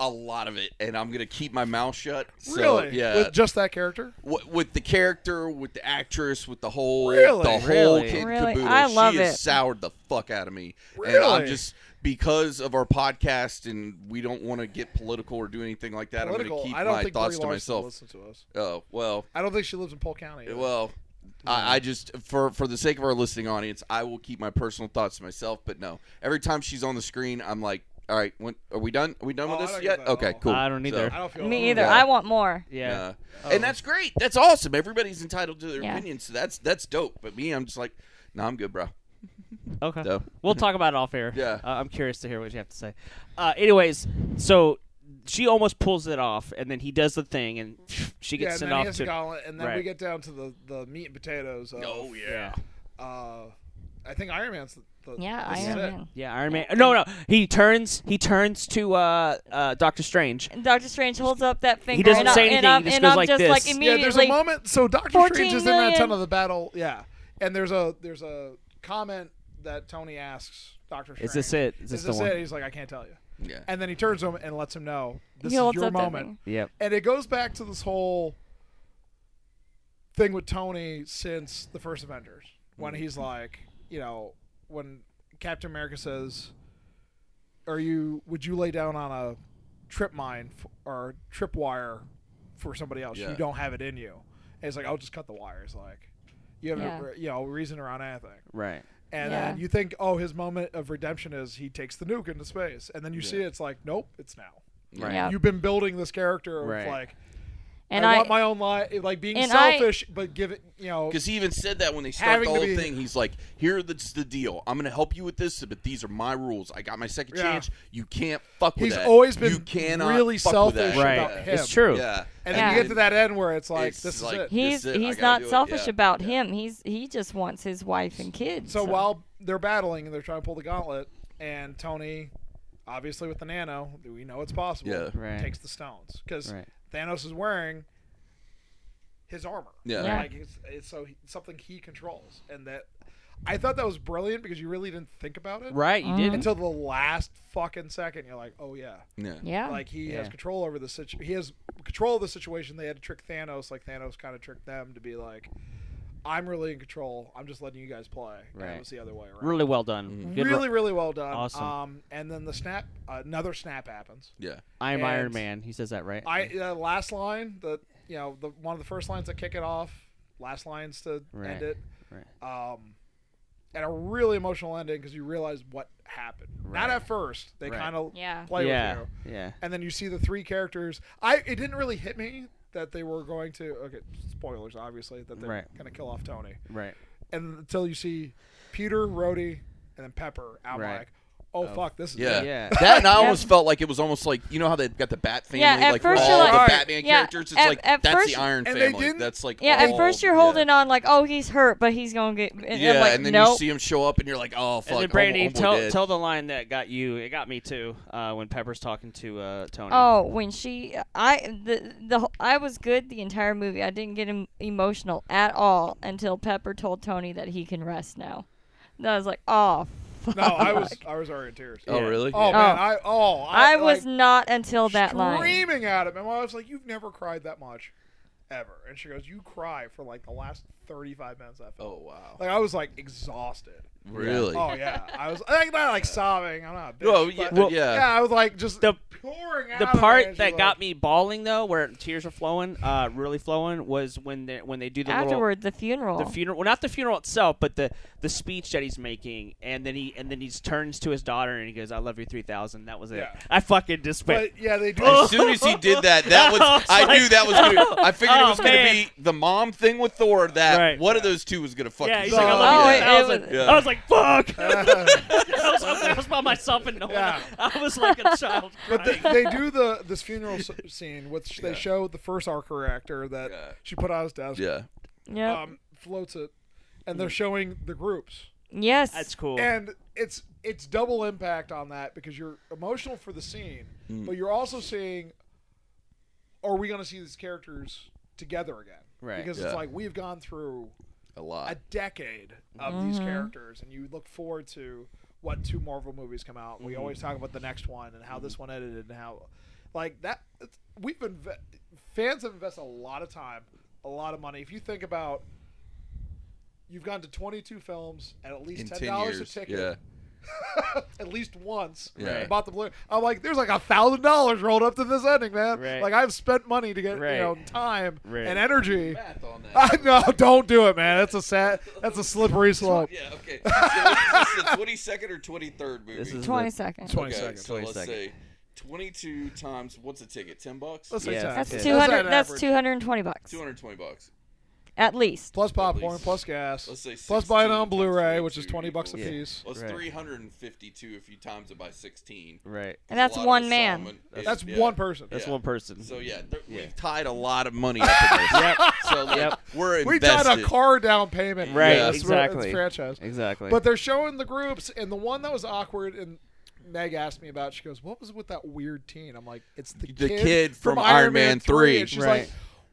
[SPEAKER 2] a lot of it, and I'm gonna keep my mouth shut. So,
[SPEAKER 5] really?
[SPEAKER 2] Yeah.
[SPEAKER 5] With just that character?
[SPEAKER 2] with, with the character, with the actress, with the whole,
[SPEAKER 5] Really?
[SPEAKER 2] the whole
[SPEAKER 1] Really?
[SPEAKER 2] kid
[SPEAKER 4] Really?
[SPEAKER 2] caboodle.
[SPEAKER 4] I love
[SPEAKER 2] she
[SPEAKER 4] it.
[SPEAKER 2] has soured the fuck out of me, and I'm
[SPEAKER 5] Really?
[SPEAKER 2] just because of our podcast, and we don't want to get political or do anything like that.
[SPEAKER 5] Political.
[SPEAKER 2] I'm going to
[SPEAKER 5] I
[SPEAKER 2] keep
[SPEAKER 5] don't
[SPEAKER 2] my
[SPEAKER 5] think
[SPEAKER 2] thoughts
[SPEAKER 5] Brie
[SPEAKER 2] to
[SPEAKER 5] Larson
[SPEAKER 2] myself.
[SPEAKER 5] Listen to us.
[SPEAKER 2] Oh well,
[SPEAKER 5] I don't think she lives in Polk County. either.
[SPEAKER 2] well. I, I just for for the sake of our listening audience, I will keep my personal thoughts to myself. But no, every time she's on the screen, I'm like, all right, when, are we done? Are we done
[SPEAKER 5] Oh, I
[SPEAKER 2] with
[SPEAKER 5] don't
[SPEAKER 2] this
[SPEAKER 5] get
[SPEAKER 2] yet?
[SPEAKER 5] that at
[SPEAKER 2] Okay,
[SPEAKER 5] all.
[SPEAKER 2] cool.
[SPEAKER 1] I don't
[SPEAKER 2] So-
[SPEAKER 1] either.
[SPEAKER 5] I don't feel
[SPEAKER 4] Me either.
[SPEAKER 2] Yeah.
[SPEAKER 4] I want more.
[SPEAKER 1] yeah.
[SPEAKER 2] Uh, And that's great. That's awesome. Everybody's entitled to their
[SPEAKER 4] Yeah.
[SPEAKER 2] opinion, so that's that's dope. But me, I'm just like, no, I'm good, bro.
[SPEAKER 1] Okay.
[SPEAKER 2] So
[SPEAKER 1] We'll talk about it off air.
[SPEAKER 2] Yeah.
[SPEAKER 1] Uh, I'm curious to hear what you have to say. Uh, anyways, so she almost pulls it off, and then he does the thing, and she
[SPEAKER 5] Yeah,
[SPEAKER 1] gets
[SPEAKER 5] and
[SPEAKER 1] sent
[SPEAKER 5] then he
[SPEAKER 1] off
[SPEAKER 5] has
[SPEAKER 1] to.
[SPEAKER 5] a gauntlet, and then we
[SPEAKER 1] Right.
[SPEAKER 5] get down to the, the meat and potatoes. Of,
[SPEAKER 2] Oh, yeah.
[SPEAKER 5] Uh, I think Iron Man's the. the
[SPEAKER 4] Yeah,
[SPEAKER 5] this is
[SPEAKER 4] Iron
[SPEAKER 5] it.
[SPEAKER 4] Man.
[SPEAKER 1] Yeah, Iron Man. No, no. He turns. He turns to uh, uh, Doctor Strange.
[SPEAKER 4] And Doctor Strange holds up that finger.
[SPEAKER 1] doesn't
[SPEAKER 4] and I-
[SPEAKER 1] say
[SPEAKER 4] and
[SPEAKER 1] anything,
[SPEAKER 4] I'm,
[SPEAKER 1] he just
[SPEAKER 4] and
[SPEAKER 1] goes
[SPEAKER 4] I'm
[SPEAKER 1] like
[SPEAKER 4] just
[SPEAKER 1] this.
[SPEAKER 4] like
[SPEAKER 1] Yeah,
[SPEAKER 5] Yeah,
[SPEAKER 4] immediately.
[SPEAKER 5] there's a moment. So Doctor
[SPEAKER 4] 14
[SPEAKER 5] Strange is in that
[SPEAKER 4] million.
[SPEAKER 5] ton of the battle. Yeah, and there's a there's a comment that Tony asks Doctor Strange.
[SPEAKER 1] Is this it? Is this
[SPEAKER 5] Is
[SPEAKER 1] the
[SPEAKER 5] this
[SPEAKER 1] one?
[SPEAKER 5] it? He's like, I can't tell you.
[SPEAKER 2] yeah,
[SPEAKER 5] And then he turns to him and lets him know this
[SPEAKER 4] He
[SPEAKER 5] is
[SPEAKER 4] holds
[SPEAKER 5] your
[SPEAKER 4] up that
[SPEAKER 5] moment.
[SPEAKER 4] thing.
[SPEAKER 1] Yep.
[SPEAKER 5] And it goes back to this whole thing with Tony since the first Avengers when he's like, you know, when Captain America says, "Are you? Would you lay down on a trip mine f- or trip wire for somebody else?
[SPEAKER 2] Yeah.
[SPEAKER 5] You don't have it in you." And he's like, "I'll just cut the wire." He's like, "You have
[SPEAKER 4] Yeah.
[SPEAKER 5] no, you know reason around anything."
[SPEAKER 1] Right.
[SPEAKER 5] And
[SPEAKER 4] Yeah.
[SPEAKER 5] then you think, "Oh, his moment of redemption is he takes the nuke into space," and then you see it's like, "Nope, it's now."
[SPEAKER 1] Right.
[SPEAKER 4] Yeah.
[SPEAKER 5] You've been building this character of
[SPEAKER 1] Right.
[SPEAKER 5] like
[SPEAKER 4] And
[SPEAKER 5] I,
[SPEAKER 4] I,
[SPEAKER 5] want my own life, like being
[SPEAKER 4] and I-
[SPEAKER 5] selfish, but give it, you know,
[SPEAKER 2] Because he even said that when they start
[SPEAKER 5] Having
[SPEAKER 2] the
[SPEAKER 5] to
[SPEAKER 2] whole
[SPEAKER 5] be-
[SPEAKER 2] thing, he's like, "Here, that's the deal. I'm gonna help you with this, but these are my rules. I got my second
[SPEAKER 5] Yeah.
[SPEAKER 2] chance. You can't fuck with
[SPEAKER 5] He's
[SPEAKER 2] that.
[SPEAKER 5] always been
[SPEAKER 2] you cannot
[SPEAKER 5] really
[SPEAKER 2] fuck With
[SPEAKER 5] selfish
[SPEAKER 2] that.
[SPEAKER 1] Right.
[SPEAKER 5] about
[SPEAKER 2] Yeah.
[SPEAKER 5] him.
[SPEAKER 1] It's true.
[SPEAKER 2] Yeah,
[SPEAKER 5] and
[SPEAKER 4] Yeah.
[SPEAKER 5] then you get to that end where it's like,
[SPEAKER 2] It's
[SPEAKER 5] this
[SPEAKER 2] like-
[SPEAKER 5] is it.
[SPEAKER 4] he's
[SPEAKER 2] That's it, I
[SPEAKER 4] he's
[SPEAKER 2] gotta
[SPEAKER 4] not
[SPEAKER 2] do it,
[SPEAKER 4] selfish
[SPEAKER 2] yeah.
[SPEAKER 4] about
[SPEAKER 2] Yeah.
[SPEAKER 4] him. He's he just wants his wife and kids.
[SPEAKER 5] So while they're battling and they're trying to pull the gauntlet, and Tony, obviously with the nano, we know it's possible,
[SPEAKER 2] Yeah.
[SPEAKER 1] Right.
[SPEAKER 5] takes the stones because
[SPEAKER 1] Right.
[SPEAKER 5] Thanos is wearing his armor.
[SPEAKER 2] Yeah.
[SPEAKER 4] Yeah.
[SPEAKER 5] like it's, it's so he, something he controls, and that I thought that was brilliant because you really didn't think about it
[SPEAKER 1] Right. You did.
[SPEAKER 5] until the last fucking second. You're like, oh yeah.
[SPEAKER 2] yeah,
[SPEAKER 4] yeah,
[SPEAKER 5] like he has
[SPEAKER 1] Yeah.
[SPEAKER 5] control over the situation. He has control of the situation. They had to trick Thanos, like Thanos kind of tricked them to be like, "I'm really in control. I'm just letting you guys play." And
[SPEAKER 1] Right.
[SPEAKER 5] it was the other way around.
[SPEAKER 1] Really well
[SPEAKER 2] Mm-hmm.
[SPEAKER 1] done. Good
[SPEAKER 5] really,
[SPEAKER 1] ri-
[SPEAKER 5] really well done.
[SPEAKER 1] Awesome.
[SPEAKER 5] Um, and then the snap, another snap happens.
[SPEAKER 2] yeah.
[SPEAKER 1] I'm Iron
[SPEAKER 5] and-
[SPEAKER 1] Man. He says that right.
[SPEAKER 5] I uh, last line, the you know the one of the first lines that kick it off. Last lines to
[SPEAKER 1] Right.
[SPEAKER 5] end it.
[SPEAKER 1] Right.
[SPEAKER 5] Um, and a really emotional ending because you realize what happened. Not
[SPEAKER 1] Right.
[SPEAKER 5] at first. They
[SPEAKER 1] Right.
[SPEAKER 5] kind of
[SPEAKER 4] Yeah.
[SPEAKER 5] play
[SPEAKER 1] yeah.
[SPEAKER 5] with you.
[SPEAKER 1] Yeah.
[SPEAKER 5] and then you see the three characters. I it didn't really hit me that they were going to okay spoilers obviously that they're
[SPEAKER 1] Right.
[SPEAKER 5] going to kill off Tony,
[SPEAKER 1] Right.
[SPEAKER 5] and until you see Peter, Rhodey, and then Pepper, I'm
[SPEAKER 1] Right.
[SPEAKER 5] like, oh, fuck, this is
[SPEAKER 2] Yeah.
[SPEAKER 5] it.
[SPEAKER 1] Yeah.
[SPEAKER 2] that and I almost felt like it was almost like you know how they've got the Bat family,
[SPEAKER 4] Yeah, at
[SPEAKER 2] like
[SPEAKER 4] first
[SPEAKER 2] all
[SPEAKER 4] you're
[SPEAKER 2] the
[SPEAKER 4] like-
[SPEAKER 2] Batman
[SPEAKER 4] yeah,
[SPEAKER 2] characters. It's
[SPEAKER 4] at-
[SPEAKER 2] like
[SPEAKER 4] at
[SPEAKER 2] that's
[SPEAKER 4] first-
[SPEAKER 2] the Iron
[SPEAKER 5] And they
[SPEAKER 2] family.
[SPEAKER 5] didn't-
[SPEAKER 2] that's like
[SPEAKER 4] yeah. At
[SPEAKER 2] all-
[SPEAKER 4] first you're
[SPEAKER 2] oh, yeah.
[SPEAKER 4] holding on like, oh, he's hurt, but he's gonna get. And
[SPEAKER 2] Yeah,
[SPEAKER 4] I'm like,
[SPEAKER 2] and then
[SPEAKER 4] nope.
[SPEAKER 2] you see him show up, and you're like, "Oh fuck!"
[SPEAKER 1] And then
[SPEAKER 2] Homo-
[SPEAKER 1] Brandy,
[SPEAKER 2] Homo
[SPEAKER 1] tell
[SPEAKER 2] dead.
[SPEAKER 1] tell the line that got you. It got me too. Uh, when Pepper's talking to uh, Tony.
[SPEAKER 4] Oh, when she, I the the wh- I was good the entire movie. I didn't get em- emotional at all until Pepper told Tony that he can rest now. And I was like, oh, fuck.
[SPEAKER 5] No, I was I was already in tears.
[SPEAKER 2] Oh
[SPEAKER 1] Yeah.
[SPEAKER 2] really?
[SPEAKER 5] Oh
[SPEAKER 2] Yeah.
[SPEAKER 5] man, I oh I,
[SPEAKER 4] I was
[SPEAKER 5] like,
[SPEAKER 4] not until that line.
[SPEAKER 5] screaming at him, and my wife's like, "You've never cried that much, ever." And she goes, "You cry for like the last 35 minutes." I felt
[SPEAKER 2] Oh wow.
[SPEAKER 5] like I was like exhausted.
[SPEAKER 2] Really?
[SPEAKER 5] Oh yeah, I was like not like sobbing. I'm not. A bitch,
[SPEAKER 2] Oh, yeah,
[SPEAKER 5] but-
[SPEAKER 2] well,
[SPEAKER 5] yeah.
[SPEAKER 2] yeah.
[SPEAKER 5] I was like just
[SPEAKER 1] The-
[SPEAKER 5] pouring out.
[SPEAKER 1] the
[SPEAKER 5] of it,
[SPEAKER 1] part
[SPEAKER 5] and
[SPEAKER 1] that
[SPEAKER 5] she's
[SPEAKER 1] got
[SPEAKER 5] like,
[SPEAKER 1] me bawling though, where tears were flowing, uh, really flowing, was when they when they do the little
[SPEAKER 4] Afterward, the funeral.
[SPEAKER 1] the funeral. Well, not the funeral itself, but the the speech that he's making, and then he and then he turns to his daughter and he goes, "I love you, 3,000. That was it.
[SPEAKER 5] Yeah.
[SPEAKER 1] I fucking just went.
[SPEAKER 5] But yeah, they do.
[SPEAKER 2] As soon as he did that, that was
[SPEAKER 1] I was
[SPEAKER 2] I knew
[SPEAKER 1] like,
[SPEAKER 2] that was. Gonna, I figured it
[SPEAKER 1] oh,
[SPEAKER 2] was going to
[SPEAKER 1] man.
[SPEAKER 2] be the mom thing with Thor. That
[SPEAKER 1] Right.
[SPEAKER 2] one of those two was going to fucking.
[SPEAKER 1] yeah, he's
[SPEAKER 5] so-
[SPEAKER 1] like, I
[SPEAKER 2] suck.
[SPEAKER 1] love
[SPEAKER 4] Oh,
[SPEAKER 1] you,
[SPEAKER 4] it- it
[SPEAKER 1] 3,000.
[SPEAKER 4] was-
[SPEAKER 2] Yeah.
[SPEAKER 1] I was like, fuck.
[SPEAKER 5] but
[SPEAKER 1] I was, I was by myself and no one.
[SPEAKER 5] Yeah.
[SPEAKER 1] I was like a child.
[SPEAKER 5] they,
[SPEAKER 1] crying.
[SPEAKER 5] they do the this funeral s- scene, which they
[SPEAKER 2] Yeah.
[SPEAKER 5] show the first Archer actor that
[SPEAKER 2] Yeah.
[SPEAKER 5] she put on his desk.
[SPEAKER 2] Yeah. Mm.
[SPEAKER 4] Yep.
[SPEAKER 5] Um, floats it, and they're showing the groups,
[SPEAKER 4] yes.
[SPEAKER 1] That's cool.
[SPEAKER 5] and it's it's double impact on that because you're emotional for the scene,
[SPEAKER 2] Mm.
[SPEAKER 5] but you're also seeing, are we going to see these characters together again?
[SPEAKER 1] Right.
[SPEAKER 5] Because
[SPEAKER 2] Yeah.
[SPEAKER 5] it's like we've gone through
[SPEAKER 2] A
[SPEAKER 5] a
[SPEAKER 2] lot.
[SPEAKER 5] decade of
[SPEAKER 1] Mm-hmm.
[SPEAKER 5] these characters, and you look forward to what two Marvel movies come out.
[SPEAKER 1] Mm-hmm.
[SPEAKER 5] We always talk about the next one and how this one ended and how, like that. it's- We've been fans have invested a lot of time, a lot of money. If you think about, you've gone to 22 films at at least
[SPEAKER 2] in
[SPEAKER 5] ten
[SPEAKER 2] 10
[SPEAKER 5] dollars a
[SPEAKER 2] years.
[SPEAKER 5] ticket.
[SPEAKER 2] Yeah.
[SPEAKER 5] at least once.
[SPEAKER 2] Yeah.
[SPEAKER 5] I bought the blue. I'm like, there's like a thousand dollars rolled up to this ending, man.
[SPEAKER 1] Right.
[SPEAKER 5] Like I've spent money to get
[SPEAKER 1] Right.
[SPEAKER 5] you know time
[SPEAKER 1] Right.
[SPEAKER 5] and energy.
[SPEAKER 2] Math on that.
[SPEAKER 5] I no, don't do it, man. That's a sad. That's a slippery slope.
[SPEAKER 2] Yeah, okay. So what is this, the 22nd or 23rd movie?
[SPEAKER 1] This is
[SPEAKER 4] Twenty seconds.
[SPEAKER 5] Twenty
[SPEAKER 2] okay,
[SPEAKER 5] seconds.
[SPEAKER 2] So let's
[SPEAKER 1] 22nd.
[SPEAKER 2] say 22 times, what's a ticket? 10 bucks?
[SPEAKER 5] Let's say
[SPEAKER 1] Yeah,
[SPEAKER 5] ten.
[SPEAKER 1] that's
[SPEAKER 4] That's
[SPEAKER 1] Okay.
[SPEAKER 4] two hundred.
[SPEAKER 5] at an
[SPEAKER 4] That's
[SPEAKER 5] average.
[SPEAKER 4] two hundred and twenty bucks
[SPEAKER 2] 220 bucks.
[SPEAKER 4] at least.
[SPEAKER 5] Plus popcorn,
[SPEAKER 2] least.
[SPEAKER 5] plus gas,
[SPEAKER 2] Let's say
[SPEAKER 5] plus buying
[SPEAKER 2] 16
[SPEAKER 5] on Blu-ray, which is
[SPEAKER 2] times
[SPEAKER 5] twenty bucks a
[SPEAKER 2] 22
[SPEAKER 5] piece.
[SPEAKER 2] Well, it's
[SPEAKER 1] Right.
[SPEAKER 2] 352 if you times it by 16.
[SPEAKER 1] Right.
[SPEAKER 4] And that's
[SPEAKER 2] A lot of
[SPEAKER 4] one man.
[SPEAKER 2] installment is-
[SPEAKER 5] That's
[SPEAKER 2] yeah.
[SPEAKER 5] one person.
[SPEAKER 1] That's
[SPEAKER 2] Yeah.
[SPEAKER 1] one person.
[SPEAKER 2] So yeah, th-
[SPEAKER 1] Yeah.
[SPEAKER 2] we've tied a lot of money up in this. So like,
[SPEAKER 1] Yep.
[SPEAKER 2] we're
[SPEAKER 5] We
[SPEAKER 2] invested.
[SPEAKER 5] tied a car down payment.
[SPEAKER 1] Right,
[SPEAKER 5] Yes, we're-
[SPEAKER 1] exactly.
[SPEAKER 5] It's franchise.
[SPEAKER 1] Exactly.
[SPEAKER 5] But they're showing the groups, and the one that was awkward, and Meg asked me about. She goes, "What was with that weird teen?" I'm like, "It's the,
[SPEAKER 2] The kid from Iron Man 3.
[SPEAKER 5] And she's
[SPEAKER 1] Right.
[SPEAKER 5] like,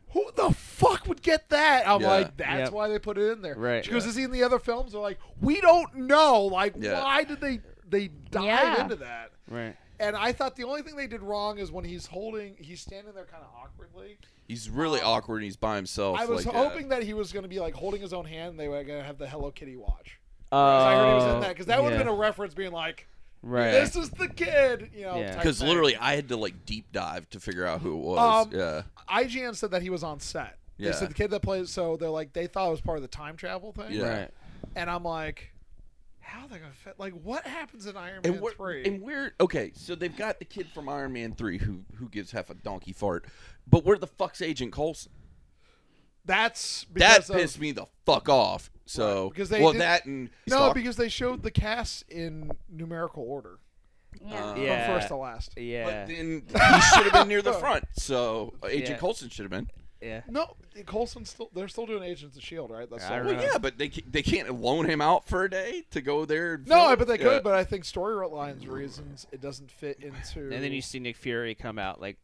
[SPEAKER 5] "Who the fuck would get that?" I'm
[SPEAKER 2] Yeah.
[SPEAKER 5] like, "That's
[SPEAKER 1] Yep.
[SPEAKER 5] why they put it in there."
[SPEAKER 1] Right.
[SPEAKER 5] She goes,
[SPEAKER 1] Yeah.
[SPEAKER 5] "Is he in the other films?" They're like, "We don't know. Like,
[SPEAKER 2] Yeah.
[SPEAKER 5] why did they they dive
[SPEAKER 4] Yeah.
[SPEAKER 5] into that?"
[SPEAKER 1] right.
[SPEAKER 5] And I thought the only thing they did wrong is when he's holding, he's standing there kind of awkwardly.
[SPEAKER 2] He's really awkward and he's by himself.
[SPEAKER 5] I was
[SPEAKER 2] like
[SPEAKER 5] hoping that he was going to be like holding his own hand. And they were going to have the Hello Kitty watch.
[SPEAKER 1] Oh,
[SPEAKER 5] 'Cause I heard he was in that because that would have been a reference being like,
[SPEAKER 1] right.
[SPEAKER 5] "This is the kid," you know.
[SPEAKER 1] Yeah.
[SPEAKER 5] type
[SPEAKER 2] Because
[SPEAKER 5] thing.
[SPEAKER 2] literally, I had to like deep dive to figure out who it was.
[SPEAKER 5] Um,
[SPEAKER 2] yeah.
[SPEAKER 5] IGN said that he was on set.
[SPEAKER 2] Yeah.
[SPEAKER 5] They said the kid that plays. So they're like, they thought it was part of the time travel thing.
[SPEAKER 2] Yeah.
[SPEAKER 1] Right.
[SPEAKER 5] And I'm like, how are they gonna fit? Like, what happens in Iron Man
[SPEAKER 2] And we're,
[SPEAKER 5] three?
[SPEAKER 2] and we're okay. So they've got the kid from Iron Man three who who gives half a donkey fart, but where the fuck's Agent Coulson?
[SPEAKER 5] That's
[SPEAKER 2] That
[SPEAKER 5] because of-
[SPEAKER 2] pissed me the fuck off. So
[SPEAKER 5] Right, because they
[SPEAKER 2] well
[SPEAKER 5] did-
[SPEAKER 2] that and
[SPEAKER 5] No,
[SPEAKER 2] Star-
[SPEAKER 5] because they showed the cast in numerical order
[SPEAKER 2] Yeah.
[SPEAKER 4] Yeah.
[SPEAKER 1] Yeah.
[SPEAKER 5] from first to last.
[SPEAKER 1] Yeah.
[SPEAKER 2] uh, But then he should have been near the front. So Agent
[SPEAKER 1] Yeah.
[SPEAKER 2] Coulson should have been.
[SPEAKER 1] yeah.
[SPEAKER 5] No, Colson's still. They're still doing Agents of Shield, E right? That's
[SPEAKER 1] I
[SPEAKER 5] still-
[SPEAKER 1] don't
[SPEAKER 2] Well,
[SPEAKER 1] know.
[SPEAKER 2] yeah, but they ca- they can't loan him out for a day to go there. And
[SPEAKER 5] No,
[SPEAKER 2] film?
[SPEAKER 5] I- but they could.
[SPEAKER 2] Yeah.
[SPEAKER 5] But I think story lines reasons it doesn't fit into.
[SPEAKER 1] And then you see Nick Fury come out like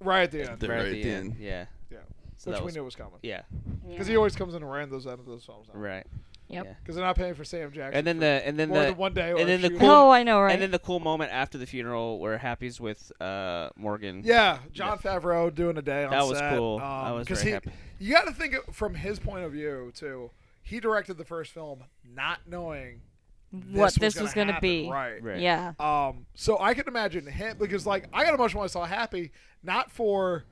[SPEAKER 5] right at the end,
[SPEAKER 2] The-
[SPEAKER 1] right,
[SPEAKER 2] Right
[SPEAKER 1] at the end.
[SPEAKER 2] then.
[SPEAKER 1] Yeah.
[SPEAKER 5] yeah,
[SPEAKER 1] So
[SPEAKER 5] which
[SPEAKER 1] that
[SPEAKER 5] we
[SPEAKER 1] was-
[SPEAKER 5] knew was coming
[SPEAKER 1] Yeah.
[SPEAKER 5] because he always comes in around those end of those films.
[SPEAKER 1] Right.
[SPEAKER 5] Because they're not paying for Sam Jackson.
[SPEAKER 1] And then the and then
[SPEAKER 5] more
[SPEAKER 1] the
[SPEAKER 5] than one day.
[SPEAKER 1] and
[SPEAKER 5] or
[SPEAKER 1] then the
[SPEAKER 5] shoot.
[SPEAKER 1] cool-
[SPEAKER 4] Oh, I know, right?
[SPEAKER 1] and then the cool moment after the funeral where Happy's with uh Morgan.
[SPEAKER 5] Yeah, John Favreau doing a day on
[SPEAKER 1] That was
[SPEAKER 5] set. um,
[SPEAKER 1] cool. I was
[SPEAKER 5] 'cause
[SPEAKER 1] very
[SPEAKER 5] he-
[SPEAKER 1] happy.
[SPEAKER 5] You got to think of- from his point of view too. He directed the first film not knowing
[SPEAKER 4] What this was
[SPEAKER 5] going
[SPEAKER 4] gonna
[SPEAKER 5] to
[SPEAKER 4] be.
[SPEAKER 5] right?
[SPEAKER 1] Right.
[SPEAKER 4] Yeah.
[SPEAKER 5] Um, so I can imagine him because like I got emotional when I saw Happy, not for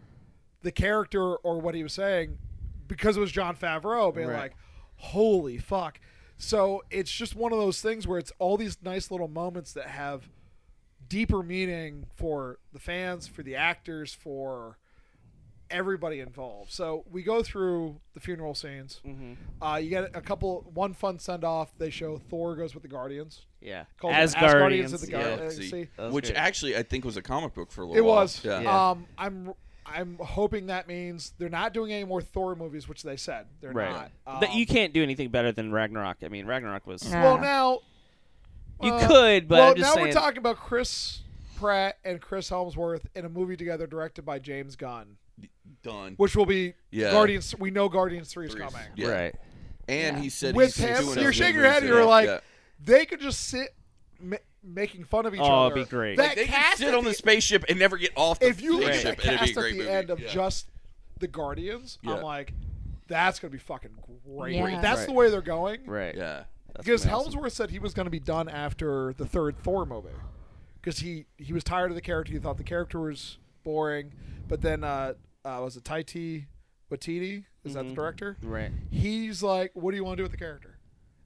[SPEAKER 5] the character or what he was saying, because it was John Favreau being
[SPEAKER 1] Right.
[SPEAKER 5] like, "Holy fuck!" So it's just one of those things where it's all these nice little moments that have deeper meaning for the fans, for the actors, for everybody involved. So we go through the funeral scenes. Uh, you get a couple, one fun send off. They show Thor goes with the Guardians
[SPEAKER 1] Yeah.
[SPEAKER 5] called
[SPEAKER 1] As
[SPEAKER 5] them Asgardians
[SPEAKER 1] Guardians
[SPEAKER 5] of the
[SPEAKER 1] yeah.
[SPEAKER 5] Guardians.
[SPEAKER 2] Galaxy,
[SPEAKER 5] see.
[SPEAKER 1] That was
[SPEAKER 2] which
[SPEAKER 1] great.
[SPEAKER 2] actually I think was a comic book for a little
[SPEAKER 5] It
[SPEAKER 2] while.
[SPEAKER 5] was.
[SPEAKER 2] Yeah.
[SPEAKER 1] Yeah.
[SPEAKER 5] Um, I'm I'm hoping that means they're not doing any more Thor movies, which they said they're
[SPEAKER 1] Right. E
[SPEAKER 5] not.
[SPEAKER 1] That-
[SPEAKER 5] Um,
[SPEAKER 1] you can't do anything better than Ragnarok. I mean, Ragnarok was.
[SPEAKER 4] Nah.
[SPEAKER 5] well now.
[SPEAKER 1] You
[SPEAKER 5] uh,
[SPEAKER 1] could, but
[SPEAKER 5] well,
[SPEAKER 1] I'm just
[SPEAKER 5] now
[SPEAKER 1] saying.
[SPEAKER 5] we're talking about Chris Pratt and Chris Helmsworth in a movie together, directed by James Gunn,
[SPEAKER 2] Done.
[SPEAKER 5] which will be
[SPEAKER 2] Yeah.
[SPEAKER 5] Guardians. We know Guardians Three is
[SPEAKER 2] Three's-
[SPEAKER 5] coming.
[SPEAKER 2] yeah.
[SPEAKER 1] Right.
[SPEAKER 2] And
[SPEAKER 4] Yeah.
[SPEAKER 2] he said
[SPEAKER 5] With
[SPEAKER 2] he's
[SPEAKER 5] him,
[SPEAKER 2] doing
[SPEAKER 5] you're
[SPEAKER 2] other
[SPEAKER 5] shaking your
[SPEAKER 2] movies
[SPEAKER 5] head and
[SPEAKER 2] now.
[SPEAKER 5] you're like,
[SPEAKER 2] Yeah.
[SPEAKER 5] They could just sit ma- making fun of each
[SPEAKER 1] Oh,
[SPEAKER 5] other.
[SPEAKER 1] it'd be great.
[SPEAKER 5] That
[SPEAKER 1] Like,
[SPEAKER 2] they
[SPEAKER 5] cast
[SPEAKER 2] could sit
[SPEAKER 5] at
[SPEAKER 2] on the spaceship and never get off the
[SPEAKER 5] if you look at
[SPEAKER 2] spaceship,
[SPEAKER 5] the cast
[SPEAKER 2] it'd be a
[SPEAKER 5] at
[SPEAKER 2] great
[SPEAKER 5] the
[SPEAKER 2] movie.
[SPEAKER 5] end of
[SPEAKER 2] Yeah.
[SPEAKER 5] just the Guardians,
[SPEAKER 2] Yeah.
[SPEAKER 5] I'm like, that's gonna be fucking great.
[SPEAKER 4] Yeah.
[SPEAKER 5] If That's
[SPEAKER 1] Right.
[SPEAKER 5] the way they're going.
[SPEAKER 1] right.
[SPEAKER 2] yeah.
[SPEAKER 1] That's
[SPEAKER 5] Because
[SPEAKER 1] gonna be awesome.
[SPEAKER 5] Helmsworth said he was gonna be done after the third Thor movie, because he he was tired of the character. He thought the character was boring. But then uh, uh was it Taiti Watiti? Is that the director?
[SPEAKER 1] Mm-hmm. Right.
[SPEAKER 5] He's like, what do you want to do with the character?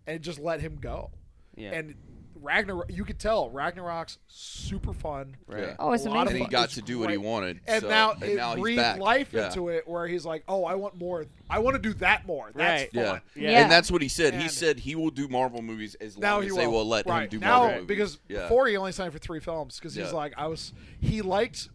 [SPEAKER 5] And just let him go.
[SPEAKER 1] Yeah.
[SPEAKER 5] And Ragnarok, you could tell Ragnarok's super fun.
[SPEAKER 1] right.
[SPEAKER 2] Yeah.
[SPEAKER 4] Oh, it's
[SPEAKER 5] A
[SPEAKER 2] And
[SPEAKER 5] lot of
[SPEAKER 4] amazing.
[SPEAKER 2] he
[SPEAKER 5] fu-
[SPEAKER 2] got
[SPEAKER 5] it's
[SPEAKER 2] to do what he
[SPEAKER 5] great.
[SPEAKER 2] wanted.
[SPEAKER 5] And
[SPEAKER 2] so,
[SPEAKER 5] now
[SPEAKER 2] and
[SPEAKER 5] it
[SPEAKER 2] now he's
[SPEAKER 5] breathed
[SPEAKER 2] back.
[SPEAKER 5] life
[SPEAKER 2] yeah.
[SPEAKER 5] into it, where he's like, "Oh, I want more. I want to do that more. That's
[SPEAKER 1] Right.
[SPEAKER 5] fun."
[SPEAKER 2] Yeah.
[SPEAKER 1] Yeah.
[SPEAKER 4] Yeah.
[SPEAKER 2] And that's what he said. he
[SPEAKER 5] And-
[SPEAKER 2] said he will do Marvel movies as
[SPEAKER 5] Now
[SPEAKER 2] long
[SPEAKER 5] he
[SPEAKER 2] as
[SPEAKER 5] will.
[SPEAKER 2] they will let
[SPEAKER 5] right.
[SPEAKER 2] him do
[SPEAKER 5] now
[SPEAKER 2] Marvel movies.
[SPEAKER 5] because
[SPEAKER 2] yeah.
[SPEAKER 5] before he only signed for three films because
[SPEAKER 2] Yeah.
[SPEAKER 5] he's like, "I was." He liked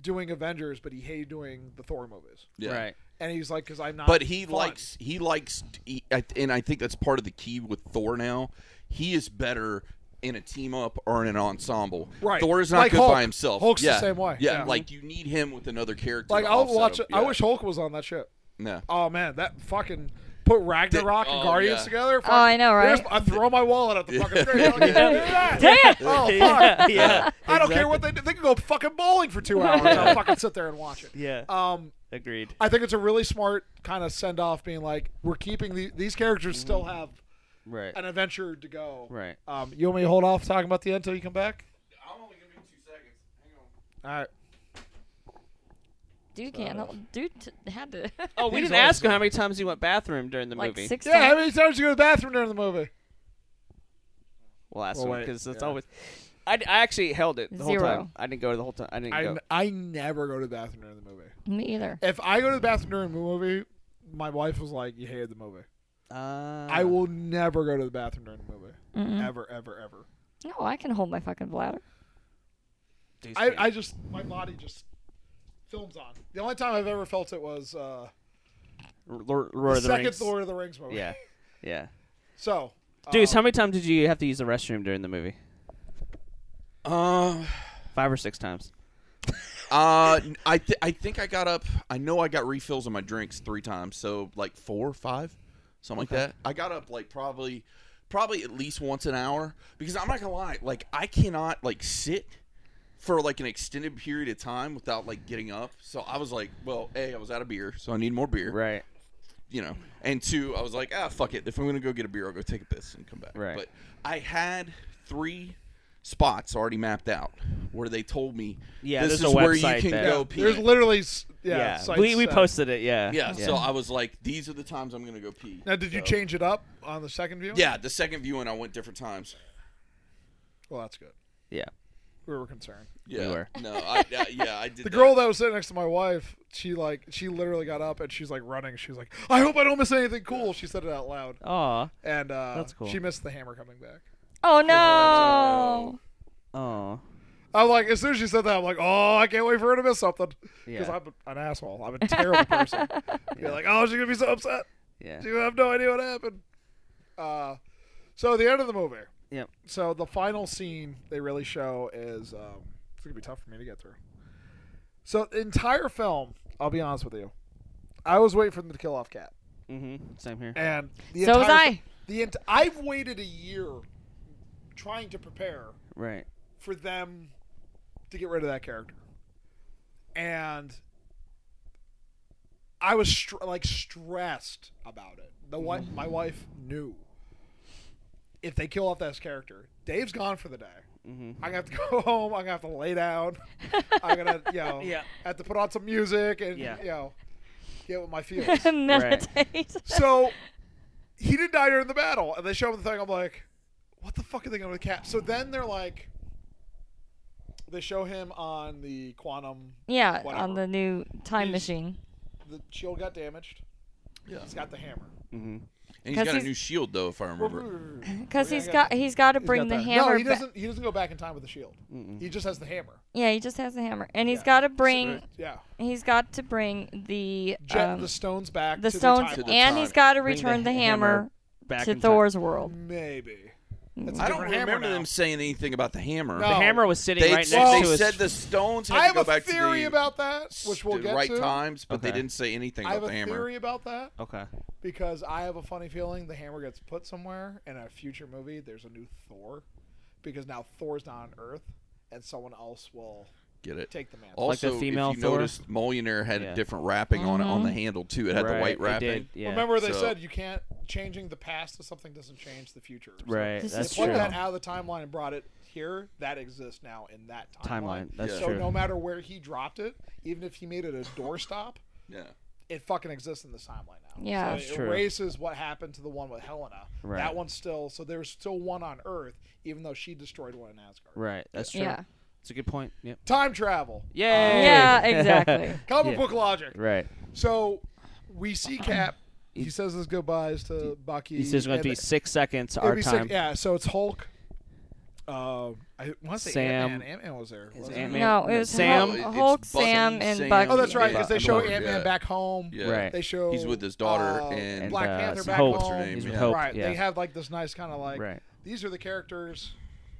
[SPEAKER 5] doing Avengers, but he hated doing the Thor movies.
[SPEAKER 2] yeah.
[SPEAKER 1] Right.
[SPEAKER 5] And he's like, "Because I'm not."
[SPEAKER 2] But he
[SPEAKER 5] fun."
[SPEAKER 2] likes he likes he, I- and I think that's part of the key with Thor now. He is better in a team up or in an ensemble.
[SPEAKER 5] Right.
[SPEAKER 2] Thor is not
[SPEAKER 5] Like
[SPEAKER 2] good
[SPEAKER 5] Hulk.
[SPEAKER 2] by himself.
[SPEAKER 5] Hulk's the
[SPEAKER 2] yeah.
[SPEAKER 5] same way.
[SPEAKER 2] Yeah.
[SPEAKER 5] Yeah.
[SPEAKER 2] Like you need him with another character.
[SPEAKER 5] Like
[SPEAKER 2] to
[SPEAKER 5] I'll
[SPEAKER 2] offset
[SPEAKER 5] watch.
[SPEAKER 2] him.
[SPEAKER 5] I
[SPEAKER 2] Yeah.
[SPEAKER 5] wish Hulk was on that shit.
[SPEAKER 2] Nah.
[SPEAKER 5] Oh man, that fucking put Ragnarok and
[SPEAKER 2] Oh,
[SPEAKER 5] Guardians
[SPEAKER 2] yeah.
[SPEAKER 5] together. Fuck,
[SPEAKER 4] I know,
[SPEAKER 5] there's-
[SPEAKER 4] right?
[SPEAKER 5] I throw my wallet at the fucking screen. I'm like, "Yeah."
[SPEAKER 1] Damn.
[SPEAKER 5] Oh, fuck.
[SPEAKER 1] yeah. yeah.
[SPEAKER 5] I don't care what they do. They can go fucking bowling for two hours. I'll fucking sit there and watch it.
[SPEAKER 1] Yeah.
[SPEAKER 5] Um,
[SPEAKER 1] Uh, Agreed.
[SPEAKER 5] I think it's a really smart kind of send off, being like, we're keeping the, these characters still have
[SPEAKER 1] Right.
[SPEAKER 5] an adventure to go.
[SPEAKER 1] Mm-hmm. Right.
[SPEAKER 5] Um, you want me to hold off talking about the end until you come back? All right.
[SPEAKER 4] Dude can't. hold- Dude t- had to.
[SPEAKER 1] Oh, we
[SPEAKER 5] He's
[SPEAKER 1] didn't ask
[SPEAKER 5] awesome.
[SPEAKER 1] him how many times he went bathroom during the
[SPEAKER 4] like
[SPEAKER 1] movie.
[SPEAKER 4] six.
[SPEAKER 5] Yeah. How
[SPEAKER 4] times.
[SPEAKER 5] many times you go to the bathroom during the movie?
[SPEAKER 1] Well, that's
[SPEAKER 5] Well, wait,
[SPEAKER 1] because that's
[SPEAKER 5] yeah.
[SPEAKER 1] always. I, I actually held it the whole
[SPEAKER 4] Zero.
[SPEAKER 1] time. I didn't go the whole time. I didn't
[SPEAKER 5] I,
[SPEAKER 1] go.
[SPEAKER 5] n- I never go to the bathroom during the movie.
[SPEAKER 4] Me either.
[SPEAKER 5] If I go to the bathroom during a movie, my wife was like, "You hated the movie."
[SPEAKER 1] Uh,
[SPEAKER 5] I will never go to the bathroom during the movie.
[SPEAKER 4] Mm-mm.
[SPEAKER 5] Ever, ever, ever.
[SPEAKER 4] No, I can hold my fucking bladder.
[SPEAKER 5] I, I just my body just films on. The only time I've ever felt it was uh,
[SPEAKER 1] Lord, Lord
[SPEAKER 5] the
[SPEAKER 1] of the
[SPEAKER 5] second
[SPEAKER 1] Rings.
[SPEAKER 5] Lord of the Rings movie.
[SPEAKER 1] Yeah. Yeah.
[SPEAKER 5] So,
[SPEAKER 1] Deuce,
[SPEAKER 5] um,
[SPEAKER 1] how many times did you have to use the restroom during the movie?
[SPEAKER 2] Uh,
[SPEAKER 1] Five or six times.
[SPEAKER 2] uh, n- I th- I think I got up. I know I got refills on my drinks three times, so like four or five, something like that. I got up like probably, probably at least once an hour because I'm not gonna lie. Like I cannot like sit for like an extended period of time without like getting up. So I was like, well, a I was out of beer, so I need more beer.
[SPEAKER 1] Right.
[SPEAKER 2] you know. And two, I was like, ah, fuck it. If I'm gonna go get a beer, I'll go take a piss and come back.
[SPEAKER 1] Right.
[SPEAKER 2] But I had three spots already mapped out where they told me,
[SPEAKER 1] Yeah,
[SPEAKER 2] this
[SPEAKER 1] there's a
[SPEAKER 2] is where you
[SPEAKER 1] website
[SPEAKER 2] can
[SPEAKER 1] that-
[SPEAKER 2] go
[SPEAKER 1] Yeah,
[SPEAKER 2] pee.
[SPEAKER 5] There's literally s- yeah. sites
[SPEAKER 1] We, we
[SPEAKER 5] that-
[SPEAKER 1] posted it. Yeah.
[SPEAKER 2] yeah, So I was like, these are the times I'm gonna go pee.
[SPEAKER 5] Now, did you
[SPEAKER 2] So-
[SPEAKER 5] change it up on the second view?
[SPEAKER 2] Yeah, the second viewing, I went different times.
[SPEAKER 5] Well, that's good.
[SPEAKER 1] yeah.
[SPEAKER 5] We were concerned.
[SPEAKER 2] Yeah.
[SPEAKER 1] You were.
[SPEAKER 2] No, I, I- yeah, I did.
[SPEAKER 5] The girl that was sitting next to my wife, she like she literally got up and she's like running. She was like, "I hope I don't miss anything cool." She said it out loud,
[SPEAKER 1] Aw.
[SPEAKER 5] and uh,
[SPEAKER 1] That's cool.
[SPEAKER 5] she missed the hammer coming back.
[SPEAKER 4] Oh no!
[SPEAKER 1] Aw.
[SPEAKER 5] I'm like, as soon as she said that, I'm like, oh, I can't wait for her to miss something. Because
[SPEAKER 1] Yeah.
[SPEAKER 5] I'm an asshole. I'm a terrible person. You're like, oh, she's going to be so upset.
[SPEAKER 1] Yeah.
[SPEAKER 5] You have no idea what happened. Uh, so, the end of the movie.
[SPEAKER 1] Yep.
[SPEAKER 5] So, the final scene they really show is um, it's going to be tough for me to get through. So, the entire film, I'll be honest with you, I was waiting for them to kill off Cat.
[SPEAKER 1] Mm-hmm. Same here.
[SPEAKER 5] And the
[SPEAKER 4] So was
[SPEAKER 5] entire
[SPEAKER 4] I.
[SPEAKER 5] The ent- I've waited a year trying to prepare
[SPEAKER 1] Right.
[SPEAKER 5] for them to get rid of that character. And I was str- like stressed about it. The wife, my wife knew if they kill off this character, Dave's gone for the day.
[SPEAKER 1] Mhm.
[SPEAKER 5] I'm gonna have to go home. I'm gonna have to lay down. I'm gonna, you know,
[SPEAKER 1] Yeah.
[SPEAKER 5] have to put on some music and,
[SPEAKER 1] Yeah.
[SPEAKER 5] you know, get with my feelings.
[SPEAKER 4] Meditate.
[SPEAKER 5] So he didn't die during the battle, and they show him the thing. I'm like, what the fuck are they going to the cap? So then they're like, they show him on the quantum.
[SPEAKER 4] yeah,
[SPEAKER 5] Whatever.
[SPEAKER 4] on the new time
[SPEAKER 5] He's-
[SPEAKER 4] machine.
[SPEAKER 5] The shield got damaged.
[SPEAKER 2] Yeah.
[SPEAKER 5] He's got the hammer.
[SPEAKER 1] Mm-hmm.
[SPEAKER 2] and he's
[SPEAKER 4] 'Cause
[SPEAKER 2] got a
[SPEAKER 4] he's-
[SPEAKER 2] new shield though, if I remember.
[SPEAKER 4] Because
[SPEAKER 5] Yeah, I
[SPEAKER 4] he's
[SPEAKER 5] got-
[SPEAKER 4] got he's got to bring the hammer.
[SPEAKER 5] No, he
[SPEAKER 4] ba-
[SPEAKER 5] doesn't. He doesn't go back in time with the shield. He just has the hammer.
[SPEAKER 4] yeah, he just has the hammer, and he's
[SPEAKER 5] Yeah.
[SPEAKER 4] got to bring
[SPEAKER 5] Yeah,
[SPEAKER 4] he's got to bring the
[SPEAKER 5] jet
[SPEAKER 4] um,
[SPEAKER 5] the stones back.
[SPEAKER 4] the
[SPEAKER 5] to
[SPEAKER 4] stones,
[SPEAKER 5] The
[SPEAKER 2] To the
[SPEAKER 5] timeline.
[SPEAKER 4] and he's
[SPEAKER 2] timeline.
[SPEAKER 4] got to
[SPEAKER 1] Bring the
[SPEAKER 4] return the,
[SPEAKER 1] hammer
[SPEAKER 4] hammer,
[SPEAKER 1] Back
[SPEAKER 4] to
[SPEAKER 1] in time.
[SPEAKER 4] Thor's world.
[SPEAKER 5] maybe.
[SPEAKER 4] Mm.
[SPEAKER 5] That's a
[SPEAKER 2] I don't
[SPEAKER 5] different hammer
[SPEAKER 2] remember
[SPEAKER 5] now.
[SPEAKER 2] them saying anything about the hammer.
[SPEAKER 1] The
[SPEAKER 5] No.
[SPEAKER 1] hammer was sitting
[SPEAKER 2] They,
[SPEAKER 1] right
[SPEAKER 2] they,
[SPEAKER 1] next
[SPEAKER 5] well,
[SPEAKER 1] to his.
[SPEAKER 2] said the stones had
[SPEAKER 5] I
[SPEAKER 2] to
[SPEAKER 5] have
[SPEAKER 2] go
[SPEAKER 5] a
[SPEAKER 2] back
[SPEAKER 5] theory
[SPEAKER 2] to the,
[SPEAKER 5] about that, which we'll
[SPEAKER 2] the
[SPEAKER 5] get
[SPEAKER 2] right
[SPEAKER 5] to.
[SPEAKER 2] times, but
[SPEAKER 1] Okay.
[SPEAKER 2] they didn't say anything
[SPEAKER 5] I have
[SPEAKER 2] about
[SPEAKER 5] a
[SPEAKER 2] the hammer.
[SPEAKER 5] theory about that.
[SPEAKER 1] okay.
[SPEAKER 5] because I have a funny feeling the hammer gets put somewhere in a future movie. There's a new Thor, because now Thor's not on Earth, and someone else will
[SPEAKER 2] Get it?
[SPEAKER 5] take the mantle.
[SPEAKER 1] Like the
[SPEAKER 2] Also,
[SPEAKER 1] female
[SPEAKER 2] if you
[SPEAKER 1] Thor?
[SPEAKER 2] noticed, Millionaire had
[SPEAKER 1] Yeah.
[SPEAKER 2] a different wrapping on it on the handle too. It had
[SPEAKER 1] right,
[SPEAKER 2] the white
[SPEAKER 1] it
[SPEAKER 2] wrapping.
[SPEAKER 1] did, yeah.
[SPEAKER 5] Remember they
[SPEAKER 2] So-
[SPEAKER 5] said you can't changing the past to something doesn't change the future. So
[SPEAKER 1] Right.
[SPEAKER 4] This
[SPEAKER 5] They
[SPEAKER 1] That's
[SPEAKER 4] is
[SPEAKER 5] plucked
[SPEAKER 1] true.
[SPEAKER 5] that out of the timeline and brought it here. That exists now in that
[SPEAKER 1] Timeline,
[SPEAKER 5] timeline.
[SPEAKER 1] that's
[SPEAKER 5] so
[SPEAKER 1] true.
[SPEAKER 5] no matter where he dropped it, even if he made it a doorstop,
[SPEAKER 2] Yeah.
[SPEAKER 5] it fucking exists in this timeline now.
[SPEAKER 4] Yeah.
[SPEAKER 5] so
[SPEAKER 4] That's
[SPEAKER 5] it
[SPEAKER 1] true.
[SPEAKER 5] erases what happened to the one with Helena.
[SPEAKER 1] Right.
[SPEAKER 5] That one's still so there's still one on Earth, even though she destroyed one in Asgard.
[SPEAKER 1] Right. That's true.
[SPEAKER 4] Yeah.
[SPEAKER 1] It's a good point. Yep.
[SPEAKER 5] Time travel. Uh,
[SPEAKER 1] Yay.
[SPEAKER 4] Yeah, exactly.
[SPEAKER 5] Comic
[SPEAKER 1] Yeah.
[SPEAKER 5] book logic.
[SPEAKER 1] right.
[SPEAKER 5] So we see Cap. He says his goodbyes to Bucky.
[SPEAKER 1] He says it's going
[SPEAKER 5] and
[SPEAKER 1] to be six seconds
[SPEAKER 5] it'll
[SPEAKER 1] our
[SPEAKER 5] be sick-
[SPEAKER 1] time.
[SPEAKER 5] Yeah. So it's Hulk. Um, I want to say
[SPEAKER 1] Sam.
[SPEAKER 5] Ant-Man. Ant-Man was there. wasn't he?
[SPEAKER 1] Ant-Man-
[SPEAKER 4] No, it was
[SPEAKER 1] Sam-
[SPEAKER 4] Hulk,
[SPEAKER 2] No, it's
[SPEAKER 4] Hulk,
[SPEAKER 2] Bucky,
[SPEAKER 4] Sam, and
[SPEAKER 2] Sam,
[SPEAKER 4] Bucky.
[SPEAKER 5] Oh, that's right.
[SPEAKER 2] Yeah.
[SPEAKER 5] Because they show
[SPEAKER 2] Yeah.
[SPEAKER 5] Ant-Man back home.
[SPEAKER 2] Yeah.
[SPEAKER 1] Right.
[SPEAKER 5] They show
[SPEAKER 2] He's with his daughter
[SPEAKER 5] uh,
[SPEAKER 2] and,
[SPEAKER 5] Black
[SPEAKER 1] uh,
[SPEAKER 5] Panther back
[SPEAKER 1] Hope.
[SPEAKER 5] home.
[SPEAKER 1] He's with
[SPEAKER 2] Yeah.
[SPEAKER 1] Hope.
[SPEAKER 5] right.
[SPEAKER 1] Yeah.
[SPEAKER 5] They have like this nice kind of like
[SPEAKER 1] Right.
[SPEAKER 5] these are the characters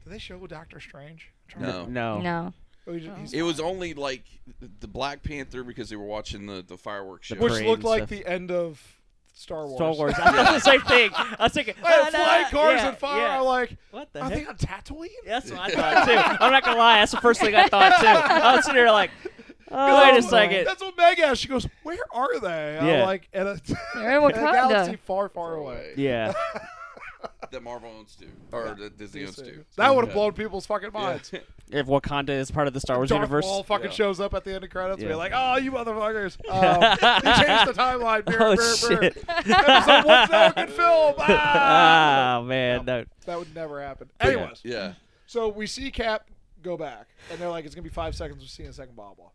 [SPEAKER 5] Did they show Doctor Strange? I'm trying to-
[SPEAKER 2] No.
[SPEAKER 1] No.
[SPEAKER 4] No.
[SPEAKER 5] Oh, he just- he's-
[SPEAKER 2] It was only like the Black Panther because they were watching the the fireworks show.
[SPEAKER 1] The
[SPEAKER 5] which
[SPEAKER 1] parade
[SPEAKER 5] looked
[SPEAKER 1] and
[SPEAKER 5] like
[SPEAKER 1] stuff.
[SPEAKER 5] the end of Star Wars.
[SPEAKER 1] Star Wars. I thought the same thing. I was thinking,
[SPEAKER 5] I had
[SPEAKER 1] "Ah, nah,
[SPEAKER 5] flying cars
[SPEAKER 1] yeah,
[SPEAKER 5] and fire.
[SPEAKER 1] yeah."
[SPEAKER 5] I'm like,
[SPEAKER 1] What the
[SPEAKER 5] I
[SPEAKER 1] heck?
[SPEAKER 5] think on Tatooine.
[SPEAKER 1] That's what I thought too. I'm not gonna lie. That's the first thing I thought too. I was sitting there like, oh, wait a
[SPEAKER 5] That's what-
[SPEAKER 1] second.
[SPEAKER 5] That's what Meg asked. She goes, "Where are they?" I'm
[SPEAKER 1] Yeah.
[SPEAKER 5] like, at a,
[SPEAKER 4] They're in
[SPEAKER 5] in a
[SPEAKER 4] Wakanda.
[SPEAKER 5] galaxy far, far away.
[SPEAKER 1] Yeah.
[SPEAKER 2] that Marvel owns too, or that Disney owns too.
[SPEAKER 5] That would have
[SPEAKER 2] Yeah.
[SPEAKER 5] blown people's fucking
[SPEAKER 2] Yeah.
[SPEAKER 5] minds.
[SPEAKER 1] If Wakanda is part of the Star Wars
[SPEAKER 5] Darth
[SPEAKER 1] universe,
[SPEAKER 5] Maul fucking
[SPEAKER 2] Yeah.
[SPEAKER 5] shows up at the end of credits. and
[SPEAKER 1] Yeah.
[SPEAKER 5] Be like, "Oh, you motherfuckers!" Um, they changed the timeline. Brr,
[SPEAKER 1] oh
[SPEAKER 5] brr, brr.
[SPEAKER 1] shit.
[SPEAKER 5] Episode one's now a good film. Ah!
[SPEAKER 1] ah man, no.
[SPEAKER 5] That would never happen. Anyways,
[SPEAKER 2] Yeah.
[SPEAKER 5] so we see Cap go back, and they're like, "It's gonna be five seconds. We're seeing a second blah blah."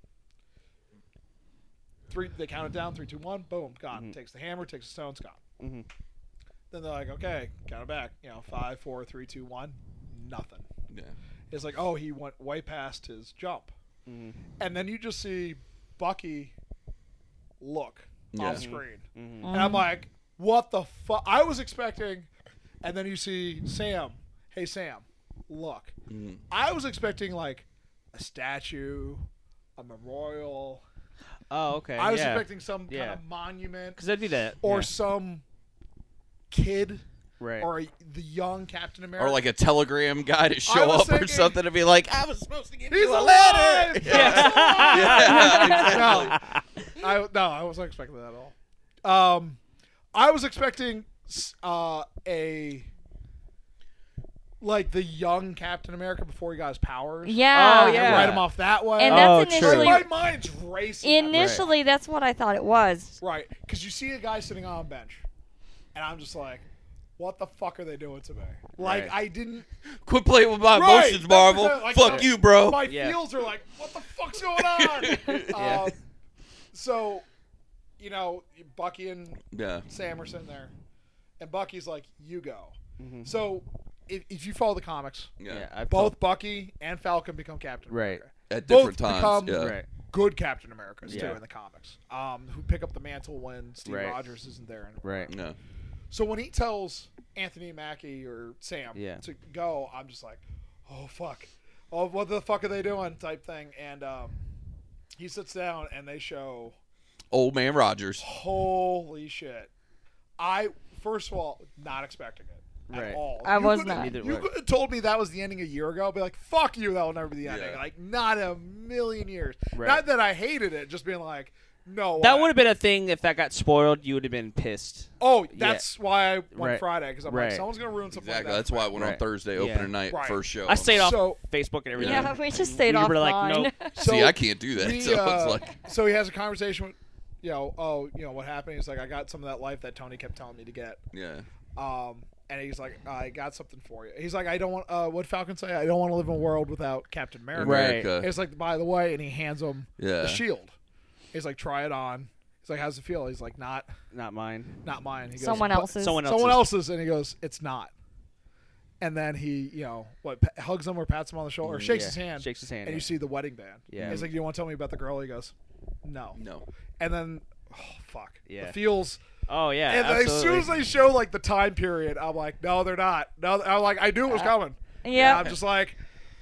[SPEAKER 5] Three, they count it down. Three, two, one. Boom. Gone. Takes the hammer. Takes the stone. Scott.
[SPEAKER 1] Mhm.
[SPEAKER 5] Then they're like, "Okay, count it back. You know, five, four, three, two, one. Nothing."
[SPEAKER 2] Yeah.
[SPEAKER 5] It's like, "Oh, he went way past his jump,"
[SPEAKER 1] Mm-hmm.
[SPEAKER 5] and then you just see Bucky look
[SPEAKER 2] Yeah.
[SPEAKER 5] off
[SPEAKER 1] Mm-hmm.
[SPEAKER 5] screen, and I'm like, "What the fuck?" I was expecting, and then you see Sam. Hey, Sam, look.
[SPEAKER 2] Mm-hmm.
[SPEAKER 5] I was expecting like a statue, a memorial.
[SPEAKER 1] Oh okay.
[SPEAKER 5] I was
[SPEAKER 1] yeah.
[SPEAKER 5] expecting some
[SPEAKER 1] Yeah.
[SPEAKER 5] kind of monument
[SPEAKER 1] because that'd be that
[SPEAKER 5] or
[SPEAKER 1] yeah.
[SPEAKER 5] some kid
[SPEAKER 1] right.
[SPEAKER 5] or a, the young Captain America.
[SPEAKER 2] Or like a telegram guy to show
[SPEAKER 5] was
[SPEAKER 2] up or
[SPEAKER 5] thinking-
[SPEAKER 2] something to be like, "Ah, I was supposed to give
[SPEAKER 5] He's
[SPEAKER 2] you a
[SPEAKER 5] alive!
[SPEAKER 2] letter.
[SPEAKER 5] Yeah.
[SPEAKER 2] yeah, exactly.
[SPEAKER 5] no, I no, I wasn't expecting that at all. Um, I was expecting s- uh, a like the young Captain America before he got his powers.
[SPEAKER 4] Yeah.
[SPEAKER 1] Oh,
[SPEAKER 5] and
[SPEAKER 1] yeah.
[SPEAKER 5] write him off that way.
[SPEAKER 4] And
[SPEAKER 1] Oh,
[SPEAKER 4] that's
[SPEAKER 1] true.
[SPEAKER 5] Like,
[SPEAKER 4] initially
[SPEAKER 5] my mind's racing. at that.
[SPEAKER 4] initially that's what I thought it was.
[SPEAKER 5] Right, because you see a guy sitting on a bench, and I'm just like, "What the fuck are they doing to me?" Like
[SPEAKER 1] Right.
[SPEAKER 5] I didn't.
[SPEAKER 2] Quit playing with my
[SPEAKER 5] Right,
[SPEAKER 2] emotions,
[SPEAKER 5] that's
[SPEAKER 2] Marvel.
[SPEAKER 5] what I'm saying,
[SPEAKER 2] Fuck
[SPEAKER 5] like-
[SPEAKER 2] you, bro.
[SPEAKER 5] My
[SPEAKER 1] Oh, Yeah.
[SPEAKER 5] feels are like, "What the fuck's going on?" um, so, you know, Bucky and
[SPEAKER 2] yeah.
[SPEAKER 5] Sam are sitting there, and Bucky's like, "You go."
[SPEAKER 1] Mm-hmm.
[SPEAKER 5] So, if, if you follow the comics,
[SPEAKER 2] Yeah.
[SPEAKER 1] yeah, I felt-
[SPEAKER 5] both Bucky and Falcon become Captain
[SPEAKER 1] Right.
[SPEAKER 5] America.
[SPEAKER 2] At
[SPEAKER 5] Both
[SPEAKER 2] different times.
[SPEAKER 5] become-
[SPEAKER 2] Yeah.
[SPEAKER 1] right.
[SPEAKER 5] Good Captain Americas
[SPEAKER 1] Yeah.
[SPEAKER 5] too in the comics, um, who pick up the mantle when Steve
[SPEAKER 1] Right.
[SPEAKER 5] Rogers isn't there. And
[SPEAKER 1] Right.
[SPEAKER 2] Yeah.
[SPEAKER 5] So when he tells Anthony Mackie or Sam
[SPEAKER 1] Yeah.
[SPEAKER 5] to go, I'm just like, oh fuck, oh what the fuck are they doing? Type thing. And um, he sits down and they show,
[SPEAKER 2] Old man Rogers.
[SPEAKER 5] holy shit. I first of all not expecting it
[SPEAKER 1] Right.
[SPEAKER 5] at all.
[SPEAKER 4] I was
[SPEAKER 5] could've-
[SPEAKER 4] not.
[SPEAKER 1] Neither
[SPEAKER 5] You
[SPEAKER 1] were.
[SPEAKER 5] could have told me that was the ending a year ago. I'd be like, fuck you, that will never be the ending.
[SPEAKER 2] Yeah.
[SPEAKER 5] Like not a million years.
[SPEAKER 1] Right.
[SPEAKER 5] Not that I hated it, just being like, no.
[SPEAKER 1] That
[SPEAKER 5] way.
[SPEAKER 1] would have been a thing if that got spoiled. You would have been pissed.
[SPEAKER 5] Oh, that's why I went
[SPEAKER 1] Right.
[SPEAKER 5] Friday because I'm
[SPEAKER 1] Right.
[SPEAKER 5] like, someone's gonna ruin something.
[SPEAKER 2] Exactly.
[SPEAKER 5] Like that.
[SPEAKER 2] That's why I went on
[SPEAKER 1] Right.
[SPEAKER 2] Thursday,
[SPEAKER 1] Yeah.
[SPEAKER 2] opening night,
[SPEAKER 5] Right.
[SPEAKER 2] first show.
[SPEAKER 1] I stayed off
[SPEAKER 5] So-
[SPEAKER 1] Facebook and everything.
[SPEAKER 4] Oh. Yeah, we just stayed
[SPEAKER 1] We
[SPEAKER 4] off.
[SPEAKER 1] were like, nope.
[SPEAKER 2] See, I can't do that.
[SPEAKER 5] we,
[SPEAKER 2] so
[SPEAKER 5] uh,
[SPEAKER 2] it's like,
[SPEAKER 5] so he has a conversation with, you know, oh, you know what happened? He's like, I got some of that life that Tony kept telling me to get.
[SPEAKER 2] yeah.
[SPEAKER 5] Um, and he's like, I got something for you. He's like, I don't want. Uh, what Falcon say? I don't want to live in a world without Captain America.
[SPEAKER 1] Right.
[SPEAKER 2] America.
[SPEAKER 5] It's like, by the way, and he hands him
[SPEAKER 2] Yeah.
[SPEAKER 5] the shield. He's like, try it on. He's like, how's it feel? He's like, not,
[SPEAKER 1] Not mine.
[SPEAKER 5] not mine. He goes,
[SPEAKER 4] Someone
[SPEAKER 5] "But-
[SPEAKER 4] else's.
[SPEAKER 1] Someone
[SPEAKER 5] Someone
[SPEAKER 1] else's.
[SPEAKER 5] else's, and he goes, it's not. And then he, you know, what pa- hugs him or pats him on the shoulder or shakes
[SPEAKER 1] Mm, yeah.
[SPEAKER 5] his hand.
[SPEAKER 1] Shakes his hand,
[SPEAKER 5] And you
[SPEAKER 1] yeah.
[SPEAKER 5] see the wedding band.
[SPEAKER 1] Yeah.
[SPEAKER 5] He's like, "Do you want to tell me about the girl?" He goes, "No."
[SPEAKER 2] No.
[SPEAKER 5] And then, oh fuck.
[SPEAKER 1] Yeah.
[SPEAKER 5] The feels.
[SPEAKER 1] Oh yeah.
[SPEAKER 5] And then as soon
[SPEAKER 1] absolutely.
[SPEAKER 5] as they show like the time period, I'm like, "No, they're not." No, I'm like, I knew it was coming.
[SPEAKER 4] yeah.
[SPEAKER 5] And I'm just like.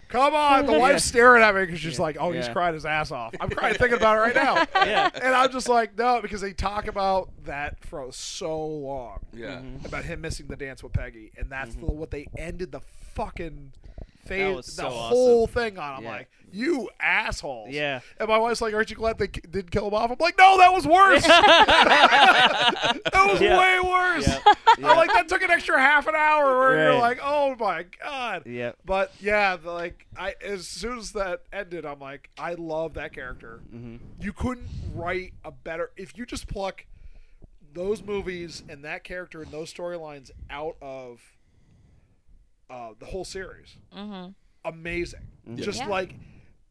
[SPEAKER 5] Come on! The wife's staring at me because she's like, "Oh, he's
[SPEAKER 1] Yeah.
[SPEAKER 5] crying his ass off." I'm crying thinking about it right now,
[SPEAKER 1] Yeah.
[SPEAKER 5] and I'm just like, "No," because they talk about that for so long Mm-hmm.
[SPEAKER 2] Yeah.
[SPEAKER 5] about him missing the dance with Peggy, and that's the, what they ended the fucking phase,
[SPEAKER 1] Mm-hmm. was
[SPEAKER 5] the
[SPEAKER 1] so awesome.
[SPEAKER 5] whole thing on. I'm
[SPEAKER 1] Yeah.
[SPEAKER 5] like, you assholes.
[SPEAKER 1] Yeah.
[SPEAKER 5] And my wife's like, aren't you glad they k- did kill him off? I'm like, no, that was worse. that was
[SPEAKER 1] Yeah.
[SPEAKER 5] way worse.
[SPEAKER 1] Yeah.
[SPEAKER 5] I'm like, that took an extra half an hour where
[SPEAKER 1] Right.
[SPEAKER 5] you're like, oh my god.
[SPEAKER 1] Yeah.
[SPEAKER 5] But yeah, the, like I as soon as that ended, I'm like, I love that character.
[SPEAKER 1] Mm-hmm.
[SPEAKER 5] You couldn't write a better if you just pluck those movies and that character and those storylines out of uh, the whole series. Amazing,
[SPEAKER 1] Mm-hmm.
[SPEAKER 5] just
[SPEAKER 4] Yeah.
[SPEAKER 5] like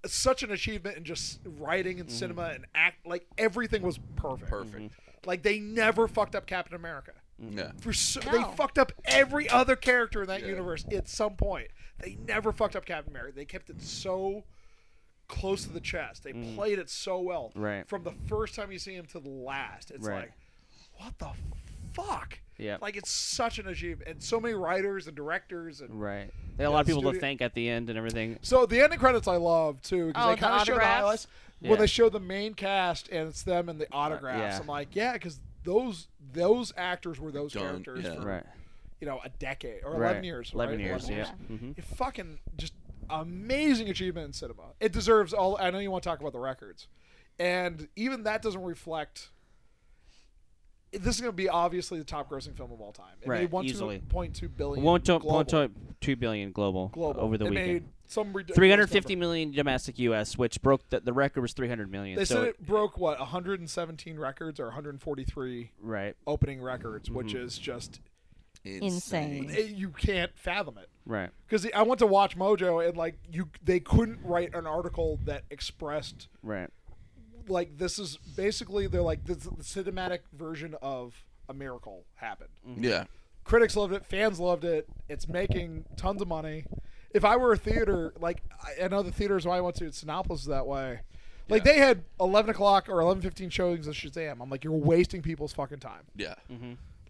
[SPEAKER 5] such an achievement in just writing
[SPEAKER 1] Mm-hmm.
[SPEAKER 5] and cinema and act. Like everything was perfect.
[SPEAKER 2] Perfect.
[SPEAKER 5] Like they never fucked up Captain America
[SPEAKER 2] Yeah.
[SPEAKER 5] for so,
[SPEAKER 4] No.
[SPEAKER 5] they fucked up every other character in that
[SPEAKER 2] Yeah.
[SPEAKER 5] universe at some point. They never fucked up Captain America. They kept it so close to the chest. They played it so well.
[SPEAKER 1] Mm. Right.
[SPEAKER 5] From the first time you see him to the last. It's
[SPEAKER 1] Right.
[SPEAKER 5] like, what the fuck.
[SPEAKER 1] Yeah.
[SPEAKER 5] Like it's such an achievement, and so many writers and directors and.
[SPEAKER 1] Right. They had a lot of people to
[SPEAKER 5] studio-
[SPEAKER 1] thank at the end and everything.
[SPEAKER 5] So the ending credits I love too because
[SPEAKER 4] Oh,
[SPEAKER 5] they
[SPEAKER 4] the
[SPEAKER 5] kind of show the
[SPEAKER 4] autographs?
[SPEAKER 5] highlights
[SPEAKER 1] Yeah. Uh,
[SPEAKER 5] when they show the main cast and it's them and the autographs.
[SPEAKER 1] yeah.
[SPEAKER 5] I'm like, yeah, because those those actors were those
[SPEAKER 2] Done,
[SPEAKER 5] characters
[SPEAKER 2] yeah.
[SPEAKER 5] for
[SPEAKER 1] Right.
[SPEAKER 5] you know a decade or
[SPEAKER 1] right.
[SPEAKER 5] 11 years.
[SPEAKER 1] 11
[SPEAKER 5] right?
[SPEAKER 1] years, yeah. hmm
[SPEAKER 5] It fucking just amazing achievement in cinema. It deserves all. I know you want to talk about the records, and even that doesn't reflect. This is going to be obviously the top grossing film of all time. It
[SPEAKER 1] Right,
[SPEAKER 5] made one
[SPEAKER 1] easily.
[SPEAKER 5] point two billion. global,
[SPEAKER 1] 1.2 billion global,
[SPEAKER 5] global.
[SPEAKER 1] over the
[SPEAKER 5] It
[SPEAKER 1] weekend.
[SPEAKER 5] made some ridiculous
[SPEAKER 1] 350
[SPEAKER 5] number.
[SPEAKER 1] million domestic U.S., which broke the, the record was 300 million.
[SPEAKER 5] They
[SPEAKER 1] so
[SPEAKER 5] said it broke what 117 records or 143
[SPEAKER 1] right,
[SPEAKER 5] opening records, which
[SPEAKER 1] Mm-hmm.
[SPEAKER 5] is just
[SPEAKER 4] Insane.
[SPEAKER 5] it- you can't fathom it.
[SPEAKER 1] right,
[SPEAKER 5] Because I went to watch Mojo and like you, they couldn't write an article that expressed
[SPEAKER 1] right,
[SPEAKER 5] like this is basically they're like this, is the cinematic version of a miracle happened.
[SPEAKER 2] Yeah.
[SPEAKER 5] Critics loved it, fans loved it. It's making tons of money. If I were a theater, like I- I know the theaters where I went to, Sinopolis is that way. Like they had eleven o'clock or eleven fifteen showings of Shazam. I'm like, you're wasting people's fucking time.
[SPEAKER 2] Yeah.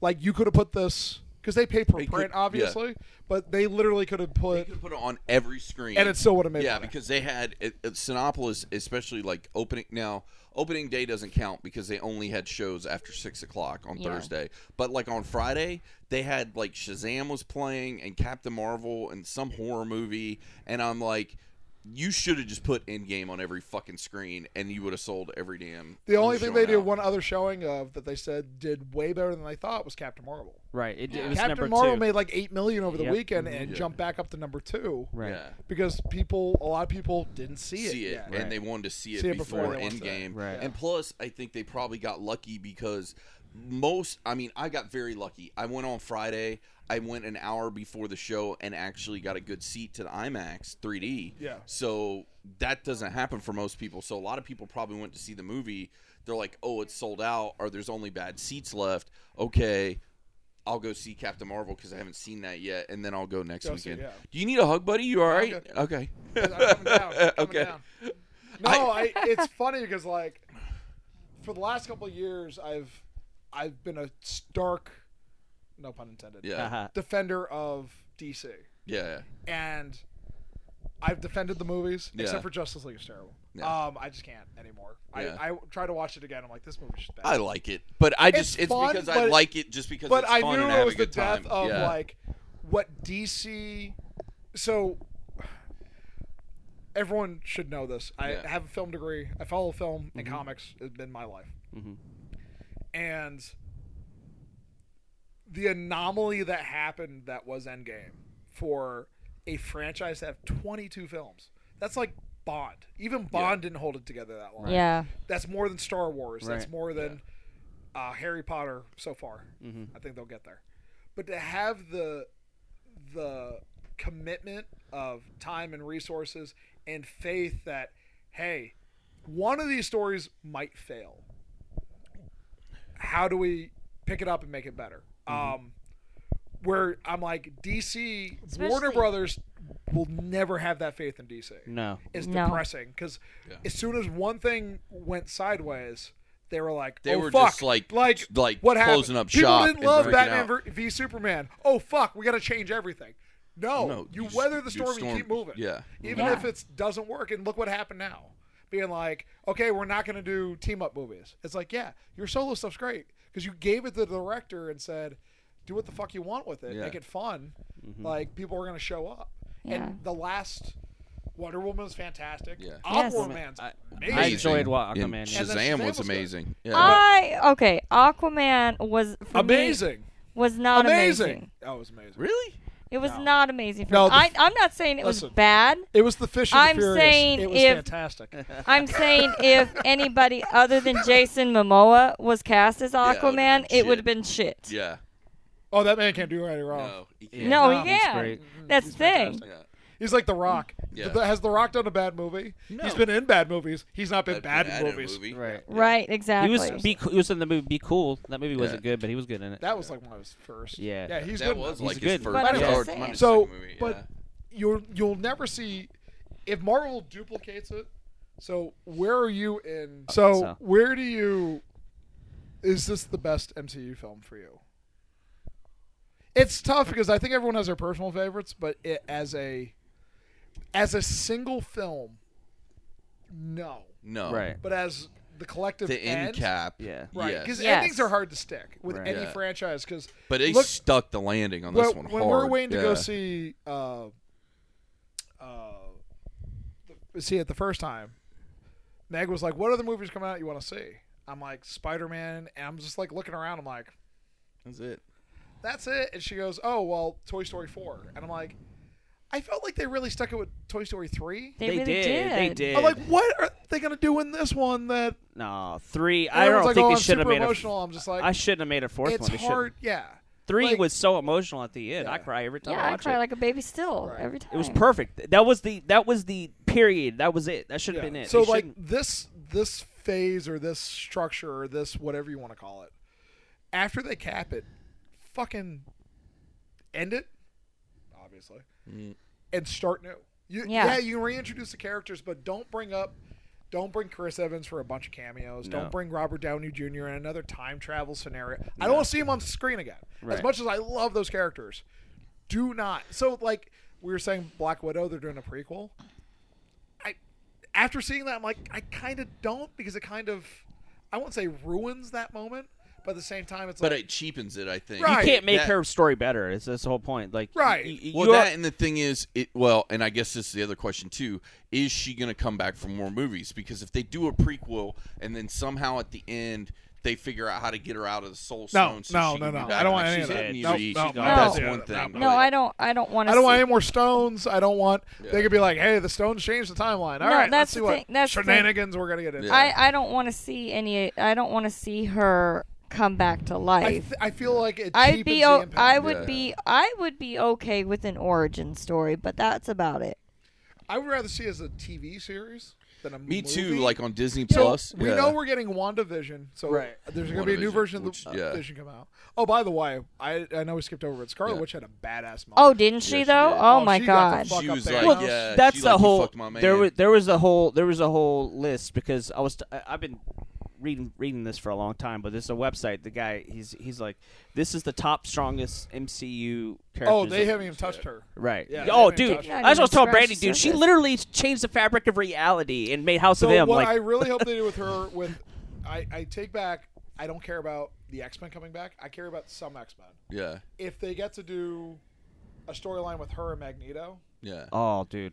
[SPEAKER 5] Like you could have put this because they pay per
[SPEAKER 2] They
[SPEAKER 5] print,
[SPEAKER 2] could- yeah.
[SPEAKER 5] obviously, but they literally could have
[SPEAKER 2] They
[SPEAKER 5] put
[SPEAKER 2] could put it on every screen.
[SPEAKER 5] and it still would have made.
[SPEAKER 2] yeah,
[SPEAKER 5] money.
[SPEAKER 2] because they had it, it, Sinopolis, especially like opening now. Opening day doesn't count because they only had shows after six o'clock on
[SPEAKER 4] Yeah.
[SPEAKER 2] Thursday. But like on Friday, they had like Shazam was playing and Captain Marvel and some horror movie, and I'm like, you should have just put Endgame on every fucking screen, and you would have sold every damn.
[SPEAKER 5] the only thing they
[SPEAKER 2] showing
[SPEAKER 5] did
[SPEAKER 2] out.
[SPEAKER 5] one other showing of that they said did way better than they thought was Captain Marvel.
[SPEAKER 1] right. It, it was number
[SPEAKER 5] Captain Marvel
[SPEAKER 1] two.
[SPEAKER 5] made like eight million over the
[SPEAKER 1] Yep.
[SPEAKER 5] weekend and
[SPEAKER 2] Yeah.
[SPEAKER 5] jumped back up to number two
[SPEAKER 1] right.
[SPEAKER 2] Yeah.
[SPEAKER 5] because people, a lot of people didn't see it.
[SPEAKER 2] see it,
[SPEAKER 5] yet.
[SPEAKER 1] Right.
[SPEAKER 2] and they wanted to see it,
[SPEAKER 5] See it before
[SPEAKER 2] before,
[SPEAKER 5] they watched that.
[SPEAKER 2] Endgame.
[SPEAKER 1] Right.
[SPEAKER 2] And plus, I think they probably got lucky because most. I mean, I got very lucky. I went on Friday. I went an hour before the show and actually got a good seat to the IMAX 3D.
[SPEAKER 5] Yeah.
[SPEAKER 2] So that doesn't happen for most people. So a lot of people probably went to see the movie. They're like, "Oh, it's sold out, or there's only bad seats left." Okay. I'll go see Captain Marvel because I haven't seen that yet, and then I'll go next
[SPEAKER 5] Go see it,
[SPEAKER 2] weekend.
[SPEAKER 5] yeah.
[SPEAKER 2] Do you need a hug, buddy? You all right?
[SPEAKER 5] good.
[SPEAKER 2] Okay.
[SPEAKER 5] I'm coming down, I'm coming
[SPEAKER 2] Okay.
[SPEAKER 5] down. No, I, it's funny because like for the last couple of years, I've I've been a stark, no pun intended,
[SPEAKER 1] Uh-huh.
[SPEAKER 2] Yeah.
[SPEAKER 5] defender of DC,
[SPEAKER 2] Yeah.
[SPEAKER 5] and I've defended the movies
[SPEAKER 2] Yeah.
[SPEAKER 5] except for Justice League is terrible.
[SPEAKER 2] Yeah.
[SPEAKER 5] Um, I just can't anymore.
[SPEAKER 2] Yeah.
[SPEAKER 5] I, I try to watch it again. I'm like, this movie's just bad.
[SPEAKER 2] I like it, but I just it's,
[SPEAKER 5] fun,
[SPEAKER 2] because I
[SPEAKER 5] but-
[SPEAKER 2] like it just because.
[SPEAKER 5] but
[SPEAKER 2] it's
[SPEAKER 5] I
[SPEAKER 2] fun
[SPEAKER 5] knew
[SPEAKER 2] and I
[SPEAKER 5] it
[SPEAKER 2] have
[SPEAKER 5] was
[SPEAKER 2] a
[SPEAKER 5] the
[SPEAKER 2] good
[SPEAKER 5] death
[SPEAKER 2] time.
[SPEAKER 5] of
[SPEAKER 2] yeah.
[SPEAKER 5] like what DC. So everyone should know this. I
[SPEAKER 2] Yeah. Mm-hmm.
[SPEAKER 5] have a film degree. I follow film and comics. It's been my life,
[SPEAKER 1] Mhm.
[SPEAKER 5] and the anomaly that happened that was Endgame for a franchise to have 22 films. That's like Bond. Even Bond didn't hold it together that long
[SPEAKER 4] Yeah.
[SPEAKER 5] that's more than Star Wars. That's
[SPEAKER 1] Right.
[SPEAKER 5] more than uh, Harry Potter so far. I think they'll get there. But to have the the commitment of time and resources and faith that hey, one of these stories might fail. How do we pick it up and make it better? Um, where I'm like DC Warner
[SPEAKER 4] Especially-
[SPEAKER 5] Brothers will never have that faith in DC
[SPEAKER 1] No.
[SPEAKER 5] is
[SPEAKER 4] No.
[SPEAKER 5] depressing because
[SPEAKER 2] Yeah.
[SPEAKER 5] as soon as one thing went sideways, they were like,
[SPEAKER 2] They
[SPEAKER 5] "Oh,
[SPEAKER 2] were
[SPEAKER 5] fuck.
[SPEAKER 2] just, like,
[SPEAKER 5] like,
[SPEAKER 2] s- like,
[SPEAKER 5] what
[SPEAKER 2] closing
[SPEAKER 5] happened?
[SPEAKER 2] up
[SPEAKER 5] People
[SPEAKER 2] shop
[SPEAKER 5] didn't
[SPEAKER 2] and
[SPEAKER 5] love
[SPEAKER 2] freaking
[SPEAKER 5] Batman
[SPEAKER 2] out."
[SPEAKER 5] ver- v Superman. Oh fuck, we got to change everything. No,
[SPEAKER 2] No,
[SPEAKER 5] you,
[SPEAKER 2] you just-
[SPEAKER 5] weather the
[SPEAKER 2] you
[SPEAKER 5] storm,
[SPEAKER 2] storm-
[SPEAKER 5] you keep moving.
[SPEAKER 2] yeah.
[SPEAKER 5] even
[SPEAKER 4] Yeah.
[SPEAKER 5] if it doesn't work. And look what happened now. Being like, okay, we're not going to do team up movies. It's like, yeah, your solo stuff's great because you gave it to the director and said, do what the fuck you want with
[SPEAKER 2] Yeah.
[SPEAKER 5] it,
[SPEAKER 2] Mm-hmm.
[SPEAKER 5] make it fun. Like people are going to show up.
[SPEAKER 4] Yeah.
[SPEAKER 5] And the last Wonder Woman was fantastic.
[SPEAKER 2] Yeah.
[SPEAKER 4] Yes.
[SPEAKER 5] Aquaman's
[SPEAKER 1] I-
[SPEAKER 5] amazing.
[SPEAKER 1] I enjoyed Wa- Aquaman,
[SPEAKER 2] And
[SPEAKER 1] yeah.
[SPEAKER 5] And then
[SPEAKER 2] Shazam
[SPEAKER 5] Shazam
[SPEAKER 2] was
[SPEAKER 5] was good. Uh,
[SPEAKER 2] amazing. Yeah.
[SPEAKER 4] I okay. Aquaman was for Me,
[SPEAKER 5] amazing.
[SPEAKER 4] was not amazing.
[SPEAKER 5] amazing. That was amazing.
[SPEAKER 2] really?
[SPEAKER 4] It was
[SPEAKER 5] No.
[SPEAKER 4] not amazing. For
[SPEAKER 5] No,
[SPEAKER 4] me.
[SPEAKER 5] the
[SPEAKER 4] I,
[SPEAKER 5] f-
[SPEAKER 4] I'm not saying it was
[SPEAKER 5] Listen.
[SPEAKER 4] bad.
[SPEAKER 5] It was the fish and
[SPEAKER 4] I'm
[SPEAKER 5] the furious.
[SPEAKER 4] saying
[SPEAKER 5] it was
[SPEAKER 4] if-
[SPEAKER 5] fantastic.
[SPEAKER 4] I'm saying if anybody other than Jason Momoa was cast as
[SPEAKER 2] it would've been
[SPEAKER 4] Aquaman, it
[SPEAKER 2] shit.
[SPEAKER 4] would have been shit.
[SPEAKER 2] Yeah.
[SPEAKER 5] oh, that man can't do any wrong.
[SPEAKER 2] No. he can't.
[SPEAKER 4] No,
[SPEAKER 5] No,
[SPEAKER 4] he
[SPEAKER 5] he's
[SPEAKER 4] can't.
[SPEAKER 1] great. Mm-hmm.
[SPEAKER 4] That's the thing.
[SPEAKER 2] Yeah.
[SPEAKER 5] He's like The Rock.
[SPEAKER 2] Yeah.
[SPEAKER 5] Th- Has The Rock done a bad movie? He's been in bad movies. He's not been
[SPEAKER 2] That'd be
[SPEAKER 5] bad in
[SPEAKER 2] in a
[SPEAKER 5] movies.
[SPEAKER 2] movie.
[SPEAKER 1] Right.
[SPEAKER 4] Right, exactly.
[SPEAKER 1] He was be cool. He was in the movie Be Cool. That movie wasn't
[SPEAKER 2] Yeah.
[SPEAKER 1] good, but he was good in it.
[SPEAKER 5] That was like one of his first.
[SPEAKER 1] Yeah.
[SPEAKER 5] Yeah, he's
[SPEAKER 2] that
[SPEAKER 5] good.
[SPEAKER 2] was
[SPEAKER 5] enough.
[SPEAKER 2] like
[SPEAKER 1] He's
[SPEAKER 2] his
[SPEAKER 1] good.
[SPEAKER 2] first.
[SPEAKER 4] But I'm
[SPEAKER 2] or
[SPEAKER 4] just
[SPEAKER 2] second
[SPEAKER 4] saying.
[SPEAKER 5] so,
[SPEAKER 2] movie.
[SPEAKER 5] but
[SPEAKER 2] yeah.
[SPEAKER 5] you'll you'll never see if Marvel duplicates it. So where are you in? So
[SPEAKER 1] so.
[SPEAKER 5] where do you? Is this the best MCU film for you? it's tough because I think everyone has their personal favorites, but it, as a as a single film, no.
[SPEAKER 2] No.
[SPEAKER 1] Right.
[SPEAKER 5] But as the collective
[SPEAKER 2] The end
[SPEAKER 5] end,
[SPEAKER 2] cap.
[SPEAKER 1] Yeah.
[SPEAKER 5] right?
[SPEAKER 2] yes.
[SPEAKER 5] Because
[SPEAKER 4] Yes.
[SPEAKER 5] endings are hard to stick with
[SPEAKER 1] Right.
[SPEAKER 5] any
[SPEAKER 2] Yeah.
[SPEAKER 5] franchise. Because
[SPEAKER 2] But they
[SPEAKER 5] look,
[SPEAKER 2] stuck the landing on
[SPEAKER 5] when,
[SPEAKER 2] this one
[SPEAKER 5] when
[SPEAKER 2] hard.
[SPEAKER 5] we're waiting to go
[SPEAKER 2] Yeah.
[SPEAKER 5] see uh, uh, the, see it the first time, Meg was like, "What other movies coming out you want to see?" I'm like, "Spider Man," and I'm just like looking around. I'm like,
[SPEAKER 2] That's it.
[SPEAKER 5] that's it. And she goes, oh, well, Toy Story 4. And I'm like, I felt like they really stuck it with Toy Story 3.
[SPEAKER 4] They, really
[SPEAKER 1] did. They did.
[SPEAKER 5] I'm Oh, like, what are they going to do in this one that
[SPEAKER 1] no, three. I don't
[SPEAKER 5] everyone's like,
[SPEAKER 1] think
[SPEAKER 5] oh,
[SPEAKER 1] they
[SPEAKER 5] I'm
[SPEAKER 1] should
[SPEAKER 5] super
[SPEAKER 1] have made
[SPEAKER 5] emotional.
[SPEAKER 1] a.
[SPEAKER 5] I'm just like,
[SPEAKER 1] I shouldn't have made a fourth
[SPEAKER 5] it's
[SPEAKER 1] one. They shouldn't.
[SPEAKER 5] hard. Yeah.
[SPEAKER 1] Three
[SPEAKER 5] Like-
[SPEAKER 1] was so emotional at the end. I
[SPEAKER 5] Yeah.
[SPEAKER 1] cry every time
[SPEAKER 4] Yeah,
[SPEAKER 1] I
[SPEAKER 4] I
[SPEAKER 1] watch
[SPEAKER 4] cry
[SPEAKER 1] it.
[SPEAKER 4] like a baby still
[SPEAKER 5] Right.
[SPEAKER 4] every time.
[SPEAKER 1] it was perfect. That was the that was the period. That was it. That should
[SPEAKER 5] yeah.
[SPEAKER 1] have been it.
[SPEAKER 5] So,
[SPEAKER 1] They
[SPEAKER 5] like,
[SPEAKER 1] shouldn't-
[SPEAKER 5] this this phase or this structure or this whatever you want to call it, after they cap it, fucking end it, obviously,
[SPEAKER 1] Mm.
[SPEAKER 5] and start new. You,
[SPEAKER 4] Yeah.
[SPEAKER 5] yeah. you can reintroduce the characters, but don't bring up, don't bring Chris Evans for a bunch of cameos.
[SPEAKER 1] No.
[SPEAKER 5] Don't bring Robert Downey Jr. in another time travel scenario. I don't want to see him on screen again.
[SPEAKER 1] Right.
[SPEAKER 5] As much as I love those characters, do not. So, like we were saying, Black Widow, they're doing a prequel. I, after seeing that, I'm like, I kind of don't because it kind of, I won't say ruins that moment, but at the same time, it's
[SPEAKER 2] But
[SPEAKER 5] like
[SPEAKER 2] it cheapens it, I think.
[SPEAKER 5] You
[SPEAKER 1] you
[SPEAKER 5] Right.
[SPEAKER 1] can't make
[SPEAKER 2] That-
[SPEAKER 1] her story better. It's that's the whole point. Like y-
[SPEAKER 5] Right.
[SPEAKER 1] y- y-
[SPEAKER 2] Well,
[SPEAKER 1] you are-
[SPEAKER 2] that and the thing is, it well, and I guess this is the other question too: Is she going to come back for more movies? Because if they do a prequel and then somehow at the end they figure out how to get her out of the Soul Stone, so
[SPEAKER 5] no,
[SPEAKER 2] she
[SPEAKER 5] no,
[SPEAKER 2] can be
[SPEAKER 5] no.
[SPEAKER 2] back,
[SPEAKER 5] I
[SPEAKER 2] like,
[SPEAKER 5] don't want any
[SPEAKER 2] she's
[SPEAKER 5] of
[SPEAKER 2] in
[SPEAKER 5] that.
[SPEAKER 2] the
[SPEAKER 5] No,
[SPEAKER 2] movie,
[SPEAKER 5] no,
[SPEAKER 2] she's
[SPEAKER 5] no,
[SPEAKER 2] gone. that's
[SPEAKER 5] no,
[SPEAKER 2] one
[SPEAKER 5] no,
[SPEAKER 2] thing.
[SPEAKER 5] no.
[SPEAKER 4] No, I don't. I don't want to.
[SPEAKER 5] I don't want any more stones. I don't want.
[SPEAKER 2] Yeah.
[SPEAKER 5] They could be like, "Hey, the stones changed the timeline." All
[SPEAKER 4] No, that's
[SPEAKER 5] right, let's see
[SPEAKER 4] the
[SPEAKER 5] what
[SPEAKER 4] thing- that's the thing.
[SPEAKER 5] shenanigans we're gonna get into.
[SPEAKER 2] Yeah.
[SPEAKER 4] I, I don't want to see any. I don't want to see her come back to
[SPEAKER 5] I,
[SPEAKER 4] life.
[SPEAKER 5] th- I feel like it.
[SPEAKER 4] I, would
[SPEAKER 5] cheapens
[SPEAKER 4] be.
[SPEAKER 5] the
[SPEAKER 4] O-
[SPEAKER 5] impact.
[SPEAKER 4] I would
[SPEAKER 2] Yeah.
[SPEAKER 4] be. I would be okay with an origin story, but that's about it.
[SPEAKER 5] I would rather see it as a TV series than a
[SPEAKER 2] Me
[SPEAKER 5] movie.
[SPEAKER 2] too. Like on Disney
[SPEAKER 5] So,
[SPEAKER 2] Plus,
[SPEAKER 5] we
[SPEAKER 2] yeah.
[SPEAKER 5] know we're getting WandaVision, so
[SPEAKER 1] Right.
[SPEAKER 5] there's gonna be a new
[SPEAKER 2] WandaVision,
[SPEAKER 5] version of the
[SPEAKER 2] which- yeah.
[SPEAKER 5] Vision come out. Oh, by the way, I I know we skipped over it. Scarlet
[SPEAKER 2] Yeah.
[SPEAKER 5] Witch had a badass moment.
[SPEAKER 4] Oh, didn't she
[SPEAKER 2] she
[SPEAKER 4] though?
[SPEAKER 2] did.
[SPEAKER 4] Oh,
[SPEAKER 5] Oh,
[SPEAKER 4] my
[SPEAKER 5] she got the
[SPEAKER 4] god.
[SPEAKER 5] fuck-
[SPEAKER 2] she
[SPEAKER 5] up
[SPEAKER 2] was
[SPEAKER 5] there.
[SPEAKER 2] like,
[SPEAKER 1] well,
[SPEAKER 2] yeah, she
[SPEAKER 1] that's
[SPEAKER 2] like,
[SPEAKER 1] the
[SPEAKER 2] "You
[SPEAKER 1] whole.
[SPEAKER 2] fucked my man.
[SPEAKER 1] There was there was a whole there was a whole list because I was t- I- I've been reading reading this for a long time, but this is a website. The guy he's he's like this is the top strongest MCU characters.
[SPEAKER 5] Oh, they
[SPEAKER 1] of-
[SPEAKER 5] haven't even touched her.
[SPEAKER 1] Right.
[SPEAKER 5] Yeah,
[SPEAKER 1] oh,
[SPEAKER 5] they haven't
[SPEAKER 1] dude.
[SPEAKER 5] touched
[SPEAKER 4] her.
[SPEAKER 1] That's what I was telling
[SPEAKER 4] Scratch
[SPEAKER 1] Brandy,
[SPEAKER 4] the
[SPEAKER 1] dude. She
[SPEAKER 4] surface.
[SPEAKER 1] literally changed the fabric of reality and made House
[SPEAKER 5] So
[SPEAKER 1] of M.
[SPEAKER 5] what
[SPEAKER 1] Like,
[SPEAKER 5] I really hope they do with her, with I, I take back. I don't care about the X Men coming back. I care about some X Men.
[SPEAKER 2] yeah,
[SPEAKER 5] If they get to do a storyline with her and Magneto,
[SPEAKER 2] yeah,
[SPEAKER 1] oh, dude.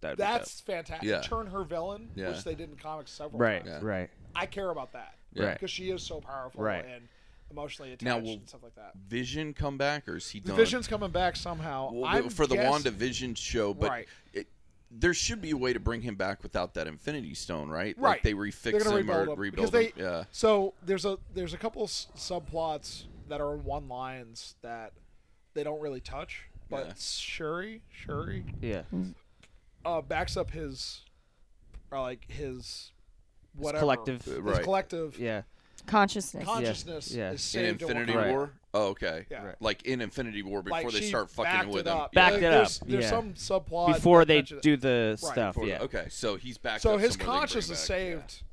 [SPEAKER 1] That'd be dope.
[SPEAKER 5] that's fantastic.
[SPEAKER 2] Yeah.
[SPEAKER 5] Turn her villain,
[SPEAKER 2] Yeah.
[SPEAKER 5] which they did in comics several
[SPEAKER 1] right.
[SPEAKER 5] times.
[SPEAKER 2] Yeah.
[SPEAKER 1] Right.
[SPEAKER 5] I care about that
[SPEAKER 2] yeah.
[SPEAKER 1] Right.
[SPEAKER 5] because she is so powerful
[SPEAKER 1] Right.
[SPEAKER 5] and emotionally attached
[SPEAKER 2] Now, will-
[SPEAKER 5] and stuff like that.
[SPEAKER 2] Vision come back or is he
[SPEAKER 5] The
[SPEAKER 2] done?
[SPEAKER 5] Vision's coming back somehow.
[SPEAKER 2] Well,
[SPEAKER 5] I'm
[SPEAKER 2] for the
[SPEAKER 5] guess-
[SPEAKER 2] WandaVision show, but
[SPEAKER 5] Right.
[SPEAKER 2] it, there should be a way to bring him back without that Infinity Stone, right? Like
[SPEAKER 5] Right.
[SPEAKER 2] they
[SPEAKER 5] They're
[SPEAKER 2] refix
[SPEAKER 5] gonna
[SPEAKER 2] him
[SPEAKER 5] rebuild
[SPEAKER 2] or
[SPEAKER 5] them
[SPEAKER 2] rebuild
[SPEAKER 5] because
[SPEAKER 2] him. Yeah.
[SPEAKER 5] So there's a there's a couple s- subplots that are one lines that they don't really touch, but
[SPEAKER 2] Yeah.
[SPEAKER 5] Shuri Shuri
[SPEAKER 1] Yeah.
[SPEAKER 5] uh, backs up his or like his whatever
[SPEAKER 1] collective-
[SPEAKER 5] his
[SPEAKER 2] Uh, Right.
[SPEAKER 5] collective
[SPEAKER 1] Yeah.
[SPEAKER 4] Consciousness.
[SPEAKER 5] consciousness
[SPEAKER 1] Yeah.
[SPEAKER 5] is
[SPEAKER 2] In
[SPEAKER 5] saved
[SPEAKER 2] Infinity
[SPEAKER 5] Wakanda.
[SPEAKER 1] Right.
[SPEAKER 2] War? Oh, okay.
[SPEAKER 5] Yeah. Right.
[SPEAKER 2] Like in Infinity War before
[SPEAKER 5] Like,
[SPEAKER 2] they
[SPEAKER 5] she
[SPEAKER 2] start
[SPEAKER 5] backed
[SPEAKER 2] fucking with
[SPEAKER 5] it
[SPEAKER 2] him.
[SPEAKER 5] up.
[SPEAKER 1] Backed
[SPEAKER 5] Like,
[SPEAKER 1] it up,
[SPEAKER 5] There's, there's
[SPEAKER 1] yeah.
[SPEAKER 5] some subplot
[SPEAKER 1] Before
[SPEAKER 5] that
[SPEAKER 1] they
[SPEAKER 5] mentions-
[SPEAKER 1] do the stuff.
[SPEAKER 2] Before-
[SPEAKER 1] Yeah.
[SPEAKER 2] Okay, so he's back.
[SPEAKER 5] so his conscious is saved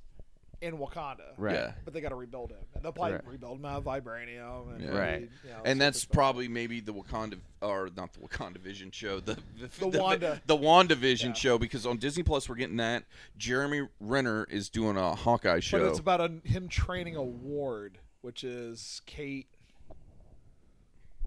[SPEAKER 5] in Wakanda,
[SPEAKER 1] Right.
[SPEAKER 2] Yeah.
[SPEAKER 5] But they got to rebuild him, and they'll probably
[SPEAKER 1] Right.
[SPEAKER 5] rebuild him out of vibranium, and
[SPEAKER 2] Yeah.
[SPEAKER 5] maybe,
[SPEAKER 1] Right.
[SPEAKER 5] you know,
[SPEAKER 2] And that's
[SPEAKER 5] stuff like
[SPEAKER 2] probably maybe the Wakanda, or not the Wakanda Vision show, the the,
[SPEAKER 5] Wanda.
[SPEAKER 2] the Wanda Vision
[SPEAKER 5] Yeah.
[SPEAKER 2] show, because on Disney Plus we're getting that. Jeremy Renner is doing a Hawkeye
[SPEAKER 5] that.
[SPEAKER 2] show.
[SPEAKER 5] But it's about a, him training a ward, which is Kate.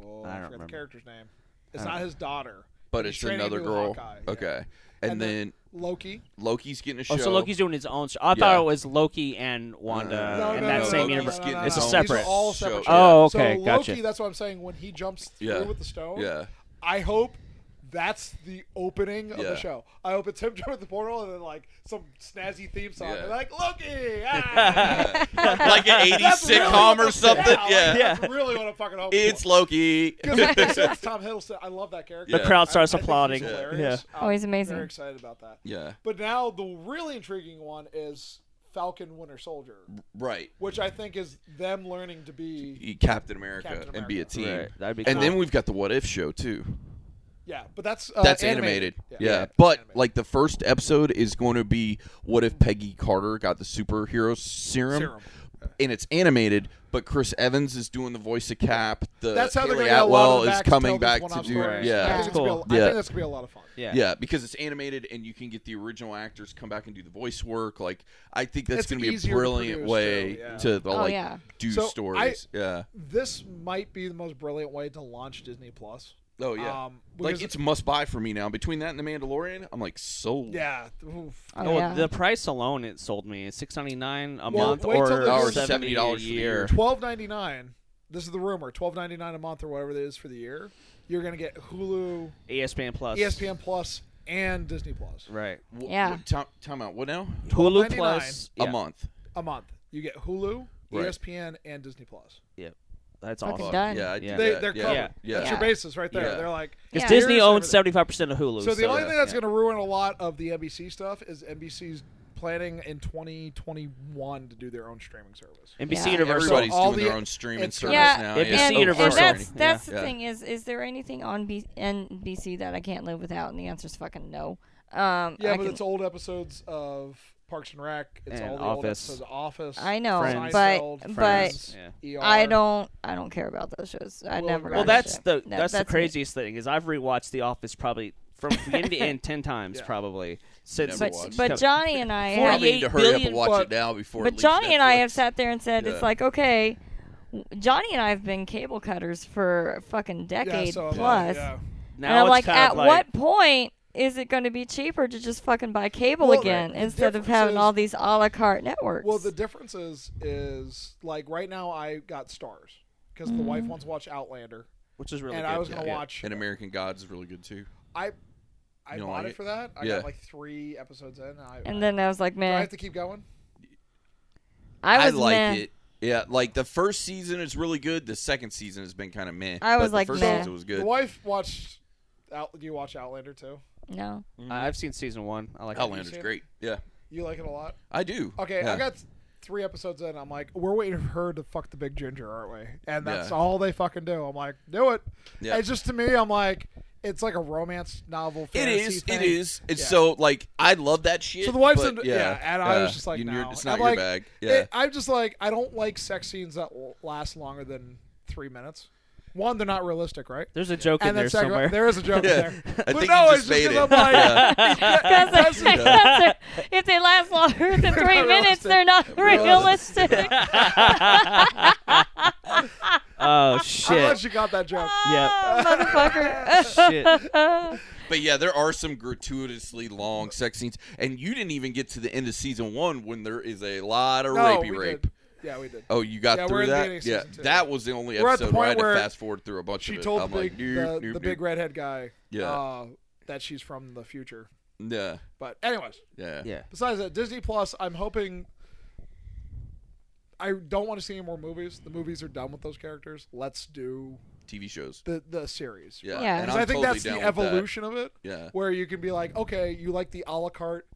[SPEAKER 5] Oh,
[SPEAKER 1] I don't
[SPEAKER 5] I, forgot
[SPEAKER 1] remember.
[SPEAKER 5] the character's name. It's
[SPEAKER 1] I don't
[SPEAKER 5] not his daughter,
[SPEAKER 2] but
[SPEAKER 5] He's
[SPEAKER 2] it's
[SPEAKER 5] training
[SPEAKER 2] another
[SPEAKER 5] him to
[SPEAKER 2] girl.
[SPEAKER 5] Hawkeye, yeah.
[SPEAKER 2] Okay, and,
[SPEAKER 5] And
[SPEAKER 2] then
[SPEAKER 5] then Loki.
[SPEAKER 2] Loki's getting a show.
[SPEAKER 1] Oh, so Loki's doing his own show. I
[SPEAKER 2] Yeah.
[SPEAKER 1] thought it was Loki and Wanda
[SPEAKER 2] No,
[SPEAKER 5] no,
[SPEAKER 1] in
[SPEAKER 5] no,
[SPEAKER 1] that
[SPEAKER 5] no,
[SPEAKER 1] same
[SPEAKER 5] no,
[SPEAKER 1] universe.
[SPEAKER 5] No, no, no,
[SPEAKER 1] it's a
[SPEAKER 5] no.
[SPEAKER 1] separate.
[SPEAKER 5] These are all separate.
[SPEAKER 2] Yeah.
[SPEAKER 1] Oh, okay,
[SPEAKER 5] so
[SPEAKER 1] gotcha.
[SPEAKER 5] Loki, that's what I'm saying. When he jumps through
[SPEAKER 2] Yeah.
[SPEAKER 5] with the stone,
[SPEAKER 2] Yeah.
[SPEAKER 5] I hope that's the opening of
[SPEAKER 2] Yeah.
[SPEAKER 5] the show. I hope it's him jumping the portal and then like some snazzy theme song.
[SPEAKER 2] Yeah.
[SPEAKER 5] They're like Loki, ah!
[SPEAKER 2] like an 80s
[SPEAKER 5] That's really
[SPEAKER 2] sitcom
[SPEAKER 5] what
[SPEAKER 2] or
[SPEAKER 5] the-
[SPEAKER 2] something.
[SPEAKER 5] like,
[SPEAKER 2] Yeah.
[SPEAKER 5] that's really what I'm fucking hoping.
[SPEAKER 2] It's
[SPEAKER 5] for.
[SPEAKER 2] Loki.
[SPEAKER 5] Because it makes sense, Tom Hiddleston. I love that character.
[SPEAKER 2] The
[SPEAKER 1] crowd
[SPEAKER 5] I-
[SPEAKER 1] starts
[SPEAKER 5] I think he's
[SPEAKER 1] applauding.
[SPEAKER 5] hilarious.
[SPEAKER 4] Oh, he's amazing.
[SPEAKER 5] Very excited about that.
[SPEAKER 2] yeah.
[SPEAKER 5] But now the really intriguing one is Falcon Winter Soldier,
[SPEAKER 2] Right.
[SPEAKER 5] which I think is them learning to be
[SPEAKER 2] You- Captain America,
[SPEAKER 5] Captain
[SPEAKER 2] and be a
[SPEAKER 5] America.
[SPEAKER 2] team.
[SPEAKER 1] Right, that'd be
[SPEAKER 2] and
[SPEAKER 1] cool.
[SPEAKER 2] then we've got the What If show too.
[SPEAKER 5] yeah. But that's uh,
[SPEAKER 2] That's animated. Yeah.
[SPEAKER 5] that's
[SPEAKER 2] But
[SPEAKER 5] animated.
[SPEAKER 2] like the first episode is going to be What If Peggy Carter got the superhero serum?
[SPEAKER 5] Serum.
[SPEAKER 2] and it's animated, but Chris Evans is doing the voice of Cap. The
[SPEAKER 5] That's how they're
[SPEAKER 2] Haley
[SPEAKER 5] going to get a lot
[SPEAKER 2] Atwell
[SPEAKER 5] of
[SPEAKER 2] is
[SPEAKER 5] back
[SPEAKER 2] coming
[SPEAKER 5] tell
[SPEAKER 2] back
[SPEAKER 5] this
[SPEAKER 2] to
[SPEAKER 5] one-off
[SPEAKER 2] do.
[SPEAKER 5] stories.
[SPEAKER 2] Yeah,
[SPEAKER 5] I
[SPEAKER 4] Yeah.
[SPEAKER 5] think, it's gonna be a- I
[SPEAKER 2] Yeah.
[SPEAKER 5] think that's gonna be a lot of fun.
[SPEAKER 1] Yeah.
[SPEAKER 2] yeah, because it's animated and you can get the original actors come back and do the voice work. Like I think that's
[SPEAKER 5] It's
[SPEAKER 2] going to be a
[SPEAKER 5] easier to
[SPEAKER 2] brilliant
[SPEAKER 5] produce,
[SPEAKER 2] way
[SPEAKER 5] too, yeah.
[SPEAKER 2] to the,
[SPEAKER 4] Oh,
[SPEAKER 2] like
[SPEAKER 4] yeah.
[SPEAKER 2] do
[SPEAKER 5] So, I-
[SPEAKER 2] stories. yeah.
[SPEAKER 5] This might be the most brilliant way to launch Disney Plus.
[SPEAKER 2] Oh yeah.
[SPEAKER 5] Um,
[SPEAKER 2] like
[SPEAKER 5] because-
[SPEAKER 2] it's must buy for me now. Between that and the Mandalorian, I'm like sold.
[SPEAKER 5] Yeah. Oof.
[SPEAKER 4] Oh,
[SPEAKER 1] No,
[SPEAKER 4] yeah.
[SPEAKER 1] the price alone it sold me six ninety nine a
[SPEAKER 5] Well,
[SPEAKER 1] month
[SPEAKER 5] wait till
[SPEAKER 1] or,
[SPEAKER 5] they do
[SPEAKER 2] Or
[SPEAKER 5] $70
[SPEAKER 1] seventy
[SPEAKER 2] for
[SPEAKER 1] a
[SPEAKER 2] the
[SPEAKER 1] year.
[SPEAKER 5] Twelve ninety nine. This is the rumor. Twelve ninety nine a month or whatever it is for the year. You're gonna get Hulu, E
[SPEAKER 1] ESPN Plus.
[SPEAKER 5] ESPN Plus, and Disney Plus
[SPEAKER 1] Right.
[SPEAKER 2] Wh-
[SPEAKER 4] Yeah.
[SPEAKER 2] wh- time, time out. What now?
[SPEAKER 1] Hulu
[SPEAKER 5] $12.99
[SPEAKER 1] Plus.
[SPEAKER 2] A
[SPEAKER 1] yeah,
[SPEAKER 2] month.
[SPEAKER 5] a month. You get Hulu, E
[SPEAKER 2] Right.
[SPEAKER 5] ESPN, and Disney Plus.
[SPEAKER 1] That's
[SPEAKER 4] Fucking
[SPEAKER 1] awesome.
[SPEAKER 4] done.
[SPEAKER 2] Yeah, I do
[SPEAKER 1] Yeah.
[SPEAKER 5] They,
[SPEAKER 2] that.
[SPEAKER 5] they're
[SPEAKER 2] yeah.
[SPEAKER 5] covered.
[SPEAKER 1] Yeah.
[SPEAKER 2] Yeah.
[SPEAKER 5] That's your
[SPEAKER 4] Yeah.
[SPEAKER 5] basis right there.
[SPEAKER 2] Yeah.
[SPEAKER 5] They're like,
[SPEAKER 1] Because
[SPEAKER 4] Yeah.
[SPEAKER 1] Disney
[SPEAKER 5] Here's
[SPEAKER 1] owns
[SPEAKER 5] everything.
[SPEAKER 1] seventy five percent of Hulu.
[SPEAKER 5] So the only
[SPEAKER 2] yeah,
[SPEAKER 5] thing that's
[SPEAKER 1] yeah.
[SPEAKER 5] going to ruin a lot of the NBC stuff is NBC's planning in 2021 to do their own streaming service.
[SPEAKER 1] NBC
[SPEAKER 4] Yeah.
[SPEAKER 1] Universal.
[SPEAKER 2] Everybody's
[SPEAKER 5] all
[SPEAKER 2] doing
[SPEAKER 5] the-
[SPEAKER 2] their own streaming
[SPEAKER 5] it's-
[SPEAKER 2] service
[SPEAKER 4] Yeah,
[SPEAKER 2] now.
[SPEAKER 1] NBC
[SPEAKER 2] yeah.
[SPEAKER 4] and,
[SPEAKER 2] Oh,
[SPEAKER 4] and
[SPEAKER 1] Universal.
[SPEAKER 2] sorry.
[SPEAKER 4] that's that's
[SPEAKER 2] Yeah.
[SPEAKER 4] the
[SPEAKER 2] Yeah.
[SPEAKER 4] thing is is there anything on B- NBC that I can't live without? And the answer is fucking no. Um,
[SPEAKER 5] Yeah,
[SPEAKER 4] I
[SPEAKER 5] but
[SPEAKER 4] can-
[SPEAKER 5] it's old episodes of Parks and Rec. It's
[SPEAKER 1] And
[SPEAKER 5] all the old
[SPEAKER 1] Office.
[SPEAKER 5] episodes of Office.
[SPEAKER 4] I know,
[SPEAKER 1] Friends.
[SPEAKER 5] Seinfeld,
[SPEAKER 4] but
[SPEAKER 5] Friends,
[SPEAKER 1] Yeah.
[SPEAKER 5] ER.
[SPEAKER 4] I don't I don't care about those shows. I
[SPEAKER 5] Well,
[SPEAKER 4] never.
[SPEAKER 5] Well,
[SPEAKER 1] Well,
[SPEAKER 4] got
[SPEAKER 1] that's
[SPEAKER 4] into
[SPEAKER 1] the
[SPEAKER 4] it. No,
[SPEAKER 1] that's, the
[SPEAKER 4] me.
[SPEAKER 1] craziest thing is I've rewatched The Office probably from beginning to end ten times
[SPEAKER 5] Yeah.
[SPEAKER 1] probably since.
[SPEAKER 2] Never
[SPEAKER 4] But,
[SPEAKER 2] watched.
[SPEAKER 1] Co-
[SPEAKER 4] but Johnny and I
[SPEAKER 2] I
[SPEAKER 4] have,
[SPEAKER 1] Forty-eight
[SPEAKER 2] need to hurry up and
[SPEAKER 1] billion-
[SPEAKER 2] watch
[SPEAKER 5] but-
[SPEAKER 2] it now before. it
[SPEAKER 4] but
[SPEAKER 2] leaves
[SPEAKER 4] Johnny and I
[SPEAKER 2] Netflix.
[SPEAKER 4] have sat there and said
[SPEAKER 2] Yeah.
[SPEAKER 4] it's like okay. Johnny and I have been cable cutters for a fucking decade
[SPEAKER 5] yeah, so am I,
[SPEAKER 4] plus.
[SPEAKER 5] yeah.
[SPEAKER 1] now
[SPEAKER 4] and I'm
[SPEAKER 1] it's
[SPEAKER 4] like,
[SPEAKER 1] kind
[SPEAKER 4] at
[SPEAKER 1] of like,
[SPEAKER 4] what point is it going to be cheaper to just fucking buy cable
[SPEAKER 5] Well,
[SPEAKER 4] again
[SPEAKER 5] the
[SPEAKER 4] instead of
[SPEAKER 5] difference
[SPEAKER 4] having
[SPEAKER 5] is-
[SPEAKER 4] all these a la carte networks?
[SPEAKER 5] Well, the difference is, is like right now I got stars because the
[SPEAKER 4] Mm.
[SPEAKER 5] wife wants to watch Outlander.
[SPEAKER 1] Which is really
[SPEAKER 5] and
[SPEAKER 1] good.
[SPEAKER 5] I was
[SPEAKER 1] yeah.
[SPEAKER 5] going to
[SPEAKER 2] yeah.
[SPEAKER 5] watch.
[SPEAKER 2] And American Gods is really good too.
[SPEAKER 5] I I
[SPEAKER 2] You don't
[SPEAKER 5] bought
[SPEAKER 2] like
[SPEAKER 5] it
[SPEAKER 2] it?
[SPEAKER 5] for that. I
[SPEAKER 2] Yeah.
[SPEAKER 5] got like three episodes in. And I,
[SPEAKER 4] and then uh, I was like,
[SPEAKER 5] do I
[SPEAKER 4] man,
[SPEAKER 5] have to keep going?
[SPEAKER 4] I was
[SPEAKER 2] like
[SPEAKER 4] meh.
[SPEAKER 2] it. Yeah, like the first season is really good. The second season has been kind of meh.
[SPEAKER 4] I was
[SPEAKER 2] but
[SPEAKER 4] like,
[SPEAKER 2] the first
[SPEAKER 4] meh.
[SPEAKER 2] season was
[SPEAKER 5] The
[SPEAKER 2] good.
[SPEAKER 5] wife watched. Out, you watch Outlander too?
[SPEAKER 4] No,
[SPEAKER 5] Mm-hmm.
[SPEAKER 1] I- I've seen season one. I like. it.
[SPEAKER 2] Outlander's
[SPEAKER 5] seen it?
[SPEAKER 2] great. Yeah,
[SPEAKER 5] You like it a lot.
[SPEAKER 2] I do.
[SPEAKER 5] Okay,
[SPEAKER 2] yeah.
[SPEAKER 5] I got three episodes in. I'm like, we're waiting for her to fuck the big ginger, aren't we? And that's
[SPEAKER 2] Yeah.
[SPEAKER 5] all they fucking do. I'm like, do it.
[SPEAKER 2] Yeah.
[SPEAKER 5] It's just to me, I'm like, it's like a romance novel.
[SPEAKER 2] It
[SPEAKER 5] Fantasy
[SPEAKER 2] is.
[SPEAKER 5] Thing.
[SPEAKER 2] It is. It's
[SPEAKER 5] Yeah.
[SPEAKER 2] so like I love that shit.
[SPEAKER 5] So the wife's
[SPEAKER 2] but,
[SPEAKER 5] in,
[SPEAKER 2] yeah,
[SPEAKER 5] yeah, and I was
[SPEAKER 2] yeah,
[SPEAKER 5] just like,
[SPEAKER 2] you-
[SPEAKER 5] no.
[SPEAKER 2] you're- it's not
[SPEAKER 5] I'm
[SPEAKER 2] your
[SPEAKER 5] like,
[SPEAKER 2] bag.
[SPEAKER 5] it-
[SPEAKER 2] Yeah,
[SPEAKER 5] I'm just like, I don't like sex scenes that l- last longer than three minutes. One, they're not realistic, right?
[SPEAKER 1] There's a joke in
[SPEAKER 5] And then
[SPEAKER 1] there
[SPEAKER 5] second,
[SPEAKER 1] somewhere.
[SPEAKER 5] there is a joke
[SPEAKER 2] Yeah.
[SPEAKER 5] in
[SPEAKER 2] I
[SPEAKER 5] there. But
[SPEAKER 2] think you
[SPEAKER 5] no,
[SPEAKER 2] just
[SPEAKER 5] it's
[SPEAKER 2] made
[SPEAKER 5] just 'cause
[SPEAKER 2] it.
[SPEAKER 5] I'm like,
[SPEAKER 2] Yeah.
[SPEAKER 4] because if they last longer than three minutes,
[SPEAKER 5] not realistic.
[SPEAKER 4] they're not
[SPEAKER 2] Realistic.
[SPEAKER 4] realistic.
[SPEAKER 1] oh
[SPEAKER 5] I'm glad
[SPEAKER 1] shit.
[SPEAKER 5] you got that joke.
[SPEAKER 4] Ah, motherfucker.
[SPEAKER 1] shit.
[SPEAKER 2] But yeah, there are some gratuitously long sex scenes, and you didn't even get to the end of season one when there is a lot of
[SPEAKER 5] No,
[SPEAKER 2] rapey
[SPEAKER 5] we
[SPEAKER 2] rape.
[SPEAKER 5] did. Yeah, we did.
[SPEAKER 2] Oh, you got
[SPEAKER 5] Yeah, we're
[SPEAKER 2] through
[SPEAKER 5] in the
[SPEAKER 2] that?
[SPEAKER 5] beginning of
[SPEAKER 2] yeah,
[SPEAKER 5] season two.
[SPEAKER 2] that was the only
[SPEAKER 5] We're at
[SPEAKER 2] episode
[SPEAKER 5] the
[SPEAKER 2] where I
[SPEAKER 5] point
[SPEAKER 2] had to
[SPEAKER 5] where
[SPEAKER 2] fast forward through a bunch
[SPEAKER 5] She
[SPEAKER 2] of it.
[SPEAKER 5] told
[SPEAKER 2] I'm
[SPEAKER 5] the,
[SPEAKER 2] like,
[SPEAKER 5] big,
[SPEAKER 2] nope,
[SPEAKER 5] the,
[SPEAKER 2] nope,
[SPEAKER 5] the big
[SPEAKER 2] nope.
[SPEAKER 5] redhead guy
[SPEAKER 2] Yeah.
[SPEAKER 5] uh, that she's from the future.
[SPEAKER 2] Yeah,
[SPEAKER 5] But anyways,
[SPEAKER 2] yeah,
[SPEAKER 1] Yeah.
[SPEAKER 5] besides that, Disney Plus. I'm hoping. I don't want to see any more movies. The movies are done with those characters. Let's do
[SPEAKER 2] TV shows.
[SPEAKER 5] the the series.
[SPEAKER 2] Yeah,
[SPEAKER 4] Yeah.
[SPEAKER 2] And
[SPEAKER 5] 'Cause
[SPEAKER 2] I'm
[SPEAKER 5] I think
[SPEAKER 2] totally
[SPEAKER 5] that's
[SPEAKER 2] down
[SPEAKER 5] the
[SPEAKER 2] with that.
[SPEAKER 5] evolution of it,
[SPEAKER 2] Yeah,
[SPEAKER 5] where you can be like, okay, you like the a la carte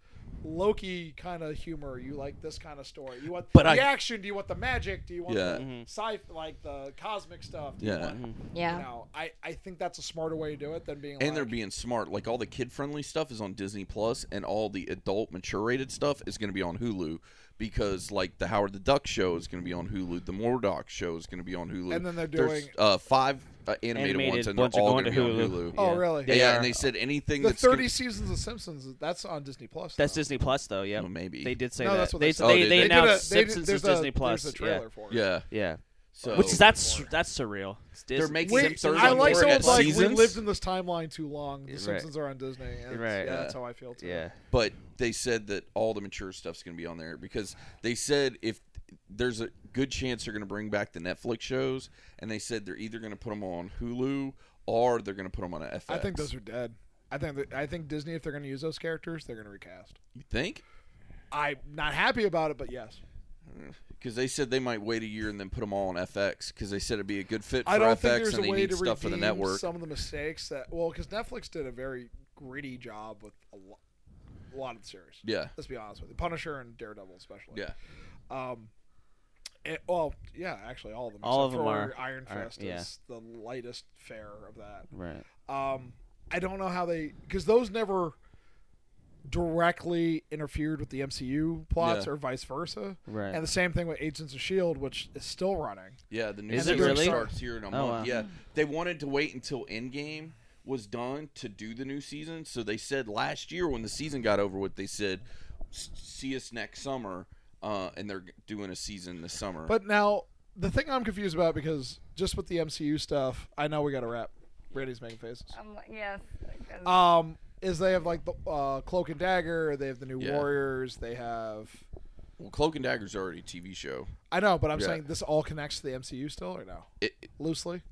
[SPEAKER 5] Loki kind of humor. You like this kind of story. You want
[SPEAKER 2] But
[SPEAKER 5] the
[SPEAKER 2] I-
[SPEAKER 5] action. Do you want the magic? Do you want
[SPEAKER 2] Yeah.
[SPEAKER 5] the
[SPEAKER 1] Mm-hmm.
[SPEAKER 5] sci like the cosmic stuff? Do you
[SPEAKER 2] Yeah.
[SPEAKER 5] want you
[SPEAKER 4] Yeah.
[SPEAKER 5] know, I, I think that's a smarter way to do it than being
[SPEAKER 2] and they're
[SPEAKER 5] like,
[SPEAKER 2] being smart. Like all the kid-friendly stuff is on Disney Plus, and all the adult, mature-rated stuff is going to be on Hulu because, like, the Howard the Duck show is going to be on Hulu. The Murdoch show is going to be on Hulu.
[SPEAKER 5] And then they're
[SPEAKER 2] There's,
[SPEAKER 5] doing-
[SPEAKER 2] uh, five uh, animated,
[SPEAKER 1] Animated
[SPEAKER 2] ones, and
[SPEAKER 1] ones
[SPEAKER 2] they're
[SPEAKER 1] are
[SPEAKER 2] all
[SPEAKER 1] going
[SPEAKER 2] going to be
[SPEAKER 1] to
[SPEAKER 2] on
[SPEAKER 1] Hulu.
[SPEAKER 2] Hulu.
[SPEAKER 5] oh
[SPEAKER 1] yeah.
[SPEAKER 5] really?
[SPEAKER 2] Yeah,
[SPEAKER 1] They
[SPEAKER 2] yeah,
[SPEAKER 1] are-
[SPEAKER 2] and they said anything
[SPEAKER 5] The
[SPEAKER 2] that's
[SPEAKER 5] 30
[SPEAKER 2] gonna-
[SPEAKER 5] seasons of Simpsons that's on Disney Plus.
[SPEAKER 1] That's
[SPEAKER 5] now.
[SPEAKER 1] Disney Plus though. Yeah.
[SPEAKER 2] Well, maybe.
[SPEAKER 1] They did say
[SPEAKER 5] No,
[SPEAKER 1] that.
[SPEAKER 5] that's what
[SPEAKER 1] they
[SPEAKER 5] they
[SPEAKER 2] said.
[SPEAKER 1] they,
[SPEAKER 2] Oh,
[SPEAKER 1] they
[SPEAKER 2] did they?
[SPEAKER 1] announced
[SPEAKER 5] did a- they did-
[SPEAKER 1] Simpsons is
[SPEAKER 5] there's a-
[SPEAKER 1] Disney Plus.
[SPEAKER 5] There's a
[SPEAKER 1] yeah.
[SPEAKER 5] trailer for it.
[SPEAKER 2] yeah.
[SPEAKER 1] Yeah.
[SPEAKER 2] So
[SPEAKER 1] Which is that's that's surreal. It's Disney.
[SPEAKER 2] making
[SPEAKER 5] Wait,
[SPEAKER 2] Except third
[SPEAKER 5] I
[SPEAKER 2] one
[SPEAKER 5] like
[SPEAKER 2] where it
[SPEAKER 5] someone
[SPEAKER 2] had
[SPEAKER 5] like we
[SPEAKER 2] seasons?
[SPEAKER 5] lived in this timeline too long. The
[SPEAKER 1] Right.
[SPEAKER 5] Simpsons are on Disney. And
[SPEAKER 1] Right.
[SPEAKER 5] Yeah,
[SPEAKER 1] Yeah.
[SPEAKER 5] that's how I feel too.
[SPEAKER 1] Yeah.
[SPEAKER 2] but they said that all the mature stuff's going to be on there because they said if there's a good chance they're going to bring back the Netflix shows, and they said they're either going to put them on Hulu or they're going to put them on FX.
[SPEAKER 5] I think those are dead. I think that, I think Disney if they're going to use those characters, they're going to recast.
[SPEAKER 2] You think?
[SPEAKER 5] I'm not happy about it, but yes.
[SPEAKER 2] Because they said they might wait a year and then put them all on FX because they said it'd be a good fit for
[SPEAKER 5] I don't
[SPEAKER 2] FX
[SPEAKER 5] think there's
[SPEAKER 2] and
[SPEAKER 5] a
[SPEAKER 2] they
[SPEAKER 5] way
[SPEAKER 2] need
[SPEAKER 5] to
[SPEAKER 2] stuff for
[SPEAKER 5] redeem
[SPEAKER 2] the network.
[SPEAKER 5] some of the mistakes that well, because Netflix did a very gritty job with a, lo- a lot of the series.
[SPEAKER 2] Yeah,
[SPEAKER 5] Let's be honest with you, Punisher and Daredevil especially.
[SPEAKER 2] yeah,
[SPEAKER 5] Um. It, well, yeah, actually, all of them.
[SPEAKER 1] All
[SPEAKER 5] except
[SPEAKER 1] of them
[SPEAKER 5] for
[SPEAKER 1] are-
[SPEAKER 5] Iron
[SPEAKER 1] are-
[SPEAKER 5] Fist
[SPEAKER 1] yeah.
[SPEAKER 5] is the lightest fare of that.
[SPEAKER 1] Right.
[SPEAKER 5] Um, I don't know how they because those never directly interfered with the MCU plots
[SPEAKER 2] Yeah.
[SPEAKER 5] or vice versa.
[SPEAKER 1] Right.
[SPEAKER 5] And the same thing with Agents of Shield, E which is still running.
[SPEAKER 2] Yeah, the new
[SPEAKER 1] Is
[SPEAKER 5] it
[SPEAKER 2] season
[SPEAKER 5] really?
[SPEAKER 2] starts here in a month.
[SPEAKER 1] wow.
[SPEAKER 2] Yeah, they wanted to wait until Endgame was done to do the new season. So they said last year when the season got over with, they said, "S- "See us next summer," uh, and they're doing a season this summer.
[SPEAKER 5] But now the thing I'm confused about because just with the MCU stuff, I know we got to wrap. Randy's making faces.
[SPEAKER 4] I'm like, yes. because-
[SPEAKER 5] Um, is they have like the uh, Cloak and Dagger. They have the New
[SPEAKER 2] Yeah.
[SPEAKER 5] Warriors. They have.
[SPEAKER 2] well, Cloak and Dagger's already a TV show.
[SPEAKER 5] I know, but I'm
[SPEAKER 2] Yeah.
[SPEAKER 5] saying this all connects to the MCU still or no?
[SPEAKER 2] It, it-
[SPEAKER 5] Loosely.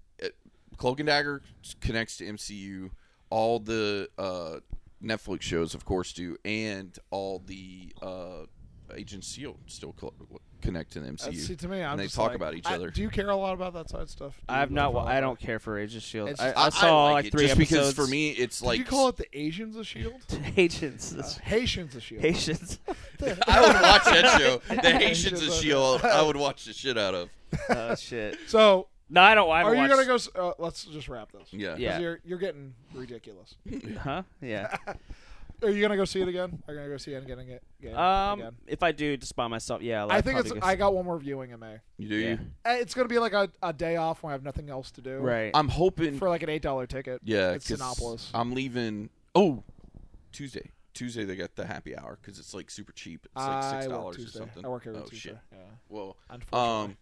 [SPEAKER 2] Cloak and Dagger connects to MCU. All the uh, Netflix shows, of course, do, and all the uh, Agent Seal still cl- connect to the MCU.
[SPEAKER 5] That's- Uh, see, to me, I'm
[SPEAKER 2] and they
[SPEAKER 5] just
[SPEAKER 2] talk
[SPEAKER 5] like-
[SPEAKER 2] about each
[SPEAKER 5] I-
[SPEAKER 2] other.
[SPEAKER 5] do you care a lot about that side stuff? Do
[SPEAKER 1] I have
[SPEAKER 5] you
[SPEAKER 1] not.
[SPEAKER 5] follow
[SPEAKER 1] wa- I
[SPEAKER 5] that?
[SPEAKER 1] don't care for Age of Shield.
[SPEAKER 5] It's-
[SPEAKER 1] I,
[SPEAKER 5] I-
[SPEAKER 1] I saw
[SPEAKER 2] like
[SPEAKER 1] like,
[SPEAKER 2] it,
[SPEAKER 1] three
[SPEAKER 2] just
[SPEAKER 1] episodes.
[SPEAKER 2] because for me it's
[SPEAKER 5] Did
[SPEAKER 2] like
[SPEAKER 5] you call it the Asians of Shield? Uh,
[SPEAKER 1] Agents,
[SPEAKER 5] Haitians of Shield.
[SPEAKER 1] Patience.
[SPEAKER 2] I would watch that show. The
[SPEAKER 5] Haitians
[SPEAKER 2] Haitians of
[SPEAKER 5] of-
[SPEAKER 2] Shield. I would watch the shit out of.
[SPEAKER 1] oh shit.
[SPEAKER 5] So,
[SPEAKER 1] No, I don't. I
[SPEAKER 5] are
[SPEAKER 1] don't
[SPEAKER 5] you
[SPEAKER 1] watch.
[SPEAKER 5] gonna go? s- Uh, let's just wrap this. 'Cause
[SPEAKER 2] Yeah.
[SPEAKER 1] Yeah.
[SPEAKER 5] You're, you're getting ridiculous.
[SPEAKER 1] Huh? Yeah.
[SPEAKER 5] Are you gonna go see it again? Are you gonna go see it again? again, again?
[SPEAKER 1] Um, if I do, just by myself. Yeah. I'll
[SPEAKER 5] I think it's.
[SPEAKER 1] probably go
[SPEAKER 5] I
[SPEAKER 1] see-
[SPEAKER 5] got one more viewing in May.
[SPEAKER 2] You do.
[SPEAKER 1] Yeah.
[SPEAKER 2] You?
[SPEAKER 5] Uh, It's gonna be like a, a day off when I have nothing else to do.
[SPEAKER 1] right.
[SPEAKER 2] I'm hoping.
[SPEAKER 5] For like an eight dollar ticket.
[SPEAKER 2] yeah.
[SPEAKER 5] It's
[SPEAKER 2] 'cause
[SPEAKER 5] Sinopolis.
[SPEAKER 2] I'm leaving. Oh, Tuesday. Tuesday they got the happy hour because it's like super cheap. It's like
[SPEAKER 5] I
[SPEAKER 2] six
[SPEAKER 5] work
[SPEAKER 2] dollars or
[SPEAKER 5] Tuesday.
[SPEAKER 2] something.
[SPEAKER 5] I work every
[SPEAKER 2] oh,
[SPEAKER 5] Tuesday.
[SPEAKER 2] Shit.
[SPEAKER 5] Yeah.
[SPEAKER 2] Well,
[SPEAKER 5] Unfortunately.
[SPEAKER 2] um,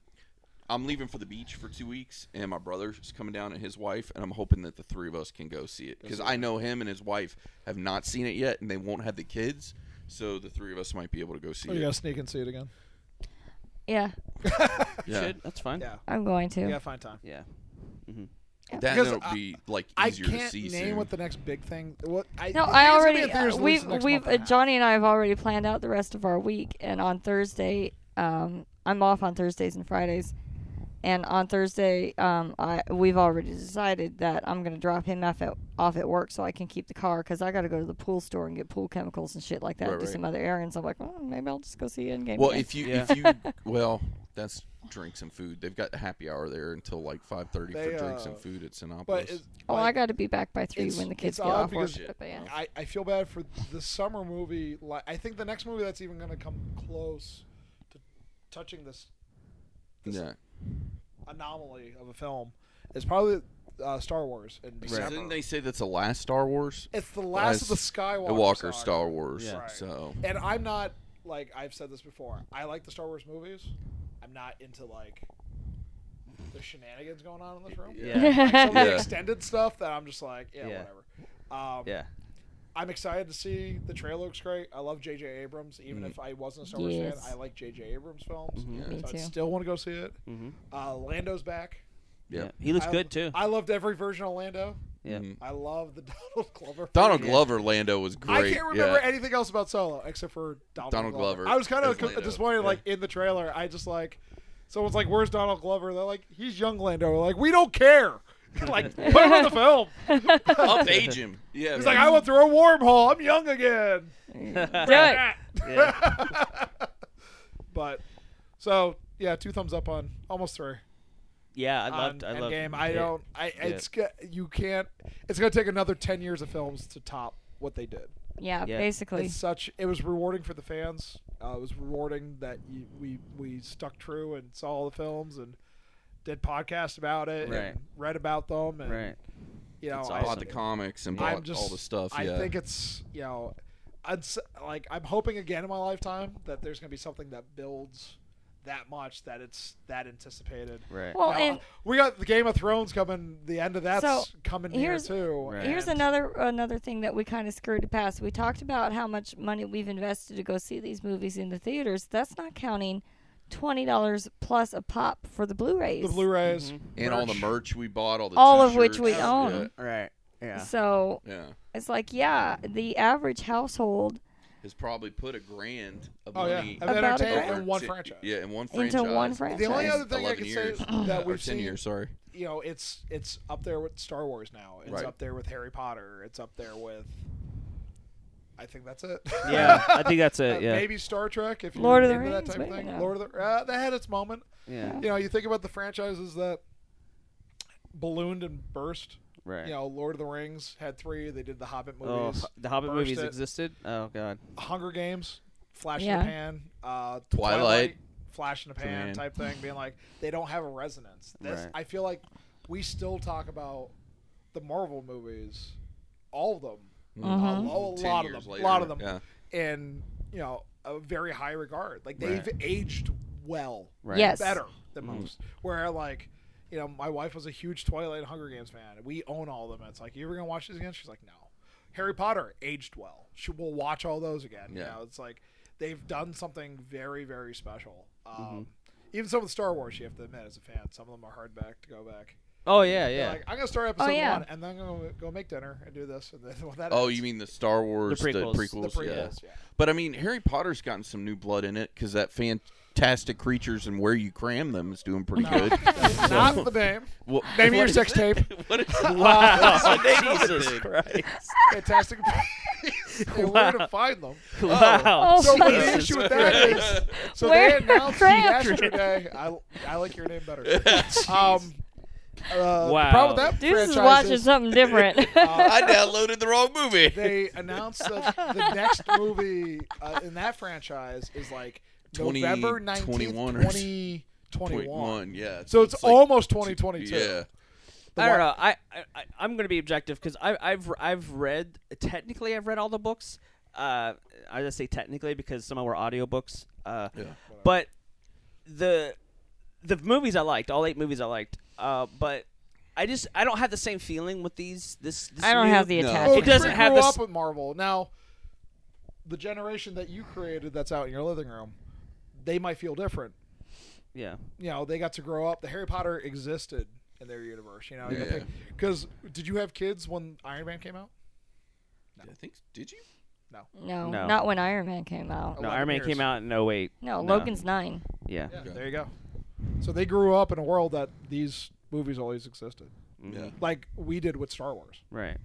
[SPEAKER 2] I'm leaving for the beach for two weeks, and my brother's coming down and his wife, and I'm hoping that the three of us can go see it because I know him and his wife have not seen it yet, and they won't have the kids, so the three of us might be able to go see
[SPEAKER 5] Are Oh, you
[SPEAKER 2] it.
[SPEAKER 5] gonna sneak and see it again?
[SPEAKER 4] yeah,
[SPEAKER 2] Yeah.
[SPEAKER 1] Should. That's fine.
[SPEAKER 5] Yeah.
[SPEAKER 4] I'm going to.
[SPEAKER 5] Yeah. Fine time.
[SPEAKER 1] Yeah.
[SPEAKER 2] That
[SPEAKER 5] Because
[SPEAKER 2] it'll
[SPEAKER 5] I-
[SPEAKER 2] be like
[SPEAKER 5] I
[SPEAKER 2] easier to
[SPEAKER 5] can't
[SPEAKER 2] see
[SPEAKER 5] name
[SPEAKER 2] soon.
[SPEAKER 5] what the next big thing. What I
[SPEAKER 4] No, I
[SPEAKER 5] it's gonna be
[SPEAKER 4] already
[SPEAKER 5] in theaters
[SPEAKER 4] uh,
[SPEAKER 5] at least
[SPEAKER 4] we've
[SPEAKER 5] the next
[SPEAKER 4] we've
[SPEAKER 5] month and
[SPEAKER 4] uh,
[SPEAKER 5] a half.
[SPEAKER 4] Johnny and I have already planned out the rest of our week, and on Thursday, um, I'm off on Thursdays and Fridays, and on Thursday, um, I we've already decided that I'm gonna drop him off at off at work so I can keep the car because I gotta go to the pool store and get pool chemicals and shit like that,
[SPEAKER 2] Right,
[SPEAKER 4] do
[SPEAKER 2] right.
[SPEAKER 4] some other errands. I'm like, well, maybe I'll just go see Endgame.
[SPEAKER 2] well,
[SPEAKER 4] again."
[SPEAKER 2] if you
[SPEAKER 1] Yeah.
[SPEAKER 2] if you well, that's drinks and food. They've got the happy hour there until like five thirty for
[SPEAKER 5] They,
[SPEAKER 2] drinks
[SPEAKER 5] uh,
[SPEAKER 2] and food at Sinopolis.
[SPEAKER 5] But it's,
[SPEAKER 4] oh, I
[SPEAKER 5] like,
[SPEAKER 4] gotta be back by three
[SPEAKER 5] it's-
[SPEAKER 4] when the
[SPEAKER 5] it's
[SPEAKER 4] kids get
[SPEAKER 5] odd
[SPEAKER 4] off work.
[SPEAKER 5] because-
[SPEAKER 4] But yeah.
[SPEAKER 5] I, I feel bad for the summer movie. Like I think the next movie that's even gonna come close to touching this
[SPEAKER 2] yeah.
[SPEAKER 5] anomaly of a film is probably uh, Star Wars in December.
[SPEAKER 2] Didn't they say that's the last Star Wars?
[SPEAKER 5] It's the last of the
[SPEAKER 2] Last-
[SPEAKER 5] Skywalker
[SPEAKER 2] The Walker
[SPEAKER 5] saga.
[SPEAKER 2] Star Wars.
[SPEAKER 1] Yeah.
[SPEAKER 5] Right.
[SPEAKER 2] So
[SPEAKER 5] And I'm not like I've said this before. I like the Star Wars movies. I'm not into like the shenanigans going on in this room.
[SPEAKER 1] Yeah.
[SPEAKER 5] Like, some of
[SPEAKER 2] Yeah.
[SPEAKER 5] the extended stuff that I'm just like, yeah,
[SPEAKER 1] Yeah.
[SPEAKER 5] whatever. Um,
[SPEAKER 1] Yeah.
[SPEAKER 5] I'm excited to see the trailer looks great. I love J.J. Abrams. Even
[SPEAKER 2] Mm.
[SPEAKER 5] if I wasn't a Star Wars
[SPEAKER 4] Yes.
[SPEAKER 5] fan, I like J.J. Abrams films.
[SPEAKER 2] Mm-hmm.
[SPEAKER 1] Mhm.
[SPEAKER 4] Me
[SPEAKER 5] So I
[SPEAKER 4] too.
[SPEAKER 5] still want to go see it.
[SPEAKER 1] Mhm.
[SPEAKER 5] Uh, Lando's back.
[SPEAKER 2] yeah.
[SPEAKER 1] Yeah. Mm-hmm. He looks
[SPEAKER 5] I-
[SPEAKER 1] good too.
[SPEAKER 5] I loved every version of Lando.
[SPEAKER 1] yeah.
[SPEAKER 2] Mhm.
[SPEAKER 5] I love the Donald Glover.
[SPEAKER 2] Donald
[SPEAKER 5] version.
[SPEAKER 2] Glover Lando was great.
[SPEAKER 5] I can't remember
[SPEAKER 2] yeah.
[SPEAKER 5] anything else about Solo except for Donald,
[SPEAKER 2] Donald Glover
[SPEAKER 5] I was kind
[SPEAKER 2] as
[SPEAKER 5] of co-
[SPEAKER 2] Lando.
[SPEAKER 5] disappointed, like in the trailer. I just like someone's like, "Where's Donald Glover?" They're like, "He's young Lando." We're like, we don't care. like, put him in the film.
[SPEAKER 2] Upage him. Yeah.
[SPEAKER 5] He's like, "I went through a wormhole. I'm young again."
[SPEAKER 4] Do it.
[SPEAKER 1] Yeah.
[SPEAKER 5] But so yeah, two thumbs up on almost three.
[SPEAKER 1] Yeah, I
[SPEAKER 5] on
[SPEAKER 1] loved. I loved.
[SPEAKER 5] Endgame. I
[SPEAKER 1] it.
[SPEAKER 5] don't. I it's go- you can't. It's gonna take another ten years of films to top what they did.
[SPEAKER 4] Yeah,
[SPEAKER 1] Yeah.
[SPEAKER 4] basically.
[SPEAKER 5] It's such. It was rewarding for the fans. Uh, it was rewarding that you, we we stuck true and saw all the films and did podcasts about it
[SPEAKER 1] Right.
[SPEAKER 5] and read about them and
[SPEAKER 1] Right.
[SPEAKER 5] you know
[SPEAKER 1] It's
[SPEAKER 5] I,
[SPEAKER 2] bought
[SPEAKER 1] awesome.
[SPEAKER 2] the comics and
[SPEAKER 5] I'm
[SPEAKER 2] bought
[SPEAKER 5] just
[SPEAKER 2] all the stuff.
[SPEAKER 5] I
[SPEAKER 2] yeah.
[SPEAKER 5] think it's you know, I'd s- like I'm hoping again in my lifetime that there's gonna be something that builds that much that it's that anticipated.
[SPEAKER 1] Right.
[SPEAKER 4] well,
[SPEAKER 5] Now,
[SPEAKER 4] and
[SPEAKER 5] we got the Game of Thrones coming. The end of that's
[SPEAKER 4] So,
[SPEAKER 5] coming
[SPEAKER 4] here's-
[SPEAKER 5] near too.
[SPEAKER 1] Right.
[SPEAKER 4] Here's
[SPEAKER 5] and-
[SPEAKER 4] another another thing that we kind of screwed past. We talked about how much money we've invested to go see these movies in the theaters. That's not counting twenty dollars plus a pop for the Blu-rays.
[SPEAKER 5] the Blu-rays
[SPEAKER 4] Mm-hmm.
[SPEAKER 2] and all the merch we bought, all the
[SPEAKER 4] All of which we
[SPEAKER 2] t-shirts,
[SPEAKER 4] own.
[SPEAKER 1] Right. Yeah.
[SPEAKER 4] So
[SPEAKER 2] Yeah. yeah.
[SPEAKER 4] it's like, yeah, the average household
[SPEAKER 2] Has probably put a grand of
[SPEAKER 5] Oh, yeah.
[SPEAKER 2] money
[SPEAKER 5] Of
[SPEAKER 4] About
[SPEAKER 5] entertainment
[SPEAKER 4] a-
[SPEAKER 5] in one
[SPEAKER 2] to-
[SPEAKER 5] franchise.
[SPEAKER 2] Yeah, in one franchise.
[SPEAKER 4] into one
[SPEAKER 5] The
[SPEAKER 4] franchise.
[SPEAKER 5] only other thing I
[SPEAKER 2] 11
[SPEAKER 5] can
[SPEAKER 2] years,
[SPEAKER 5] say is that
[SPEAKER 2] or
[SPEAKER 5] we've
[SPEAKER 2] 10
[SPEAKER 5] seen,
[SPEAKER 2] years, sorry.
[SPEAKER 5] you know, it's it's up there with Star Wars now. It's
[SPEAKER 2] Right.
[SPEAKER 5] up there with Harry Potter. It's up there with. I think that's it.
[SPEAKER 1] yeah. I think that's
[SPEAKER 5] Uh,
[SPEAKER 1] it. Yeah.
[SPEAKER 5] maybe Star Trek, if you're
[SPEAKER 4] Lord of the
[SPEAKER 5] into
[SPEAKER 4] Rings,
[SPEAKER 5] that type
[SPEAKER 4] wait
[SPEAKER 5] of
[SPEAKER 4] a
[SPEAKER 5] thing.
[SPEAKER 4] minute.
[SPEAKER 5] Lord of the uh, that had its moment.
[SPEAKER 1] Yeah.
[SPEAKER 5] You know, you think about the franchises that ballooned and burst
[SPEAKER 1] Right.
[SPEAKER 5] You know, Lord of the Rings had three. They did the Hobbit
[SPEAKER 1] Oh,
[SPEAKER 5] movies,
[SPEAKER 1] the Hobbit
[SPEAKER 5] burst
[SPEAKER 1] movies
[SPEAKER 5] it.
[SPEAKER 1] existed. Oh God.
[SPEAKER 5] Hunger Games, Flash in
[SPEAKER 4] Yeah.
[SPEAKER 5] the Pan, uh, Twilight,
[SPEAKER 2] Twilight.
[SPEAKER 5] Flash in the Pan
[SPEAKER 1] Man.
[SPEAKER 5] type thing. Being like, they don't have a resonance. This,
[SPEAKER 1] Right.
[SPEAKER 5] I feel like we still talk about the Marvel movies, all of them, Uh, a,
[SPEAKER 4] Mhm.
[SPEAKER 5] lo- a
[SPEAKER 2] Mm-hmm. Ten
[SPEAKER 5] lot of
[SPEAKER 2] years
[SPEAKER 5] them,
[SPEAKER 2] later,
[SPEAKER 5] a lot of them,
[SPEAKER 2] yeah.
[SPEAKER 5] in you know a very high regard. Like they've
[SPEAKER 1] Right.
[SPEAKER 5] aged well,
[SPEAKER 1] Right.
[SPEAKER 4] Yes.
[SPEAKER 5] better than
[SPEAKER 2] Mm.
[SPEAKER 5] most. Where like, you know, my wife was a huge Twilight and Hunger Games fan. We own all of them. It's like, you ever gonna watch these again? She's like, no. Harry Potter aged well. She will watch all those again. You
[SPEAKER 2] Yeah.
[SPEAKER 5] know, it's like they've done something very, very special. Um,
[SPEAKER 2] Mm-hmm.
[SPEAKER 5] Even some of the Star Wars, you have to admit, as a fan, some of them are hard back to go back.
[SPEAKER 1] Oh yeah,
[SPEAKER 5] They're
[SPEAKER 1] yeah.
[SPEAKER 5] Like, I'm gonna start episode
[SPEAKER 4] yeah.
[SPEAKER 5] one, and then I'm gonna go make dinner and do this, and then when that.
[SPEAKER 2] Oh,
[SPEAKER 5] ends,
[SPEAKER 2] you mean the Star Wars
[SPEAKER 1] The prequels.
[SPEAKER 2] The
[SPEAKER 5] the
[SPEAKER 2] prequels? Yeah.
[SPEAKER 5] prequels? Yeah.
[SPEAKER 2] But I mean, Harry Potter's gotten some new blood in it because that fantastic creatures and where you cram them is doing pretty good.
[SPEAKER 5] Not the name.
[SPEAKER 2] Well, what
[SPEAKER 5] Name of your
[SPEAKER 2] is
[SPEAKER 5] sex
[SPEAKER 2] it?
[SPEAKER 5] tape.
[SPEAKER 2] What is
[SPEAKER 1] wow.
[SPEAKER 2] Jesus
[SPEAKER 1] Jesus Christ.
[SPEAKER 5] Fantastic. and Where to find them?
[SPEAKER 1] Wow.
[SPEAKER 4] Oh,
[SPEAKER 5] So
[SPEAKER 4] my
[SPEAKER 5] the
[SPEAKER 1] Jesus
[SPEAKER 5] issue with that is, so
[SPEAKER 4] Where-
[SPEAKER 5] they announced
[SPEAKER 4] crap.
[SPEAKER 5] yesterday. I, I like your name better. um, uh, The
[SPEAKER 1] Wow.
[SPEAKER 5] problem with that
[SPEAKER 4] Deuce is
[SPEAKER 5] franchise
[SPEAKER 4] watching
[SPEAKER 5] is,
[SPEAKER 4] something different.
[SPEAKER 5] uh,
[SPEAKER 2] I downloaded the wrong movie.
[SPEAKER 5] they announced that the next movie uh, in that franchise is like
[SPEAKER 2] 20,
[SPEAKER 5] November nineteenth,
[SPEAKER 2] 21 or-
[SPEAKER 5] twenty
[SPEAKER 2] Point
[SPEAKER 5] twenty one.
[SPEAKER 2] one, yeah.
[SPEAKER 5] So it's,
[SPEAKER 2] like-
[SPEAKER 5] almost twenty twenty two.
[SPEAKER 2] Yeah.
[SPEAKER 5] The
[SPEAKER 1] I don't
[SPEAKER 5] wa-
[SPEAKER 1] know. I, I I- I'm going to be objective because I I've I've read technically I've read all the books. Uh, I just say technically because some of were audiobooks. Uh, but the the movies I liked, all eight movies I liked. Uh, but I just I don't have the same feeling with these. This, this
[SPEAKER 4] I don't
[SPEAKER 1] new-
[SPEAKER 4] have the
[SPEAKER 2] No.
[SPEAKER 5] Well,
[SPEAKER 1] It
[SPEAKER 4] attachment.
[SPEAKER 5] we
[SPEAKER 1] doesn't have
[SPEAKER 5] grew
[SPEAKER 1] this-
[SPEAKER 5] up with Marvel. Now, the generation that you created that's out in your living room, they might feel different.
[SPEAKER 1] Yeah.
[SPEAKER 5] You know, they got to grow up. The Harry Potter existed in their universe. You know,
[SPEAKER 2] Yeah.
[SPEAKER 5] because did you have kids when Iron Man came out?
[SPEAKER 2] I think did you?
[SPEAKER 4] No,
[SPEAKER 1] No.
[SPEAKER 4] not when Iron Man came out.
[SPEAKER 1] No,
[SPEAKER 5] 11
[SPEAKER 1] Iron Man
[SPEAKER 5] years.
[SPEAKER 1] came out in 08.
[SPEAKER 4] No, Logan's nine.
[SPEAKER 1] Yeah.
[SPEAKER 5] Yeah,
[SPEAKER 2] Okay.
[SPEAKER 5] there you go. So they grew up in a world that these movies always existed,
[SPEAKER 1] Mhm.
[SPEAKER 2] Yeah.
[SPEAKER 5] like we did with Star Wars.
[SPEAKER 1] Right.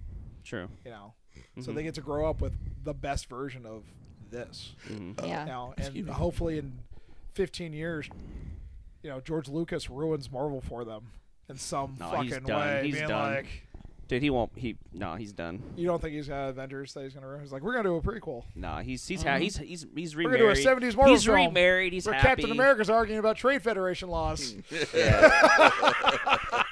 [SPEAKER 1] True.
[SPEAKER 5] You know, so they get to grow up with the best version of this.
[SPEAKER 4] Yeah.
[SPEAKER 5] now, and hopefully in 15 years, you know, George Lucas ruins Marvel for them in some
[SPEAKER 1] No,
[SPEAKER 5] fucking
[SPEAKER 1] he's done.
[SPEAKER 5] way.
[SPEAKER 1] He's
[SPEAKER 5] being
[SPEAKER 1] done.
[SPEAKER 5] like,
[SPEAKER 1] Dude, he won't. He no, he's done.
[SPEAKER 5] you don't think he's got Avengers that he's gonna ruin? He's like, we're gonna do a prequel.
[SPEAKER 1] Nah, he's he's
[SPEAKER 4] Mm-hmm.
[SPEAKER 1] ha- he's he's he's
[SPEAKER 5] We're
[SPEAKER 1] remarried.
[SPEAKER 5] gonna do a 70s Marvel
[SPEAKER 1] He's
[SPEAKER 5] film
[SPEAKER 1] remarried. He's
[SPEAKER 5] where
[SPEAKER 1] happy.
[SPEAKER 5] Captain America's arguing about Trade Federation laws.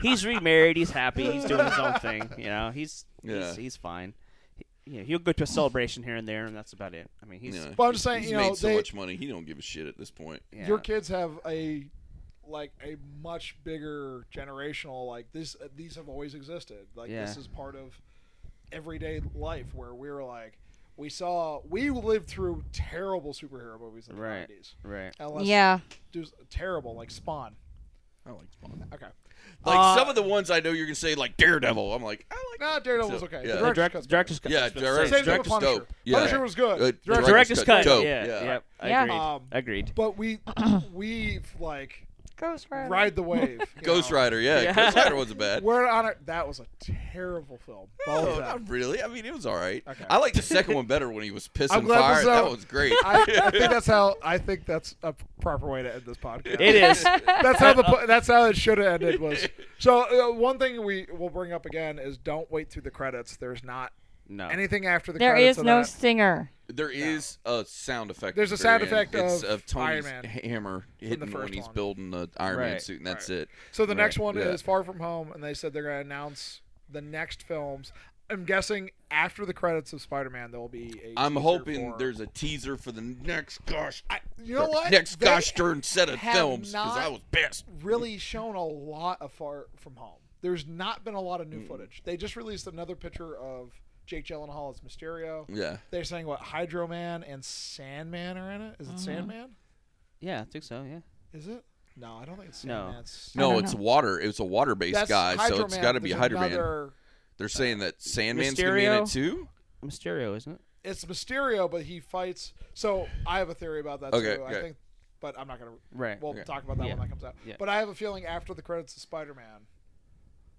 [SPEAKER 1] he's remarried. He's happy. He's doing his own thing. You know, he's
[SPEAKER 2] Yeah.
[SPEAKER 1] he's, he's fine. He, yeah, he'll go to a celebration here and there, and that's about it. I mean, he's
[SPEAKER 2] Yeah.
[SPEAKER 5] But I'm just saying,
[SPEAKER 2] He's
[SPEAKER 5] you
[SPEAKER 2] made
[SPEAKER 5] know,
[SPEAKER 2] so
[SPEAKER 5] they-
[SPEAKER 2] much money, he don't give a shit at this point.
[SPEAKER 1] yeah.
[SPEAKER 5] Your kids have a like a much bigger generational like this. uh, These have always existed. Like this
[SPEAKER 1] Yeah.
[SPEAKER 5] is part of everyday life where we were like. We saw we lived through terrible superhero movies in the
[SPEAKER 1] Right.
[SPEAKER 5] 90s.
[SPEAKER 1] right.
[SPEAKER 2] Uh,
[SPEAKER 5] Unless
[SPEAKER 4] Yeah.
[SPEAKER 5] do terrible, like Spawn.
[SPEAKER 2] I like Spawn.
[SPEAKER 5] Okay.
[SPEAKER 2] Like
[SPEAKER 5] Uh,
[SPEAKER 2] some of the ones I know you're gonna say, like Daredevil. I'm like, I like.
[SPEAKER 5] Nah, Daredevil's
[SPEAKER 2] So,
[SPEAKER 5] okay.
[SPEAKER 2] yeah.
[SPEAKER 5] The
[SPEAKER 1] The
[SPEAKER 5] director's
[SPEAKER 1] direct,
[SPEAKER 5] cut's
[SPEAKER 1] director's cut.
[SPEAKER 2] Yeah,
[SPEAKER 1] that's what I'm
[SPEAKER 2] direct-
[SPEAKER 5] better. Same
[SPEAKER 1] saying.
[SPEAKER 5] thing
[SPEAKER 2] director's
[SPEAKER 5] with Punisher.
[SPEAKER 2] dope. Yeah.
[SPEAKER 5] Punisher was
[SPEAKER 2] Good.
[SPEAKER 5] good. Director's
[SPEAKER 2] Direct-
[SPEAKER 1] Director's
[SPEAKER 2] cut,
[SPEAKER 1] cut.
[SPEAKER 2] dope,
[SPEAKER 1] Yeah,
[SPEAKER 2] yeah.
[SPEAKER 1] yeah.
[SPEAKER 4] Yeah.
[SPEAKER 1] Agreed.
[SPEAKER 5] Um,
[SPEAKER 1] Agreed.
[SPEAKER 5] But we we like
[SPEAKER 4] Ghost Rider.
[SPEAKER 5] ride the wave. you
[SPEAKER 2] Ghost
[SPEAKER 5] know.
[SPEAKER 2] Rider, yeah.
[SPEAKER 1] Yeah.
[SPEAKER 2] Ghost Rider wasn't bad.
[SPEAKER 5] We're on it. That was a terrible film. Both
[SPEAKER 2] No,
[SPEAKER 5] of them.
[SPEAKER 2] not really. I mean, it was all right.
[SPEAKER 5] Okay.
[SPEAKER 2] I liked the second one better when he was pissing
[SPEAKER 5] glad
[SPEAKER 2] fire.
[SPEAKER 5] this
[SPEAKER 2] That
[SPEAKER 5] out-
[SPEAKER 2] was great.
[SPEAKER 5] I, I think that's how. I think that's a proper way to end this podcast.
[SPEAKER 1] It is.
[SPEAKER 5] That's how the. po- That's how it should have ended. Was so. Uh, one thing we will bring up again is don't wait through the credits. There's not
[SPEAKER 1] No.
[SPEAKER 5] anything after the
[SPEAKER 4] There
[SPEAKER 5] credits.
[SPEAKER 4] is
[SPEAKER 5] of
[SPEAKER 4] no
[SPEAKER 5] that.
[SPEAKER 4] stinger.
[SPEAKER 2] There is a sound effect.
[SPEAKER 5] There's
[SPEAKER 2] at
[SPEAKER 5] a
[SPEAKER 2] the
[SPEAKER 5] sound
[SPEAKER 2] very end.
[SPEAKER 5] effect of
[SPEAKER 2] it's of Tony's
[SPEAKER 5] Iron Man
[SPEAKER 2] hammer hitting when
[SPEAKER 5] first
[SPEAKER 2] he's
[SPEAKER 5] one.
[SPEAKER 2] building the Iron Man
[SPEAKER 1] Right.
[SPEAKER 2] suit, and that's it.
[SPEAKER 5] So the next one
[SPEAKER 2] yeah.
[SPEAKER 5] is Far From Home, and they said they're going to announce the next films. I'm guessing after the credits of Spider-Man, there will be. A
[SPEAKER 2] I'm
[SPEAKER 5] teaser
[SPEAKER 2] hoping
[SPEAKER 5] for-
[SPEAKER 2] there's a teaser for the next gosh,
[SPEAKER 5] I, you know what?
[SPEAKER 2] next
[SPEAKER 5] They
[SPEAKER 2] gosh darn set of
[SPEAKER 5] have
[SPEAKER 2] films because I
[SPEAKER 5] not-
[SPEAKER 2] was pissed.
[SPEAKER 5] Really shown a lot of Far From Home. There's not been a lot of
[SPEAKER 2] Mm.
[SPEAKER 5] new footage. They just released another picture of Jake Gyllenhaal as Mysterio.
[SPEAKER 2] Yeah,
[SPEAKER 5] They're saying what Hydro Man and Sandman are in it.
[SPEAKER 2] Mm-hmm.
[SPEAKER 5] Is it Sandman?
[SPEAKER 1] Yeah, I think so. Yeah.
[SPEAKER 5] Is it? No, I don't think it's
[SPEAKER 1] No.
[SPEAKER 5] Sandman. It's,
[SPEAKER 2] no,
[SPEAKER 4] don't
[SPEAKER 2] it's
[SPEAKER 4] know.
[SPEAKER 2] water. It was a water-based
[SPEAKER 5] that's
[SPEAKER 2] guy, so
[SPEAKER 5] Hydro
[SPEAKER 2] it's
[SPEAKER 5] Man.
[SPEAKER 2] got to be
[SPEAKER 5] There's
[SPEAKER 2] Hydro Man.
[SPEAKER 5] another- uh,
[SPEAKER 2] They're saying that Sandman's gonna be in it
[SPEAKER 1] Mysterio?
[SPEAKER 2] too.
[SPEAKER 1] Mysterio, isn't it?
[SPEAKER 5] it's Mysterio, but he fights. So I have a theory about that
[SPEAKER 2] Okay,
[SPEAKER 5] too.
[SPEAKER 2] okay.
[SPEAKER 5] I think, but I'm not gonna.
[SPEAKER 1] Right.
[SPEAKER 5] We'll
[SPEAKER 2] Okay.
[SPEAKER 5] talk about that
[SPEAKER 1] Yeah.
[SPEAKER 5] when that comes out.
[SPEAKER 1] Yeah.
[SPEAKER 5] But I have a feeling after the credits of Spider-Man,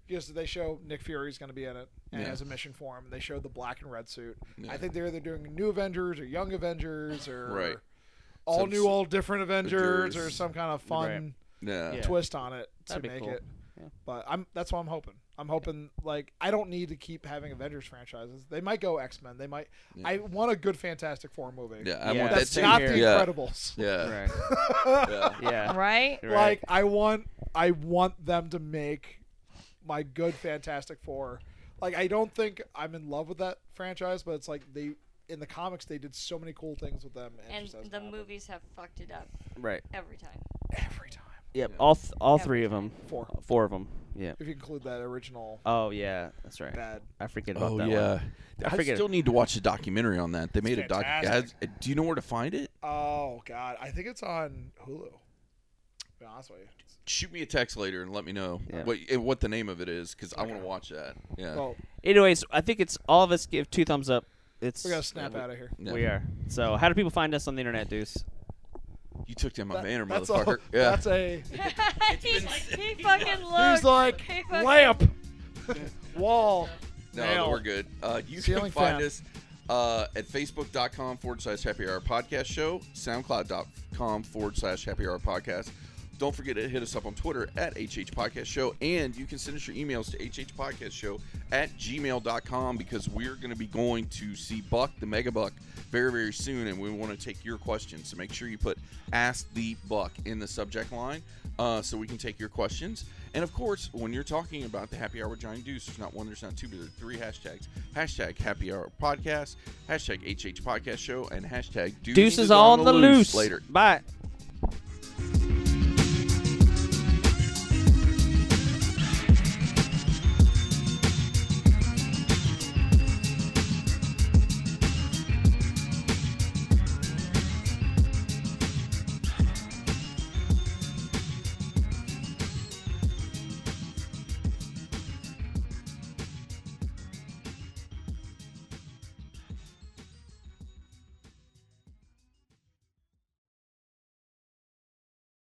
[SPEAKER 5] because they show Nick Fury's going to be in it and
[SPEAKER 2] Yeah.
[SPEAKER 5] as a mission for him, and they showed the black and red suit. I think they're either doing New Avengers or Young Avengers or
[SPEAKER 2] Right.
[SPEAKER 5] all
[SPEAKER 2] Some
[SPEAKER 5] new,
[SPEAKER 2] s-
[SPEAKER 5] all different Avengers or
[SPEAKER 2] Avengers.
[SPEAKER 5] some kind of fun
[SPEAKER 2] Yeah,
[SPEAKER 1] Yeah.
[SPEAKER 5] twist on it to
[SPEAKER 1] That'd be
[SPEAKER 5] make
[SPEAKER 1] cool.
[SPEAKER 5] it. But I'm that's what I'm hoping. I'm hoping like I don't need to keep having Avengers franchises. They might go X Men. They might. I want a good Fantastic Four movie.
[SPEAKER 2] Yeah, I
[SPEAKER 1] Yeah.
[SPEAKER 2] want
[SPEAKER 5] that's
[SPEAKER 2] that
[SPEAKER 5] not
[SPEAKER 2] too.
[SPEAKER 5] the
[SPEAKER 2] yeah.
[SPEAKER 5] Incredibles.
[SPEAKER 2] Yeah.
[SPEAKER 1] Right.
[SPEAKER 2] yeah.
[SPEAKER 1] Yeah.
[SPEAKER 4] right?
[SPEAKER 1] Right.
[SPEAKER 5] Like I want I want them to make my good Fantastic Four. Like I don't think I'm in love with that franchise, but it's like they in the comics they did so many cool things with them. it
[SPEAKER 4] And
[SPEAKER 5] just hasn't
[SPEAKER 4] the
[SPEAKER 5] happened.
[SPEAKER 4] movies have fucked it up
[SPEAKER 1] Right.
[SPEAKER 4] every time.
[SPEAKER 5] every time
[SPEAKER 1] Yep. All th- all
[SPEAKER 4] Yeah.
[SPEAKER 1] three of them.
[SPEAKER 5] four
[SPEAKER 1] Four of them. Yeah.
[SPEAKER 5] if you include that original
[SPEAKER 1] Oh yeah, that's right.
[SPEAKER 5] bad.
[SPEAKER 1] I forget about
[SPEAKER 2] Oh
[SPEAKER 1] that
[SPEAKER 2] yeah.
[SPEAKER 1] one. I
[SPEAKER 2] I,
[SPEAKER 1] forget
[SPEAKER 2] still
[SPEAKER 1] it.
[SPEAKER 2] need to watch the documentary on that. They made a doc.
[SPEAKER 5] fantastic.
[SPEAKER 2] Guys, Do you know where to find it?
[SPEAKER 5] Oh God, I think it's on Hulu. To be honest with you.
[SPEAKER 2] Shoot me a text later and let me know
[SPEAKER 1] Yeah.
[SPEAKER 2] what eh, what the name of it is because I want
[SPEAKER 5] Okay.
[SPEAKER 2] to watch that. Yeah.
[SPEAKER 5] Well,
[SPEAKER 1] Anyways, I think it's all of us give two thumbs up. It's
[SPEAKER 5] we gotta snap
[SPEAKER 1] we,
[SPEAKER 5] out of here.
[SPEAKER 2] Yeah.
[SPEAKER 1] We are. So, how do people find us on the internet, Deuce?
[SPEAKER 2] You took down my
[SPEAKER 5] That-
[SPEAKER 2] banner,
[SPEAKER 5] that's
[SPEAKER 2] motherfucker.
[SPEAKER 5] all-
[SPEAKER 2] yeah.
[SPEAKER 5] That's a.
[SPEAKER 4] he, he fucking
[SPEAKER 5] He's
[SPEAKER 4] looked.
[SPEAKER 5] like
[SPEAKER 4] He fucking-
[SPEAKER 5] lamp, wall.
[SPEAKER 2] No,
[SPEAKER 5] Nail.
[SPEAKER 2] we're good. Uh, you
[SPEAKER 5] Ceiling
[SPEAKER 2] can find
[SPEAKER 5] fan.
[SPEAKER 2] us uh, at facebook.com forward slash happy hour podcast show, soundcloud.com forward slash happy hour podcast. Don't forget to hit us up on Twitter at HH Podcast Show, and you can send us your emails to hhpodcastshow at gmail.com because we're going to be going to see Buck, the Mega Buck, very, very soon, and we want to take your questions. So make sure you put Ask the Buck in the subject line uh, so we can take your questions. And of course, when you're talking about the happy hour with Johnny Deuce, there's not one, there's not two, but there are three hashtags. Hashtag happy hour podcast, hashtag HH podcast show, and hashtag Deuce,
[SPEAKER 1] Deuce is on the loose.
[SPEAKER 2] Later.
[SPEAKER 1] Bye.